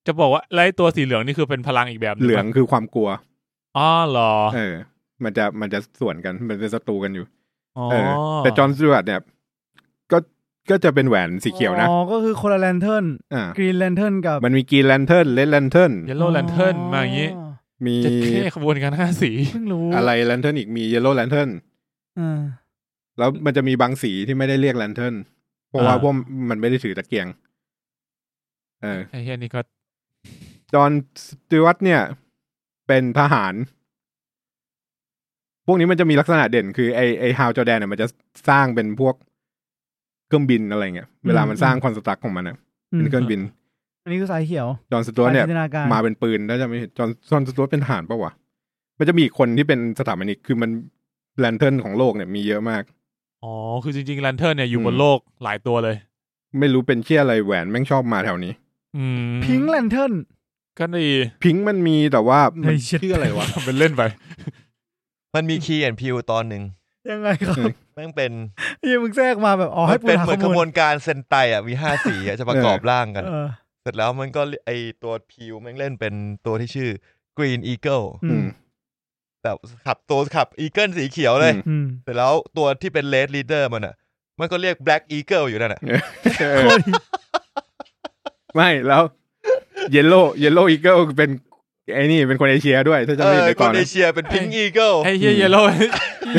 [SPEAKER 1] จะบอกว่าไล่ตัวสีเหลืองนี่คือเป็นพลังอีกแบบนึ่
[SPEAKER 3] เหลือง
[SPEAKER 1] ปะ
[SPEAKER 3] คือความกลัว
[SPEAKER 1] อ๋อเหรอ
[SPEAKER 3] เออ มันจะมันจะส่วนกันมันเป็นศัตรูกันอยู่
[SPEAKER 1] อ๋อ
[SPEAKER 3] เออ แต่จอห์นสจวตเนี่ย ก็ก็จะเป็นแหวนสีเขียวนะ
[SPEAKER 2] อ๋อ ก็คือคนละแลนเทิร์น
[SPEAKER 3] อ่าก
[SPEAKER 2] รีนแลนเทิร์นกับ
[SPEAKER 3] มันมีกรีนแลนเทิร์นเลดแลนเทิร์น
[SPEAKER 1] เยลโล่แลนเทิร์นมาอย่างนี้
[SPEAKER 3] มี
[SPEAKER 1] จะเท่ขบวนการห้าสี
[SPEAKER 2] เพิ่งรู้
[SPEAKER 3] อะไรแลนเทิร์นอีกมีเยลโล่แลนเทิร์น
[SPEAKER 2] อ่า
[SPEAKER 3] แล้วมันจะมีบางสีที่ไม่ได้เรียกแลนเทิร์นเพราะว่า
[SPEAKER 1] อ่า
[SPEAKER 3] พวกมันไม่ได้ถือตะเกียง เออ
[SPEAKER 1] ไอ้เฮียนี่ก็
[SPEAKER 3] จอห์นสตีวัตเนี่ย เป็นทหาร พวกนี้มันจะมีลักษณะเด่นคือไอไอฮาวจอแดนเนี่ยมันจะสร้างเป็นพวกเครื่องบินอะไรเงี้ยเวลามันสร้างคอนสตรักของมันอะ
[SPEAKER 2] อืม
[SPEAKER 3] เป็นเครื่องบิน
[SPEAKER 2] อันนี้คือสายเขียว
[SPEAKER 3] จอห์นสตีวัตเนี่ย
[SPEAKER 2] สาจินตนาการ
[SPEAKER 3] มาเป็นปืนถ้าจะไม่ผิดจอห์นจอห์นสตีวัตเป็นทหารปะวะมันจะมีอีกคนที่เป็นสถาปนิกคือมันแลนเทิร์นของโลกเนี่ยมีเยอะมาก
[SPEAKER 1] อ๋อ คือจริงๆแลนเทิร์นเนี่ยอยู่บนโลกหลายตัวเลย
[SPEAKER 3] ไม่รู้เป็นเชี่ยอะไรแหวนแม่งชอบมาแถวนี้
[SPEAKER 1] อืม
[SPEAKER 2] พิงค์แลนเทิร์น
[SPEAKER 1] ก็ดี
[SPEAKER 3] พิงค์มันมีแต่ว่า
[SPEAKER 2] เฮ้
[SPEAKER 3] มั
[SPEAKER 2] ย
[SPEAKER 3] น
[SPEAKER 2] shit
[SPEAKER 3] ชื่ออะไร วะ
[SPEAKER 1] ทำเป็นเล่นไป
[SPEAKER 4] มันมีคีแอนพิวตอนหนึ่ง
[SPEAKER 2] ยังไงครับ
[SPEAKER 3] เออ
[SPEAKER 4] แม่งเป็น
[SPEAKER 2] เหี้ยังมึงแทรกมาแบบอ๋อให้
[SPEAKER 4] มัน
[SPEAKER 2] ปู
[SPEAKER 4] เป็น
[SPEAKER 2] หา
[SPEAKER 4] เหมือน
[SPEAKER 2] ข้
[SPEAKER 4] ข
[SPEAKER 2] อบ มู
[SPEAKER 4] ว
[SPEAKER 2] ล
[SPEAKER 4] นการเซนไตอ่ะมีห้าสีอะจะประกอบร่างกัน
[SPEAKER 2] เออ
[SPEAKER 4] เสร็จแล้วมันก็ไอตัวพิวแม่งเล่นเป็นตัวที่ชื่อ Green Eagle
[SPEAKER 2] อื
[SPEAKER 3] อื
[SPEAKER 2] ม
[SPEAKER 3] ม
[SPEAKER 4] แบบขับตัวขับอีเกิลสีเขียวเลย
[SPEAKER 3] อืม
[SPEAKER 2] อืม
[SPEAKER 4] เสร็จแล้วตัวที่เป็นเลดลีดเดอร์มันอ่ะ มันก็เรียก Black Eagle อยู่นั่นอ่ะ
[SPEAKER 3] เออ ไม่แล้วเยลโล่เยลโล่อีเกิลเป็นไอ้นี่เป็นคนเอเชียด้วย ถ้าจะ
[SPEAKER 4] เอ
[SPEAKER 3] ไม่
[SPEAKER 4] อ
[SPEAKER 3] ผิด
[SPEAKER 4] ค
[SPEAKER 3] ก่อน น
[SPEAKER 4] เอ
[SPEAKER 3] นะ
[SPEAKER 4] เชียเป็น Pink Eagle
[SPEAKER 1] ไอ้เฮียเยลโล่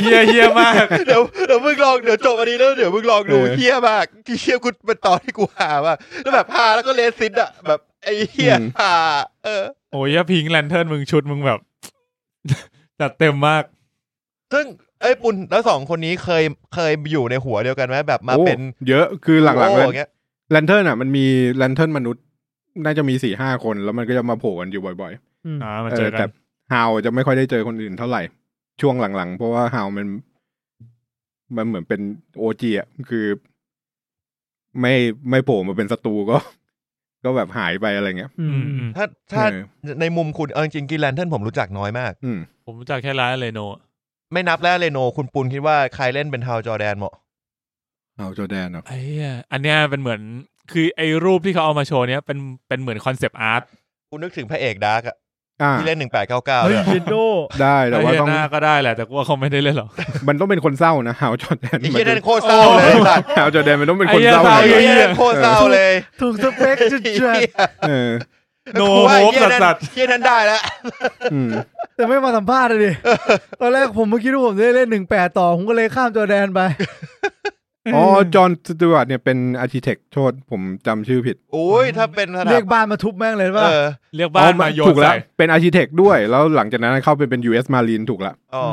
[SPEAKER 1] เฮียเฮียมาก
[SPEAKER 4] เดี๋ยวเดี๋ยวมึงลองเดี๋ยวจบอันนี้แล้วเดี๋ยวมึงลองดู
[SPEAKER 3] เออ
[SPEAKER 4] เฮี้ยมากที่เฮี้ยกูเป็นตอนที่กูหาว่าแล้วแบบหาแล้วก็เลซิดอ่ะแบบไอ้เฮี้ยหาเออ
[SPEAKER 1] โอ้ยพิงแลนเทิร์นมึงชุดมึงแบบ จัดเต็มมาก
[SPEAKER 4] ซึ่งไอ้ยปุ่นแล้วสองคนนี้เคยเคยอยู่ในหัวเดียวกันไหมแบบมา
[SPEAKER 3] โอ้
[SPEAKER 4] เป็น
[SPEAKER 3] เยอะคือหลังๆ
[SPEAKER 4] โอ้
[SPEAKER 3] แล้ว
[SPEAKER 4] อย่างเงี้ย
[SPEAKER 3] แลนเทิร์นอ่ะมันมีแลนเทิร์นมนุษย์ น่าจะมีสี่ห้าคนแล้วมันก็จะมาโผล่กันอยู่บ่อย
[SPEAKER 2] อืม
[SPEAKER 1] อ่า
[SPEAKER 3] ๆ
[SPEAKER 1] มา
[SPEAKER 3] เอ
[SPEAKER 1] เจ
[SPEAKER 3] อ
[SPEAKER 1] อกั
[SPEAKER 3] แต่
[SPEAKER 1] น
[SPEAKER 3] ฮาวจะไม่ค่อยได้เจอคนอื่นเท่าไหร่ ช่วงหลังๆ เพราะว่าฮาวมัน มันเหมือนเป็นโอจีอ่ะคือ ไม่ไม่โผล่มาเป็นศัตรูก็ ก็แบบหายไปอะไรเงี้ย
[SPEAKER 2] อื
[SPEAKER 1] อื
[SPEAKER 2] ม
[SPEAKER 1] มอืม
[SPEAKER 4] ถ้าถ้า
[SPEAKER 3] เออ
[SPEAKER 4] ในมุมคุณเอาจริงกินแลนเทนผมรู้จักน้อยมาก
[SPEAKER 3] อืม
[SPEAKER 1] ผมรู้จักแค่ร้านเลโน
[SPEAKER 4] ไม่นับแล้วเรโนคุณปุนคิดว่าใครเล่นเป็นทาวจอร์แดนเหมาะ
[SPEAKER 3] เอาโจแดนเนาะ
[SPEAKER 1] ไอ้เหี้ยอันเนี้ยเป็นเหมือนคือไอ้รูปที่เขาเอามาโชว์เนี้ยเป็นเป็นเหมือนคอนเซปต์อาร์ต
[SPEAKER 4] คุณนึกถึงพระเอกดาร์กอะ
[SPEAKER 3] อ่า
[SPEAKER 4] ที่เล่นหนึ่งแปดเก้าเก้า
[SPEAKER 2] เฮ้ย
[SPEAKER 4] เลยอะ
[SPEAKER 2] เยนโด
[SPEAKER 3] ได้แต่ว่า
[SPEAKER 1] ไอ้เหี้ย
[SPEAKER 3] ต้อง
[SPEAKER 1] หน้าก็ได้แหละแต่กูว่าเขาไม่ได้เล่นหรอก
[SPEAKER 3] มันต้องเป็นคนเศร้านะเอาโจแดน
[SPEAKER 4] ไอ้เหี้ยนั่นโคตรเศร้าเลย สัตว์
[SPEAKER 3] เอาโจแดนมันต้องเป็นคนเศร้า
[SPEAKER 1] ไอ้
[SPEAKER 4] ไอ้
[SPEAKER 1] เหี้ย
[SPEAKER 4] เหี้ยนั่นโคตรเศร้าเลย
[SPEAKER 2] ถูกสเปคจุดเชือด
[SPEAKER 3] เออ
[SPEAKER 1] โน
[SPEAKER 4] กูว่า
[SPEAKER 1] โฮ
[SPEAKER 4] ไอ้
[SPEAKER 1] ป
[SPEAKER 4] เหี้ยนั่น
[SPEAKER 1] สัตว์
[SPEAKER 4] เหี้ยนั่นได้แล้ว
[SPEAKER 3] อืม
[SPEAKER 2] แต่ไม่มาสัมภาษณ์เลยดิตอนแรกผมเมื่อกี้ว่าผมได้เล่นหนึ่งแปดต่อ ผมก็เลยข้ามจอร์แดนไป
[SPEAKER 3] อ๋อจอห์นสตูวตเนี่ยเป็นอาร์ติเทคโทษผมจำชื่อผิด
[SPEAKER 4] โอ้ยถ้าเป็นสถา
[SPEAKER 2] เรียกบ้านมาทุบแม่งเลย
[SPEAKER 4] เอ
[SPEAKER 2] ว่า
[SPEAKER 4] อ
[SPEAKER 1] เรียกบ้านมาโยน
[SPEAKER 3] ถูกแล้ว
[SPEAKER 1] ใส่
[SPEAKER 3] เป็นอาร์ติเทคด้วย แล้วหลังจากนั้นเข้าไปเป็น US Marine ถูกละ
[SPEAKER 4] อ๋อ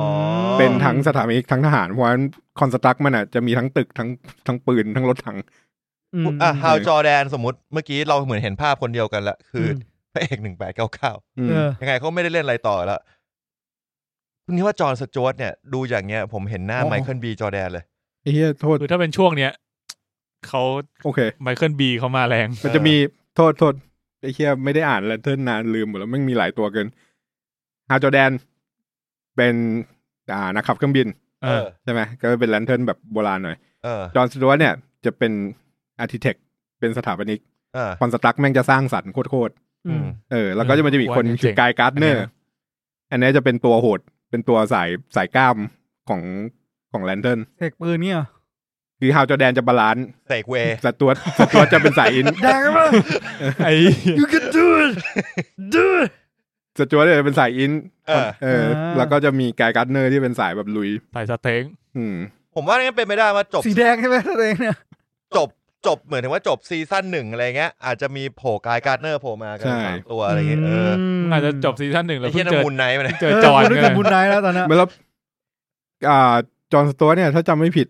[SPEAKER 3] เป็นทั้งสถาปนิกทั้งทหาร เพราะฉะนั้นคอนสตรักมันอ่ะจะมีทั้งตึกทั้งทั้งปืนทั้งรถถัง
[SPEAKER 2] อืม
[SPEAKER 4] อ่ะฮาวจอร์แดนสมมติเมื่อกี้เราเหมือนเห็นภาพคนเดียวกันละคืออพระเอกหนึ่งแปดเก้าเก้า
[SPEAKER 3] อืม
[SPEAKER 2] เออ
[SPEAKER 4] ยังไงเขาไม่ได้เล่นอะไรต่อแล้วคุณคิดว่าจอร์นสจวตเนี่ย ดูอย่างเงี้ย ผมเห็นหน้าไมเคิลบีจอร์แดนเลย
[SPEAKER 3] ไอ้เหี้ยโทษ
[SPEAKER 1] คือถ้าเป็นช่วงเนี้ยเขา
[SPEAKER 3] โอเค
[SPEAKER 1] ไมเคิลบีเขามาแรง
[SPEAKER 3] มันจะมีโทษโทษไอ้เหี้ยไม่ได้อ่านแล้วเทินนานลืมหมดแล้วไม่งมีหลายตัวเกินฮาจอแดน เป็นอ่านักขับเครื่องบิน
[SPEAKER 1] เออ
[SPEAKER 3] ใช่ไหมก็เป็นแลนเทิร์นแบบโบราณหน่อย
[SPEAKER 4] เออ
[SPEAKER 3] จอห์นสตูวตเนี่ยจะเป็นอาร์ติเทคเป็นสถาปนิก
[SPEAKER 4] เออ
[SPEAKER 3] คอนสตรักแม่งจะสร้างสรรค์โคตร
[SPEAKER 4] อืม
[SPEAKER 3] ๆเออแล้วก็จะมันจะมีอีกคน
[SPEAKER 1] ว่าเนี่ย
[SPEAKER 3] คือ
[SPEAKER 1] เจ๋ง
[SPEAKER 3] กายการ์ดเนอ
[SPEAKER 1] อันเนี้ย
[SPEAKER 3] ร์อันเนี้ยจะเป็นตัวโหด เป็นตัวสายสายกล้ามของของแลนเทิร์น
[SPEAKER 2] เสกปืนเนี่ยเหรอ
[SPEAKER 3] คือฮาวจอแดนจะบาลานซ์
[SPEAKER 4] เซกเวย์
[SPEAKER 3] สตัวสตัวจะเป็นสายอิน
[SPEAKER 2] แดงกันมั้ง
[SPEAKER 1] ไอ้
[SPEAKER 2] you can do it do it
[SPEAKER 3] สตัวจะเป็นสายอิน
[SPEAKER 4] เออ
[SPEAKER 3] เออ
[SPEAKER 2] อ่า
[SPEAKER 3] แล้วก็จะมีกายการ์ดเนอร์ที่เป็นสายแบบลุย
[SPEAKER 1] สายสเต็ง
[SPEAKER 3] อืม
[SPEAKER 4] ผมว่างั้นเป็นไม่ได้ว่าจบ
[SPEAKER 2] สีแดงใช่ไหมตัวเองเนี่ย
[SPEAKER 4] จบจบเหมือนถึงว่าจบซีซั่นหนึ่งอะไรเงี้ย อาจจะมีโผล่กายการ์ดเนอร์โผล่มากัน
[SPEAKER 3] ใช่
[SPEAKER 4] สามตัวอะไรเงี้ยเออ
[SPEAKER 1] มันอาจจะจบซีซั่นหนึ่ง
[SPEAKER 4] อ
[SPEAKER 1] แล้ว
[SPEAKER 4] ไอ้เหี้
[SPEAKER 1] เพิ่ง
[SPEAKER 4] ยนั
[SPEAKER 1] เจ
[SPEAKER 4] น
[SPEAKER 1] อ
[SPEAKER 4] มูนไนท์มาเนี่ย
[SPEAKER 1] เจอจอน
[SPEAKER 2] เรู้
[SPEAKER 1] กั
[SPEAKER 2] จั
[SPEAKER 1] น
[SPEAKER 2] กบุญนายแล้วตอนนั้น
[SPEAKER 3] เมื่อแล้วอ่าจอห์นสตัวเนี่ย ถ้าจำไม่ผิด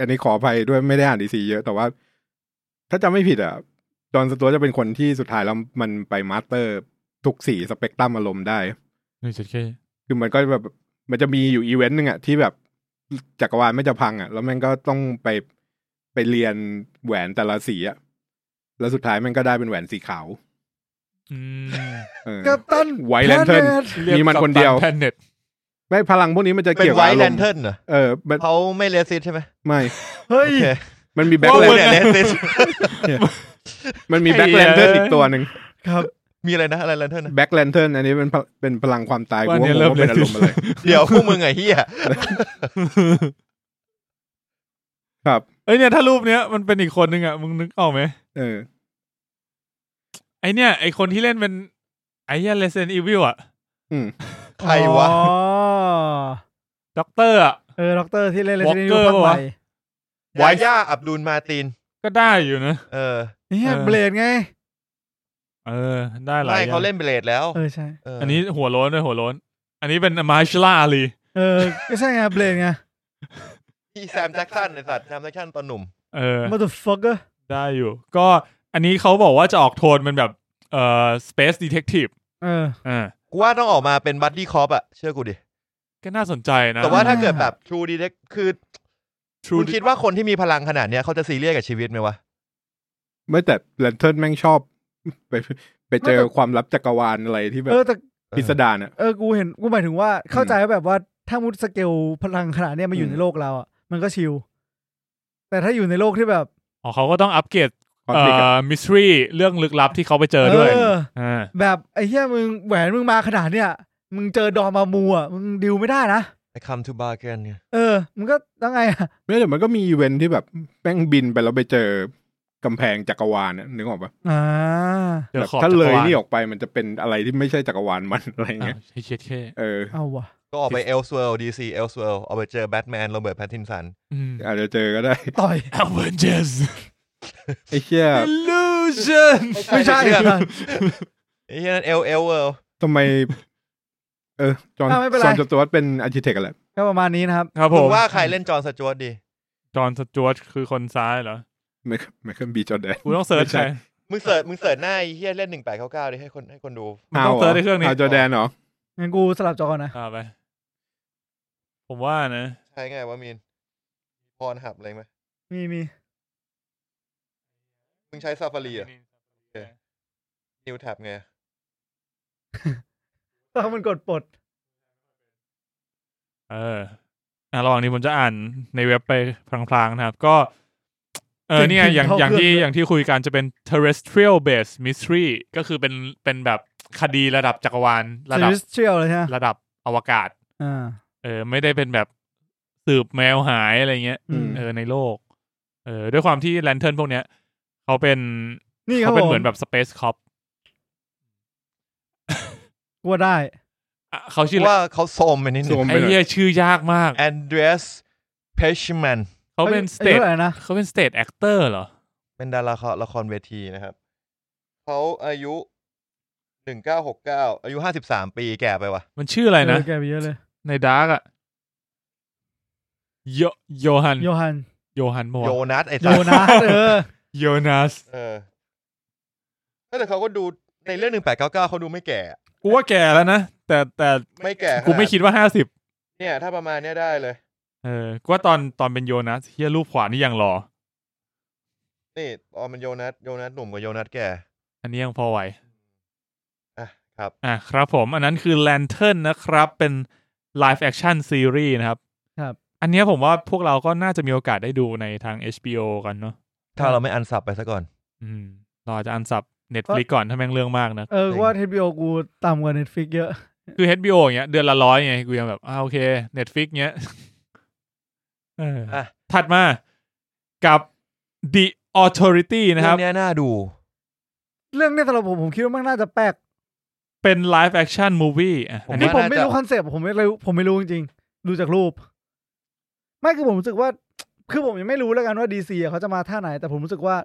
[SPEAKER 3] อันนี้ขออภัยด้วยไม่ได้อ่านดีซีเยอะ แต่ว่า ถ้าจำไม่ผิดอ่ะ จอห์นสตัวจะเป็นคนที่สุดท้ายแล้วมันไปมาสเตอร์ทุกสีสเปกตรัมอารมณ์ได้
[SPEAKER 1] นี่จุดเค
[SPEAKER 3] คือมันก็แบบมันจะมีอยู่อีเวนต์หนึ่งอ่ะที่แบบจักรวาลไม่จะพังอ่ะ แล้วแม่งก็ต้องไปไปเรียนแหวนแต่ละสีอ่ะแล้วสุดท้ายแม่งก็ได้เป็นแหวนสีขาว
[SPEAKER 1] อืม
[SPEAKER 3] เออ
[SPEAKER 2] กับตัน
[SPEAKER 3] White Lantern
[SPEAKER 2] Planet
[SPEAKER 3] มีมันคนเดียว
[SPEAKER 1] แพนเน็ต
[SPEAKER 3] ไม่พลังพวกนี้มันจะ
[SPEAKER 4] เป็น
[SPEAKER 3] เกี่ยว
[SPEAKER 4] ไว
[SPEAKER 3] กับอา
[SPEAKER 4] ท์แล
[SPEAKER 3] ร
[SPEAKER 4] น
[SPEAKER 3] มณ์
[SPEAKER 4] เทิร์นเหรอ
[SPEAKER 3] เออมัน
[SPEAKER 4] เขาไม่เลสิตใช่ไหม
[SPEAKER 3] ไม่
[SPEAKER 2] เฮ้ย
[SPEAKER 4] โอเค
[SPEAKER 3] มันมีแบ็
[SPEAKER 4] พ
[SPEAKER 3] คว
[SPEAKER 4] ก
[SPEAKER 3] แลน
[SPEAKER 4] มึงเนี่ยเลสิต
[SPEAKER 3] มันมีแบ็คแลนเทิร์นอีกตัวหนึ่ง
[SPEAKER 2] ครับ
[SPEAKER 4] มีอะไรนะอะไรแลนเทิร์น
[SPEAKER 3] แบ็คแลนเทิร์นอันนี้เป็นพลเป็นพลังความตาย
[SPEAKER 1] วัน
[SPEAKER 3] กูว่า
[SPEAKER 1] นี้
[SPEAKER 3] งง
[SPEAKER 1] เริ่ม
[SPEAKER 3] ว่า
[SPEAKER 1] เล
[SPEAKER 3] เป็น นอารมณ์อะไร
[SPEAKER 4] เดี๋ยวพวกมึงไอ้เหี้ย
[SPEAKER 3] ครับ
[SPEAKER 1] เอ้ยเนี่ยถ้ารูปเนี้ยมันเป็นอีกคนนึงอ่ะมึงนึกออกไหม
[SPEAKER 3] เออ
[SPEAKER 1] ไอเนี่ยไอคนที่เล่นเป็นไอเหี้ยเลเซนอีวิลอ่ะ
[SPEAKER 3] อืม
[SPEAKER 4] ใครวะ
[SPEAKER 2] อ๋อ
[SPEAKER 1] ด็อกเตอร์อ่ะ
[SPEAKER 2] เออ ด็อกเตอร์ที่เล่น
[SPEAKER 1] Walker
[SPEAKER 2] Resident Evil ภาคใหม่
[SPEAKER 1] ปะ
[SPEAKER 4] วาย่าอับดุลมาติน
[SPEAKER 1] ก็ได้อยู่นะ
[SPEAKER 4] เออ
[SPEAKER 2] เนี่ย
[SPEAKER 1] เออ
[SPEAKER 2] เบลดไง
[SPEAKER 1] เออ ได้หลาย
[SPEAKER 4] ไม่
[SPEAKER 1] อย่า
[SPEAKER 4] เขา
[SPEAKER 1] ง
[SPEAKER 4] เล่นเบลดแล้ว
[SPEAKER 2] เออใช่
[SPEAKER 4] เ
[SPEAKER 1] อันนี้หัวโล้นด้วยหัวโล้น อันนี้เป็นมาชลาลี
[SPEAKER 2] เออ ก็ใช่ไงเบลดไง
[SPEAKER 4] พี่แซมแจ็คสันไอสัตว์แซมแจ็คสันตอนหนุ่ม
[SPEAKER 1] เออ
[SPEAKER 2] motherfucker
[SPEAKER 1] ได้อยู่ ก็อันนี้เขาบอกว่าจะออกโทนเป็นแบบเอ่อ space detective
[SPEAKER 2] เออ
[SPEAKER 1] อ่า
[SPEAKER 4] กูว่าต้องออกมาเป็นบั d ดี้คอปอะเชื่อกูดิ
[SPEAKER 1] ก็น่าสนใจนะ
[SPEAKER 4] แต่ว่าถ้าเกิดแบบทรูดีเด็กคือ
[SPEAKER 1] True
[SPEAKER 4] คุณคิดว่าคนที่มีพลังขนาดเนี้ยเขาจะซีเรียสกับชีวิตไหมวะ
[SPEAKER 3] ไม่แต่แลนเทิร์นแม่งชอบ ไปไปเจอ
[SPEAKER 2] ไม่แต่
[SPEAKER 3] ความลับจักรวาลอะไรที่แบ
[SPEAKER 2] เอบ อแต่
[SPEAKER 3] พิสดารอ่ะ
[SPEAKER 2] เออ กูเห็น กูหมายถึงว่า เข้าใจว่าแบบว่า ถ้ามุดสเกลพลังขนาดเนี้ยมาอยู่
[SPEAKER 3] อืม
[SPEAKER 2] ในโลกเราอ่ะ มันก็ชิล แต่ถ้าอยู่ในโลกที่แบบ
[SPEAKER 1] อ๋อเขาก็ต้องอัปเกรด
[SPEAKER 3] คอน
[SPEAKER 1] เอ่
[SPEAKER 3] ฟ lict อะ
[SPEAKER 1] อมิสทรีเรื่องลึกลับที่เขาไปเจอด้วย
[SPEAKER 2] เออ
[SPEAKER 1] อ่า
[SPEAKER 2] แบบไอ้เหี้ยมึงแหวนมึงมาขนาดเนี้ยมึงเจอดอมามูอ่ะมึงดิวไม่ได้นะ
[SPEAKER 4] I come to bargain เนี่ย
[SPEAKER 2] เออ มึงก็ต้องไงอ่ะ
[SPEAKER 3] ไม่แต่มันก็มีอีเวนท์ที่แบบแม่งบินไปแล้วไปเจอกำแพงจักรวาลน่ะนึกออกปะ
[SPEAKER 2] อ่า
[SPEAKER 1] เจอ
[SPEAKER 3] แบบ
[SPEAKER 1] ขอบ
[SPEAKER 3] ถ้าเลยนี่
[SPEAKER 1] จักรว
[SPEAKER 3] ออกไปมันจะเป็นอะไรที่ไม่ใช่จักรวาลมัน อะไร
[SPEAKER 1] าล
[SPEAKER 3] เงี้ย
[SPEAKER 1] อ่ะเช็ดแค่
[SPEAKER 3] เออ
[SPEAKER 2] เอาว่ะ
[SPEAKER 4] ก็ออกไปเอลสเวลดีซีเอลสเวลเอาไปเจอแบทแมนโรเบิร์ตแพตตินสัน
[SPEAKER 3] อาจจะเจอก็ได้
[SPEAKER 2] ต่อย
[SPEAKER 1] อเวนเจอร์ส
[SPEAKER 3] ไอ้เชี่ย
[SPEAKER 1] illusion
[SPEAKER 2] ไม่ใช่
[SPEAKER 4] ไม่ใช่
[SPEAKER 2] อ่ะ
[SPEAKER 4] ไอ้เหี้ยนั่นเอลเอลเอล
[SPEAKER 3] ทำไม เออ จอห์น
[SPEAKER 2] อ่ะไม่เป็นไร
[SPEAKER 3] จอห์นจตัวตเป็นอาร์ติเทคอะไร
[SPEAKER 2] ก็ประมาณนี้นะครับ
[SPEAKER 1] ครับผ
[SPEAKER 4] มึ
[SPEAKER 1] ม
[SPEAKER 4] งว่าใครเล่นจอห์นสจวตดี
[SPEAKER 1] จอห์นสจวตคือคนซ้ายเหรอ
[SPEAKER 3] ไม่ไม่เคยบีจอแดน
[SPEAKER 1] กูต้องเซิร์ช
[SPEAKER 3] ไม่ใช่
[SPEAKER 1] ใช่
[SPEAKER 4] มึงเสิร์ชมึงเสิร์ชหน้าไอ้เฮียเล่นหนึ่งแปดเก้าเก้าดิให้คนให้คนดู
[SPEAKER 1] มันต้องเซิร์ชในเครื่องนี้
[SPEAKER 3] จอแดนเหรอ
[SPEAKER 2] งั้นกูสลับจอก่อนนะ
[SPEAKER 1] อ่าไป ผมว่านะ
[SPEAKER 4] ใช่ไงวะมีนพรหับอะไรไหม
[SPEAKER 2] มีมี
[SPEAKER 4] มึงใช้ซาฟารีอะ นิวแท็บไง
[SPEAKER 2] ตอนมันกดปลด
[SPEAKER 1] เอออ่ะระหว่างนี้ผมจะอ่านในเว็บไปพลางๆนะครับ ก็เออเนี่ยอย่างอย่างที่อย่างที่คุยกันจะเป็น terrestrial based mystery ก็คือเป็นเป็นแบบคดีระดับจักรวาลระ
[SPEAKER 2] ซี
[SPEAKER 1] ดับ
[SPEAKER 2] รีส์เชียลเลยใช่ไหม
[SPEAKER 1] ระดับอวกาศ
[SPEAKER 2] อ่า
[SPEAKER 1] เออไม่ได้เป็นแบบสืบแมวหายอะไรเงี้ย
[SPEAKER 2] อืม
[SPEAKER 1] เออในโลก เออด้วยความที่แลนเทิร์นพวกเนี้ยเขาเป็น
[SPEAKER 2] นี่ครั
[SPEAKER 1] เขา
[SPEAKER 2] บ
[SPEAKER 1] เป็น
[SPEAKER 2] ผม
[SPEAKER 1] เหมือนแบบสเปซคอป
[SPEAKER 2] กลัวได้
[SPEAKER 1] เขาชื่อ
[SPEAKER 4] ว่าเขาโซมไปนิดห
[SPEAKER 3] ซู
[SPEAKER 4] นึ่
[SPEAKER 3] ม
[SPEAKER 4] ง
[SPEAKER 3] ไป
[SPEAKER 1] ไอ้
[SPEAKER 3] เล
[SPEAKER 1] เหี้
[SPEAKER 3] ย
[SPEAKER 1] ยชื่อยากมาก
[SPEAKER 4] แอนเดรสเพชแมน
[SPEAKER 1] เขาเป็นส
[SPEAKER 2] อา
[SPEAKER 1] เตท
[SPEAKER 2] ยุท่าไหร่นะ
[SPEAKER 1] เขาเป็นสเตทแอคเตอร์เหรอ
[SPEAKER 4] เป็นดาราละครละครเวทีนะครับ เขาอายุหนึ่งเก้าหกเก้าอายุห้าสิบสามปีแก่ไปว่ะ
[SPEAKER 1] มันชื่ออะไรนะ
[SPEAKER 2] เออแกไปเยอะเลย
[SPEAKER 1] ในดาร์กอะโยโยฮัน
[SPEAKER 2] โยฮั น
[SPEAKER 1] โยฮันบอก
[SPEAKER 4] โยนัสไอ้
[SPEAKER 2] โย
[SPEAKER 4] ตา
[SPEAKER 2] นาเออ
[SPEAKER 1] โยนัส
[SPEAKER 4] เออแต่เขาก็ดูในเรื่องหนึ่งแปดเก้าเก้าเขาดูไม่แก่
[SPEAKER 1] กูว่าแก่แล้วนะ แต่แต่
[SPEAKER 4] ไม่แก่
[SPEAKER 1] กูไม่คิดว่าห้าสิบ
[SPEAKER 4] เนี่ย ถ้าประมาณเนี้ยได้เลย
[SPEAKER 1] เออกูว่าตอนตอนเป็นโยนัสเฮียรูปขวานี่ยังหล่อ
[SPEAKER 4] นี่อ๋อมันโยนัสโยนัสหนุ่มกว่าโยนัสแก่
[SPEAKER 1] อันนี้ยังพอไหว
[SPEAKER 4] อ่ะครับ
[SPEAKER 1] อ่ะครับผม อันนั้นคือ Lantern นะครับ เป็น Live Action Series นะครับ
[SPEAKER 2] ครับ
[SPEAKER 1] อันเนี้ยผมว่าพวกเราก็น่าจะมีโอกาสได้ดูในทาง HBO กันเนาะ
[SPEAKER 4] ถ้าเราไม่อันสับไปซะก่อน
[SPEAKER 1] อืมเราอาจจะอันสับ Netflix ก่อนถ้าแม่งเรื่องมากนะ
[SPEAKER 2] เออว่า HBO กูต่ำกว่า Netflix เยอะ
[SPEAKER 1] คือ HBO อย่างเงี้ยเดือนละร้อยไงกูยังแบบอ่าโอเค Netflix เงี้ยเอออะ ถัดมากับ The Authority นะครั
[SPEAKER 4] เรื่อบ งเนี้ยน่าดู
[SPEAKER 2] เรื่องเนี้ยสำหรับผมผมคิดว่ามันน่าจะแปลก
[SPEAKER 1] เป็น Live Action Movie อ่ะ
[SPEAKER 4] ผ
[SPEAKER 1] อั
[SPEAKER 4] ม
[SPEAKER 2] อั
[SPEAKER 1] น
[SPEAKER 2] น
[SPEAKER 1] นี้
[SPEAKER 2] นี้
[SPEAKER 4] ว่า
[SPEAKER 2] ผม
[SPEAKER 4] น่า
[SPEAKER 2] ไม่
[SPEAKER 4] จะ
[SPEAKER 2] รู้คอนเซปต์ผมไม่รู้ผมไม่รู้จริงๆดูจากรูป ไม่คือผมรู้สึกว่า คือผมยังไม่รู้แล้วกันว่าดีซีเขาจะมาท่าไหน แต่ผมรู้สึกว่า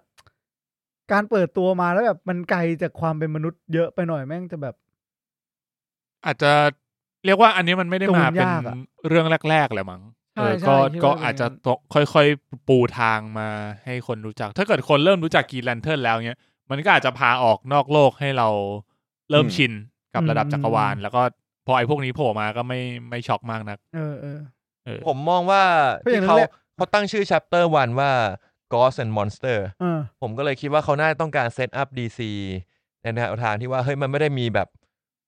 [SPEAKER 2] การเปิดตัวมาแล้วแบบมันไกลจากความเป็นมนุษย์เยอะไปหน่อยแม่งจะแบบ
[SPEAKER 1] อาจจะเรียกว่าอันนี้มันไม่ได้มา
[SPEAKER 2] จูน
[SPEAKER 1] เป็น
[SPEAKER 2] ยากอะ
[SPEAKER 1] เรื่องแรกๆแหละมั้ง
[SPEAKER 2] ใช่
[SPEAKER 1] เออ
[SPEAKER 2] ใช่
[SPEAKER 1] ก็
[SPEAKER 2] คิดว่า
[SPEAKER 1] ก็
[SPEAKER 2] เป็น
[SPEAKER 1] อาจจะ
[SPEAKER 2] อย่างนั้น
[SPEAKER 1] ตค่อยๆปูทางมาให้คนรู้จัก ถ้าเกิดคนเริ่มรู้จักกีแลนเทิร์นแล้วเนี้ยมันก็อาจจะพาออกนอกโลกให้เราเริ่ม
[SPEAKER 3] อืม
[SPEAKER 1] ชินกับระดับจักรวาล แล้วก็พอไอ้พวกนี้โผล่มาก็ไม่ไม่ช็อกมากนัก
[SPEAKER 2] เออเออ
[SPEAKER 1] เออ
[SPEAKER 4] ผมมองว่า
[SPEAKER 2] ก็อย่าง
[SPEAKER 4] ที่
[SPEAKER 2] นั้น
[SPEAKER 4] เขา
[SPEAKER 2] แหละ
[SPEAKER 4] เขาตั้งชื่อ chapter 1 ว่า Ghost and Monster
[SPEAKER 2] เออ
[SPEAKER 4] ผมก็เลยคิดว่าเขาน่าจะต้องการเซตอัพ DC ในแนวทางที่ว่า เฮ้ย มันไม่ได้มีแบบ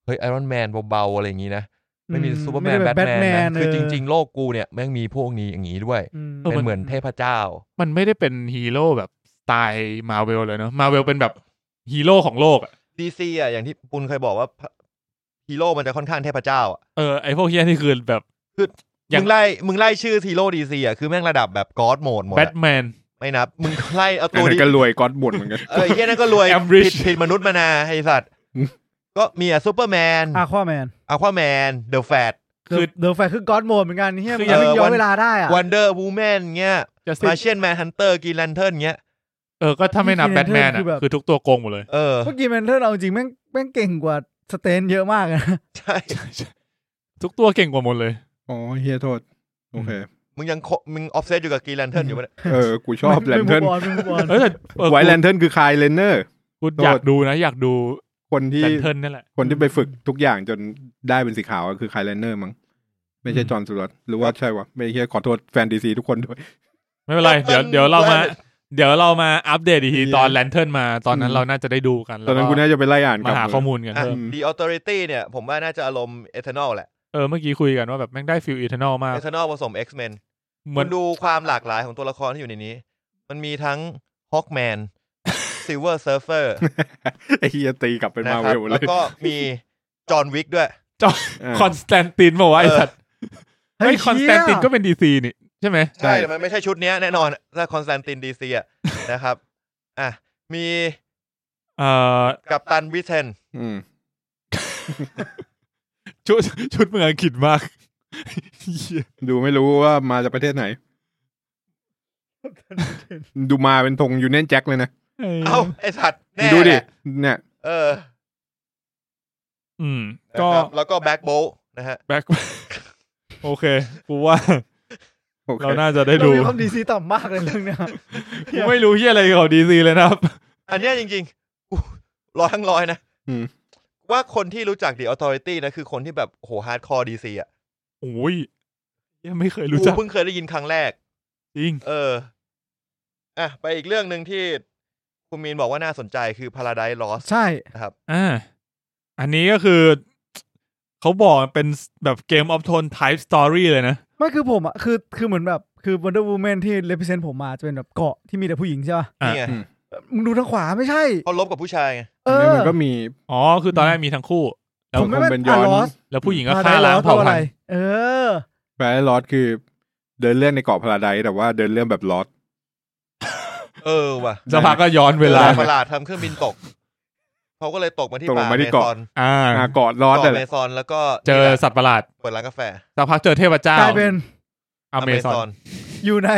[SPEAKER 4] เฮ้ยไอรอนแมนเบา ๆ อะไรอย่างนี้นะ ไม่มี
[SPEAKER 2] อืม
[SPEAKER 4] ซูเปอร์
[SPEAKER 2] ไม่
[SPEAKER 4] แม
[SPEAKER 2] ได้
[SPEAKER 4] น
[SPEAKER 2] แบ
[SPEAKER 4] แบ
[SPEAKER 2] บ
[SPEAKER 4] ทแมน
[SPEAKER 2] Batman
[SPEAKER 4] นะ คือ
[SPEAKER 2] เออ
[SPEAKER 4] จริง ๆ โลกกูเนี่ย แม่งมีพวกนี้อย่างนี้ด้วย
[SPEAKER 2] อืม
[SPEAKER 1] เออ
[SPEAKER 4] เป็นเหมือนเทพเจ้า
[SPEAKER 1] มันไม่ได้เป็นฮีโร่แบบสไตล์มาเวลเลยเนอะมาเวลเป็นแบบฮีโร่ของโลกอะ
[SPEAKER 4] DC อ่ะ อย่างที่ปุณเคยบอกว่าฮีโร่มันจะค่อนข้างเทพเจ้าอ่ะ
[SPEAKER 1] เออไอ้พวกเฮียนี่คือแบบ
[SPEAKER 4] มึงไล่ มึงไล่ชื่อฮีโร่ DC อ่ะ คือแม่งระดับแบบก o อ m โหมดหมด
[SPEAKER 1] แบ
[SPEAKER 4] อะ
[SPEAKER 1] ทแมน
[SPEAKER 4] ไม่นับ มึงไล่เอา
[SPEAKER 3] อั
[SPEAKER 4] ตั
[SPEAKER 3] น
[SPEAKER 4] ว
[SPEAKER 3] นั้
[SPEAKER 4] ดี
[SPEAKER 3] นก็รวยก๊อตบุญเหมือนกัน
[SPEAKER 4] เออไอ้เหี้ยนั่นก็รวย
[SPEAKER 1] I'm rich
[SPEAKER 4] ผิดผิดมนุษย์มานาไอ้สัตว์
[SPEAKER 3] อืม
[SPEAKER 4] ก็มีอะซูเปอร์แมน
[SPEAKER 2] อาควาแมน
[SPEAKER 4] อะควาแมนเดอะแฟด
[SPEAKER 1] คือ
[SPEAKER 2] เดอะแฟคือก็อดโมดเหมือนกันเฮีย
[SPEAKER 1] คือ
[SPEAKER 2] มันยัง
[SPEAKER 4] เออ
[SPEAKER 2] ย้อ
[SPEAKER 4] วัน น
[SPEAKER 2] เวลาได้อะ
[SPEAKER 4] วันเดอร์วูแมนเงี้ย
[SPEAKER 1] จะ
[SPEAKER 4] มาเชียนแมนฮันเตอร์กีแลนเทิร์นเงี้ย
[SPEAKER 1] เออก็ถ้าไม่นับแบทแมน
[SPEAKER 2] คื
[SPEAKER 1] อะ
[SPEAKER 2] อแบบ
[SPEAKER 1] คือทุกตัวโกงหมดเลย
[SPEAKER 4] เออ
[SPEAKER 2] เมื่อกี้แมนเทอร์เอาจริงแม่งแม่งเก่งกว่าสเตนเยอะมากนะ
[SPEAKER 4] ใช่
[SPEAKER 1] ทุกตัวเก่งกว่าหมดเลย
[SPEAKER 3] อ๋อเฮียโทษ โอเค
[SPEAKER 4] มึงยังโคมึงออฟเซตอยู่กับกีแลนเทิร์นอยู่ปะเนี่ย
[SPEAKER 3] เออ กูชอบแลนเทิร์น
[SPEAKER 2] ไม่ไม่ไม่บอล
[SPEAKER 1] เออแต่เออ
[SPEAKER 3] ไว
[SPEAKER 1] กู
[SPEAKER 3] แลนเทิร์นคือคายเลนเนอร์
[SPEAKER 1] กู
[SPEAKER 3] โทษ
[SPEAKER 1] อยากดูนะ อยากดู
[SPEAKER 3] คนที่
[SPEAKER 1] แลนเทิร์นนั่นแหละ
[SPEAKER 3] คนที่ไปฝึกทุกอย่างจนได้เป็นสีขาวก็คือคายเลนเนอร์มั้งไม่ใช่จอห์นสุรตหรือว่าใช่วะไม่เฮียขอโทษแฟนดีซีทุกคนด้วย
[SPEAKER 1] ไม่เป็นไร เดี๋ยวเดี๋ยวเรามา เดี๋ยวเรามาอัปเดตอีกที
[SPEAKER 3] ดีนะ
[SPEAKER 1] ตอนแลนเทิร์นมา ตอนนั้น
[SPEAKER 3] อืม
[SPEAKER 1] เราน่าจะได้ดูกัน
[SPEAKER 3] ตอนนั้นกู
[SPEAKER 1] แล้ว
[SPEAKER 3] น่าจะไปไล่อ่านก
[SPEAKER 1] มา
[SPEAKER 3] ลับ
[SPEAKER 1] หา
[SPEAKER 3] เลย
[SPEAKER 1] ข้อมูลกัน
[SPEAKER 4] อ่ะ
[SPEAKER 1] เพิ่ม
[SPEAKER 4] ดีออเทอริตี้เนี่ย ผมว่าน่าจะอารมณ์เอเทนอลแหละ
[SPEAKER 1] เออเมื่อกี้คุยกันว่าแบบแม่งได้ฟิลอีเทนอลมาก
[SPEAKER 4] เอเทนอลผสม X-Men
[SPEAKER 1] เห
[SPEAKER 4] มึ
[SPEAKER 1] มือน
[SPEAKER 4] งดูความหลากหลายของตัวละครที่อยู่ในนี้ มันมีทั้งฮอ k แม นซิลเวอร์เซิร์ฟเฟอร์
[SPEAKER 3] ไอ้เฮียตีกลับเป็น
[SPEAKER 4] นะ
[SPEAKER 3] มา
[SPEAKER 4] ค
[SPEAKER 3] เว
[SPEAKER 4] รับ
[SPEAKER 3] ลเล
[SPEAKER 4] แล้ว
[SPEAKER 3] ย
[SPEAKER 4] ก็มีจอห์นวิกด้วย
[SPEAKER 1] จอคอนสแตนตินบอกว่าไอ้สัตว์ไอ้คอนสแตนตินก็เป็นดีซีนี่ใช่ไหม
[SPEAKER 4] ใช่แต่มันไม่ใช่ชุดเนี้ยแน่นอน ถ้าคอนสแตนตินดีซี อ่ะ นะครับ อ่ะ มี
[SPEAKER 1] เอ่อ
[SPEAKER 4] กัปตันวิเทน
[SPEAKER 3] อืม
[SPEAKER 1] ชุดชุดเมืองอังกฤษมากเหี้ย
[SPEAKER 3] ดูไม่รู้ว่ามาจากประเทศไหน ดูมาเป็นธงยูเนียนแจ็คเลยนะ
[SPEAKER 4] เอ้า ไอสัตว์ แน่
[SPEAKER 3] ดูดิ
[SPEAKER 4] แหละ
[SPEAKER 3] เนี่ย
[SPEAKER 4] เออ
[SPEAKER 1] อืม
[SPEAKER 4] ก็
[SPEAKER 1] ก็
[SPEAKER 4] แล้วก็แบ็กโบนะฮะ
[SPEAKER 1] แบ็คโอเคกูว่า
[SPEAKER 3] โอเค
[SPEAKER 1] เราน่าจะได้
[SPEAKER 2] เรา
[SPEAKER 1] ดู
[SPEAKER 2] มีความดีซีต่ำมากเลยเรื่องเนี้ย
[SPEAKER 1] กูไม่รู้เฮียอะไรเกี่ยวกับดีซีเลยนะครับ
[SPEAKER 4] อันเนี้ยจริงๆอู้ร้อยทั้งร้อยนะ
[SPEAKER 3] อืม
[SPEAKER 4] ว่าคนที่รู้จักดีออ t ทอริตี้นะ คือคนที่แบบโหฮาร์ดคอร์ดีซีอ่ะ
[SPEAKER 1] โอ้ยยังไม่เคย
[SPEAKER 4] กู
[SPEAKER 1] รู้จัก
[SPEAKER 4] เพิ่งเคยได้ยินครั้งแรก
[SPEAKER 1] จริง
[SPEAKER 4] เออ อ่ะ ไปอีกเรื่องหนึ่งที่ คุณมีนบอกว่าน่าสนใจคือ Paradise Lost
[SPEAKER 2] ใช่
[SPEAKER 4] นะครับ
[SPEAKER 1] อ่าอันนี้ก็คือ เขาบอกเป็นแบบเกมออฟโทน type story เลยนะ
[SPEAKER 2] ไม่คือผมอ่ะคือคือเหมือนแบบคือ Wonder Woman ที่ represent ผมมาจะเป็นแบบเกาะที่มีแต่ผู้หญิงใช่ป่ะ
[SPEAKER 1] อ่ะ
[SPEAKER 4] นี่ไง
[SPEAKER 3] อืม
[SPEAKER 2] มึงดูทางขวาไม่ใช่
[SPEAKER 4] เขาลบกับผู้ชายไง
[SPEAKER 2] เอ
[SPEAKER 3] อั
[SPEAKER 2] อ
[SPEAKER 3] นนี้มันก็มี
[SPEAKER 1] อ๋อ คือตอนแรกมีทั้งคู่ แล้ว
[SPEAKER 2] ผมไม่
[SPEAKER 3] คงเป็
[SPEAKER 2] เป็น น
[SPEAKER 3] ย้
[SPEAKER 2] ย้
[SPEAKER 3] อ
[SPEAKER 2] อน น
[SPEAKER 1] แล้วผู้หญิงก็ฆ่าล้างเผ่าพันธุ์
[SPEAKER 2] เออ
[SPEAKER 3] แปลลอสคือ เดินเรื่องในเกาะพาราไดซ์แต่ว่าเดินเรื่องแบบลอส
[SPEAKER 4] เออว่ะ
[SPEAKER 1] สักพักก็ย้อนเวลา
[SPEAKER 4] เออประหลาดทำเครื่องบินตก เขาก็เลยตกมาที่
[SPEAKER 3] ตกล
[SPEAKER 4] ป่าง อ
[SPEAKER 3] มาที่
[SPEAKER 4] เมซ
[SPEAKER 3] เกาะ
[SPEAKER 4] อน
[SPEAKER 1] อ่า
[SPEAKER 3] อ่ะเกาะลอส
[SPEAKER 4] เกาะ
[SPEAKER 3] แต่
[SPEAKER 4] อเมซอนแล้วก็
[SPEAKER 1] เจอสัตว์ประหลาด
[SPEAKER 4] เปิดร้านกาแฟ
[SPEAKER 1] สักพักเจอเทพเจ้าก
[SPEAKER 2] ลายเป็น
[SPEAKER 1] อเมซอน
[SPEAKER 2] อยู่ใน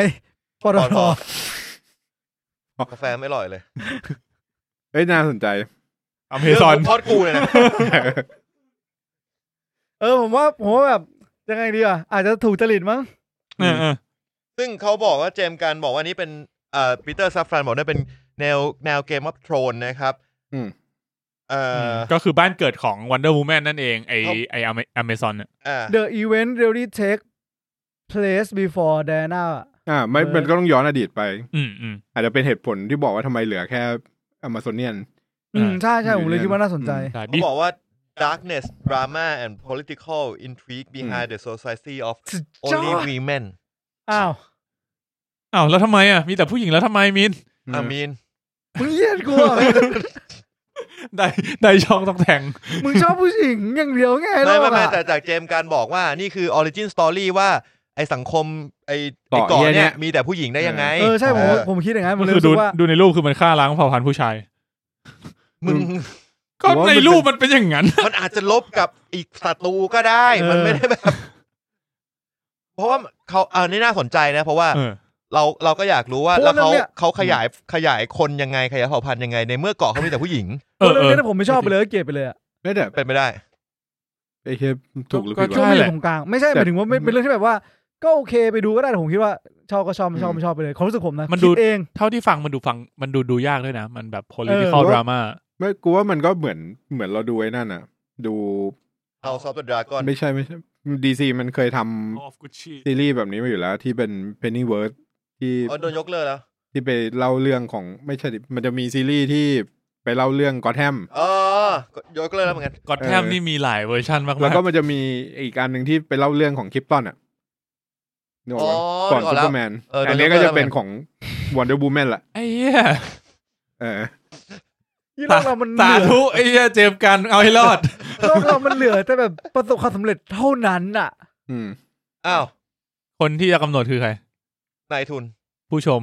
[SPEAKER 2] ปต
[SPEAKER 4] ก่อน
[SPEAKER 2] ท
[SPEAKER 4] ออกกาแฟไม่อร่อยเลย
[SPEAKER 3] เอ้ยน่าสนใจ
[SPEAKER 1] อเมซอน
[SPEAKER 4] รื่งขงทอดกูเนี่ยนะ
[SPEAKER 2] เออผมว่าผมว่าแบบยังไงดีอ่ะอาจจะถูกจริตมั้ง
[SPEAKER 1] เออเออ
[SPEAKER 4] ซึ่งเขาบอกว่าเจมส์การบอกว่านี่เป็นเอ่อปีเตอร์ซัฟฟรานบอกว่าเป็นแนวแนวเกมอัพโทรนนะครับ
[SPEAKER 3] อืม
[SPEAKER 4] เอ่อ
[SPEAKER 1] ก็คือบ้านเกิดของ Wonder Woman นั่นเอง ไอ
[SPEAKER 4] ครับ
[SPEAKER 1] ไออเมซอนเนี่ย
[SPEAKER 4] อ่า
[SPEAKER 2] The event really take place before Diana
[SPEAKER 3] อ่าไม่
[SPEAKER 2] เออ
[SPEAKER 3] มันก็ต้องย้อนอดีตไป
[SPEAKER 1] อืมอืม
[SPEAKER 3] อาจจะเป็นเหตุผลที่บอกว่าทำไมเหลือแค่อเมซอนเนียน
[SPEAKER 2] อืมใช่ใช่ผมเลยคิดว่าน่าสนใจ
[SPEAKER 1] ใช่
[SPEAKER 4] เขาบอกว่า darkness drama and political intrigue behind the society of
[SPEAKER 2] สุดยอ
[SPEAKER 4] only
[SPEAKER 2] ด
[SPEAKER 4] women
[SPEAKER 2] อ้าว
[SPEAKER 1] อ้าวแล้วทำไมอ่ะ มีแต่ผู้หญิงแล้วทำไมมิน
[SPEAKER 4] อามีน
[SPEAKER 2] มึงเยียดกูเหรอ
[SPEAKER 1] ได้ได้ช่องต้องแทง
[SPEAKER 2] มึงชอบผู้หญิงอย่างเดียวไงโล
[SPEAKER 4] ไม่
[SPEAKER 2] ก
[SPEAKER 4] ไม่ไม่
[SPEAKER 2] อะ
[SPEAKER 4] แต่จากเจมส์การบอกว่านี่คือออริจินสตอรี่ว่า ไอสังคม ไอไอ
[SPEAKER 3] เกาะ
[SPEAKER 4] เกาะ
[SPEAKER 3] เนี่
[SPEAKER 4] เนี่ย ย มีแต่ผู้หญิงได้ยังไง
[SPEAKER 2] เออใช่ผม
[SPEAKER 4] เออ
[SPEAKER 2] ผมคิดอย่างนั้นผม
[SPEAKER 1] ก็
[SPEAKER 2] เลย
[SPEAKER 1] คือดู
[SPEAKER 2] รู้สึกว่า
[SPEAKER 1] ดูในรูปคือมันฆ่าล้างเผ่าพันธุ์ผู้ชาย
[SPEAKER 4] มึง
[SPEAKER 1] ก็
[SPEAKER 3] หรือว่ามัน
[SPEAKER 1] ในรูปมันเป็นอย่างนั้น
[SPEAKER 4] มันอาจจะลบกับอีกศัตรูก็ได้
[SPEAKER 2] เออ
[SPEAKER 4] มันไม่ได้แบบ เพราะว่าเขาเออนี่น่าสนใจนะ เพราะว่า
[SPEAKER 1] เออ
[SPEAKER 4] เราเราก็อยากรู้ว่า
[SPEAKER 2] เพราะ
[SPEAKER 4] แล้วเขา
[SPEAKER 2] เนี่ย
[SPEAKER 4] เขาขยายขยายคนยังไงขยายเผ่าพันธุ์ยังไง ในเมื่อเกาะเขามีแต่ผู้หญิง
[SPEAKER 1] เออ
[SPEAKER 2] เรื่อง
[SPEAKER 1] เออ
[SPEAKER 2] นี้นะผมไม่ชอบไปเลยเกลียดไปเลยอะ
[SPEAKER 3] ไม่แต่
[SPEAKER 4] เป็นไปได้
[SPEAKER 3] ไอ้เทียถูกหรือผิด
[SPEAKER 1] ก็
[SPEAKER 2] ช่วง
[SPEAKER 3] วะ
[SPEAKER 2] ไม่อ
[SPEAKER 1] แหละ
[SPEAKER 2] ยู่ตรงกลางไม่ใช่หมายถึงว่าไม่เป็นเรื่องที่แบบว่า ก็โอเคไปดูก็ได้แต่ผมคิดว่าชอบก็ชอบไม่ชอบ
[SPEAKER 3] อืม
[SPEAKER 2] ไม่ชอบไปเลยความรู้สึกผมนะ
[SPEAKER 1] มันดู
[SPEAKER 2] คิเอง
[SPEAKER 1] เท่าที่ฟังมันดูฟังมันดูดูยากด้วยนะ มันแบบ political
[SPEAKER 3] เออ
[SPEAKER 1] drama
[SPEAKER 3] ไม่กูว่ามันก็เหมือนเหมือนเราดูไอ้นั่นอ่ะ ดู
[SPEAKER 4] เอาซอฟต์ดราก้อน
[SPEAKER 3] ไม่ใช่ไม่ใช่ดีซีมันเคยทำ
[SPEAKER 1] of Gucci
[SPEAKER 3] ซีรีส์แบบนี้มาอยู่แล้ว ที่เป็น Pennyworth ที่
[SPEAKER 4] อ๋อโดนยกเลิกแล้ว
[SPEAKER 3] ที่ไปเล่าเรื่องของไม่ใช่ดิมันจะมีซีรีส์ที่ไปเล่าเรื่องกอแฮม
[SPEAKER 4] เออยกเลิกแล้วเหมือนกัน
[SPEAKER 1] กอดแทม
[SPEAKER 3] เออ
[SPEAKER 1] นี่มีหลายเวอร์ชันมาก
[SPEAKER 3] แล้วก็
[SPEAKER 1] ๆ
[SPEAKER 3] มันจะมีอีกอันหนึ่งที่ไปเล่าเรื่องของคลิปตันอ่ะนึกออกปะ
[SPEAKER 4] อ๋อ
[SPEAKER 3] ก่อน
[SPEAKER 4] นึกอ
[SPEAKER 3] ซู
[SPEAKER 4] อกแล้ว
[SPEAKER 3] เปอร์แมน
[SPEAKER 4] เออ
[SPEAKER 3] อันนี้
[SPEAKER 4] เดี๋
[SPEAKER 3] ก็
[SPEAKER 4] ยว
[SPEAKER 3] จะ
[SPEAKER 4] เดี๋ยว
[SPEAKER 3] เป็นของวันเดอร์บูแมนแหละ
[SPEAKER 1] ไอ้เหี้ย
[SPEAKER 3] เออ
[SPEAKER 2] ที่โลกเรามันเห
[SPEAKER 1] สา
[SPEAKER 2] ลือ
[SPEAKER 1] ธุไอ้เหี้ยเจมส์กันเอาให้รอด
[SPEAKER 2] โลกเรามันเหลือแต่แบบประสบความสำเร็จเท่านั้นอ่ะ
[SPEAKER 3] อืม
[SPEAKER 4] อ้าว
[SPEAKER 1] คนที่จะกำหนดคือใคร
[SPEAKER 4] นายทุน
[SPEAKER 1] ผู้ชม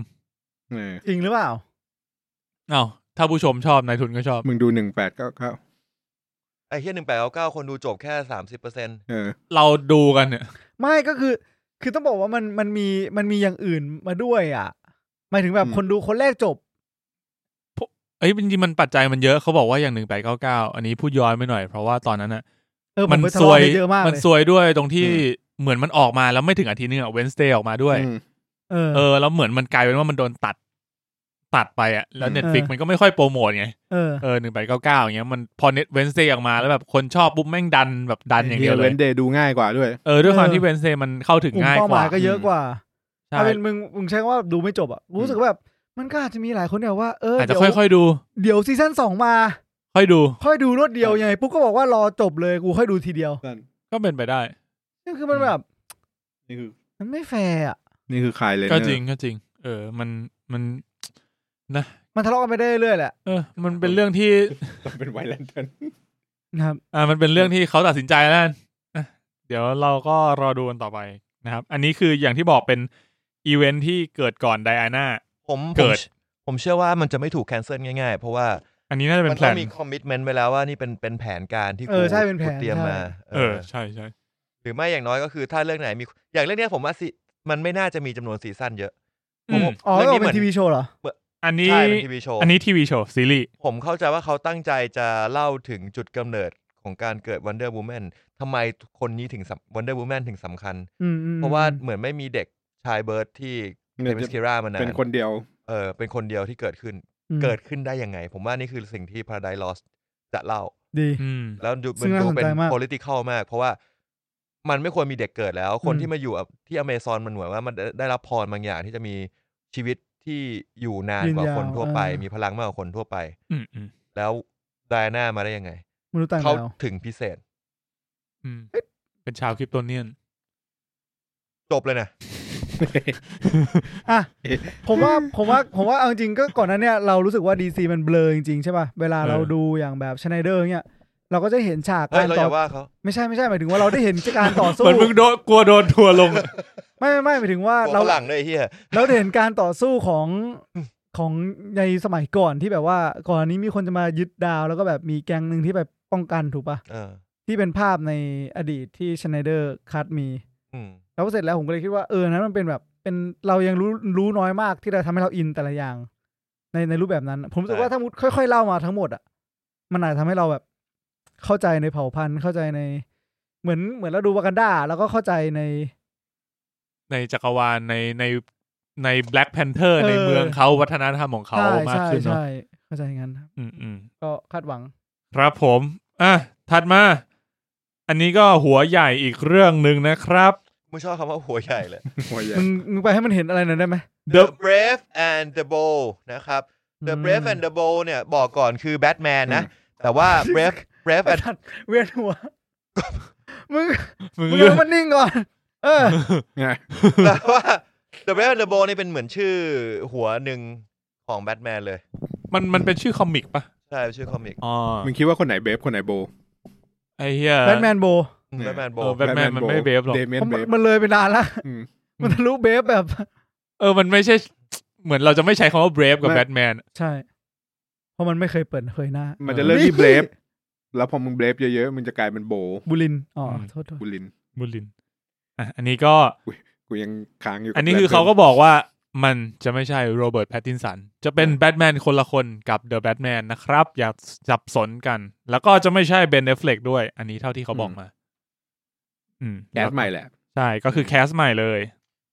[SPEAKER 3] เออ
[SPEAKER 2] จริงหรือเปล่า
[SPEAKER 1] เอ้าถ้าผู้ชมชอบนายทุนก็ชอบ
[SPEAKER 3] มึงดูหนึ่งแปดก็เข้า
[SPEAKER 4] ไอ้เฮียหนึ่งแปดเก้าเก้าคนดูจบแค่สามสิบเปอร์เซ็นต์
[SPEAKER 3] เออ
[SPEAKER 1] เราดูกันเนี่ย
[SPEAKER 2] ไม่ก็คือ คือต้องบอกว่ามันมันมีมันมีอย่างอื่นมาด้วยอ่ะหมายถึงแบบ
[SPEAKER 3] อืม
[SPEAKER 2] คนดูคนแรกจบ
[SPEAKER 1] เอ้ยจริงๆมันปัจจัยมันเยอะเขาบอกว่าอย่างหนึ่งแปดเก้าเก้าอันนี้พูดย้อนไปหน่อยเพราะว่าตอนนั้นอะ
[SPEAKER 2] เออผ
[SPEAKER 1] มั
[SPEAKER 2] ม
[SPEAKER 1] น
[SPEAKER 2] ไปทะ
[SPEAKER 1] ซว
[SPEAKER 2] เลาะ
[SPEAKER 1] ย
[SPEAKER 2] กันเยอะมาก
[SPEAKER 1] มัน
[SPEAKER 2] เลย
[SPEAKER 1] ซวยด้วยตรงที่
[SPEAKER 3] อื
[SPEAKER 1] เหมือนมันออกมาแล้วไม่ถึงอาทิตย์นึงอะเวนสเตย์ออกมาด้วย
[SPEAKER 3] อืม
[SPEAKER 2] เออ
[SPEAKER 1] เออ แล้วเหมือนมันกลายเป็นว่ามันโดนตัด ตัดไปอะแล้ว
[SPEAKER 3] อืม
[SPEAKER 1] เน็ตฟิกมันก็ไม่ค่อยโปรโมทไง
[SPEAKER 2] เออ
[SPEAKER 1] เออหนึ่งแปดเก้าเก้าอย่างเงี้ยมันพอเน็ตเวนสเตย์ออกมาแล้วแบบคนชอบปุ๊บแม่งดันแบบดันอย่างเดียวเล
[SPEAKER 3] เวย นเดย์ดูง่ายกว่าด้วย
[SPEAKER 1] เออด้วยความที่
[SPEAKER 2] เออ
[SPEAKER 1] เวนสเตย์มันเข้าถึง
[SPEAKER 2] กลุ่ม
[SPEAKER 1] ง่าย
[SPEAKER 2] เป้าก หมา
[SPEAKER 1] ว่าย
[SPEAKER 2] ก็เยอะกว่า
[SPEAKER 1] ใช่
[SPEAKER 2] เอาเป็นมึงมึงใช้คำว่าดูไม่จบอ่ะรู้สึกว่าแบบมันก็อาจจะมีหลายคนเนี่ยว่าเออ
[SPEAKER 1] อาจจะ
[SPEAKER 2] เดี๋ยว
[SPEAKER 1] ค่อยๆดู
[SPEAKER 2] เดี๋ยวซีซั่นสองมา
[SPEAKER 1] ค่อยดู
[SPEAKER 2] ค่อยดูรวดเดียวยังไงปุ๊กก็บอกว่ารอจบเลยกูค่อยดูทีเดียว
[SPEAKER 1] ก็เป็นไปได้
[SPEAKER 2] นี่คือมันแบบ
[SPEAKER 3] นี่คือ
[SPEAKER 2] มันไม่แฟร์อ่ะ
[SPEAKER 3] นี่คือคายเลย
[SPEAKER 1] ก็จริงก็จริง เออ มันมัน
[SPEAKER 2] มันทะเลาะกันไปได้เรื่อยๆแหละ
[SPEAKER 1] เออ มันเป็นเรื่องที่
[SPEAKER 3] เราเป็นไวแลนเทน
[SPEAKER 2] นะครับ
[SPEAKER 1] อ่ามันเป็นเรื่องที่เขาตัดสินใจแล้วกันอ่ะเดี๋ยวเราก็รอดูกันต่อไปนะครับ อันนี้คืออย่างที่บอกเป็นอีเวนท์ที่เกิดก่อนไดอาน่า
[SPEAKER 4] ผมผ
[SPEAKER 1] เกิ
[SPEAKER 4] ม
[SPEAKER 1] ด
[SPEAKER 4] ผมเชื่อว่ามันจะไม่ถูกแคนเซิลง่ายๆ เพราะว่า
[SPEAKER 1] อันนี้น่าจะเป็
[SPEAKER 4] มัน น
[SPEAKER 1] แพล
[SPEAKER 4] ต้อง
[SPEAKER 1] น
[SPEAKER 4] มีคอมมิชเมนต์ไว้แล้วว่านี่เป็นเป็นแผนการที่
[SPEAKER 2] เอ
[SPEAKER 4] กู
[SPEAKER 2] อใช่เป็นแผ
[SPEAKER 4] กู
[SPEAKER 2] น
[SPEAKER 4] เตรียมมา
[SPEAKER 2] ใช่
[SPEAKER 1] เออ ใช่ใช่
[SPEAKER 4] หรือไม่อย่างน้อยก็คือถ้าเรื่องไหนมีอย่างเรื่องเนี้ยผมว่าสิมันไม่น่าจะมีจำนวนซีซั่นเยอะ
[SPEAKER 1] อืม
[SPEAKER 2] อ๋อ
[SPEAKER 4] เรื่
[SPEAKER 2] ก็
[SPEAKER 4] องนี้
[SPEAKER 2] เป็
[SPEAKER 4] เหมือน
[SPEAKER 2] นทีวีโชว์เหรอ
[SPEAKER 1] อันนี้
[SPEAKER 4] ใช่เป็นทีวีโชว์
[SPEAKER 1] อันนี้ทีวีโชว์ซีรีส์
[SPEAKER 4] ผมเข้าใจว่าเขาตั้งใจจะเล่าถึงจุดกำเนิดของการเกิดวันเดอร์บูแมนทำไมคนนี้ถึงวันเดอร์บูแมนถึงสำคัญ
[SPEAKER 2] อืมอืม
[SPEAKER 4] เพราะว่าเหมือนไม่มีเด็กชายเบิร์ดที่เดมิสคิร่ามานาน
[SPEAKER 3] เป็นคนเดียว
[SPEAKER 4] เออเป็นคนเดียวที่เกิดขึ้น
[SPEAKER 2] อืม
[SPEAKER 4] เกิดขึ้นได้ยังไง ผมว่านี่คือสิ่งที่ Paradise Lost จะเล่า
[SPEAKER 2] ดี
[SPEAKER 1] อืม
[SPEAKER 4] แล้วดู
[SPEAKER 2] ซึ่
[SPEAKER 4] มั
[SPEAKER 2] ง
[SPEAKER 4] นดู
[SPEAKER 2] น่าสนใจ
[SPEAKER 4] เป็น
[SPEAKER 2] มาก
[SPEAKER 4] political มาก เพราะว่ามันไม่ควรมีเด็กเกิดแล้ว คน
[SPEAKER 2] อืม
[SPEAKER 4] ที่มาอยู่ที่อเมซอนมันเหมือนว่ามันได้รับพรบางอย่างที่จะมีชีวิต ที่อยู่นาน
[SPEAKER 2] ยื
[SPEAKER 4] กว่าย
[SPEAKER 2] นาว
[SPEAKER 4] คนทั่วไป
[SPEAKER 2] อ่ามี
[SPEAKER 4] มีพลังมากกว่าคนทั่วไป
[SPEAKER 1] อืมอืม
[SPEAKER 4] แล้วไดอาน่ามาได้ยังไง
[SPEAKER 2] มนุษย์ต่าง
[SPEAKER 4] เขา
[SPEAKER 2] ดาว
[SPEAKER 4] ถึงพิเศษ
[SPEAKER 1] อืมเป็นชาวคริปโตเนียน
[SPEAKER 4] จบเลยนะ
[SPEAKER 2] อ่ะผมว่าผมว่าผมว่าเอาจริงๆก็ก่อนหนั้นเนี่ยเรารู้สึกว่าดีซีมันเบลอจริงๆใช่ป่ะเวลาเรา
[SPEAKER 1] เออ
[SPEAKER 2] ดูอย่างแบบชไนเดอร์เนี่ยเราก็จะเห็นฉาก
[SPEAKER 4] เฮ้
[SPEAKER 2] กาย ร
[SPEAKER 4] เรา
[SPEAKER 2] ต่อย่
[SPEAKER 4] อาว่าเขา
[SPEAKER 2] ไม่ใช่ไม่ใช่หมายถึงว่าเราได้เห็นการต่อสู้
[SPEAKER 1] เหมือนมึงโดนกลัวโดนทัวร์ลง
[SPEAKER 2] ไม่ไม่ไม่หมายถึงว่า
[SPEAKER 4] เรา
[SPEAKER 2] เรา
[SPEAKER 4] หลังด้วยไอ้เฮีย
[SPEAKER 2] เราเห็นการต่อสู้ของของในสมัยก่อนที่แบบว่าก่อนนี้มีคนจะมายึดดาวแล้วก็แบบมีแก๊งหนึ่งที่ไปป้องกันถูกปะ
[SPEAKER 4] เออ
[SPEAKER 2] ที่เป็นภาพในอดีตที่ชไนเดอร์คัดมี
[SPEAKER 4] อืม
[SPEAKER 2] แล้วพอเสร็จแล้วผมก็เลยคิดว่าเออนั้นมันเป็นแบบเป็นเรายังรู้รู้น้อยมากที่เราทำให้เราอินแต่ละอย่าง ในในรูปแบบนั้น ผมรู้สึกว่า
[SPEAKER 4] ใช่
[SPEAKER 2] ถ้ามุดค่อย ๆ เล่ามาทั้งหมดอ่ะมันอาจทำให้เราแบบ เข้าใจในเผ่าพันธุ์เข้าใจในเหมือนเหมือนเราดูวากันดาแล้วก็เข้าใจใน
[SPEAKER 1] ในจักรวาลในในในแบล็กแพนเทอร์
[SPEAKER 2] เออ
[SPEAKER 1] ในเมืองเขาวัฒนธรรมของเขา
[SPEAKER 2] ใช่
[SPEAKER 1] มาก
[SPEAKER 2] ใช่
[SPEAKER 1] ขึ้นเนาะ
[SPEAKER 2] ใช่เข้าใจอย่างนั้นครับ
[SPEAKER 1] อืมอืม
[SPEAKER 2] ก็คาดหวัง
[SPEAKER 1] ครับผม อ่ะ ถัดมา อันนี้ก็หัวใหญ่อีกเรื่องหนึ่งนะครับ
[SPEAKER 4] ไม่ชอบคำว่าหัวใหญ่เลย
[SPEAKER 3] หัวใหญ่
[SPEAKER 2] มึงมึงไปให้มันเห็นอะไรหน่อยได้ไหม
[SPEAKER 1] The
[SPEAKER 4] The Brave and the Bold นะครับ The Brave and the Bold เนี่ย บอกก่อนคือแบทแมนนะ แต่ว่า Brave Brave
[SPEAKER 2] ไอ้
[SPEAKER 4] and
[SPEAKER 2] สัตว์ เวียนหัว มึง
[SPEAKER 1] มึง
[SPEAKER 2] มึง
[SPEAKER 1] เลือก
[SPEAKER 2] ให้มันนิ่งก่อน เออ
[SPEAKER 3] ไง
[SPEAKER 4] แต่ว่า The Brave and the Bold นี่เป็นเหมือนชื่อหัวหนึ่งของแบทแมนเลย
[SPEAKER 1] มันมันเป็นชื่อคอมิกปะ
[SPEAKER 4] ใช่ ชื่อคอมิก
[SPEAKER 1] อ๋อ
[SPEAKER 3] มึงคิดว่าคนไหนเบฟคนไหนโบ
[SPEAKER 1] ไอ้เหี้ย
[SPEAKER 2] แบทแมนโบ
[SPEAKER 4] แบทแมนโบ
[SPEAKER 1] เออ Batman มันไม่เบฟหรอก
[SPEAKER 3] เดเมียนเบฟ
[SPEAKER 2] มันเลยไปนานละ
[SPEAKER 3] อืม
[SPEAKER 2] มันทะลุเบฟแบบ
[SPEAKER 1] เออ มันไม่ใช่ เหมือนเราจะไม่ใช้คำว่า brave กับ
[SPEAKER 3] ไม่
[SPEAKER 1] แบทแมน
[SPEAKER 2] ใช่ เพราะมันไม่เคยเปิดเคยหน้า
[SPEAKER 3] มันจะเริ่ม
[SPEAKER 2] นี่
[SPEAKER 3] ที่เบฟแล้วพอมึงเบฟเยอะๆมึงจะกลายเป็นโบ
[SPEAKER 2] บุลิน อ๋อ
[SPEAKER 1] อืม
[SPEAKER 2] โทษโทษ
[SPEAKER 3] บุลิน
[SPEAKER 1] บุลิน อ่ะ อันนี้ก็
[SPEAKER 3] กูยังค้างอยู่
[SPEAKER 1] อันนี้คือเขาก็บอกว่ามันจะไม่ใช่โรเบิร์ตแพตตินสัน จะเป็นแบทแมนคนละคนกับเดอะแบทแมนนะครับ อย่าสับสนกัน แล้วก็จะไม่ใช่เบนเอฟเฟลกด้วย อันนี้เท่าที่เขาบอกมา อืม
[SPEAKER 3] แอดใหม่แหละ
[SPEAKER 1] ใช่ก็คือแคสใหม่เลย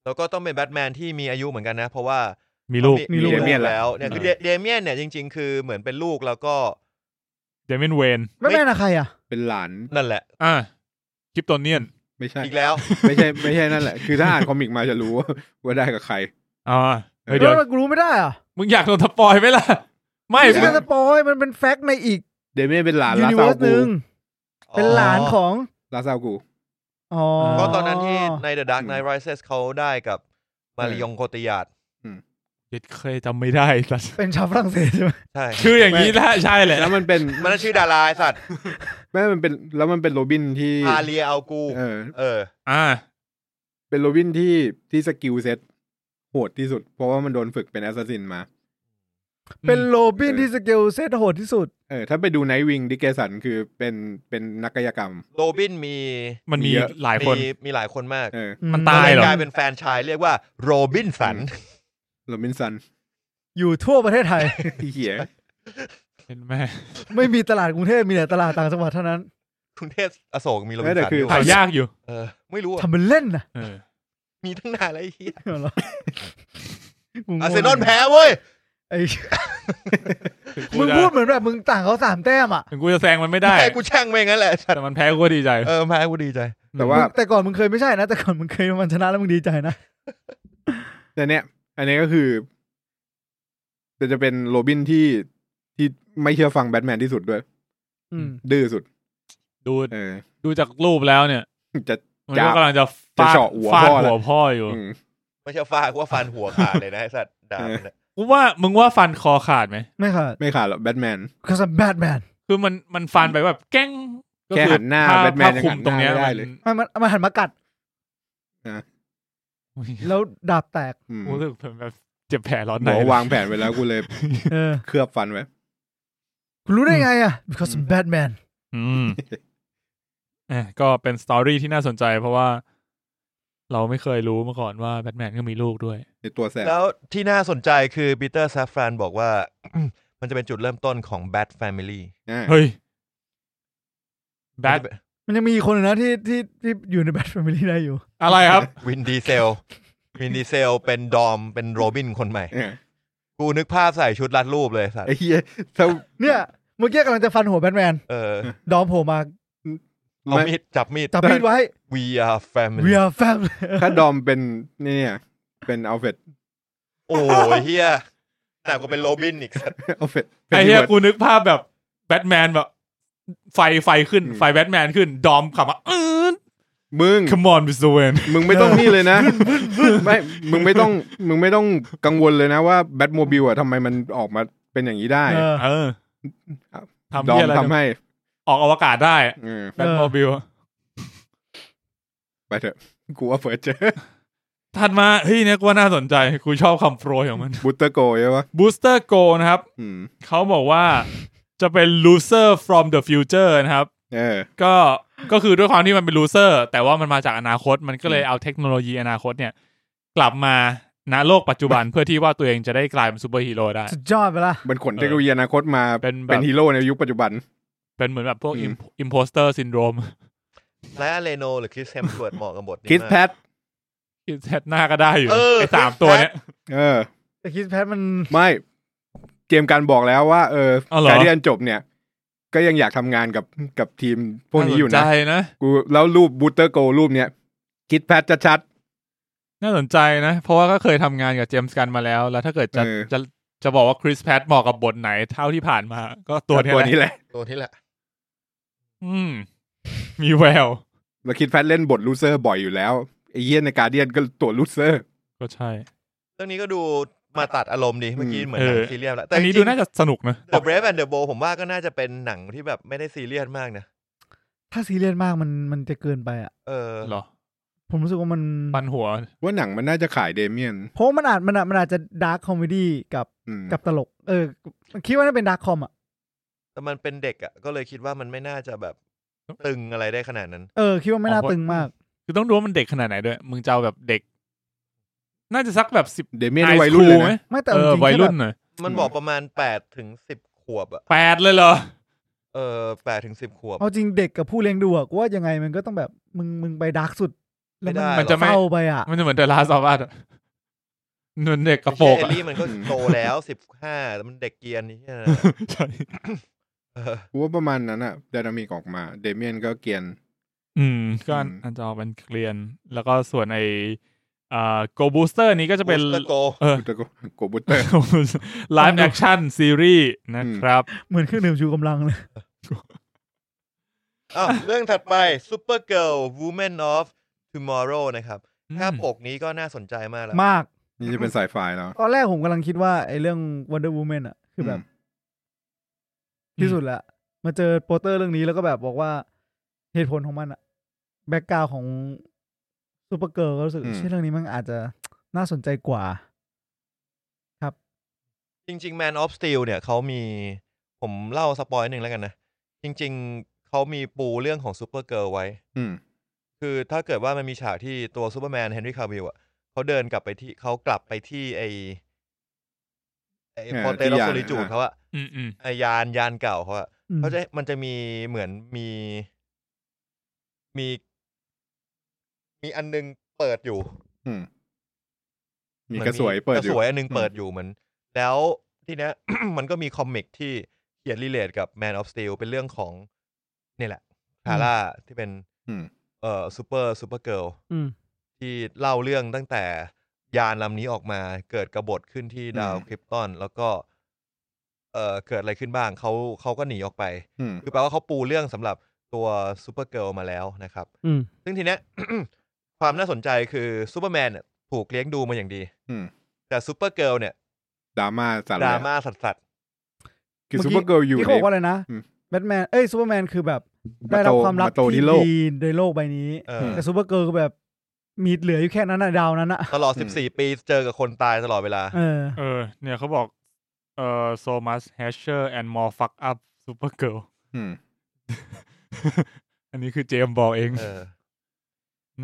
[SPEAKER 4] แล้วก็ต้องเป็นแบทแมนที่มีอายุเหมือนกันนะ เพราะว่า
[SPEAKER 1] มีลูก
[SPEAKER 4] มีลูก
[SPEAKER 3] เดเมียนแล้
[SPEAKER 4] แล้ว
[SPEAKER 3] ว
[SPEAKER 4] เนี่ยคือเดเมียนเนี่ยจริง ๆ คือเหมือนเป็นลูกแล้วก็
[SPEAKER 1] เดมินเวน
[SPEAKER 2] แบทแมนอะใครอ่ะ
[SPEAKER 3] เป็นหลาน
[SPEAKER 4] นั่นแหละ
[SPEAKER 1] อ่ะคริปโตเนียน
[SPEAKER 3] ไม่ใช่
[SPEAKER 4] อีกแล้ว
[SPEAKER 3] ไม่ใช่ไม่ใช่นั่นแหละ คือถ้าอ่านคอมิกมาจะรู้ว่าว่าได้กับใคร
[SPEAKER 1] อ่าเฮ้ย
[SPEAKER 2] แล้
[SPEAKER 1] เดี๋ยว ว
[SPEAKER 2] เรารู้ไม่ได้เหรอ่ะ
[SPEAKER 1] มึงอยากโดนสปอยไหมล่ะ ไม่
[SPEAKER 2] ไม่ใช่
[SPEAKER 1] มึง
[SPEAKER 2] เป็นสปอยมันเป็นแฟกต์ในอีก
[SPEAKER 3] เดเมียนเป็นหลาน
[SPEAKER 2] ยู
[SPEAKER 3] ลา
[SPEAKER 2] นิ
[SPEAKER 3] ซา
[SPEAKER 2] เวิร์สห
[SPEAKER 3] วกู
[SPEAKER 2] นึ่งเป็นหลานของ
[SPEAKER 3] ลาซาวกู
[SPEAKER 2] อ๋อ
[SPEAKER 4] ก็ตอนนั้นที่ใน The Dark
[SPEAKER 3] อืม
[SPEAKER 4] Knight Rises เขาได้กับมาริยงโคติยาด
[SPEAKER 1] เด็ดเคยจำไม่ได้ สัส
[SPEAKER 2] เป็นชาวฝรั่งเศสใช่ไหม
[SPEAKER 4] ใช่
[SPEAKER 1] คืออย่างนี้แหละใช่แหละ
[SPEAKER 3] แล้วมันเป็น
[SPEAKER 4] มันนะชื่อดาราไอ้สัตว์
[SPEAKER 3] แม่มันเป็นแล้วมันเป็นโรบินที่
[SPEAKER 4] อาเรียเอากู
[SPEAKER 3] เออ
[SPEAKER 4] เออ
[SPEAKER 1] อ่า
[SPEAKER 3] เป็นโรบินที่ที่สกิลเซ็ตโหดที่สุด เพราะว่ามันโดนฝึกเป็นแอสซัสซินมา
[SPEAKER 2] เป็นโรบินที่สเกลเซตโหดที่สุด
[SPEAKER 3] เออถ้าไปดูไนท์วิงดิเกสันคือเป็นเป็นนักกายกรรม
[SPEAKER 4] โรบินมี
[SPEAKER 1] มันมี
[SPEAKER 3] เยอะ
[SPEAKER 1] หลายคน
[SPEAKER 4] มีมีหลายคนมาก
[SPEAKER 3] เออ
[SPEAKER 1] มันตายเหรอ
[SPEAKER 4] กลายเป็นแฟนชายเรียกว่าโรบินสัน
[SPEAKER 3] โรบินสัน
[SPEAKER 2] อยู่ทั่วประเทศไทย
[SPEAKER 3] เหี้ย
[SPEAKER 1] เห็นไหม
[SPEAKER 2] ไม่มีตลาดกรุงเทพมีแต่ตลาดต่างจังหวัดเท่านั้น
[SPEAKER 4] กรุงเทพอโศกมีโรบิ
[SPEAKER 3] ไม่
[SPEAKER 4] น
[SPEAKER 3] แต่
[SPEAKER 4] สัน
[SPEAKER 3] คือ
[SPEAKER 4] ด้วย
[SPEAKER 1] หายากอยู่
[SPEAKER 4] เออ ไม่รู้อะ
[SPEAKER 2] ทำเป็นเล่น นะ
[SPEAKER 1] เออ
[SPEAKER 4] มีตั้งนานแล้วไอ้เหี้ย
[SPEAKER 2] เหรอกูงง
[SPEAKER 4] อาร์เซนอลแพ้เว้ย
[SPEAKER 2] ไอ้ มึงพูดเหมือนแบบมึงต่างเขาสามแต้มอ่ะ
[SPEAKER 1] ถึงกูจะแซงมันไม่ได้
[SPEAKER 4] แพ้กูแช่งไปงั้นแหละสัตว์
[SPEAKER 1] แต่มันแพ้กูก็ดีใจ
[SPEAKER 4] เออแพ้กูดีใจ
[SPEAKER 3] แต่ว่า
[SPEAKER 2] แต่ก่อนมึงเคยไม่ใช่นะ แต่ก่อนมึงเคยมันชนะแล้วมึงดีใจนะ
[SPEAKER 3] แต่เนี้ยอันนี้ก็คือจะจะเป็นโรบินที่ที่ไม่เชื่อฟังแบทแมนที่สุดด้วย
[SPEAKER 2] อืม
[SPEAKER 3] ดื้อสุด
[SPEAKER 1] ดู
[SPEAKER 3] เออ
[SPEAKER 1] ดูจากรูปแล้วเนี่ย
[SPEAKER 3] จะ
[SPEAKER 1] มันก็กำลังจะ
[SPEAKER 3] จะ
[SPEAKER 1] ฟาด
[SPEAKER 3] เจาะหัว
[SPEAKER 1] ฟาด
[SPEAKER 3] พ่อแล้
[SPEAKER 1] หั
[SPEAKER 3] ว
[SPEAKER 1] วพ่ออยู่
[SPEAKER 3] อืม
[SPEAKER 4] ไม่ใช่ฟาดกูว่าฟันหัวขาดเลยนะไอ้สัตว์ด่ามันอะ
[SPEAKER 1] กูว่ามึงว่าฟันคอขาดไหม
[SPEAKER 2] ไม่ค่ะ
[SPEAKER 3] ไม่ขาดหรอกแบทแมน
[SPEAKER 2] เขาสแบทแมน
[SPEAKER 1] คือมันมันฟันไปแบบแกล้งก็
[SPEAKER 3] แค่
[SPEAKER 1] คือ
[SPEAKER 3] หันหน้า
[SPEAKER 1] ผ้
[SPEAKER 3] แบทแมน
[SPEAKER 1] ผ้
[SPEAKER 3] ยัง
[SPEAKER 1] คลุมต
[SPEAKER 3] หันหน้า
[SPEAKER 1] รงเนี้ย
[SPEAKER 3] ไม่ได้
[SPEAKER 1] มัน
[SPEAKER 3] เลย
[SPEAKER 2] มันมันมันหันมากัด
[SPEAKER 1] อุ๊ย
[SPEAKER 2] แล้วดาบ แตก
[SPEAKER 3] อืม
[SPEAKER 1] กูรู้สึกเหมือนแบบเจ็บแผลร้อน
[SPEAKER 3] ห
[SPEAKER 1] ใน
[SPEAKER 3] มอวางแผนไว้แล้วกูเลย
[SPEAKER 2] เออ
[SPEAKER 3] เคลือบฟันไว้
[SPEAKER 2] คุณรู้ได้ไงอ่ะ because I'm Batman
[SPEAKER 1] อืมอ่ะก็เป็นสตอรี่ที่น่าสนใจ เพราะว่า เราไม่เคยรู้มาก่อนว่าแบทแมนก็มีลูกด้วย
[SPEAKER 3] ในตัวแสบ
[SPEAKER 4] แล้วที่น่าสนใจคือปีเตอร์ซาฟรานบอกว่า มันจะเป็นจุดเริ่มต้นของแบทแฟมิลี่
[SPEAKER 3] อ่า
[SPEAKER 1] เฮ้ยแบท
[SPEAKER 2] มันยังมีอีกคนหนึ่งนะที่ที่ที่อยู่ในแบทแฟมิลี่ได้อยู่
[SPEAKER 1] อะไรครับ
[SPEAKER 4] วินดีเซ ล วินดีเซลเป็นดอม เป็นโรบินคนใหม่
[SPEAKER 3] เออ
[SPEAKER 4] กูนึกภาพใส่ชุดรัดรูปเลยสัตว์
[SPEAKER 3] ไอ้เหี้ยถ้า
[SPEAKER 2] เนี่ยเมื่อกี้กำลังจะฟันหัวแบทแมน
[SPEAKER 4] เออ
[SPEAKER 2] ดอมโผล่มา
[SPEAKER 4] เอา
[SPEAKER 3] ไม่
[SPEAKER 4] มีดจับมีด
[SPEAKER 2] จับมีดไว้
[SPEAKER 4] we are family
[SPEAKER 2] we are family
[SPEAKER 3] ถ้าดอมเป็นเนี่ย เป็นอัลเฟรด
[SPEAKER 4] โอ้ยเฮียหนักกว่าเป็นโรบินอีกสัตว์
[SPEAKER 3] เอาเฟด
[SPEAKER 1] ไอ้เหี้ยกูนึกภาพแบบแบทแมนแบบ ไฟไฟขึ้น
[SPEAKER 3] อืม
[SPEAKER 1] ไฟแบทแมนขึ้น ดอมขับมาอื้อ
[SPEAKER 3] มึง
[SPEAKER 1] come on Mr. Wayne
[SPEAKER 3] มึงไม่ต้องนี่เลย นะไม่มึงไม่ต้องมึงไม่ต้องกังวลเลยนะว่าแบทโมบิลอะทำไมมันออกมาเป็นอย่างนี้ได้
[SPEAKER 2] เอ อ
[SPEAKER 1] เออทำ
[SPEAKER 3] ดอ
[SPEAKER 1] เหี้ย
[SPEAKER 3] ม
[SPEAKER 1] อะไร
[SPEAKER 3] ทำให้
[SPEAKER 1] ออกอวกาศได้
[SPEAKER 3] เออ
[SPEAKER 1] แบทโมบิล
[SPEAKER 3] ไปเถอะกูว่าเฟิร์สเจอ
[SPEAKER 1] ถัดมาเฮ้ยเนี่ยกูว่าน่าสนใจกูชอบคำโปรยของมัน
[SPEAKER 3] บุตเตอร์โกใช่ปะ
[SPEAKER 1] Booster Go นะครับ
[SPEAKER 3] อืม
[SPEAKER 1] เขาบอกว่าจะเป็น loser from the future นะครับ
[SPEAKER 3] เออ
[SPEAKER 1] ก็ก็คือด้วยความที่มันเป็น loser แต่ว่ามันมาจากอนาคต มันก็เลยเอาเทคโนโลยีอนาคตเนี่ย กลับมาณโลกปัจจุบัน เพื่อที่ว่าตัวเองจะได้กลายเป็นซูเปอร์ฮีโร่ได้
[SPEAKER 2] สุดยอดไปละ
[SPEAKER 3] มันขนเทคโนโลยีอนาคตมา
[SPEAKER 1] เป็นแบบ
[SPEAKER 3] ฮีโร่ในยุคปัจจุบัน
[SPEAKER 1] เป็นเหมือนแบบพวก
[SPEAKER 3] อืม
[SPEAKER 1] อิมโพสเตอร์ซินโดรม
[SPEAKER 4] ไลอาเรโนหรือคริสแฮมสเวิร์ดเหมาะกับบทนี้
[SPEAKER 3] คิสแพ
[SPEAKER 4] มาก
[SPEAKER 3] ท
[SPEAKER 1] แทหน้าก็ได้อยู่
[SPEAKER 4] เออ
[SPEAKER 1] ไอ้สามตัวเนี้ย
[SPEAKER 3] เออ
[SPEAKER 2] แต่คิดแพทมัน
[SPEAKER 3] ไม่ เกมการบอกแล้วว่า เออ
[SPEAKER 1] เอาเหรอ
[SPEAKER 3] การที่อันจบเนี่ย ก็ยังอยากทำงานกับกับทีมพวกนี้อยู่
[SPEAKER 1] าส
[SPEAKER 3] นะ
[SPEAKER 1] ใจนะ
[SPEAKER 3] กูแล้วรูปบูเตอร์โกรูปเนี้ยคิดแพทชัด
[SPEAKER 1] น่าสนใจนะ เพราะว่าก็เคยทำงานกับเจมส์กันมาแล้ว แล้วถ้าเกิดจะ
[SPEAKER 3] เออ
[SPEAKER 1] จะจะบอกว่าคริสแพทเหมาะกับบทไหนเท่าที่ผ่านมา ก็
[SPEAKER 3] ๆ
[SPEAKER 1] ตัวเนี้ย
[SPEAKER 3] ตัว
[SPEAKER 1] แหละ
[SPEAKER 3] นี้แหละ
[SPEAKER 4] ตัวนี้แหละ
[SPEAKER 1] อืม มีแวว
[SPEAKER 3] แล้วคิดแพทเล่นบทลูเซอร์บ่อยอยู่แล้วไอ้เยี่ยในการเดียนก็ตัวลูเซอร์
[SPEAKER 1] ก็ใช่
[SPEAKER 4] เรื่องนี้ก็ดูมาตัดอารมณ์ดีเมื่อกี้
[SPEAKER 3] อืม
[SPEAKER 4] เหมือนหนัง
[SPEAKER 1] เออ
[SPEAKER 4] ซีเรียสแล้วแต่
[SPEAKER 1] อันนี้
[SPEAKER 4] จ
[SPEAKER 1] ดู
[SPEAKER 4] ริง
[SPEAKER 1] น่าจะสนุกนะ
[SPEAKER 4] ๆ The Brave and the Bold ผมว่าก็น่าจะเป็นหนังที่แบบไม่ได้ซีเรียสมากนะ
[SPEAKER 2] ถ้าซีเรียสมากมันมันจะเกินไปอ่ะ
[SPEAKER 4] เออ
[SPEAKER 1] เหรอ
[SPEAKER 2] ผมรู้สึกว่ามัน
[SPEAKER 1] ปันหัว
[SPEAKER 3] ว่าหนังมันน่าจะขายเดเมียน
[SPEAKER 2] เพราะมันอาจมันอาจมันอาจจะดาร์คคอมเมดี้กับ
[SPEAKER 3] อืม
[SPEAKER 2] กับตลก เออ คิดว่าน่าเป็นดาร์คคอมอ่ะ
[SPEAKER 4] แต่มันเป็นเด็กอ่ะก็เลยคิดว่ามันไม่น่าจะแบบตึงอะไรได้ขนาดนั้น
[SPEAKER 2] เออ คิดว่าไม่น่าตึงมาก
[SPEAKER 1] คือต้องดูว่ามันเด็กขนาดไหนด้วย มึงจะเอาแบบเด็ก น่าจะสักแบบสิบ
[SPEAKER 3] เดเมียนนี่วัยรุ่นเลยนะ
[SPEAKER 2] ไม่แต่
[SPEAKER 1] เอ
[SPEAKER 2] เอา
[SPEAKER 1] อ
[SPEAKER 2] จริงๆ
[SPEAKER 1] วัย
[SPEAKER 2] แค่
[SPEAKER 1] รุ่น
[SPEAKER 2] แบบ
[SPEAKER 1] หน่อย
[SPEAKER 4] มันบอกประมาณแปดถึงสิบขวบอ่ะ
[SPEAKER 1] แปดเลยเหรอ
[SPEAKER 4] เออแปดถึงสิบขวบ
[SPEAKER 2] เอาจริงเด็กกับผู้เลี้ยงดูอ่ะกูว่ายังไงมันก็ต้องแบบมึงมึงไปดาร์กสุด แล้ว
[SPEAKER 4] ไม่ได้
[SPEAKER 1] มันจะไม่
[SPEAKER 2] เศร้าไปอ่ะ
[SPEAKER 1] มันจะเหมือนเดลาซาวัตนุนเด็กกระโปรง
[SPEAKER 4] ไม่ใช่เอ
[SPEAKER 1] อะ
[SPEAKER 4] ลลี่มันก็
[SPEAKER 3] อืม
[SPEAKER 4] โตแล้ว สิบห้าแต่มันเด็กเกรียนนี่นะ
[SPEAKER 1] ใช่
[SPEAKER 4] เออ
[SPEAKER 3] กูว่าประมาณนั้นอะดนามิกออกมาเดเมียนก็เกรียน
[SPEAKER 1] อืม ก็อัน
[SPEAKER 3] อืม
[SPEAKER 1] อันจะเอาเป็นเกลียน แล้วก็ส่วนไออ่าโกบูสเตอร์นี้ก็จะเป็น
[SPEAKER 4] บูสตอร์โก
[SPEAKER 1] เออ
[SPEAKER 3] บูเตอร์โก โกบูเตอร์
[SPEAKER 1] ไลฟ์แอคชั่นซีรีส์นะครับ
[SPEAKER 2] เหมือนเครื่องดื่มชูกำลังเลย
[SPEAKER 4] อ้าวเรื่องถัดไป Super Girl Woman of Tomorrow นะครับถ้าปกนี้ก็น่าสนใจมากแล้ว
[SPEAKER 2] มาก
[SPEAKER 3] นี่จะเป็นสายไฟแล้ว
[SPEAKER 2] ตอนแรกผมกำลังคิดว่าไอ้เรื่อง Wonder Woman อ่ะ คือแบบ ที่สุดละมาเจอโปสเตอร์เรื่องนี้แล้วก็แบบบอกว่าเหตุผลของมันอะแบ็กกราวของซูเปอร์เกิร์ลก็รู้สึกใช่ยเรื่องนี้มันอาจจะน่าสนใจกว่า
[SPEAKER 4] จริง ๆ Man of Steel เนี่ยเขามีผมเล่าสปอยหนึ่งแล้วกันนะ จริง ๆเขามีปูเรื่องของ Super Girl ไว้
[SPEAKER 3] อืม
[SPEAKER 4] คือถ้าเกิดว่ามันมีฉากที่ตัวซูเปอร์แมนเฮนรี่คาวิลอ่ะเขาเดินกลับไปที่เขากลับไปที่ไอไอ
[SPEAKER 3] เออ
[SPEAKER 4] โปเต
[SPEAKER 3] ที่
[SPEAKER 4] ล
[SPEAKER 3] ยาน
[SPEAKER 4] โซลิจูด
[SPEAKER 3] อ่ะ
[SPEAKER 4] เขาอะ
[SPEAKER 1] อืมอืม
[SPEAKER 4] ไอยานยานเก่าเขาอะ
[SPEAKER 2] อืม
[SPEAKER 4] เขาจะมันจะมีเหมือนมี มี มีอันนึงเปิดอยู่
[SPEAKER 3] อืมมี
[SPEAKER 4] เหมือน
[SPEAKER 3] กระสวยเปิด
[SPEAKER 4] กระ
[SPEAKER 3] อ
[SPEAKER 4] ส
[SPEAKER 3] ยู่
[SPEAKER 4] วยอันนึงเปิดอยู่เหมือนแล้วทีเนี้ย มันก็มีคอมิกที่เขียนรีเลทกับ Man of Steel เป็นเรื่องของเนี่ยแหละคาร่าที่เป็น
[SPEAKER 3] อืม
[SPEAKER 4] เอ่อซูเปอร์ซูเปอร์เกิร์ล
[SPEAKER 2] อืม
[SPEAKER 4] ที่เล่าเรื่องตั้งแต่ยานลำนี้ออกมา เกิดกบฏขึ้นที่ดาว
[SPEAKER 3] อืม
[SPEAKER 4] คริปตอน แล้วก็ เอ่อเกิดอะไรขึ้นบ้างเขาเขาก็หนีออกไป
[SPEAKER 3] อืม
[SPEAKER 4] คือแปลว่าเขาปูเรื่องสำหรับตัวซูเปอร์เกิร์ลมาแล้วนะครับ
[SPEAKER 2] อืม
[SPEAKER 4] ซึ่งทีเนี้ย ความน่าสนใจคือซูเปอร์แมนเนี่ยถูกเลี้ยงดูมาอย่างดี
[SPEAKER 3] อืม
[SPEAKER 4] แต่ซูเปอร์เกิร์ลเนี่ย
[SPEAKER 3] ดราม่าสาร
[SPEAKER 4] ดรา
[SPEAKER 3] แหละ
[SPEAKER 4] ม่าสัสสัส
[SPEAKER 3] คือ
[SPEAKER 2] เมื่อ
[SPEAKER 3] ซู
[SPEAKER 2] กี้
[SPEAKER 3] เปอร์เกิร์ลอยู่
[SPEAKER 2] ที่
[SPEAKER 3] ใน
[SPEAKER 2] เขาบอกว่าอะไรนะ
[SPEAKER 3] อืม
[SPEAKER 2] แบทแมนเอ้ยซูเปอร์แมนคือแบบได้
[SPEAKER 3] มา
[SPEAKER 2] รั
[SPEAKER 3] โต
[SPEAKER 2] บความรัก
[SPEAKER 3] มาโต
[SPEAKER 2] ที่
[SPEAKER 3] ที่โลก
[SPEAKER 2] ดีในโลกใบนี้
[SPEAKER 4] ๆเออ
[SPEAKER 2] แต่ซูเปอร์เกิร์ลก็แบบมีเหลืออยู่แค่นั้นอะดาวนั้นอะ
[SPEAKER 4] ตลอด
[SPEAKER 3] อืม
[SPEAKER 4] 14 ปีเจอกับคนตายตลอดเวลา
[SPEAKER 2] เออ
[SPEAKER 1] เออ เนี่ยเขาบอก เอ่อ so much hasher and more fuck up super girl
[SPEAKER 3] อืม
[SPEAKER 1] อันนี้คือเจมส์บอกเอง
[SPEAKER 4] เออ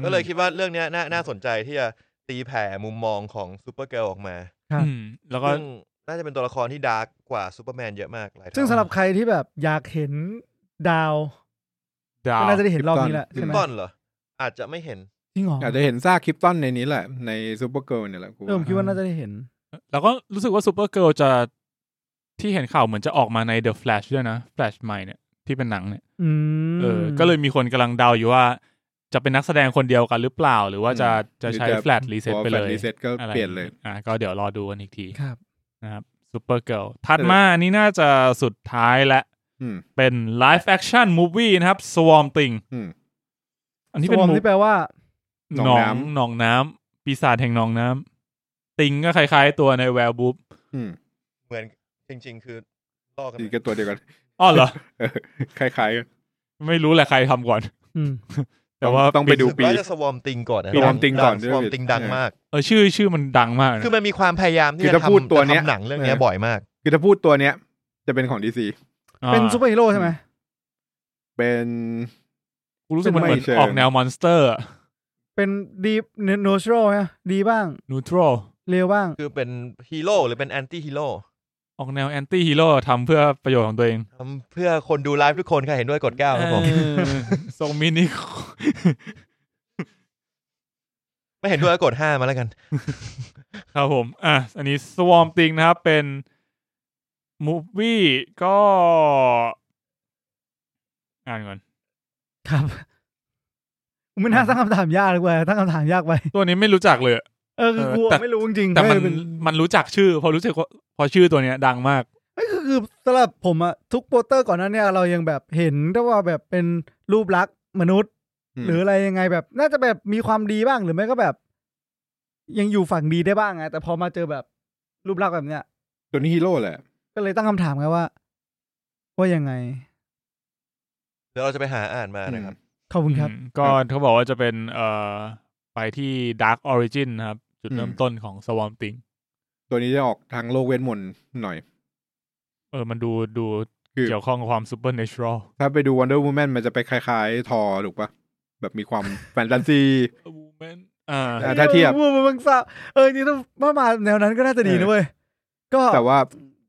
[SPEAKER 4] ก็เลยคิดว่าเรื่องเนี้ยน่าน่าสนใจที่จะตีแผ่มุมมองของซูเปอร์เกิร์ลออกมา
[SPEAKER 2] ครับ
[SPEAKER 1] อืมแล้วก็
[SPEAKER 4] ซึ่งน่าจะเป็นตัวละครที่ดาร์กกว่าซูเปอร์แมนเยอะมากหลายเท่า
[SPEAKER 2] ซึ่งสำหรับใครที่แบบอยากเห็นดาว
[SPEAKER 1] ดา
[SPEAKER 2] ก็
[SPEAKER 1] ว
[SPEAKER 2] น่าจะได้เห็นรอบนี้แหละ
[SPEAKER 3] คลิ
[SPEAKER 2] ใช่
[SPEAKER 3] ป
[SPEAKER 2] ไหม
[SPEAKER 4] ต้นเหรอ อาจจะไม่เห็น
[SPEAKER 2] จริงเหรอ
[SPEAKER 3] อาจจะเห็นซากคลิปตันในนี้แหละ ในซูเปอร์เกิร์ลเนี่ยแหละกู
[SPEAKER 2] เออผมคิดว่าน่าจะได้เห็น
[SPEAKER 1] แล้วก็รู้สึกว่าซูเปอร์เกิลจะที่เห็นข่าวเหมือนจะออกมาใน The Flash ด้วยนะ Flash ใหม่เนี่ย ที่เป็นหนังเนี่ย
[SPEAKER 2] อืม
[SPEAKER 1] เออ ก็เลยมีคนกำลังเดาอยู่ว่า จะเป็นนักแสดงคนเดียวกันหรือเปล่า หรือว่าจะจะใช้
[SPEAKER 3] หรือ
[SPEAKER 1] แฟลตรีเซ็ต
[SPEAKER 3] พอ
[SPEAKER 1] ไปเลย
[SPEAKER 3] flat reset ก็
[SPEAKER 1] อะไร
[SPEAKER 3] เปลี่ยนเลย
[SPEAKER 1] อ่ะก็เดี๋ยวรอดูกันอีกที
[SPEAKER 2] ครับ
[SPEAKER 1] นะครับซูเปอร์เกิลถัดมาอันนี้น่าจะสุดท้ายและ
[SPEAKER 3] อืม
[SPEAKER 1] เป็นไลฟ์แอคชั่นมูฟวี่นะครับ Swarm Thing
[SPEAKER 3] อืม
[SPEAKER 1] อันนี้
[SPEAKER 2] ส
[SPEAKER 1] เป็น
[SPEAKER 2] วอม
[SPEAKER 1] มู
[SPEAKER 2] ที่แปลว่า
[SPEAKER 1] ห
[SPEAKER 3] ห
[SPEAKER 1] น
[SPEAKER 3] น
[SPEAKER 1] อ
[SPEAKER 3] อง ง
[SPEAKER 1] น้
[SPEAKER 3] น้ำ
[SPEAKER 1] ำหนองน้ำปีศาจแห่งหนองน้ำติงก็คล้ายๆตัวในแวร์บุ๊บ
[SPEAKER 3] อืม
[SPEAKER 4] เหมือนจริง ๆ คือลอกกัน
[SPEAKER 3] ดีก็ตัวเดียวกัน
[SPEAKER 1] อ้อเหรอ
[SPEAKER 3] เออคล้ายๆกัน
[SPEAKER 1] ไม่รู้แหละใครทำก่อน
[SPEAKER 2] อืม
[SPEAKER 1] แต่ว่า
[SPEAKER 3] ต้องไปดู
[SPEAKER 4] ว่าจะสวอมติงก่อนนะ
[SPEAKER 3] Swarm Thing ก่อน
[SPEAKER 4] สวอมติงดัง
[SPEAKER 3] เออ
[SPEAKER 4] มาก
[SPEAKER 1] เออชื่อชื่อมันดังมาก
[SPEAKER 4] คือ
[SPEAKER 1] นะ
[SPEAKER 4] มันมีความพยายามที่
[SPEAKER 3] คือ
[SPEAKER 4] จะ
[SPEAKER 3] ถ้าพูด
[SPEAKER 4] ทำ
[SPEAKER 3] ตัวเนี้ย
[SPEAKER 4] จะทำหนังเรื่องเนี้ย
[SPEAKER 3] เออ
[SPEAKER 4] บ่อยมาก
[SPEAKER 3] คือถ้าพูดตัวเนี้ย จะเป็นของดีซี
[SPEAKER 1] อ่า
[SPEAKER 2] เป็นซูเปอร์ฮีโร่ใช่ไหม
[SPEAKER 3] เป็น
[SPEAKER 1] กูรู้สึกมันเหมือน
[SPEAKER 3] ไม่เชิง
[SPEAKER 1] ออกแนวมอนสเตอร์
[SPEAKER 2] เป็นดีโนชโรฮะดีบ้าง
[SPEAKER 1] นูโตร
[SPEAKER 2] เลวบ้าง
[SPEAKER 4] คือเป็นฮีโร่หรือเป็นแอนตี้ฮีโร่
[SPEAKER 1] ออกแนวแอนตี้ฮีโร่ทำเพื่อประโยชน์ของตัวเอง
[SPEAKER 4] ทำเพื่อคนดูไลฟ์ทุกคนค่ะเห็นด้วยกดเก้าครับผม
[SPEAKER 1] เอ อทรงมินิ
[SPEAKER 4] ไม่เห็นด้วยก็กดห้ามาแล้วกัน
[SPEAKER 1] ครับผม อ่ะ อันนี้ Swarm Thing นะครับ เป็นมูฟวี่ก็อ่านก่อน
[SPEAKER 2] ครับมันน่าตั้งคำถามยากเลยเว้ยตั้งคำถามยากไป
[SPEAKER 1] ตัวนี้ไม่รู้จักเลย
[SPEAKER 2] เออคือ
[SPEAKER 1] เออ
[SPEAKER 2] กู
[SPEAKER 1] แต่
[SPEAKER 2] ไม่รู้จริงๆ
[SPEAKER 1] แต่มัน
[SPEAKER 2] เว้ยเป็
[SPEAKER 1] มันรู้จักชื่อ พอรู้จักว่าพอชื่อตัวเนี้ยดังมาก
[SPEAKER 2] เอ้ยคือคือสำหรับผมอะทุกโปสเตอร์ก่อนหนั้นเนี่ยเรายังแบบเห็นแต่ว่าแบบเป็นรูปลักษณ์มนุษย์
[SPEAKER 3] ม
[SPEAKER 2] หรืออะไรยังไงแบบ น่าจะแบบมีความดีบ้างหรือไม่ก็แบบ ยังอยู่ฝั่งดีได้บ้างไงแต่พอมาเจอแบบรูปลักษณ์แบบเนี้ย
[SPEAKER 3] ตัวนี้ฮีโร่แหละ
[SPEAKER 2] ก็เลยตั้งคำถามไงว่า ว่ายังไง
[SPEAKER 4] เดี๋ยวเราจะไปหาอ่านมานะครับ
[SPEAKER 2] ขอบคุณครับ
[SPEAKER 1] อืมก็เขาบอกว่าจะเป็นเอ่อไปที่ Dark Origin นะครับ จุดเริ่ม
[SPEAKER 3] อืม
[SPEAKER 1] ต้นของ Swarm Thing
[SPEAKER 3] ตัวนี้จะออกทางโลกเวทมนต์หน่อย
[SPEAKER 1] เออมันดูดู
[SPEAKER 3] คือ
[SPEAKER 1] เกี่ยวข้องกับความ Supernatural
[SPEAKER 3] ถ้าไปดู Wonder Woman มันจะไปคล้ายๆ ทอถูกปะแบบมี ความ แฟนตาซี
[SPEAKER 1] Woman อ่า
[SPEAKER 3] อ่ะถ้าเทียบ
[SPEAKER 2] ออมันมันเศร้าเออจริงๆถ้ามาแนวนั้นก็น่าจะดีนะเว้ยก็
[SPEAKER 3] แต่ว่า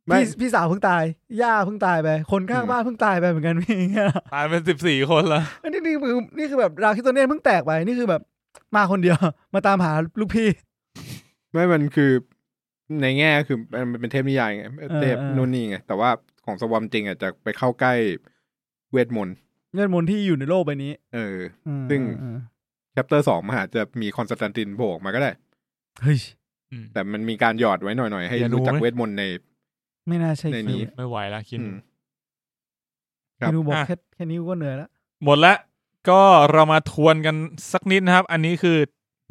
[SPEAKER 3] ไม่
[SPEAKER 2] พี่พี่สาวเพิ่งตาย ย่าเพิ่งตายไป คนข้าง
[SPEAKER 3] อืม
[SPEAKER 2] บ้านเพิ่งตายไปเหมือนกัน พี่อย่างเงี้ย
[SPEAKER 1] ตายเป็นสิบสี่คนละ
[SPEAKER 2] เออนี่นี่คือนี่คือแบบราวคิดตัวเน่เพิ่งแตกไปนี่คือแบบ มาคนเดียว มาตามหาลูกพี่
[SPEAKER 3] ไม่มันคือในแง่คือมันเป็นเทพนิยายไงเทพ
[SPEAKER 2] เออ
[SPEAKER 3] นู่นนี่ไง แต่ว่าของสวอมจริงอ่ะจะไปเข้าใกล้เวทมนต์
[SPEAKER 2] เงินมนต์ที่อยู่ในโลกใบนี้
[SPEAKER 3] เออ
[SPEAKER 2] อืม
[SPEAKER 3] ซึ่ง
[SPEAKER 2] อืม
[SPEAKER 3] แชปเตอร์สองมนอาจจะมีคอนสแตนตินโผล่ออกมาก็ได้
[SPEAKER 2] เฮ้ย
[SPEAKER 1] อืม
[SPEAKER 3] แต่มันมีการหยอดไว้หน่อยๆ ให้
[SPEAKER 1] อย่ารู้
[SPEAKER 3] รู้จัก
[SPEAKER 1] ไหม
[SPEAKER 3] เวทมนต์ใน
[SPEAKER 2] ไม่น่าใช่
[SPEAKER 3] ในนี้
[SPEAKER 2] คิว
[SPEAKER 1] ไม่ไหวละคิด
[SPEAKER 3] อืม ครับ
[SPEAKER 2] คิวบอก
[SPEAKER 1] อ่ะ
[SPEAKER 2] แค่แค่นี้ก็เหนื่อยแล้ว
[SPEAKER 1] หมดละก็เรามาทวนกันสักนิดนะครับ อันนี้คือ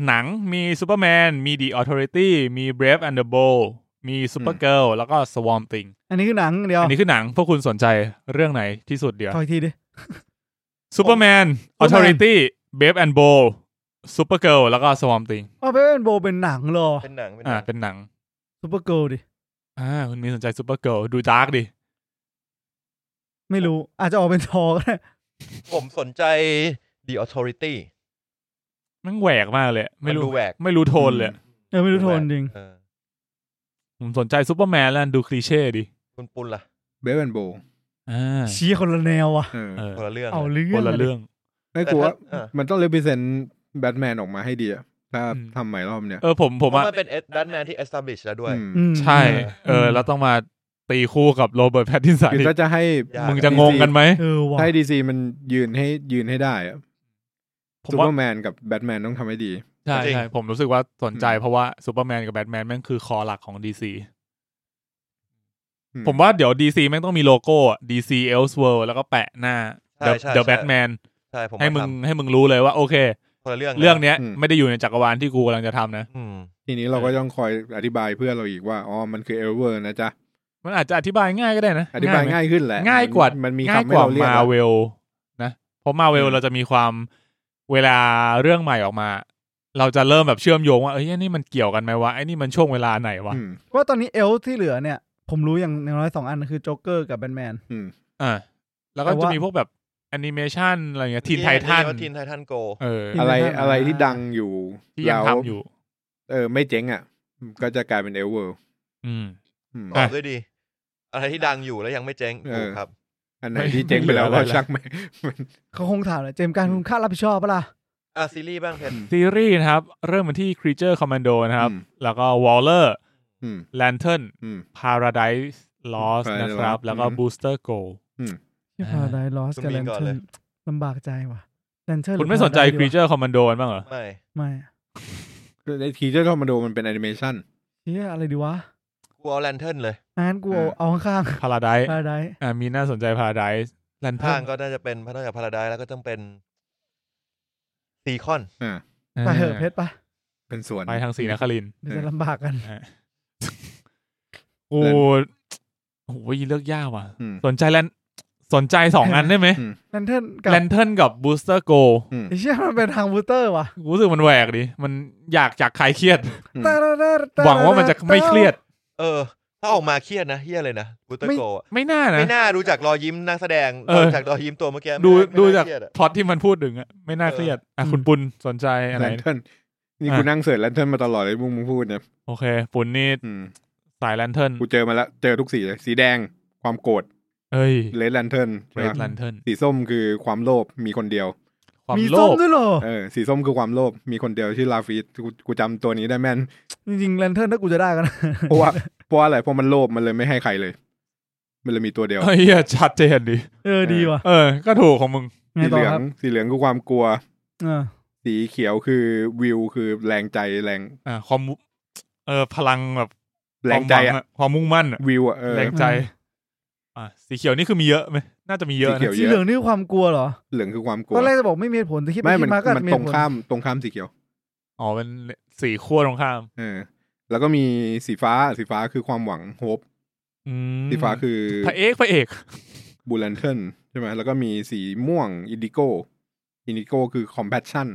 [SPEAKER 1] หนังมี Superman มี The Authority มี Brave and the Bold มี Supergirl แล้วก็ Swarm Thing
[SPEAKER 2] อันนี้คือหนังเดียว
[SPEAKER 1] อันนี้คือหนังพวกคุณสนใจเรื่องไหนที่สุดเดี๋ยว
[SPEAKER 2] ถอยทีดิ
[SPEAKER 1] ซูเปอร์แมน ออ
[SPEAKER 2] Superman
[SPEAKER 1] เทอริตี้ เบฟแอนด์โบซูเปอร์เกิลแล้วก็สวอมติง
[SPEAKER 2] อ๋อเป็นโบเป็นหนังเหรอ
[SPEAKER 4] เป็นหนังเป็นห
[SPEAKER 1] อ่า
[SPEAKER 4] นัง
[SPEAKER 1] เป็นหนัง
[SPEAKER 2] ซูเปอร์เกิลดิ
[SPEAKER 1] อ่า คุณมีสนใจซูเปอร์เกิลดูดาร์กดิ
[SPEAKER 2] ไม่รู้ อาจจะออกเป็นทอก็ได้
[SPEAKER 4] ผมสนใจ The Authority
[SPEAKER 1] มันแหวกมากเลย ไม่
[SPEAKER 4] น
[SPEAKER 1] รู้
[SPEAKER 4] ดูแหวก
[SPEAKER 1] ไม่รู้โทนเลย
[SPEAKER 2] เออไม่รู้โทนจริง
[SPEAKER 4] เออ
[SPEAKER 1] ผมสนใจซูเปอร์แมนแล้วดูคลีเช่ดิ
[SPEAKER 4] คุณปุณล่ะ
[SPEAKER 3] เบลแอนโบ
[SPEAKER 1] อ่า
[SPEAKER 2] ชี้คนละแนวอ่ะ
[SPEAKER 3] เออ
[SPEAKER 1] เออ
[SPEAKER 4] คนละเรื่อง
[SPEAKER 2] เอาเรื่อง
[SPEAKER 1] คนละเรื่อง
[SPEAKER 3] ไม่กลัวว่า
[SPEAKER 4] แต่ถ้าอ่ะ
[SPEAKER 3] มันต้องเล p ิเซนแบทแมนออกมาให้ดีอะถ้า
[SPEAKER 1] อืม
[SPEAKER 3] ทำใหม่รอบเนี้ย
[SPEAKER 1] เออ ผมผม
[SPEAKER 4] เพราะ
[SPEAKER 1] อ่ะ
[SPEAKER 4] มันเป็นดันแมนที่ establish แล้วด้วย
[SPEAKER 3] อืม
[SPEAKER 2] อืม
[SPEAKER 1] ใช่ เออ แล้วต้องมาตีคู่กับโรเบิร์ตแพตตินสัน
[SPEAKER 3] คือ
[SPEAKER 1] อีก
[SPEAKER 3] ถ้าจะให้
[SPEAKER 4] ยาก
[SPEAKER 1] มึงจะงงกันไหม
[SPEAKER 2] เออว่ะ
[SPEAKER 3] ถ้าดีซีมันยืนให้ยืนให้ได้อะ
[SPEAKER 1] ผม
[SPEAKER 3] ซูเป
[SPEAKER 1] ว่า
[SPEAKER 3] อร์แมนกับแบทแมนต้องทำให้ดี
[SPEAKER 1] ใช่
[SPEAKER 4] จริง
[SPEAKER 1] ใช่ผมรู้สึกว่าสนใจเพราะว่าซูเปอร์แมนกับแบทแมนแม่งคือคอหลักของดีซี
[SPEAKER 3] อืม
[SPEAKER 1] ผมว่าเดี๋ยวดีซีแม่งต้องมีโลโก้ดีซีเอลส์เวิลแล้วก็แปะหน้า
[SPEAKER 4] ใช่ใช่
[SPEAKER 1] เดอะแบ
[SPEAKER 4] ใช่
[SPEAKER 1] ทแมน
[SPEAKER 4] ใช่ผม
[SPEAKER 1] ให้มึง
[SPEAKER 4] ท
[SPEAKER 1] ให้มึงรู้เลยว่าโอเค
[SPEAKER 4] ำคนละเรื่องนะ
[SPEAKER 1] เรื่องเนี้ย
[SPEAKER 3] อืม
[SPEAKER 1] ไม่ได้อยู่ในจักรวาลที่กูกำลังจะทำนะ
[SPEAKER 4] อืม
[SPEAKER 3] ทีนี้เราก็ต้องคอยอธิบายเพื่อนเราอีกว่าอ๋อมันคือเอเวอร์นะจ๊ะ
[SPEAKER 1] มันอาจจะอธิบายง่ายก็ได้นะ
[SPEAKER 3] อธิบาย
[SPEAKER 1] ไหม
[SPEAKER 3] ง่ายขึ้นแหละ
[SPEAKER 1] ง่ายกว่า
[SPEAKER 3] มันมี
[SPEAKER 1] ง่ายก
[SPEAKER 3] คำให้
[SPEAKER 1] ว่า
[SPEAKER 3] เราเรียก
[SPEAKER 1] มา
[SPEAKER 3] อะ
[SPEAKER 1] เวลนะ เพราะมาเวลเราจะมีความเวลาเรื่องใหม่ออกมา เราจะเริ่มแบบเชื่อมโยงว่าเอ้ยอันนี่มันเกี่ยวกันไหมวะไอ้นี่มันช่วงเวลาไหนวะ
[SPEAKER 3] อืม
[SPEAKER 2] ว่าตอนนี้เอลที่เหลือเนี่ย ผมรู้อย่างน้อยสองอันคือโจ๊กเกอร์กับแบทแมน
[SPEAKER 3] อืม
[SPEAKER 1] อ่าแล้วก็
[SPEAKER 2] แต่
[SPEAKER 1] จะ
[SPEAKER 2] ว่า
[SPEAKER 1] มีพวกแบบแอนิเมชันอะไรเงี้ยทีนไททัน
[SPEAKER 4] ทีนไททันโก
[SPEAKER 1] เออ
[SPEAKER 3] อะไร
[SPEAKER 2] ที่มันทำมา
[SPEAKER 3] อะไรที่ดังอยู่
[SPEAKER 1] ที่ยัง
[SPEAKER 3] แล้ว
[SPEAKER 1] ทำอยู่
[SPEAKER 3] เออ ไม่เจ๊งอ่ะ ก็จะกลายเป็นเอเวอร์
[SPEAKER 1] อืม
[SPEAKER 3] อืม
[SPEAKER 4] ตอบ
[SPEAKER 1] อ่ะ
[SPEAKER 4] ด้วยดี อะไรที่ดังอยู่แล้วยังไม่เจ๊งถูกครับ
[SPEAKER 3] อันไหนที่เจ๊งไปแล้ว
[SPEAKER 1] ไม่เห
[SPEAKER 3] ก็
[SPEAKER 1] ลืออะไรละ
[SPEAKER 3] ชักไม่
[SPEAKER 2] เขาคงถามแหละเจมส์การคุณค่ารับผิดชอบปะล่ะ
[SPEAKER 4] อ่ะซีรีส์บ้างเพชร
[SPEAKER 1] ซีรีส์นะครับ เริ่มมาที่ Creature Commando นะครับ
[SPEAKER 3] อืม
[SPEAKER 1] แล้วก็วอลเลอร์
[SPEAKER 3] อืม
[SPEAKER 1] แลนเท n
[SPEAKER 3] อืม
[SPEAKER 1] Paradise Lost
[SPEAKER 3] Paradise
[SPEAKER 1] นะครับ
[SPEAKER 3] Lost
[SPEAKER 1] แล้วก็
[SPEAKER 3] อืม
[SPEAKER 1] Booster Gold
[SPEAKER 2] ที่พาราไดลอสกับแลนเทิร์นลำบากใจว่ะ Lancer ห
[SPEAKER 1] คุ
[SPEAKER 2] รือ
[SPEAKER 1] ณไม่สนใจ
[SPEAKER 2] Paradise ดีวะ
[SPEAKER 1] Creature Commando มันบ้างเหรอ
[SPEAKER 4] ไม่
[SPEAKER 2] ไม่
[SPEAKER 3] ในทีเจอร์เข้ามาดูมันเป็นแอนิเมชัน
[SPEAKER 2] เฮียอะไรดีวะ
[SPEAKER 4] กูเอาแลนเทิร์นเลย
[SPEAKER 2] งั้นกูเอา
[SPEAKER 3] อืม
[SPEAKER 2] เอาข้าง
[SPEAKER 1] Paradise
[SPEAKER 2] ๆอะไรได้
[SPEAKER 1] อ่ามีน่าสนใจ Paradise แลนเทิ
[SPEAKER 4] ทา
[SPEAKER 1] ร์
[SPEAKER 4] ง
[SPEAKER 1] น
[SPEAKER 4] ก็น่าจะเป็นพระนอกจากพาราไดแล้วก็ต้องเป็นซีคอน
[SPEAKER 3] อ่า
[SPEAKER 2] ไปเหอะเพชรปะ
[SPEAKER 3] เป็นสวน
[SPEAKER 1] ไปทางศรีนครินทร์
[SPEAKER 2] เดี๋ยวจะลำบากกัน
[SPEAKER 1] โอ้
[SPEAKER 3] แลน
[SPEAKER 1] โหเลือกยากว่ะ
[SPEAKER 3] อืม
[SPEAKER 1] สนใจแลนสนใจสองอันได้ไหม
[SPEAKER 3] อืม
[SPEAKER 2] l ลนเทิ n กับ
[SPEAKER 1] แลนเทิร์นกับ Booster Go
[SPEAKER 3] อืม
[SPEAKER 2] ไอ้เชี่ยมันเป็นทางบูเตอร์ว่ะ
[SPEAKER 1] รู้สึกมันแหวกดิ มันอยากอยากคลายเครียด
[SPEAKER 3] อืม
[SPEAKER 2] ตาราราตร
[SPEAKER 1] หวังว่ามันจะไม่เครียด
[SPEAKER 4] เออ ถ้าออกมาเครียดนะเฮียเลยนะบูเตอร์โกะ
[SPEAKER 1] ไม่น่านะ
[SPEAKER 4] ไม่น่ารู้จักรอยยิ้มนักแสดง
[SPEAKER 1] เออ
[SPEAKER 4] ดูจากรอยยิ้มตัวเมื่อกี้ไม่
[SPEAKER 1] ดู
[SPEAKER 4] น่ไม่น่
[SPEAKER 1] ดูจาก
[SPEAKER 4] เครียอะ
[SPEAKER 1] พล็อตที่มันพูดถึงอะไม่น่าเครียดอ่ะคุณปุณสนใจอะไร
[SPEAKER 3] แลนเทิร์นนี่กู
[SPEAKER 1] อ่ะ
[SPEAKER 3] นั่งเสิร์ชแลนเทิร์นมาตลอดเลยมึงมึงพูดเนี่ย
[SPEAKER 1] โอเค ปุณนี่
[SPEAKER 3] อืม
[SPEAKER 1] สายแลนเทิร์น
[SPEAKER 3] กูเจอมาแล้ว เจอทุกสีเลยสีแดงความโกรธ
[SPEAKER 1] เอ้ย
[SPEAKER 3] เลดแลนเทิร์น
[SPEAKER 1] เรดแลนเทิร์น
[SPEAKER 3] สีส้มคือความโลภมีคนเดียว
[SPEAKER 1] ความ
[SPEAKER 2] มี
[SPEAKER 1] โล
[SPEAKER 2] ส้ม
[SPEAKER 1] ภ
[SPEAKER 2] ด้วยเหรอ
[SPEAKER 3] เออสีส้มคือความโลภมีคนเดียวชื่อลาฟีสกูกูจำตัวนี้ได้แม่น
[SPEAKER 2] จริงๆแลนเทิร์นถ้ากูจะได้ ก็นะ
[SPEAKER 3] เพราะว่าเพราะว่าอะไรเพราะมันโลภมันเลยไม่ให้ใครเลย มันเลยมีตัวเดียว
[SPEAKER 1] เอ้ยชัดเจนดิ
[SPEAKER 2] เออดีว่ะ
[SPEAKER 1] เออ ก็ถูกของมึง
[SPEAKER 2] ไง
[SPEAKER 3] สี
[SPEAKER 2] ต่อ
[SPEAKER 3] เหลือ
[SPEAKER 2] ค
[SPEAKER 3] ง
[SPEAKER 2] รับ
[SPEAKER 3] สีเหลืองคือความกลัว
[SPEAKER 2] เออ
[SPEAKER 3] สีเขียวคือวิวคือแรงใจแรง
[SPEAKER 1] อ่าความมุเออพลังแบบ
[SPEAKER 3] แรงใจ
[SPEAKER 1] ความหวั
[SPEAKER 3] อะ
[SPEAKER 1] อะความมุ่งมั่นอะ
[SPEAKER 3] วิวอะเออ
[SPEAKER 1] แรงใจ อ่าสีเขียวนี่คือมีเยอะไหมน่าจะมีเยอะ
[SPEAKER 3] สีเขี
[SPEAKER 1] นะ
[SPEAKER 3] ยว
[SPEAKER 2] สีเหลืองนี่คือความกลัวเหรอ
[SPEAKER 3] เหลืองคือความกลั
[SPEAKER 2] ต
[SPEAKER 3] ว
[SPEAKER 2] อนแรกจะบอกไม่มีเหตุผลแต่คิดไป
[SPEAKER 3] ไม่
[SPEAKER 2] คิ
[SPEAKER 3] มัน
[SPEAKER 2] ดมาก็อาจ
[SPEAKER 3] มัน
[SPEAKER 2] จะมี
[SPEAKER 3] ต
[SPEAKER 2] เห
[SPEAKER 3] ร
[SPEAKER 2] ตุ
[SPEAKER 3] ง
[SPEAKER 2] ผล
[SPEAKER 3] ข้ามตรงข้ามสีเขียว
[SPEAKER 1] อ๋อเป็นสีขั้วตรงข้าม
[SPEAKER 3] เออ แล้วก็มีสีฟ้าสีฟ้าคือความหวังโฮป
[SPEAKER 1] อืม
[SPEAKER 3] สีฟ้าคือ
[SPEAKER 1] พระเอกพระเอก
[SPEAKER 3] บูลันเทิลใช่ไหมแล้วก็มีสีม่วงอินดิโกอินดิโกคือคอม p a s ชั่น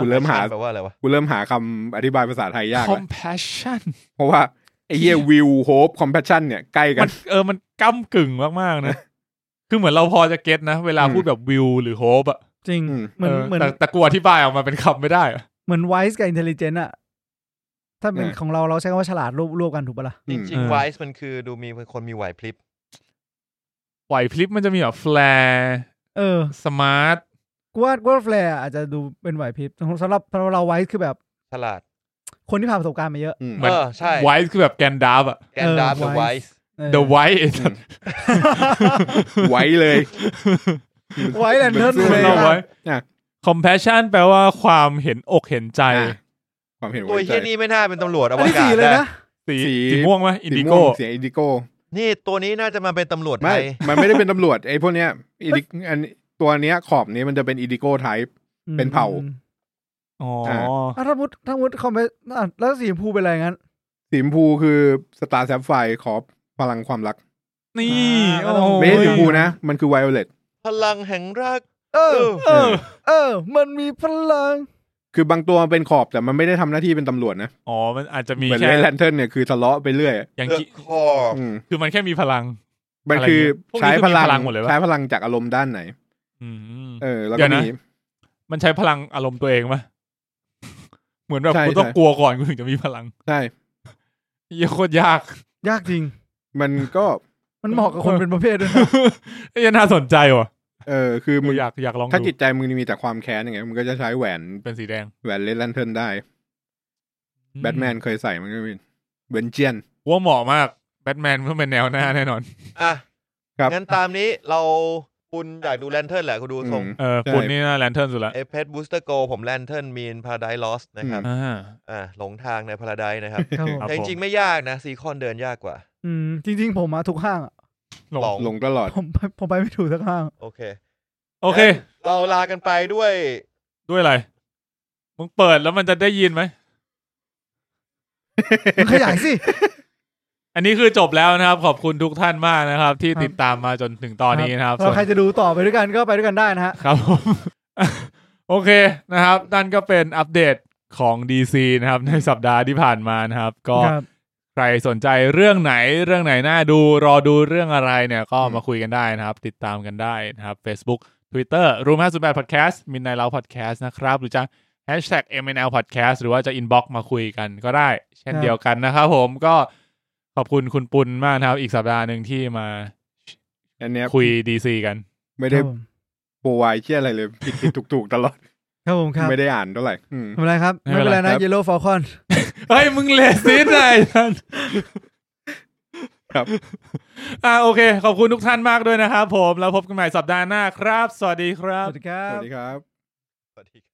[SPEAKER 3] กูเริ่มหา
[SPEAKER 4] แปลว่าอะไรวะ
[SPEAKER 3] กูเริ่มหาคำอธิบายภาษาไทยยากแล้ว
[SPEAKER 1] compassion
[SPEAKER 3] เพราะว่าไอ้เหี้ยวิวโฮปคอม p a s ชั่นเนี่ยใกล้กั
[SPEAKER 1] มัน นเออมันก้ำกึ่งมาก ๆนะ คือเหมือนเราพอจะเก็ตนะ เวลา
[SPEAKER 3] อืม
[SPEAKER 1] พูดแบบวิวหรือโฮปอะ
[SPEAKER 2] จริง
[SPEAKER 3] อืม
[SPEAKER 2] เหมือน
[SPEAKER 1] เออ
[SPEAKER 2] เหมือน
[SPEAKER 1] แต่แต่กูอธิบายออกมาเป็นคำไม่ได้อะ
[SPEAKER 2] เหมือนไวส์กับอินเทลเจนต์อะถ้าเป็น
[SPEAKER 3] เออ
[SPEAKER 2] ของเราเราใช้คำว่าฉลาดรวบรวบกันถูกปะล่ะ
[SPEAKER 4] จ
[SPEAKER 3] อืม
[SPEAKER 4] ริงๆไวส์มันคือดูมีคนมีไหวพลิบ
[SPEAKER 1] ไหวพลิบมันจะมีแบบแฟลร์
[SPEAKER 2] เออ
[SPEAKER 1] สมาร์ท
[SPEAKER 2] กูว่ากูว่าแฟร์อาจจะดูเป็นไหวพริบสำหรับสำหรับเราไวส์คือแบบ
[SPEAKER 4] ฉลาด
[SPEAKER 2] คนที่ผ่านประสบการณ์มาเยอะ
[SPEAKER 3] อืม
[SPEAKER 1] เหมือน
[SPEAKER 4] เออใช่
[SPEAKER 1] ไวท์คือแบบแกนดาร์ฟอะ
[SPEAKER 4] แกนดาร์ฟ
[SPEAKER 2] เออ
[SPEAKER 4] กับไว
[SPEAKER 2] wise
[SPEAKER 4] ส์
[SPEAKER 2] เออ
[SPEAKER 1] The White
[SPEAKER 3] ไว้เลย
[SPEAKER 2] ไว้แลนเทิร์น
[SPEAKER 3] เหมือนสู้
[SPEAKER 2] เลย
[SPEAKER 1] เราไว้
[SPEAKER 3] อ่ะ
[SPEAKER 1] compassion แปลว่าความเห็นอกเห็นใจ
[SPEAKER 3] อ่ะความเห็น
[SPEAKER 4] ตัว
[SPEAKER 3] ไว้ใจ
[SPEAKER 4] เฮียนี่ไม่น่าเป็นตำรวจอ
[SPEAKER 2] อั
[SPEAKER 4] วน
[SPEAKER 2] ที่
[SPEAKER 4] กา
[SPEAKER 2] สี่
[SPEAKER 4] ศ
[SPEAKER 2] เลย
[SPEAKER 4] นะ
[SPEAKER 2] นะ
[SPEAKER 1] สีสีม่วงไหมอิน
[SPEAKER 3] สี
[SPEAKER 1] ดิ
[SPEAKER 3] ม่
[SPEAKER 1] โก้
[SPEAKER 3] วงเสียงอินดิโก
[SPEAKER 4] นี่ตัวนี้น่าจะมาเป็นตำรวจไท
[SPEAKER 3] ไม่
[SPEAKER 4] ย
[SPEAKER 3] มันไม่ได้เป็นตำรวจ ไอ้พวกเนี้ย Indic- อันนี้ตัวเนี้ยขอบนี้มันจะเป็นอิดิโกไทป์ เป็นเผ่า
[SPEAKER 2] อืม
[SPEAKER 1] อ๋อ
[SPEAKER 2] อ่ะถ้ามุดถ้ามุดคอมเพสอ่ะแล้วสีชมพูเป็นอะไรงั้น
[SPEAKER 3] สีชมพูคือสตาร์แซฟไฟขอบพลังความรัก
[SPEAKER 1] นี่
[SPEAKER 2] อ่าก็ต้อง
[SPEAKER 1] โอ้ย
[SPEAKER 3] ไม่ใช่สีชมพูนะ มันคือไวโอเลต
[SPEAKER 4] พลังแห่งรัก
[SPEAKER 2] เออ
[SPEAKER 1] เออ
[SPEAKER 2] เออ มันมีพลัง
[SPEAKER 3] คือบางตัวมันเป็นขอบแต่มันไม่ได้ทำหน้าที่เป็นตำรวจนะ
[SPEAKER 1] อ๋อมันอาจจะมี
[SPEAKER 3] เหมือน
[SPEAKER 1] แค่
[SPEAKER 3] เลนแลนเทิร์นเนี่ยคือทะเลาะไปเรื่อย
[SPEAKER 1] อย่างกี้
[SPEAKER 4] คอ
[SPEAKER 3] อืม
[SPEAKER 1] คือมันแค่มีพลัง
[SPEAKER 3] มันคือ
[SPEAKER 1] อะไรเงี้ย
[SPEAKER 3] ใช้พลัง
[SPEAKER 1] พวกนี้คือมีพลังหมดเลยวะ
[SPEAKER 3] ใช้พลังจากอารมณ์ด้านไหน
[SPEAKER 1] อืม
[SPEAKER 3] เออ แล้ว
[SPEAKER 1] เดี๋
[SPEAKER 3] ก็
[SPEAKER 1] ยวนะ
[SPEAKER 3] มี
[SPEAKER 1] มันใช้พลังอารมณ์ ตัวเองปะเหมือนแบบ
[SPEAKER 3] ใช่
[SPEAKER 1] กูต้อง
[SPEAKER 3] ใช่
[SPEAKER 1] กลัวก่อนกูถึงจะมีพลัง
[SPEAKER 3] ใช่
[SPEAKER 1] เหี้ยโคตรยาก
[SPEAKER 2] ยากจริง
[SPEAKER 3] มันก็
[SPEAKER 2] มันเหมาะกับคน
[SPEAKER 1] เออ
[SPEAKER 2] เป็นประเภทด้วยนะ
[SPEAKER 1] ไอ้เหี้ยน่าสนใจว่ะ
[SPEAKER 3] เออคือ
[SPEAKER 1] กู
[SPEAKER 3] มึง
[SPEAKER 1] อยากอยากลอง
[SPEAKER 3] ถ้า
[SPEAKER 1] ดู
[SPEAKER 3] จิตใจมึงมีแต่ความแค้นอย่างเงี้ยมึงก็จะใช้แหวน
[SPEAKER 1] เป็นสีแดง
[SPEAKER 3] แหวนเลนแลนเทิร์นได้แบทแมนเคยใส่มันก็มีเบนเจียน
[SPEAKER 1] กูว่าเหมาะมากแบทแมนเพื่อเป็นแนวหน้าแน่นอน
[SPEAKER 4] อ่ะ
[SPEAKER 3] ครับ
[SPEAKER 4] งั้นตามนี้เราคุณอยากดูแลนเทิร์นแหละกูดูทรง
[SPEAKER 3] อืม
[SPEAKER 1] เออ
[SPEAKER 3] ใช่
[SPEAKER 1] ปุ่นนี่น่าแลนเทิร์นสุดละ
[SPEAKER 4] เอเพดบูสเตอร์โกผมแลนเทิร์นมีนพาราไดลอสนะครับ
[SPEAKER 1] อ่า
[SPEAKER 4] อ่าหลงทางในพาราไดนะครับ
[SPEAKER 2] ครับ ผม
[SPEAKER 1] ครับ
[SPEAKER 4] แต่จริงๆไม่ยากนะซีคอนเดินยากกว่า
[SPEAKER 2] อืมจริง ๆ ผมมาทุกห้างอะ
[SPEAKER 1] หลง
[SPEAKER 4] หลง
[SPEAKER 3] ลงตลอด
[SPEAKER 2] ผมไป ผมไปไม่ถูกสักห้าง
[SPEAKER 4] โอเค
[SPEAKER 1] โอเค
[SPEAKER 4] เราลากันไปด้วย
[SPEAKER 1] ด้วยอะไรมึงเปิดแล้วมันจะได้ยินไหม
[SPEAKER 2] มัน ขยายสิ
[SPEAKER 1] อันนี้คือจบแล้วนะครับ ขอบคุณทุกท่านมากนะครับ ที่
[SPEAKER 2] ครับ
[SPEAKER 1] ติดตามมาจนถึงตอนนี้นะครับ
[SPEAKER 2] เราใครจะดูต่อไปด้วยกันก็ไปด้วยกันได้นะฮะ
[SPEAKER 1] ครับผม โอเคนะครับนั่นก็เป็นอัปเดตของ DC นะครับ ในสัปดาห์ที่ผ่านมานะครับ ก็
[SPEAKER 2] ครับ
[SPEAKER 1] ใครสนใจเรื่องไหนเรื่องไหนน่าดูรอดูเรื่องอะไรเนี่ยก็มาคุยกันได้นะครับ ติดตามกันได้นะครับ Facebook Twitter Room 58 Podcast m i d n i g h t Lounge Podcast นะครับ หรือจะ Hashtag MNL Podcast หรือว่าจะ Inbox มาคุยกันก็ได้ เช่น
[SPEAKER 2] ครับ
[SPEAKER 1] เดียวกันนะครับผมก็ขอบคุณคุณปุณมากนะครับ อีกสัปดาห์หนึ่งที่มา
[SPEAKER 3] อันเนี้ย
[SPEAKER 1] คุย DC กัน
[SPEAKER 3] ไม่
[SPEAKER 2] ค
[SPEAKER 3] ได้
[SPEAKER 2] รับผม
[SPEAKER 3] โปรไวเชี่ยอะไรเลยผิดผิดถูกถูกตลอด
[SPEAKER 2] ครับผมครับ
[SPEAKER 3] ไม่ได้อ่านเท่าไหร่อืม
[SPEAKER 2] ไม่เป็นไรครับ
[SPEAKER 1] ไม่
[SPEAKER 2] ไม่
[SPEAKER 1] เป็
[SPEAKER 2] เป็น น
[SPEAKER 1] ไร
[SPEAKER 2] ไรนะ
[SPEAKER 3] ครับ
[SPEAKER 2] เยลโล่ฟอลคอน
[SPEAKER 1] เฮ้ย มึงเลสิสไอ้ท่าน
[SPEAKER 3] ครับ
[SPEAKER 1] อ่าโอเค ขอบคุณทุกท่านมากด้วยนะครับผมแล้วพบกันใหม่สัปดาห์หน้าครับ สวัสดีครั
[SPEAKER 2] ส
[SPEAKER 1] บ
[SPEAKER 2] วัสดีครั
[SPEAKER 3] ส
[SPEAKER 2] บ
[SPEAKER 3] วัสดีครับ
[SPEAKER 4] สวัสดีครับ